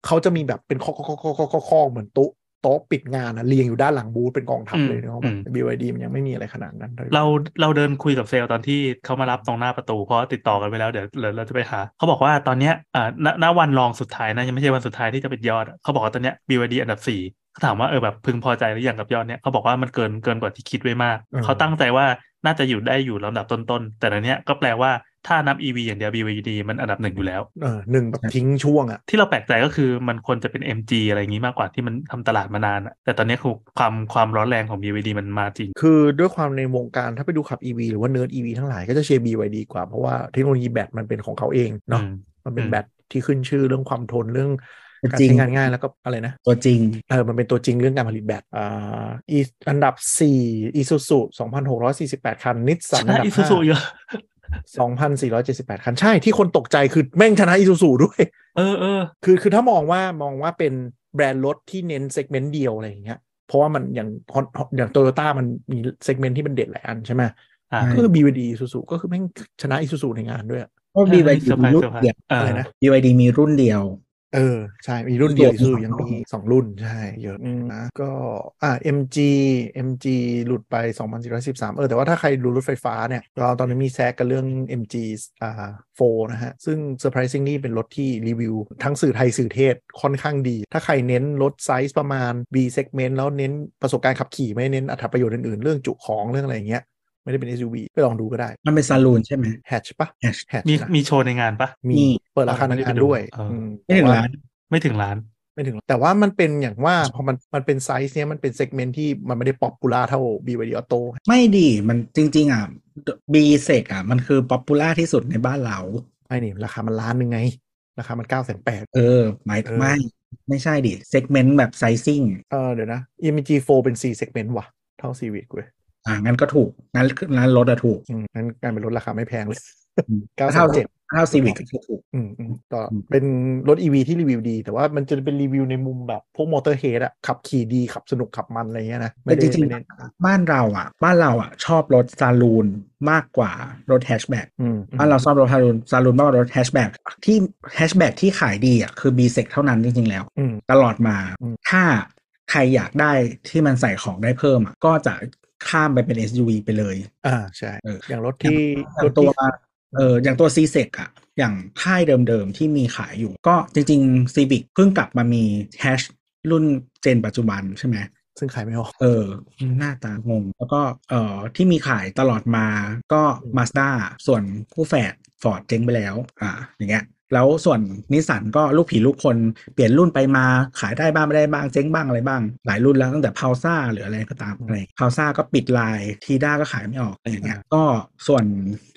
[SPEAKER 4] เขาจะมีแบบเป็นข้อข้อข้อข้อข้อข้อเหมือนโต๊ะโต๊ะปิดงานอะเรียงอยู่ด้านหลังบูธเป็นกองทัพเลยเนาะ
[SPEAKER 2] อืม
[SPEAKER 4] BYD มันยังไม่มีอะไรขนาดนั้นเลย
[SPEAKER 2] เราเราเดินคุยกับเซลล์ตอนที่เขามารับตรงหน้าประตูเพราะติดต่อกันไปแล้วเดี๋ยวเดี๋ยวเราจะไปหาเขาบอกว่าตอนเนี้ยอ่าณณวันรองสุดท้ายนะยังไม่ใช่วันสุดท้ายที่จะเป็นยอดอะเขาบอกว่าตอนเนี้ย BYD อันดับสี่เขาถามว่าเออแบบพึงพอใจหรือยังกับยอดเนี้ยเขาบอกว่ามันเกินเกินกว่าที่คิดไว้มาก
[SPEAKER 4] อืม
[SPEAKER 2] เขาตั้งใจว่าน่าจะอยู่ได้อยู่ลำดับต้นๆแต่ในเนี้ยก็แปลว่าถ้านับ EV อย่างเดียว BYD มันอันดับหนึ่งอยู่แล้ว
[SPEAKER 4] เออหนึ่งแบบทิ้งช่วงอะ
[SPEAKER 2] ที่เราแปลกใจก็คือมันควรจะเป็น MG อะไรอย่างงี้มากกว่าที่มันทำตลาดมานานอะแต่ตอนเนี้ยคือความความร้อนแรงของ BYD มันมาจริง
[SPEAKER 4] คือด้วยความในวงการถ้าไปดูขับ EV หรือว่าเนิร์ด EV ทั้งหลายก็จะเชียร์ BYD กว่า เพราะว่าเทคโนโลยีแบตมันเป็นของเขาเองเนาะ
[SPEAKER 2] อืม
[SPEAKER 4] มันเป็น
[SPEAKER 2] อืม
[SPEAKER 4] แบตที่ขึ้นชื่อเรื่องความทนเรื่องการ
[SPEAKER 3] จริง
[SPEAKER 4] ใช้งานง่ายแล้วก็อะไรนะ
[SPEAKER 3] ตัวจริง
[SPEAKER 4] เออมันเป็นตัวจริงเรื่องการผลิตแบตอ่าอีอันดับ 4 Isuzu 2,648 คัน Nissan
[SPEAKER 2] ช
[SPEAKER 4] อั
[SPEAKER 2] นะ
[SPEAKER 4] นดับ
[SPEAKER 2] อีซูซูเยอะ
[SPEAKER 4] 5 2,478 คัน ใช่ที่คนตกใจคือแม่งชนะ Isuzu ด้วย
[SPEAKER 2] เออเออ
[SPEAKER 4] คือคือถ้ามองว่ามองว่าเป็นแบรนด์รถที่เน้นเซกเมนต์เดียวอะไรอย่างเงี้ยเพราะว่ามันอย่าง Hon- อย่างโตโยต้ามันมีเซกเมนต์ที่มันเด็ดหลายอันใช่ไหม
[SPEAKER 2] อ่า
[SPEAKER 3] ใช่
[SPEAKER 4] ก็คือ BVD อีซูซูก็คือแม่งชนะอีซูซูในงานด้วยอะ
[SPEAKER 3] เพราะ BYD
[SPEAKER 2] เซอร์ไพรส์
[SPEAKER 3] มีรุ่
[SPEAKER 2] เซอน ร์ไพร
[SPEAKER 3] เดียว
[SPEAKER 2] ส์เออ
[SPEAKER 4] อะไรนะ
[SPEAKER 3] BYD มีรุ่นเดียว
[SPEAKER 4] เออ ใช่ มีรุ่นเดียวอีซู
[SPEAKER 3] มีส
[SPEAKER 4] ซู
[SPEAKER 3] อง
[SPEAKER 4] ยังมีสองรุ่น ใช่ เยอะนะก็อ่า MG MG หลุดไป 2,413 เออ แต่ว่าถ้าใครดูรถไฟฟ้าเนี่ยก็ตอนนี้มีแซกกันเรื่อง MG อ่า4นะฮะ ซึ่ง surprisingly เป็นรถที่รีวิว ทั้งสื่อไทยสื่อเทศค่อนข้างดี ถ้าใครเน้นรถไซส์ประมาณ B segment แล้วเน้นประสบการณ์ขับขี่ไม่เน้นอัตราประโยชน์อื่นๆ เรื่องจุของเรื่องอะไรอย่างเงี้ยไม่ได้เป็น SUV ไปลองดูก็ได้
[SPEAKER 3] มันเป็นซาลูนใช่ไหม
[SPEAKER 4] hatch ปะ
[SPEAKER 3] Hatch
[SPEAKER 4] hatch
[SPEAKER 2] มี
[SPEAKER 4] นะ
[SPEAKER 2] มีโชว์ในงานปะ
[SPEAKER 4] มี
[SPEAKER 3] มี
[SPEAKER 4] เปิดราคาทางการด้วย
[SPEAKER 2] เอออื
[SPEAKER 4] ม
[SPEAKER 3] ไม่ถึง
[SPEAKER 4] แต่ว่
[SPEAKER 3] ร้าน
[SPEAKER 2] ไม่ถึงล้าน
[SPEAKER 4] ไม่ถึง แต่ว่ามันเป็นอย่างว่าพอมันมันเป็นไซส์เนี้ยมันเป็นเซกเมนต์ที่มันไม่ได้ป๊อปปูล่าเท่า BYD Auto
[SPEAKER 3] ไม่ดีมันจริง ๆ อ่ะ B s e c อ่ะ มันคือป๊อปปูล่าที่สุดในบ้านเรา
[SPEAKER 4] ไม่นี่ราคามันล้านหนึ่งไง ราคามัน9ก้าแสนแปด
[SPEAKER 3] เออหมาย
[SPEAKER 4] เออ
[SPEAKER 3] ไม่ ไม่ใช่ดิเซกเมนต์แบบไซซิ่ง
[SPEAKER 4] เออเดี๋ยวนะ EMG 4 เป็น 4 เซกเมนต์ว่ะ เท่า Civic เว้ย
[SPEAKER 3] อ่างั้นก็ถูกงั้นงั้นรถอะถูก
[SPEAKER 4] อืมงั้นกลายเป็นรถราคาไม่แพงเลย
[SPEAKER 3] อืม
[SPEAKER 4] 9 7 0 0
[SPEAKER 3] เท่าซีวิกก็คือถูก
[SPEAKER 4] อืมอืมก็
[SPEAKER 3] อืม
[SPEAKER 4] เป็นรถ EV ที่รีวิวดี แต่ว่ามันจะเป็นรีวิวในมุมแบบพวกมอเตอร์เฮดอะขับขี่ดีขับสนุกขับมันอะไรเงี้ยนะไม่
[SPEAKER 3] แต่จ
[SPEAKER 4] ได้
[SPEAKER 3] ริง
[SPEAKER 4] ไม่
[SPEAKER 3] ๆ
[SPEAKER 4] ได้
[SPEAKER 3] บ้านเราอ่ะ บ้านเราอ่ะ ชอบรถซาลูนมากกว่ารถแฮชแบ็ก
[SPEAKER 4] อืมอืม
[SPEAKER 3] บ้านเราชอบรถซาลูนซาลูนมากกว่ารถแฮชแบ็กที่แฮชแบ็กที่ขายดีอ่ะคือ B s e c เท่านั้นจริง ๆ แล้ว
[SPEAKER 4] อืม
[SPEAKER 3] ตลอดมา
[SPEAKER 4] อืม
[SPEAKER 3] ถ้าใครอยากได้ที่มันใส่ของได้เพิ่มอ่ะก็จะข้ามไปเป็น SUV ไปเลย
[SPEAKER 4] อ่าใช่
[SPEAKER 3] เอออ
[SPEAKER 4] อย่างรถที่
[SPEAKER 3] อ
[SPEAKER 4] ร
[SPEAKER 3] ย่า
[SPEAKER 4] ถ
[SPEAKER 3] งตัว
[SPEAKER 4] ที่
[SPEAKER 3] เอออย่างตัว c ีเซกอะอย่างค่ายเดิมๆ ที่มีขายอยู่ ก็จริงๆ Civic เพิ่งกลับมามีแฮชรุ่นเจนปัจจุบันใช่ไหม
[SPEAKER 4] ซึ่งขายไม่ออก
[SPEAKER 3] เออ หน้าตางง แล้วก็เออที่มีขายตลอดมาก็ Mazda ส่วนคู่แฝด Ford เจ๊งไปแล้ว อ่าอย่างเงี้ย แล้วส่วนนิสสันก็ลูกผีลูกคนเปลี่ยนรุ่นไปมาขายได้บ้างไม่ได้บ้างเจ๊งบ้างอะไรบ้าง หลายรุ่นแล้วตั้งแต่พาวซ่าหรืออะไรก็ตามอะไรพาวซ่าก็ปิดลายทีด้าก็ขายไม่ออกอะไรอย่างเงี้ยก็ส่วน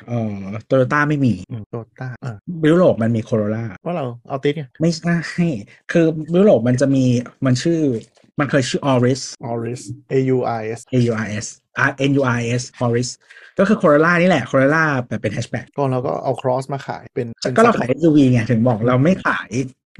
[SPEAKER 3] เอ่อโตโยต้าไม่มี
[SPEAKER 4] โตต้าอ่ะ
[SPEAKER 3] ยุโรปมันมีโคโรล่า
[SPEAKER 4] ว่าเราเอาติดไง
[SPEAKER 3] ไม่ใช่คือยุโรปมันจะมีมันชื่อ มันเคยชื่อ Auris
[SPEAKER 4] ออริส A U I S
[SPEAKER 3] A U R S R N U R S Auris ก็คือ Corolla นี่แหละ Corolla แบบเป็นแฮชแบ็ก
[SPEAKER 4] ก็เราก็เอาครอสมาขายเป็นป็น
[SPEAKER 3] ก็เราขาย SUV ไงถึงบอกเราไม่ขาย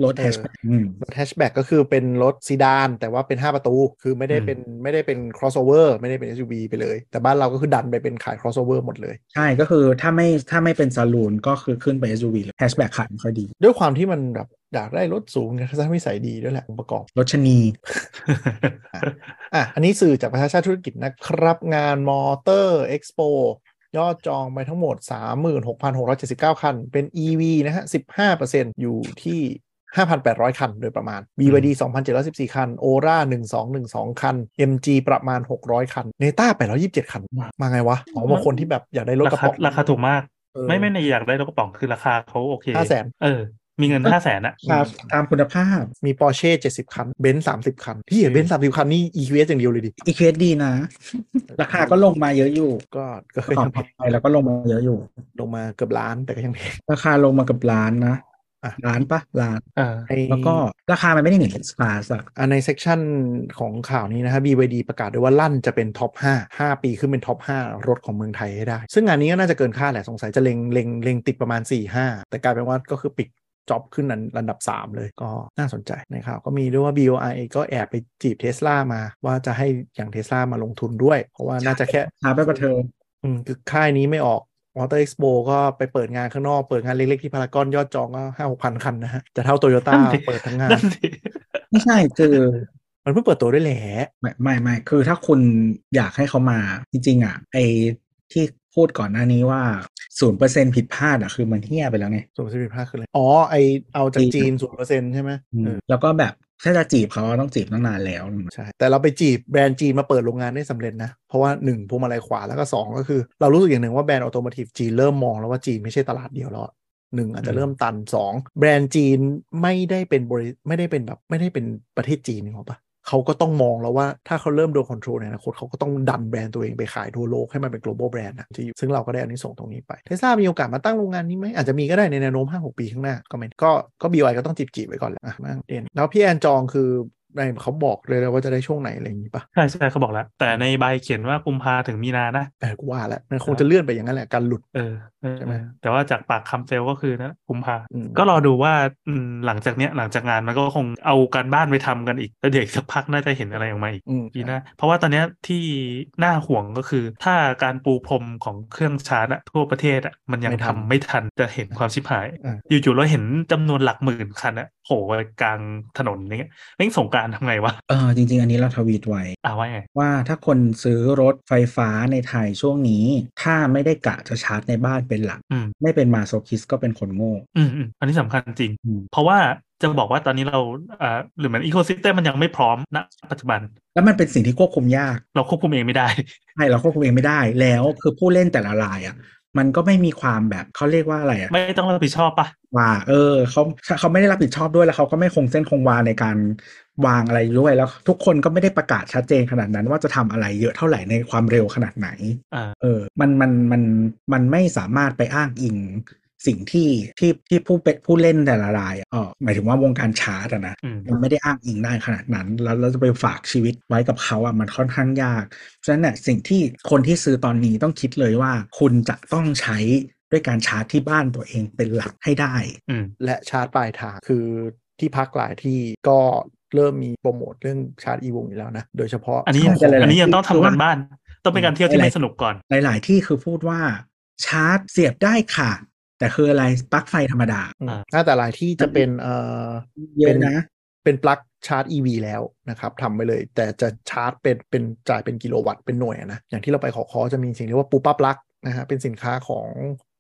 [SPEAKER 3] รถแฮชแบ็ก
[SPEAKER 4] รถแฮชแบ็กก็คือเป็นรถซีดาน แต่ว่าเป็น 5 ประตู คือไม่ได้เป็นไม่ได้เป็น crossover ไม่ได้เป็น SUV ไปเลย แต่บ้านเราก็คือดันไปเป็นขาย crossover หมดเลย
[SPEAKER 3] ใช่ก็คือถ้าไม่ถ้าไม่เป็นซาลูนก็คือขึ้นไป SUV เลยแฮชแบ็กขายไม่ค่อยดี
[SPEAKER 4] ด้วยความที่มันแบบอยากได้รถสูงทัศนวิสัยดีด้วยแหละองค์ประกอบ
[SPEAKER 3] รถชะนี
[SPEAKER 4] อ่ะ อันนี้สื่อจากประชาชาติธุรกิจนะครับงานมอเตอร์เอ็กซ์โปยอดจองไปทั้งหมด 36,679 คัน เป็น EV นะฮะ 15%อยู่ที่ 5,800 คัน โดยประมาณ BYD 2,714 คัน Ora 1,212 คัน MG ประมาณ 600 คัน Neta 827 คัน มาไงวะอ๋อบางคนที่แบบอยากได้รถ
[SPEAKER 2] ราก
[SPEAKER 4] ระ
[SPEAKER 2] คา
[SPEAKER 4] ป๋อง
[SPEAKER 2] ราคาถูกมาก
[SPEAKER 4] เออ
[SPEAKER 2] ไม่ไม่ในอยากได้รถกระป๋องคือราคาเขาโอเค
[SPEAKER 4] 500,000
[SPEAKER 2] เออ มีเงินห้าแสนอะ
[SPEAKER 3] ครับตามคุณภาพ
[SPEAKER 4] มี Porsche 70 คัน Benz 30 คันพี่เบนซ์30 คันนี่ EQS อย่างเดียวเลยดิ
[SPEAKER 3] อีเคสดี [laughs] นะ ราคาก็ลงมาเยอะอยู่
[SPEAKER 4] ก็ก็
[SPEAKER 3] ก่อน
[SPEAKER 4] ยังแพ
[SPEAKER 3] ผ่าน
[SPEAKER 4] ง
[SPEAKER 3] ไปแล้วก็ลงมาเยอะอยู่
[SPEAKER 4] ลงมาเกือบล้านแต่ก็ยังแพง
[SPEAKER 3] ราคาลงมาเกับล้านนะ
[SPEAKER 4] อ่ะ
[SPEAKER 3] ล้านปะล้าน
[SPEAKER 2] เออ
[SPEAKER 3] แล้วก็ราคามันไม่ได้หนีสปาสัก
[SPEAKER 4] อ่ะในเซกชันของข่าวนี้นะครับ BYD ประกาศด้วยว่าลั่นจะเป็นท็อป 5 5 ปีขึ้นเป็นท็อป 5 รถของเมืองไทยให้ได้ ซึ่งงานนี้ก็น่าจะเกินคาดแหละ สงสัยจะเล็งเล็งเล็งติดประมาณ 4 5 แต่กลายเป็นว่าก็คือปิดจ็อบขึ้นอันอันดับ 3 เลยก็น่าสนใจนะครับก็มีด้วยว่า BOI เองก็แอบไปจีบเทสลามาว่าจะให้อย่างเทสลามาลงทุนด้วย เพราะว่าน่าจะแค่
[SPEAKER 3] หาไปประเทิง
[SPEAKER 4] อืมคือค่ายนี้ไม่ออกมอเตอร์เอ็กซ์โปก็ไปเปิดงานข้างนอก เปิดงานเล็กๆที่พารากอนยอดจองก็ห้าหกพันคันนะฮะ จะเท่าโตโยต้า
[SPEAKER 2] นั่นดิ
[SPEAKER 4] เปิดทั้งงาน
[SPEAKER 2] นั่นดิ
[SPEAKER 3] ไม่ใช่คือ
[SPEAKER 4] มันเพิ่งเปิดตัวด้วยแหละ
[SPEAKER 3] ไม่ไม่ไม่คือถ้าคุณอยากให้เขามาจริงๆอ่ะไอที่พูดก่อนหน้านี้ว่าศูนย์เปอร์เซ็นผิดพลาดอ่ะคือมันเฮี้ยไปแล้วไง
[SPEAKER 4] ส่วนสิบห้าคืออะไร อ๋อ ไอเอาจากจีนศูนเปอร์เซ็นต์ใช่ไหมเออ
[SPEAKER 3] แล้วก็แบบถ้าจะจีบเขาต้องจีบตั้งนานแล้ว
[SPEAKER 4] ใช่ แต่เราไปจีบแบรนด์จีนมาเปิดโรงงานได้สำเร็จนะ เพราะว่าหนึ่งพวงมาลัยขวาแล้วก็สองก็คือ เรารู้สึกอย่างหนึ่งว่าแบรนด์ออโตม t i ีฟจีนเริ่มมองแล้วว่าจีนไม่ใช่ตลาดเดียวแล้วอะหนึ่งอาจจะเริ่มตันสองแบรนด์จีนไม่ได้เป็นบริไม่ได้เป็นแบบไม่ได้เป็นประเทศจีนนึกออกปะเขาก็ต้องมองแล้วว่าถ้าเขาเริ่มโดนคอนโทรลในอนาคตเขาก็ต้องดันแบรนด์ตัวเองไปขายทั่วโลกให้มันเป็น global brand นะจะอยู่ซึ่งเราก็ได้อันนี้ส่งส์ตรงนี้ไปเทสลามีโอกาสมาตั้งโรงงานนี้ไหมอาจจะมีก็ได้ในแนวโน้ม5 6 ปีข้างหน้าก็ไม่ก็ก็บีไอก็ต้องจีบจีบไว้ก่อนแหละอ่ะมาเด่นแล้วพี่แอนจองคือในเขาบอกเลยนะว่าจะได้ช่วงไหนอะไรอย่างนี้ปะ
[SPEAKER 2] ใช่ใช่เขาบอกแล้ว แต่ในใบเขียนว่ากุมภาถึงมีนานะ
[SPEAKER 4] เออกูว่าแล้วมันคงจะเลื่อนไปอย่างนั้นแหละการหลุด
[SPEAKER 2] เออเออ
[SPEAKER 4] ใช่ไหม
[SPEAKER 2] แต่ว่าจากปากคำเซลก็คือนะกุมภา
[SPEAKER 4] อืม
[SPEAKER 2] ก็รอดูว่าอืมหลังจากเนี้ยหลังจากงานมันก็คงเอาการบ้านไปทำกันอีกแล้วเดี๋ยวอีกสักพักน่าจะเห็นอะไรออกมาอีก
[SPEAKER 4] อืม
[SPEAKER 2] ปีหน้าเพราะว่าตอนเนี้ยที่น่าห่วงก็คือ ถ้าการปูพรมของเครื่องชาร์จอะทั่วประเทศอะมันยังทำไม่ทันจะเห็นความชิบหาย
[SPEAKER 4] อ่ะ
[SPEAKER 2] อยู่ๆเราเห็นจำนวนหลักหมื่นคันอะโผล่กลางถนนอย่างเงี้ยเร่งสงกรารทำไงวะ
[SPEAKER 3] เออจริง ๆ อันนี้เราทวีตไว้
[SPEAKER 2] อ่าว่าไง
[SPEAKER 3] ว่าถ้าคนซื้อรถไฟฟ้าในไทยช่วงนี้ ถ้าไม่ได้กะจะชาร์จในบ้านเป็นหลัก
[SPEAKER 2] อืม
[SPEAKER 3] ไม่เป็นมาโซคิสก็เป็นคนโง่
[SPEAKER 2] อืมอืมอันนี้สำคัญจริง
[SPEAKER 3] อืม
[SPEAKER 2] เพราะว่าจะบอกว่าตอนนี้เราอ่าหรือเหมือนอีโค y ิสเต็มมันยังไม่พร้อมณปัจจุบัน
[SPEAKER 3] แล้วมันเป็นสิ่งที่ควบคุมยาก
[SPEAKER 2] เราควบคุมเองไม่ได้ [laughs]
[SPEAKER 3] ใช่เราควบคุมเองไม่ได้แล้วคือผู้เล่นแต่ละรายอ่ะมันก็ไม่มีความแบบเขาเรียกว่าอะไรอ่ะ
[SPEAKER 2] ไม่ต้องรับผิดชอบปะ
[SPEAKER 3] ว่า เออเขาเขาไม่ได้รับผิดชอบด้วยแล้วเขาก็ไม่คงเส้นคงวาในการวางอะไรด้วยแล้ว ทุกคนก็ไม่ได้ประกาศชัดเจนขนาดนั้น ว่าจะทำอะไรเยอะเท่าไหร่ในความเร็วขนาดไหน
[SPEAKER 2] อ่า
[SPEAKER 3] เออมันมันมันมันไม่สามารถไปอ้างอิงสิ่งที่ที่ที่ผู้เป็นผู้เล่นแต่ละรายอ่ะเออหมายถึงว่าวงการชาร์ตอะนะ
[SPEAKER 2] อืม
[SPEAKER 3] มันไม่ได้อ้างอิงได้ขนาดนั้น แล้วเราจะไปฝากชีวิตไว้กับเขาอ่ะมันค่อนข้างยาก ฉะนั้นเนี่ยสิ่งที่คนที่ซื้อตอนนี้ต้องคิดเลยว่า คุณจะต้องใช้ด้วยการชาร์จที่บ้านตัวเองเป็นหลักให้ได้
[SPEAKER 2] อืม
[SPEAKER 4] และชาร์จปลายทางคือที่พักหลายที่ก็เริ่มมีโปรโมทเรื่องชาร์จอีวงอยู่แล้วนะ โดยเฉพาะ
[SPEAKER 2] อันนี้
[SPEAKER 3] ใช่
[SPEAKER 2] ยัง
[SPEAKER 3] แต่หลายๆ
[SPEAKER 2] อันนี้ยังต้อง
[SPEAKER 3] ที่คือ
[SPEAKER 2] ทำ
[SPEAKER 3] ว่า
[SPEAKER 2] กันบ้าน ต้องเป็นการเที่ยวที่ไม่สนุกก่อน
[SPEAKER 3] หลาย ๆ ที่คือพูดว่าชาร์จเสียบได้ค่ะ แต่คืออะไรปลั๊กไฟธรรมดา
[SPEAKER 4] อืม
[SPEAKER 2] อ่า
[SPEAKER 4] น่าแต่หลายที่จะเป็นเอ่อ
[SPEAKER 3] เย
[SPEAKER 4] เป็
[SPEAKER 3] อะ
[SPEAKER 4] น
[SPEAKER 3] นะ
[SPEAKER 4] เป็นปลั๊กชาร์จ EV แล้วนะครับทำไปเลย แต่จะชาร์จเป็นเป็นจ่ายเป็นกิโลวัตต์เป็นหน่วยอะนะ อย่างที่เราไปขอคอจะมีสิ่งเรียกว่าปูป้าปลั๊กนะฮะเป็นสินค้าของ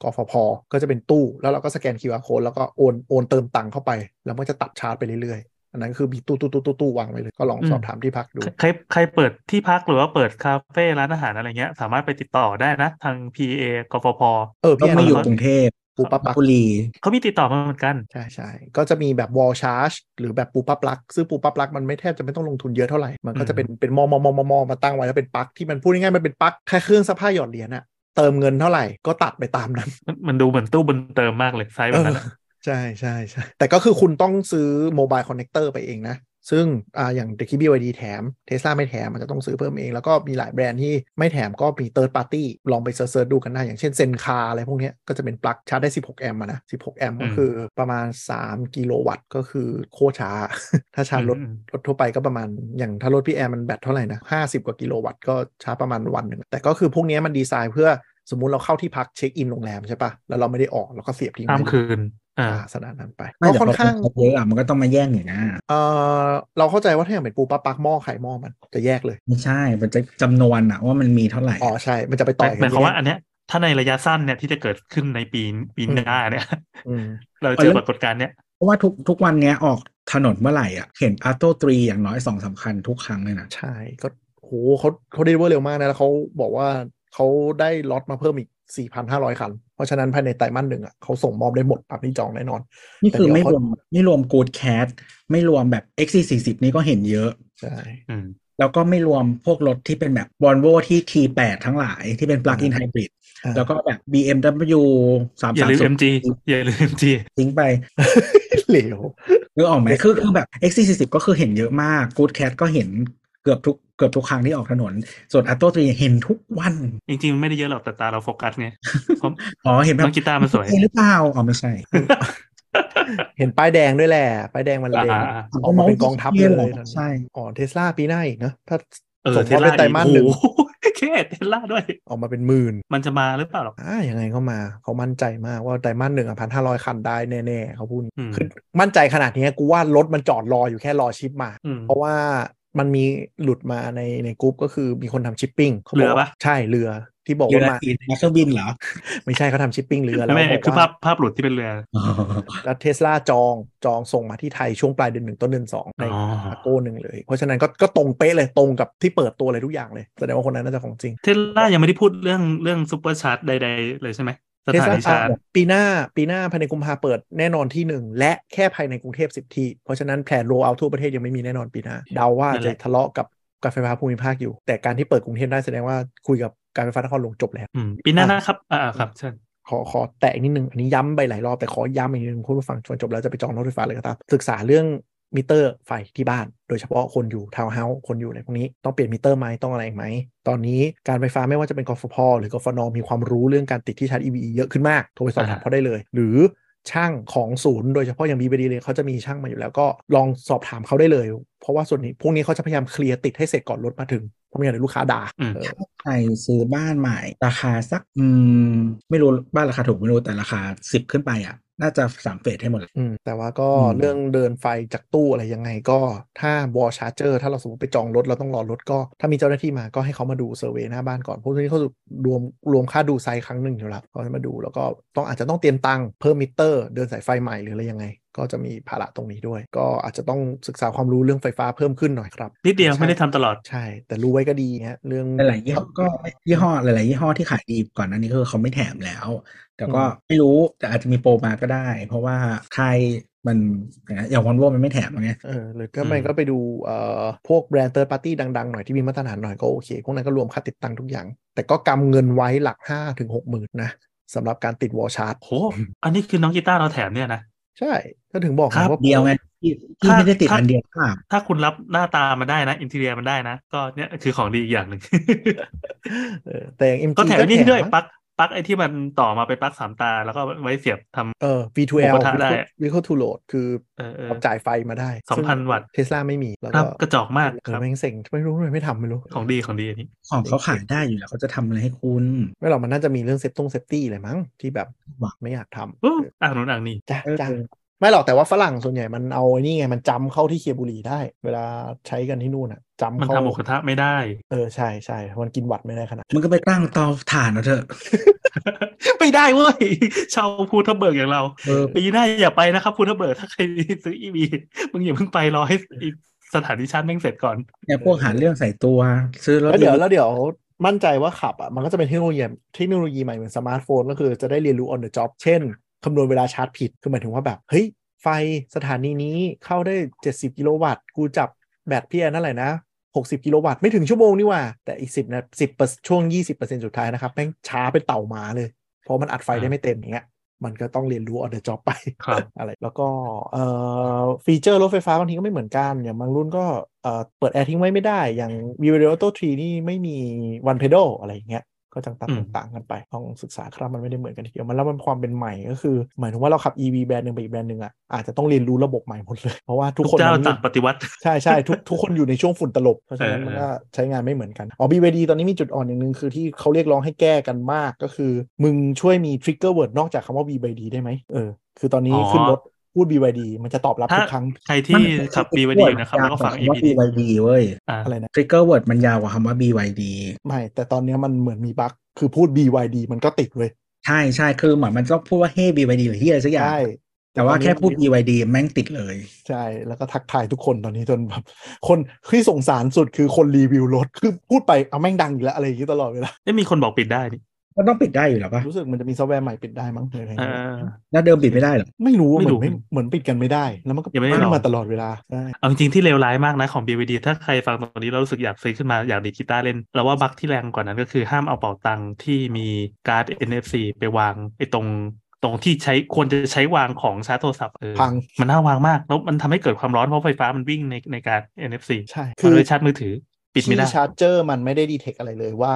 [SPEAKER 4] กฟผก็จะเป็นตู้แล้วเราก็สแกน QR code แล้วก็โอนโอนเติมตังค์เข้าไป แล้วมันจะตัดชาร์จไปเรื่อยๆ อันนั้นคือมีตู้ตู้ตู้ตู้ตู้วางไว้เลยก็ลองสอบถามที่พักดู
[SPEAKER 2] ใครใครเปิดที่พักหรือว่าเปิดคาเฟ่ร้านอาหารอะไรเงี้ย สามารถไปติดต่อได้นะ ทาง PA กฟผ
[SPEAKER 4] เออ
[SPEAKER 3] ก็
[SPEAKER 4] พี่แอ
[SPEAKER 3] ไม่
[SPEAKER 4] น
[SPEAKER 3] อยู่
[SPEAKER 2] แล้วก็
[SPEAKER 3] กรุงเทพ
[SPEAKER 4] ปูปั๊บปลั๊ก
[SPEAKER 3] บุรี
[SPEAKER 2] เขามีติดต่อมาเหมือนกัน
[SPEAKER 4] ใช่ใช่ก็จะมีแบบ wall charge หรือแบบปูปั๊บปลั๊กซึ่งปูปั๊บปลั๊กมันไม่แทบจะไม่ต้องลงทุนเยอะเท่าไหร่ มันก็จะเป็นเป็นมอมอมอมอมอมาตั้งไว้แล้วเป็นปลั๊กที่มันพูดง่ายๆมันเป็นปลั๊กแค่เครื่องซักผ้าหยอดเหรียญอะเติมเงินเท่าไหร่ก็ตัดไปตามนั้น
[SPEAKER 2] มันมันดูเหมือนตู้บนเติมมากเลยไซส์แบบนั้นอะ
[SPEAKER 4] เออใช่ใช่ใช่แต่ก็คือคุณต้องซื้อโมบายคอนเน c เตอร์ไปเองนะ ซึ่งอ่าอย่าง The k i b i d แถม Tesla ไม่แถมมันจะต้องซื้อเพิ่มเอง แล้วก็มีหลายแบรนด์ที่ไม่แถมก็มี Third Party ลองไปเซิร์ชๆดูกันได้ อย่างเช่นเซนคาอะไรพวกเนี้ยก็จะเป็นปลั๊กชาร์จได้ 16 แอมป์อะนะ 16 แอมป์ก็คือประมาณ 3 กิโลวัตต์ก็คือโคตรช้า [laughs] ถ้าชาร์จรถ
[SPEAKER 2] อืม
[SPEAKER 4] รถทั่วไปก็ประมาณอย่างถ้ารถพี่แอร์มันแบตเท่าไหร่นะห้าสิบกว่ากิโลวัตต์ก็ชาร์จประมาณวันหนึ่งแต่ก็คือพวกเนี้ยมันดีไซน์เพื่อสมมุติเราเข้าที่พักเช็คอินโรงแรมใช่ปะแล้วเราไม่ได้ออกเราก็เสียบทิ้ง
[SPEAKER 2] ข้ามคืนอ่า
[SPEAKER 4] อ่าสนานนั้นไป
[SPEAKER 3] ไม่
[SPEAKER 4] ก็
[SPEAKER 3] เดี๋ยว
[SPEAKER 4] ค่อนข้าง
[SPEAKER 3] พเยอะอ่ะมันก็ต้องมาแย่งอย่างนะ
[SPEAKER 4] เออเราเข้าใจว่าถ้าอย่างเป็นปูปั๊บปักหม้อไข่หม้อมันจะแยกเลย
[SPEAKER 3] ไม่ใช่มันจะจำนวนอ่ะว่ามันมีเท่าไหร่
[SPEAKER 4] อ๋อใช่ มันจะไป
[SPEAKER 2] ห
[SPEAKER 4] ต่
[SPEAKER 2] มา
[SPEAKER 4] อย ย
[SPEAKER 2] หมายความว่าอัน
[SPEAKER 4] น
[SPEAKER 2] เนี้ยถ้าในระยะสั้นเนี่ยที่จะเกิดขึ้นในปีปี
[SPEAKER 4] อืม
[SPEAKER 2] หน้าเนี่ย
[SPEAKER 4] อืม
[SPEAKER 2] เราเจอปรากฏการณ์เนี้ย
[SPEAKER 3] เพราะว่าทุกทุกวันเนี้ยออกถนนเมื่อไหร่อ่ะเห็นอัลโตตรีอย่างน้อยสองสามคันทุกครั้งเลยนะ
[SPEAKER 4] ใช่ก็โหเขาเขาเดลิเวอร์เร็วมากนะแล้วเขาบอกว่าเขาได้ล็อตมาเพิ่มอีก 4,500 คัน เพราะฉะนั้นภายในไตรมาสหนึ่งอ่ะเขาส่งมอบได้หมดปั๊บนี่จองแน่นอน
[SPEAKER 3] นี่คือ
[SPEAKER 4] แต่เดี๋
[SPEAKER 3] ไม่
[SPEAKER 4] ยว
[SPEAKER 3] รว
[SPEAKER 4] เขา
[SPEAKER 3] มไม่รวมกูดแคทไม่รวมแบบ X40 นี่ก็เห็นเยอะ
[SPEAKER 4] ใช่
[SPEAKER 2] อืม
[SPEAKER 3] แล้วก็ไม่รวมพวกรถที่เป็นแบบวอลโวที่ T8 ทั้งหลายที่เป็น plug-in
[SPEAKER 4] อ่า
[SPEAKER 3] hybrid
[SPEAKER 4] อ่า
[SPEAKER 3] แล้วก็แบบ BMW
[SPEAKER 2] อย่าลืม
[SPEAKER 3] 330
[SPEAKER 2] MG อย่าลืม MG
[SPEAKER 3] ทิ้งไป
[SPEAKER 4] [laughs] เหลว
[SPEAKER 3] คือออกไหมคือคือแบบ X40 ก็คือเห็นเยอะมาก Good Cat ก็เห็นเกือบทุกเกือบทุกครั้งที่ออกถนน ส่วน a t o 3เห็นทุกวัน
[SPEAKER 2] จริงๆมันไม่ได้เยอะหรอกแต่ตาเราโฟกัสไงเพราะ
[SPEAKER 3] อ๋อ เห็นแบ
[SPEAKER 2] น้
[SPEAKER 3] บ
[SPEAKER 2] องกีตาร์มันสวย
[SPEAKER 3] เห็หรือเปล่าอ๋อไม่ใช่
[SPEAKER 4] เห็นป้ายแดงด้วยแหละ ป้ายแดงมันเลย
[SPEAKER 2] อ่าอ่า
[SPEAKER 4] ออกมาเป็นกองทัพ
[SPEAKER 3] เย
[SPEAKER 4] เล
[SPEAKER 3] อะ
[SPEAKER 4] ย
[SPEAKER 3] ใช่
[SPEAKER 4] อ๋อเทสลาปีหน้าอีกนะ ถ้า
[SPEAKER 2] เออ
[SPEAKER 4] สม
[SPEAKER 2] เท
[SPEAKER 4] มติ
[SPEAKER 2] ล่า
[SPEAKER 4] เป็นไตรมาสหนึ่ง
[SPEAKER 2] โอ้โห [laughs] เคเทล่าด้วย
[SPEAKER 4] ออกมาเป็นหมื่น
[SPEAKER 2] มันจะมาหรือเปล่าหรอก
[SPEAKER 4] อ่ายังไงก็มา เขามั่นใจมากว่าไตรมาสหนึ่งอ่ะพันห้าร้อยคันได้แน่ๆเขาพูด
[SPEAKER 2] อืม
[SPEAKER 4] คือมั่นใจขนาดนี้กูว่ารถมันจอดรออยู่แค่รอชิปมา
[SPEAKER 2] อืม
[SPEAKER 4] เพราะว่ามันมีหลุดมาในในกรุ๊ปก็คือมีคนทำชิปปิ้งขาบก
[SPEAKER 2] เรือปะ
[SPEAKER 4] ใช่เรือที่บอก
[SPEAKER 3] ยูนา
[SPEAKER 4] ว่ามา
[SPEAKER 3] ทีนักเครื่องบินเหรอ
[SPEAKER 4] ไม่ใช่เขาทำชิปปิ้งเรือแล้
[SPEAKER 2] ไม่
[SPEAKER 4] ว
[SPEAKER 2] ไม่
[SPEAKER 4] บอก
[SPEAKER 2] คือ
[SPEAKER 4] ว่า
[SPEAKER 2] ภาพภาพหลุดที่เป็นเรือ
[SPEAKER 3] อ๋อ
[SPEAKER 4] แล้วเทสลาจองจองส่งมาที่ไทยช่วงปลายเดือนหนึ่งต้นเดือนสองใน
[SPEAKER 2] อ๋อ
[SPEAKER 4] อาโก้หนึ่งเลย เพราะฉะนั้นก็ก็ตรงเป๊ะเลยตรงกับที่เปิดตัวเลยทุกอย่างเลยแสดงว่าคนนั้นน่าจะของจริง
[SPEAKER 2] เทล่ายังไม่ได้พูดเรื่องเรื่องซูเปอร์ชาร์จใด ๆ เลยใช่ไหมส
[SPEAKER 4] เทส
[SPEAKER 2] ถา
[SPEAKER 4] ลา
[SPEAKER 2] นีชาร์จ
[SPEAKER 4] ปีหน้าปีหน้าภายในกุมภาเปิดแน่นอนที่หนึ่งและแค่ภายในกรุงเทพสิบที่ เพราะฉะนั้นแผนโรเอาทั่วประเทศยังไม่มีแน่นอนปีหน้าเดาว่าจะทะเลาะกับการไฟฟ้าภูมิภาคอยู่ แต่การที่เปิดกรุงเทพได้แสดงว่าคุยกับการไฟฟ้านครหลวงจบแล้ว
[SPEAKER 2] อืมปีหน้านะครับอ่าอ่าครับเชิญ
[SPEAKER 4] ขอขอแตะอีกนิดนึง อันนี้ย้ำไปหลายรอบ แต่ขอย้ำอีกนิดนึงคุณผู้ฟังจนจบแล้วจะไปจองรถไฟฟ้าเลยก็ตามศึกษาเรื่องมิเตอร์ไฟที่บ้าน โดยเฉพาะคนอยู่ทาวน์เฮาส์คนอยู่อะไรพวกนี้ต้องเปลี่ยนมิเตอร์ไหมต้องอะไรไหม ตอนนี้การไฟฟ้าไม่ว่าจะเป็นกฟพหรือกฟนมีความรู้เรื่องการติดที่ชาร์จ EV เยอะขึ้นมาก โทรไปสอบถาม
[SPEAKER 2] อ่า
[SPEAKER 4] เขาได้เลย หรือช่างของศูนย์โดยเฉพาะอย่างบีบดีเลยเขาจะมีช่างมาอยู่แล้วก็ลองสอบถามเขาได้เลย เพราะว่าส่วนนี้พวกนี้เขาจะพยายามเคลียร์ติดให้เสร็จก่อนรถมาถึงเพราะไม่อย่างนั้นเดี๋ยวลูกค้าด่า
[SPEAKER 2] อืม
[SPEAKER 4] เออ
[SPEAKER 3] ใครซื้อบ้านใหม่ ราคาสัก อืม ไม่รู้บ้านราคาถูกไม่รู้แต่ราคาสิบขึ้นไปอ่ะ น่าจะสามเฟสให้หมดเลย
[SPEAKER 4] อืมแต่ว่าก็
[SPEAKER 3] อืม
[SPEAKER 4] เรื่องเดินไฟจากตู้อะไรยังไงก็ถ้าวอลชาร์เจอร์ถ้าเราสมมติไปจองรถเราต้องรอรถก็ ถ้ามีเจ้าหน้าที่มาก็ให้เขามาดูเซอร์เวย์หน้าบ้านก่อน เพราะทีนี้เขาจะรวมรวมค่าดูไซส์ครั้งหนึ่งอยู่แล้วเขาจะมาดูแล้วก็ต้องอาจจะต้องเตรียมตังค์เพิ่มมิเตอร์ เดินสายไฟใหม่หรืออะไรยังไง ก็จะมีภาระตรงนี้ด้วย ก็อาจจะต้องศึกษาความรู้เรื่องไฟฟ้าเพิ่มขึ้นหน่อยครับ
[SPEAKER 2] นิดเดียวไม่ได้ทำตลอด
[SPEAKER 4] ใช่ แต่รู้ไว้ก็ดีฮะเรื่อง
[SPEAKER 3] หลายๆยี่ห้อก็ยี่ห้อหลายๆยี่ห้อที่ขายดีก่อนหนั้านนี้คือเขาไม่แถมแล้ว แต่ก็ไม่รู้แต่อาจจะมีโปรมาก็ได้ เพราะว่าใครมันอย่างวอนโวมันไม่แถมไง
[SPEAKER 4] เออหรือก็ไม่
[SPEAKER 2] อืม
[SPEAKER 4] ก็ไปดูเอ่อพวกแบรนด์เตอร์ปาร์ตี้ดังๆหน่อยที่มีมาตรฐานหน่อยก็โอเค พวกนั้นก็รวมค่าติดตั้งทุกอย่าง แต่ก็กำเงินไว้หลัก5้าถึงหกหมื่นนะสำหรับการติดวอลชาร์จ
[SPEAKER 2] โหอันนี้คือน้องกีตาร์เราแถมเนี่ยนะ
[SPEAKER 4] ใช่ก็ถึงบอก
[SPEAKER 2] ครั
[SPEAKER 4] ไง
[SPEAKER 2] บ
[SPEAKER 4] ว่า
[SPEAKER 3] เดียวไงที่ที่ไม่ได้ติดอันเดียวครั
[SPEAKER 2] ถ้าคุณรับหน้าตามันได้นะอินเทเรียมันได้นะ ก็เนี่ยคือของดีอีกอย่างห
[SPEAKER 4] [laughs]
[SPEAKER 2] นึ่ง
[SPEAKER 4] เออแต่อย่าง MG
[SPEAKER 2] ก็แถมไอ้นี่ด้วย
[SPEAKER 4] มั้ง
[SPEAKER 2] ปลั๊กปลั๊กไอ้ที่มันต่อมาเป็นปลั๊กสามตา แล้วก็ไว้เสียบทำ
[SPEAKER 4] เออ
[SPEAKER 2] ห
[SPEAKER 4] V2L
[SPEAKER 2] มูกระทะได้
[SPEAKER 4] Vehicle to Load คือ
[SPEAKER 2] เออเออ
[SPEAKER 4] รับจ่ายไฟมาได้
[SPEAKER 2] สองพันวัตต์
[SPEAKER 4] เทสลาไม่มีแล้ว
[SPEAKER 2] ครั
[SPEAKER 4] ก็
[SPEAKER 2] บกระจอกมาก
[SPEAKER 4] เอ
[SPEAKER 2] ค
[SPEAKER 4] อ
[SPEAKER 2] รับ
[SPEAKER 4] แม่งเซ็งไม่รู้เลยไม่ทำไม่รู้
[SPEAKER 2] ของดีของดีอันนี้
[SPEAKER 3] ของเขาขายได้อยู่แล้วเขาจะทำอะไรให้คุณ
[SPEAKER 4] ไม่หรอกมันน่าจะมีเรื่องเซฟตงเซฟตี้อะไรมั้งที่แบบ
[SPEAKER 3] หวัง
[SPEAKER 4] ไม่อยากทำ
[SPEAKER 2] อู้อ่างนู้นอ่างนี้
[SPEAKER 4] จ้ะ
[SPEAKER 3] เออ
[SPEAKER 4] จ้ะไม่หรอกแต่ว่าฝรั่งส่วนใหญ่มันเอาไอ้นี่ไง มันจำเข้าที่เคียบุรีได้ เวลาใช้กันที่นู่นอ่ะจำ
[SPEAKER 2] มัน
[SPEAKER 4] เข้า
[SPEAKER 2] ทำหมูกระทะไม่ได้
[SPEAKER 4] เออใช่ใช่มันกินหวัดไม่ได้ขนาด
[SPEAKER 3] มันก็ไปตั้งเตาถ่านเอาเถอะ
[SPEAKER 2] [laughs] ไม่ได้เว้ย [laughs] ชาวพูทับเบิกอย่างเรา
[SPEAKER 3] เออ
[SPEAKER 2] ปีหน้าอย่าไปนะครับพูทับเบิกถ้าใครซื้ออีวีมึงอย่าเพิ่งไปรอให้อีสถานีชาร์จแม่งเสร็จก่อน
[SPEAKER 3] เนี่ยพวกหาเรื่องใส่ตัว ซื้อรถ
[SPEAKER 4] แล้วเดี๋ยวแล้วเดี๋ยวมั่นใจว่าขับอ่ะมันก็จะเป็นเทคโนโลยีเทคโนโลยีใหม่เหมือนสมาร์ทโฟนก็คือจะได้เรียนรู้ on the job เช่น คำนวณเวลาชาร์จผิดคือหมายถึงว่าแบบเฮ้ยไฟสถานีนี้เข้าได้ 70 กิโลวัตต์ กูจับแบตพี่แอนนั่นแหละนะ 60 กิโลวัตต์ไม่ถึงชั่วโมงนี่หว่า แต่อีก 10นะ10ช่วง 20%สุดท้ายนะครับแม่งช้าเป็นเต่าหมาเลย เพราะมันอัดไฟได้ไม่เต็มอย่างเงี้ยมันก็ต้องเรียนรู้ออเดอร์จ็อบไป
[SPEAKER 2] ครับ
[SPEAKER 4] [laughs] อะไร แล้วก็เอ่อฟีเจอร์รถไฟฟ้าบางทีก็ไม่เหมือนกัน อย่างบางรุ่นก็เอ่อเปิดแอร์ทิ้งไว้ไม่ได้ อย่าง v i v e r a t o 3 นี่ไม่มี one pedal อะไรอย่างเงี้ย ก็ต่าง
[SPEAKER 2] อืม
[SPEAKER 4] ๆต่างๆกันไปต้องศึกษาครับมันไม่ได้เหมือนกันทีเดียวมันแล้วมันความเป็นใหม่ก็คือ หมายถึงว่าเราขับ EV แบรนด์หนึ่งไปอีกแบรนด์หนึ่งอ่ะอาจจะต้องเรียนรู้ระบบใหม่หมดเลย เพราะว่าทุกคน
[SPEAKER 2] เจ้า
[SPEAKER 4] มัน
[SPEAKER 2] ต่างปฏิวัติ
[SPEAKER 4] ใช่ [laughs] ใช่ทุกทุกคนอยู่ในช่วงฝุ่นตลบ เพราะฉะนั้น
[SPEAKER 2] เออ
[SPEAKER 4] มันก็ใช้งานไม่เหมือนกันอ๋อ BYD ตอนนี้มีจุดอ่อนอย่างหนึ่งคือที่เขาเรียกร้องให้แก้กันมากก็คือ มึงช่วยมี trigger word นอกจากคำว่า BYD ได้ไหมเออคือตอนนี้ขึ้นรถพูด BYD มันจะตอบรับทุกครั้ง
[SPEAKER 2] ใครที่ขับ BYD อยู่นะครับ แล้วก็ฝาก
[SPEAKER 3] ว่า
[SPEAKER 2] EPD
[SPEAKER 3] BYD เว้ย
[SPEAKER 2] อ่า
[SPEAKER 4] อะไรนะ
[SPEAKER 3] trigger word มันยาวกว่าคำว่า BYD
[SPEAKER 4] ไม่แต่ตอนเนี้ยมันเหมือนมีบั๊กคือพูด BYD มันก็ติดเว้ย
[SPEAKER 3] ใช่ใช่คือเหมือนมันต้องพูดว่า hey BYD หรือที่อะไรสักอย่าง
[SPEAKER 4] ใช่
[SPEAKER 3] แต่ว่าแค่พูด BYD แม่งติดเลย
[SPEAKER 4] ใช่ แล้วก็ทักทายทุกคนตอนนี้จนแบบ [laughs] คนที่สงสารสุดคือคนรีวิวรถ คือพูดไปเอาแม่งดังอีกแล้วอะไรอย่างนี้ตลอดเวลา
[SPEAKER 2] ไม่มีคนบอกปิดได้นี่
[SPEAKER 3] ก็ต้องปิดได้อยู่แล้วปะ
[SPEAKER 4] รู้สึกมันจะมีซอฟต์แวร์ใหม่ปิดได้มั้งหรืออะไรอย่าง
[SPEAKER 2] เอ
[SPEAKER 4] เงี้
[SPEAKER 2] อ
[SPEAKER 4] ย
[SPEAKER 3] แล้วเดิมปิดไม่ได้เหรอ
[SPEAKER 4] ไม่รู้อะ
[SPEAKER 2] ไม่
[SPEAKER 4] เหมื
[SPEAKER 2] รู้
[SPEAKER 4] อนไม่เหมือนปิดกันไม่ได้ แล้วมันก็
[SPEAKER 2] ยังไม่ได้
[SPEAKER 4] ขึ้
[SPEAKER 2] ลอน ง
[SPEAKER 4] มาตลอดเวลาใช่
[SPEAKER 2] เอาจริงๆที่เลวร้ายมากนะของ BVD ถ้าใครฟังตรงนี้เรารู้สึกอยากซื้อขึ้นมาอยากดีดกีตาร์เล่นเราว่าบั๊กที่แรงกว่านั้นก็คือห้ามเอาเป๋าตังค์ที่มีการ์ด NFC ไปวางไอ้ตรงตรงที่ใช้ควรจะใช้วางของชาร์จโทรศัพท์เออ
[SPEAKER 4] พัง
[SPEAKER 2] มันน่าวางมาก แล้วมันทำให้เกิดความร้อนเพราะไฟฟ้ามันวิ่งในในการ์ด NFC
[SPEAKER 4] ใช่
[SPEAKER 2] มันเลยชาร์จมือถือ ปิดไม่ได้
[SPEAKER 4] ที่ชาร์จเจอร์มันไม่ได้ดีเทคอะไรเลยว่า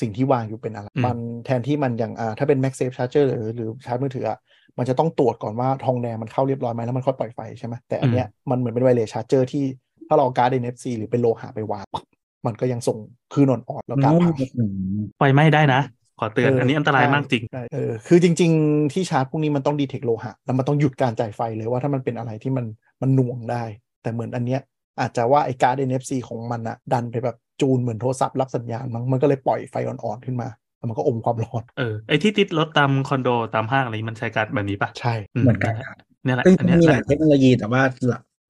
[SPEAKER 4] สิ่งที่วางอยู่เป็นอะไร
[SPEAKER 2] อืม
[SPEAKER 4] มันแทนที่มันอย่างอ่าถ้าเป็น MagSafe Charger หรือหรือชาร์จมือถืออะมันจะต้องตรวจก่อนว่าทองแดงมันเข้าเรียบร้อยไหมแล้วมันค่อยปล่อยไฟใช่ไหมแต่อันเนี้ยมันเหมือนเป็นไวเลสชาร์จเจอร์ที่ถ้าเราเอาการ์ด NFC หรือเป็นโลหะไปวางปุ๊บมันก็ยังส่งคือนอนออดแล้วการ์ดพัง
[SPEAKER 2] ไฟไหม้ได้นะ ขอเตือน
[SPEAKER 4] เอออั
[SPEAKER 2] อันนี้อันตราย
[SPEAKER 4] ใช่
[SPEAKER 2] มากจริง
[SPEAKER 4] ใช่เออคือจริง ๆ ที่ชาร์จพวกนี้มันต้องดีเทคโลหะ แล้วมันต้องหยุดการจ่ายไฟเลยว่าถ้ามันเป็นอะไรที่มันมันหน่วงได้ แต่เหมือนอันเนี้ยอาจจะว่าไอ้การ์ด NFC ของมันอะดันไปแบบจูนเหมือนโทรศัพท์รับสัญญาณมั้งมันก็เลยปล่อยไฟอ่อนๆขึ้นมาแล้วมันก็อมความร้อน [laughs]
[SPEAKER 2] เออไอ้ที่ติดรถตามคอนโดตามห้างอะไรนี้มันใช้การ์ดแบบนี้ปะ
[SPEAKER 4] ใช่
[SPEAKER 3] เหมือนกัน
[SPEAKER 2] เนี่ยแหละ
[SPEAKER 3] ซึ่ง
[SPEAKER 2] อันเนี้ย
[SPEAKER 3] มี
[SPEAKER 2] แห
[SPEAKER 3] ห
[SPEAKER 2] ละ
[SPEAKER 3] ลายเทคโนโลยีแต่ว่า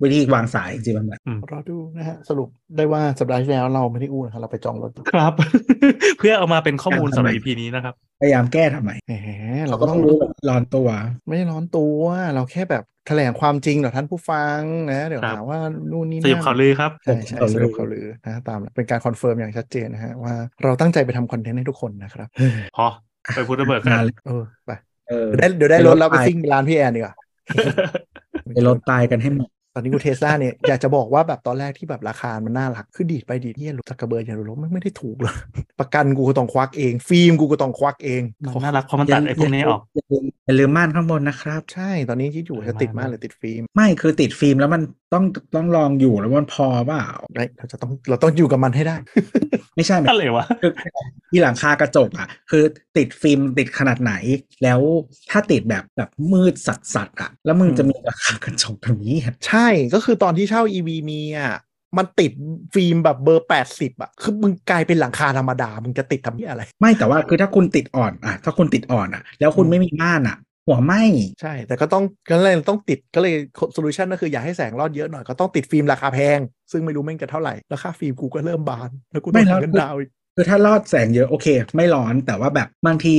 [SPEAKER 3] วิธีวางสายจริงๆมันแบบ
[SPEAKER 4] รอดูนะฮะสรุปได้ว่าสัปดาห์ที่แล้วเราไม่ได้อู้นะครับเราไปจองรถ
[SPEAKER 2] ครับ [laughs] เพื่อเอามาเป็นข้อมูลสำหรับ EP นี้นะครับ
[SPEAKER 3] พยายามแก้ทำไม
[SPEAKER 4] แหม
[SPEAKER 3] เรา
[SPEAKER 4] เรา
[SPEAKER 3] ก็
[SPEAKER 4] ก็
[SPEAKER 3] ต้
[SPEAKER 4] ต้
[SPEAKER 3] อ
[SPEAKER 4] อง ง
[SPEAKER 3] รู้แบบร้อนตัว
[SPEAKER 4] ไม่ได้ร้อนตัวเราแค่แบบแถลงความจริงเหรอท่านผู้ฟังนะเดี๋ยว
[SPEAKER 2] ครับ
[SPEAKER 4] หาว่านู่นนี่
[SPEAKER 2] ส
[SPEAKER 4] นั่น
[SPEAKER 2] ยบข่าวลือครับ
[SPEAKER 4] ใช่ใช่สรุปเขาวลือนะตามนั้นเป็นการคอนเฟิร์มอย่างชัดเจนนะฮะ ว่าเราตั้งใจไปทำคอนเทนต์ให้ทุกคนนะครับ
[SPEAKER 2] พอ ไปพูดระเบิดกัน
[SPEAKER 3] นานเลย
[SPEAKER 4] เออไป
[SPEAKER 3] เออ
[SPEAKER 4] เดี๋ยวได้เดี๋ยวได้รถแล้วไปซิ่งร้านพี่แอนดีกว่า
[SPEAKER 3] ไปลดตายกันให้หมด
[SPEAKER 4] [laughs] ตอนนี้กูเทสลาเนี่ย อยากจะบอกว่าแบบตอนแรกที่แบบราคามันน่ารักคือดีดไปดีดเนี่ยรถจักรเบอร์อย่างรถมันไม่ได้ถูกเลย ประกันกูก็ต้องควักเอง ฟิล์มกูก็ต้องควักเอง
[SPEAKER 2] มันน่ารักเพราะมันตัดไอ้พวกนี้ออก
[SPEAKER 3] ย่าลืมอย่าลืมม่านข้างบนนะครับ
[SPEAKER 4] ใช่ตอนนี้ที่อยู่จะติดมากเลยติดฟิล์ม
[SPEAKER 3] ไม่คือติดฟิล์มแล้วมันต้องต้องลองอยู่แล้วมันพอเปล่า
[SPEAKER 4] เอ้ยเราจะต้องเราต้องอยู่กับมันให้ได้
[SPEAKER 3] ไม่ใช่แบบ
[SPEAKER 2] อะไรวะ
[SPEAKER 3] คือที่หลังคากระจกอ่ะ คือติดฟิล์มติดขนาดไหน แล้วถ้าติดแบบแบบมืดสัดสัดๆอ่ะ แล้วมึงจะมีหลังคากระจกแบบนี้อะ
[SPEAKER 4] ใช่ก็คือตอนที่เช่า EV มีอ่ะมันติดฟิล์มแบบเบอร์ 80อ่ะคือมึงกลายเป็นหลังคาธรรมดามึงจะติดทำเหี้ยอะไร
[SPEAKER 3] ไม่แต่ว่าคือถ้าคุณติดอ่อนอ่ะ ถ้าคุณติดอ่อนอ่ะ แล้วคุณไม่มีม่านอ่ะ หัวไหม
[SPEAKER 4] ใช่ แต่ก็ต้องก็เลยต้องติดก็เลยโซลูชันก็คืออยากให้แสงรอดเยอะหน่อย ก็ต้องติดฟิล์มราคาแพง ซึ่งไม่รู้แม่งจะเท่าไหร่ ราคาฟิล์มกูก็เริ่มบาน แล้วกูต้องหาเงินดาวน์อีก
[SPEAKER 3] คือถ้ารอดแสงเยอะโอเค ไม่ร้อนแต่ว่าแบบบางที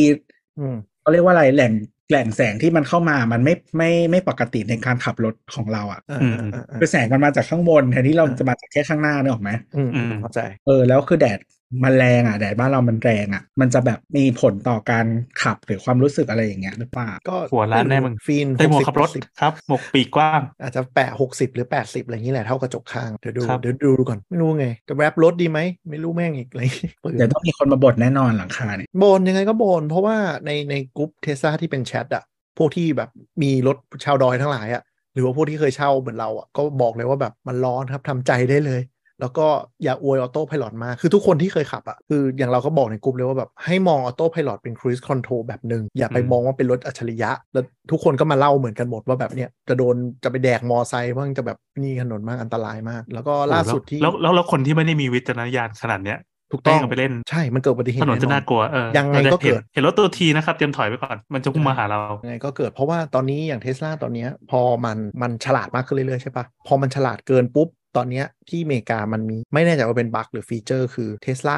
[SPEAKER 4] อืม
[SPEAKER 3] เขาเรียกว่าอะไรแหล่งแหล่งแสงที่มันเข้ามามันไม่ไม่ไม่ปกติในการขับรถของเราอ่ะ
[SPEAKER 4] อ่า
[SPEAKER 2] อืม
[SPEAKER 4] อ่าอ่า
[SPEAKER 3] คือแสงมันมาจากข้างบนแทนที่เราจะมาจากแค่ข้างหน้าเนกออกไหม
[SPEAKER 4] อืม
[SPEAKER 2] อืม
[SPEAKER 4] เข้าใจ
[SPEAKER 3] เออแล้วคือแดดมันแรงอ่ะแดดบ้านเรามันแรงอ่ะ มันจะแบบมีผลต่อการขับหรือความรู้สึกอะไรอย่างเงี้ยหรือเปล่า
[SPEAKER 4] ก็
[SPEAKER 2] หัวล้านแน่มึง
[SPEAKER 4] ฟิล์ม
[SPEAKER 2] ได้หมวก
[SPEAKER 4] 60
[SPEAKER 2] ขับรถ
[SPEAKER 4] สิบ
[SPEAKER 2] ครับ หมวกปีกกว้าง
[SPEAKER 4] อาจจะแปะหกสิบหรือแปดสิบอะไรอย่างนี้แหละเท่ากระจกข้างเดี๋ยวดู
[SPEAKER 2] ครับ
[SPEAKER 4] เดี๋ยวดูก่อนไม่รู้ไงจะแรปรถดีไหมไม่รู้แม่งอีกอะไรอย่างงี้เปลือง
[SPEAKER 3] เดี๋ยวต้องมีคนมาบ่นแน่นอนหลังคาเนี่ย
[SPEAKER 4] บนยังไงก็บน เพราะว่าในในกลุ่มเทสลาที่เป็นแชทอะพวกที่แบบมีรถชาวดอยทั้งหลายอะหรือว่าพวกที่เคยเช่าเหมือนเราอะก็บอกเลยว่าแบบมันร้อนครับทำใจได้เลย แล้วก็อย่าอวยออโต้พ l o t มากคือทุกคนที่เคยขับอะคืออย่างเราก็บอกในกลุ่มเลยว่าแบบให้มองออโต้พ l o t เป็นครู i คอนโทร l แบบหนึ่งอย่าไป
[SPEAKER 2] อืม
[SPEAKER 4] มองว่าเป็นรถอัจฉริยะ แล้วทุกคนก็มาเล่าเหมือนกันหมดว่าแบบเนี้ยจะโดนจะไปแดกมอไซค์บ้างจะแบบนี่ถนนมากอันตรายมาก แล้วก็ล่าสุดที่
[SPEAKER 2] แล้วแล้วแล้วแล้วคนที่ไม่ได้มีวิจารณญาณขนาดเนี้ย
[SPEAKER 4] ถูกต้อง
[SPEAKER 2] แม่เอาไปเล่น
[SPEAKER 4] ใช่มันเกิดอุบัติเหตุ
[SPEAKER 2] ถนนจะ
[SPEAKER 4] แอ
[SPEAKER 2] น่ากลัวเออ
[SPEAKER 4] ยังไง
[SPEAKER 2] ราจะ
[SPEAKER 4] ก็เกิด
[SPEAKER 2] ห็นเห็นรถตัวทีนะครับ เตรียมถอยไว้ก่อน มันจะพุ่งมาหาเรา
[SPEAKER 4] ยังไงก็เกิดเพราะว่าตอนนี้อย่างเทสลาตอนเนี้ยพอมันมันฉลาดมากขึ้นเรื่อยๆใช่ปะพอมันฉลาดเกินปุ๊บ ตอนเนี้ยที่อเมริกามันมีไม่แน่ใจว่าเป็นบั๊กหรือฟีเจอร์คือเทสลา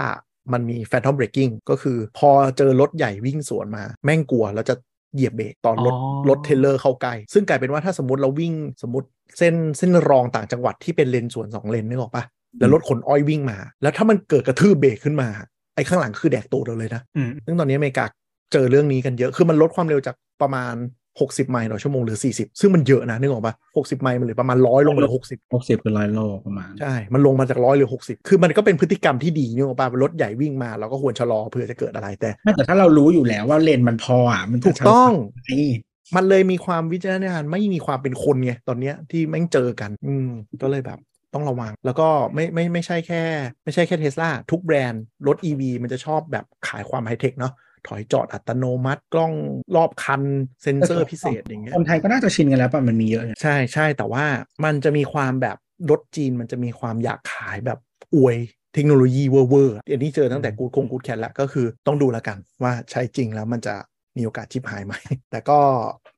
[SPEAKER 4] มันมี Phantom Braking ก็คือพอเจอรถใหญ่วิ่งสวนมา แม่งกลัวแล้วจะ เหยียบเบรกตอนรถ
[SPEAKER 2] อ๋อ
[SPEAKER 4] รถเทรลเลอร์เข้าใกล้ ซึ่งกลายเป็นว่าถ้าสมมติเราวิ่งสมมติเส้นเส้นรองต่างจังหวัดที่เป็นเลนสวนสองเลนนึกออกปะแล้วรถขนอ้อยวิ่งมา แล้วถ้ามันเกิดกระทืบเบรกขึ้นมา ไอ้ข้างหลังคือแดกตูดเราเลยนะ
[SPEAKER 2] อืม
[SPEAKER 4] ซึ่งตอนนี้อเมริกาเจอเรื่องนี้กันเยอะ คือมันลดความเร็วจากประมาณ 60 ไมล์ต่อชั่วโมงเหลือ 40 ซึ่งมันเยอะนะนึกออกปะ60 ไมล์มันเหลือประมาณ 100 ลงเหลือ 60
[SPEAKER 3] หกสิบคือร้อยโลประมาณ
[SPEAKER 4] ใช่ มันลงมาจาก 100เหลือ 60 คือมันก็เป็นพฤติกรรมที่ดีนึกออกปะรถใหญ่วิ่งมาเราก็ควรชะลอเผื่อจะเกิดอะไรแต่
[SPEAKER 3] ไม่แต่ถ้าเรารู้อยู่แล้วว่าเลนมันพออ่ะมันจะ
[SPEAKER 4] ถูกต้อง
[SPEAKER 3] ใช้ได้
[SPEAKER 4] มันเลยมีความวิจารณญาณไม่มีความเป็นคนไงตอนเนี้ยที่แม่งเจอกัน อืมก็เลยแบบต้องระวัง แล้วก็ไม่ไม่ไม่ใช่แค่ ไม่ใช่แค่เทสลาทุกแบรนด์รถ EV มันจะชอบแบบขายความไฮเทคเนาะถอยจอดอัตโนมัติกล้องรอบคัน เซ็นเซอร์พิเศษอย่างเงี้ย
[SPEAKER 3] คนไทยก็น่าจะชินกันแล้วป่ะมันมีเยอะเนี่ย
[SPEAKER 4] ใช่ใช่แต่ว่ามันจะมีความแบบ รถจีนมันจะมีความอยากขายแบบอวยเทคโนโลยีเวอร์เวอร์อันนี้เจอตั้งแต่กูคงกูแคนละก็คือต้องดูแล้วกันว่าใช้จริงแล้วมันจะมีโอกาสชิบหายไหม [laughs] แต่ก็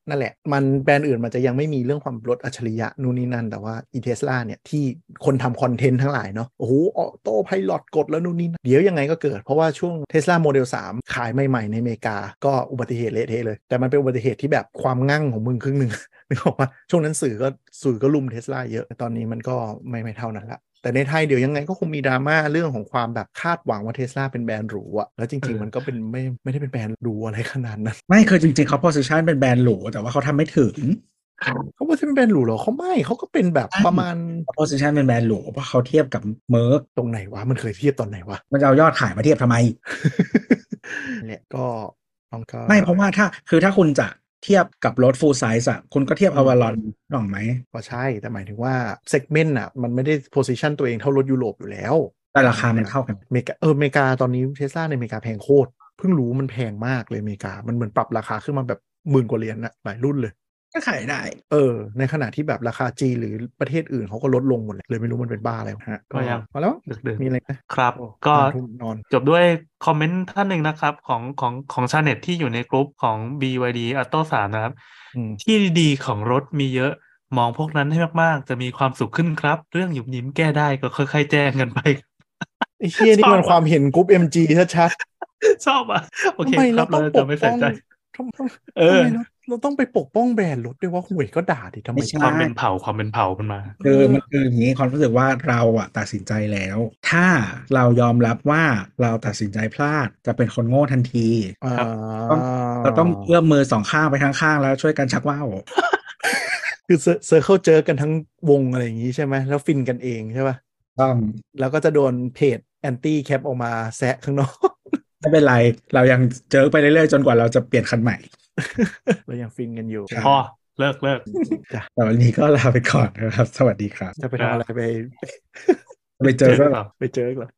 [SPEAKER 4] นั่นแหละ มันแบรนด์อื่นมันจะยังไม่มีเรื่องความรถอัจฉริยะนู่นนี่นั่น แต่ว่าอีเทสลาเนี่ยที่คนทำคอนเทนต์ทั้งหลายเนาะโอ้โหออโต้ไพลอตกดแล้วนู่นนี่นั่นเดี๋ยวยังไงก็เกิดเพราะว่าช่วงเทสลาโมเดล3 ขายใหม่ๆในอเมริกา ก็อุบัติเหตุเละเทะเลย แต่มันเป็นอุบัติเหตุที่แบบความงั่งของมึงครึ่งหนึ่ง นึกออกปะช่วงนั้นสื่อก็สื่อก็ลุมเทสลาเยอะแต่ตอนนี้มันก็ไม่ไม่เท่านั้นละ แต่ในไทยเดี๋ยวยังไงก็คงมีดราม่าเรื่องของความแบบคาดหวังว่าเทสลาเป็นแบรนด์หรูอะแล้วจริง ๆ มันก็เป็นไม่ไม่ได้เป็นแบรนด์หรูอะไรขนาดนั้น
[SPEAKER 3] ไม่คือจริงๆเขา position เป็นแบรนด์หรูแต่ว่าเขาทำไม่ถึง
[SPEAKER 4] เขาว่าจะเป็นแบรนด์หรูเหรอเขาไม่เขาก็เป็นแบบประมาณ
[SPEAKER 3] position เป็นแบรนด์หรูเพราะเขาเทียบกับเมอร์ก
[SPEAKER 4] ตรงไหนวะ มันเคยเทียบตอนไหนวะ
[SPEAKER 3] [laughs] มันจะเอายอดขายมาเทียบทำไม
[SPEAKER 4] เนี่ยก็ลองก็
[SPEAKER 3] ไม่เพราะว่าถ้าคือถ้าคุณจะเทียบกับรถ full size อะคุณก็เทียบ
[SPEAKER 4] อืม
[SPEAKER 3] อวารอนหรอกไหม
[SPEAKER 4] ก็ใช่แต่หมายถึงว่าเซกเมนต์อะมันไม่ได้โพซิชันตัวเองเท่ารถยุโรปอยู่แล้ว
[SPEAKER 3] แต่ราคามันเท่ากัน
[SPEAKER 4] อเมริกาเอออเมริกาตอนนี้เทสลาในอเมริกาแพงโคตรเพิ่งรู้มันแพงมากเลยอเมริกา มันเหมือนปรับราคาขึ้นมาแบบหมื่นกว่าเหรียญนะหลายรุ่นเลย
[SPEAKER 3] ก็ขายได้
[SPEAKER 4] เออ ในขณะที่แบบราคาจีนหรือประเทศอื่นเขาก็ลดลงหมดเลยเลยไม่รู้มันเป็นบ้าอะไรฮะ
[SPEAKER 2] ก็ยัง
[SPEAKER 4] พอแล้วมั้ง
[SPEAKER 2] ดึกดึก
[SPEAKER 4] มีอะไรไหม
[SPEAKER 2] ครับ
[SPEAKER 4] โอ้
[SPEAKER 2] ก็
[SPEAKER 4] ห้าทุ่มนอน
[SPEAKER 2] จบด้วยคอมเมนต์ท่านหนึ่งนะครับ ของของของชาวเน็ตที่อยู่ในกลุ่มของ BYD Auto 3 นะครับ
[SPEAKER 4] อืม
[SPEAKER 2] ที่ดีๆของรถมีเยอะมองพวกนั้นให้มากๆ จะมีความสุขขึ้นครับ เรื่องหยุบยิ้มแก้ได้ก็ค่อยๆแจ้งกันไป [laughs]
[SPEAKER 4] ไอ้เชี่ยนี่มันความเห็นกรุ๊ปเอ็มจีชัด
[SPEAKER 2] ชอบอ่ะ
[SPEAKER 4] ๆ
[SPEAKER 2] โอเค
[SPEAKER 4] ทำไม
[SPEAKER 2] ครั
[SPEAKER 4] เรา
[SPEAKER 2] บ
[SPEAKER 4] ต้
[SPEAKER 2] เรา
[SPEAKER 4] องป
[SPEAKER 2] จะ
[SPEAKER 4] ก
[SPEAKER 2] ไม่
[SPEAKER 4] ป้
[SPEAKER 2] ใส่
[SPEAKER 4] อง
[SPEAKER 2] ใจ
[SPEAKER 4] ทำทำ
[SPEAKER 2] เออ
[SPEAKER 4] ทำไมเราเราต้องไปปกป้องแบรนด์รถด้วยว่าหวยก็ด่าดิทำไม
[SPEAKER 3] ไม่ใช่
[SPEAKER 2] ความเป็นเผ่าความเป็นเผ่ามันมา
[SPEAKER 3] คือมันคืออย่างนี้ความรู้สึกว่าเราอะตัดสินใจแล้ว ถ้าเรายอมรับว่าเราตัดสินใจพลาดจะเป็นคนโง่ทันที
[SPEAKER 4] อ่า
[SPEAKER 3] เราต้องเอื้อมมือสองข้างไปข้างข้างๆแล้วช่วยกันชักว่าว
[SPEAKER 4] คือเซอร์เคิลเจอกันทั้งวงอะไรอย่างนี้ใช่ไหมแล้วฟินกันเองใช่ป่ะ
[SPEAKER 3] ต้อง
[SPEAKER 4] แล้วก็จะโดนเพจแอนตี้แคปออกมาแซะข้างนอก [laughs]
[SPEAKER 3] ไม่เป็นไร เรายังเจอไปเรื่อยๆ จนกว่าเราจะเปลี่ยนคันใหม่
[SPEAKER 4] เรายังฟินกันอยู่
[SPEAKER 3] ครับ
[SPEAKER 2] พอเลิกเลิก
[SPEAKER 4] จ้ะ
[SPEAKER 3] แต่วันนี้ก็ลาไปก่อนนะครับ สวัสดีครับ
[SPEAKER 4] จะไปทำอะไรไป
[SPEAKER 3] ไปเจอ
[SPEAKER 2] เจอกั
[SPEAKER 3] ก็
[SPEAKER 2] นเหรอ
[SPEAKER 4] ไปเจออีกเหรอ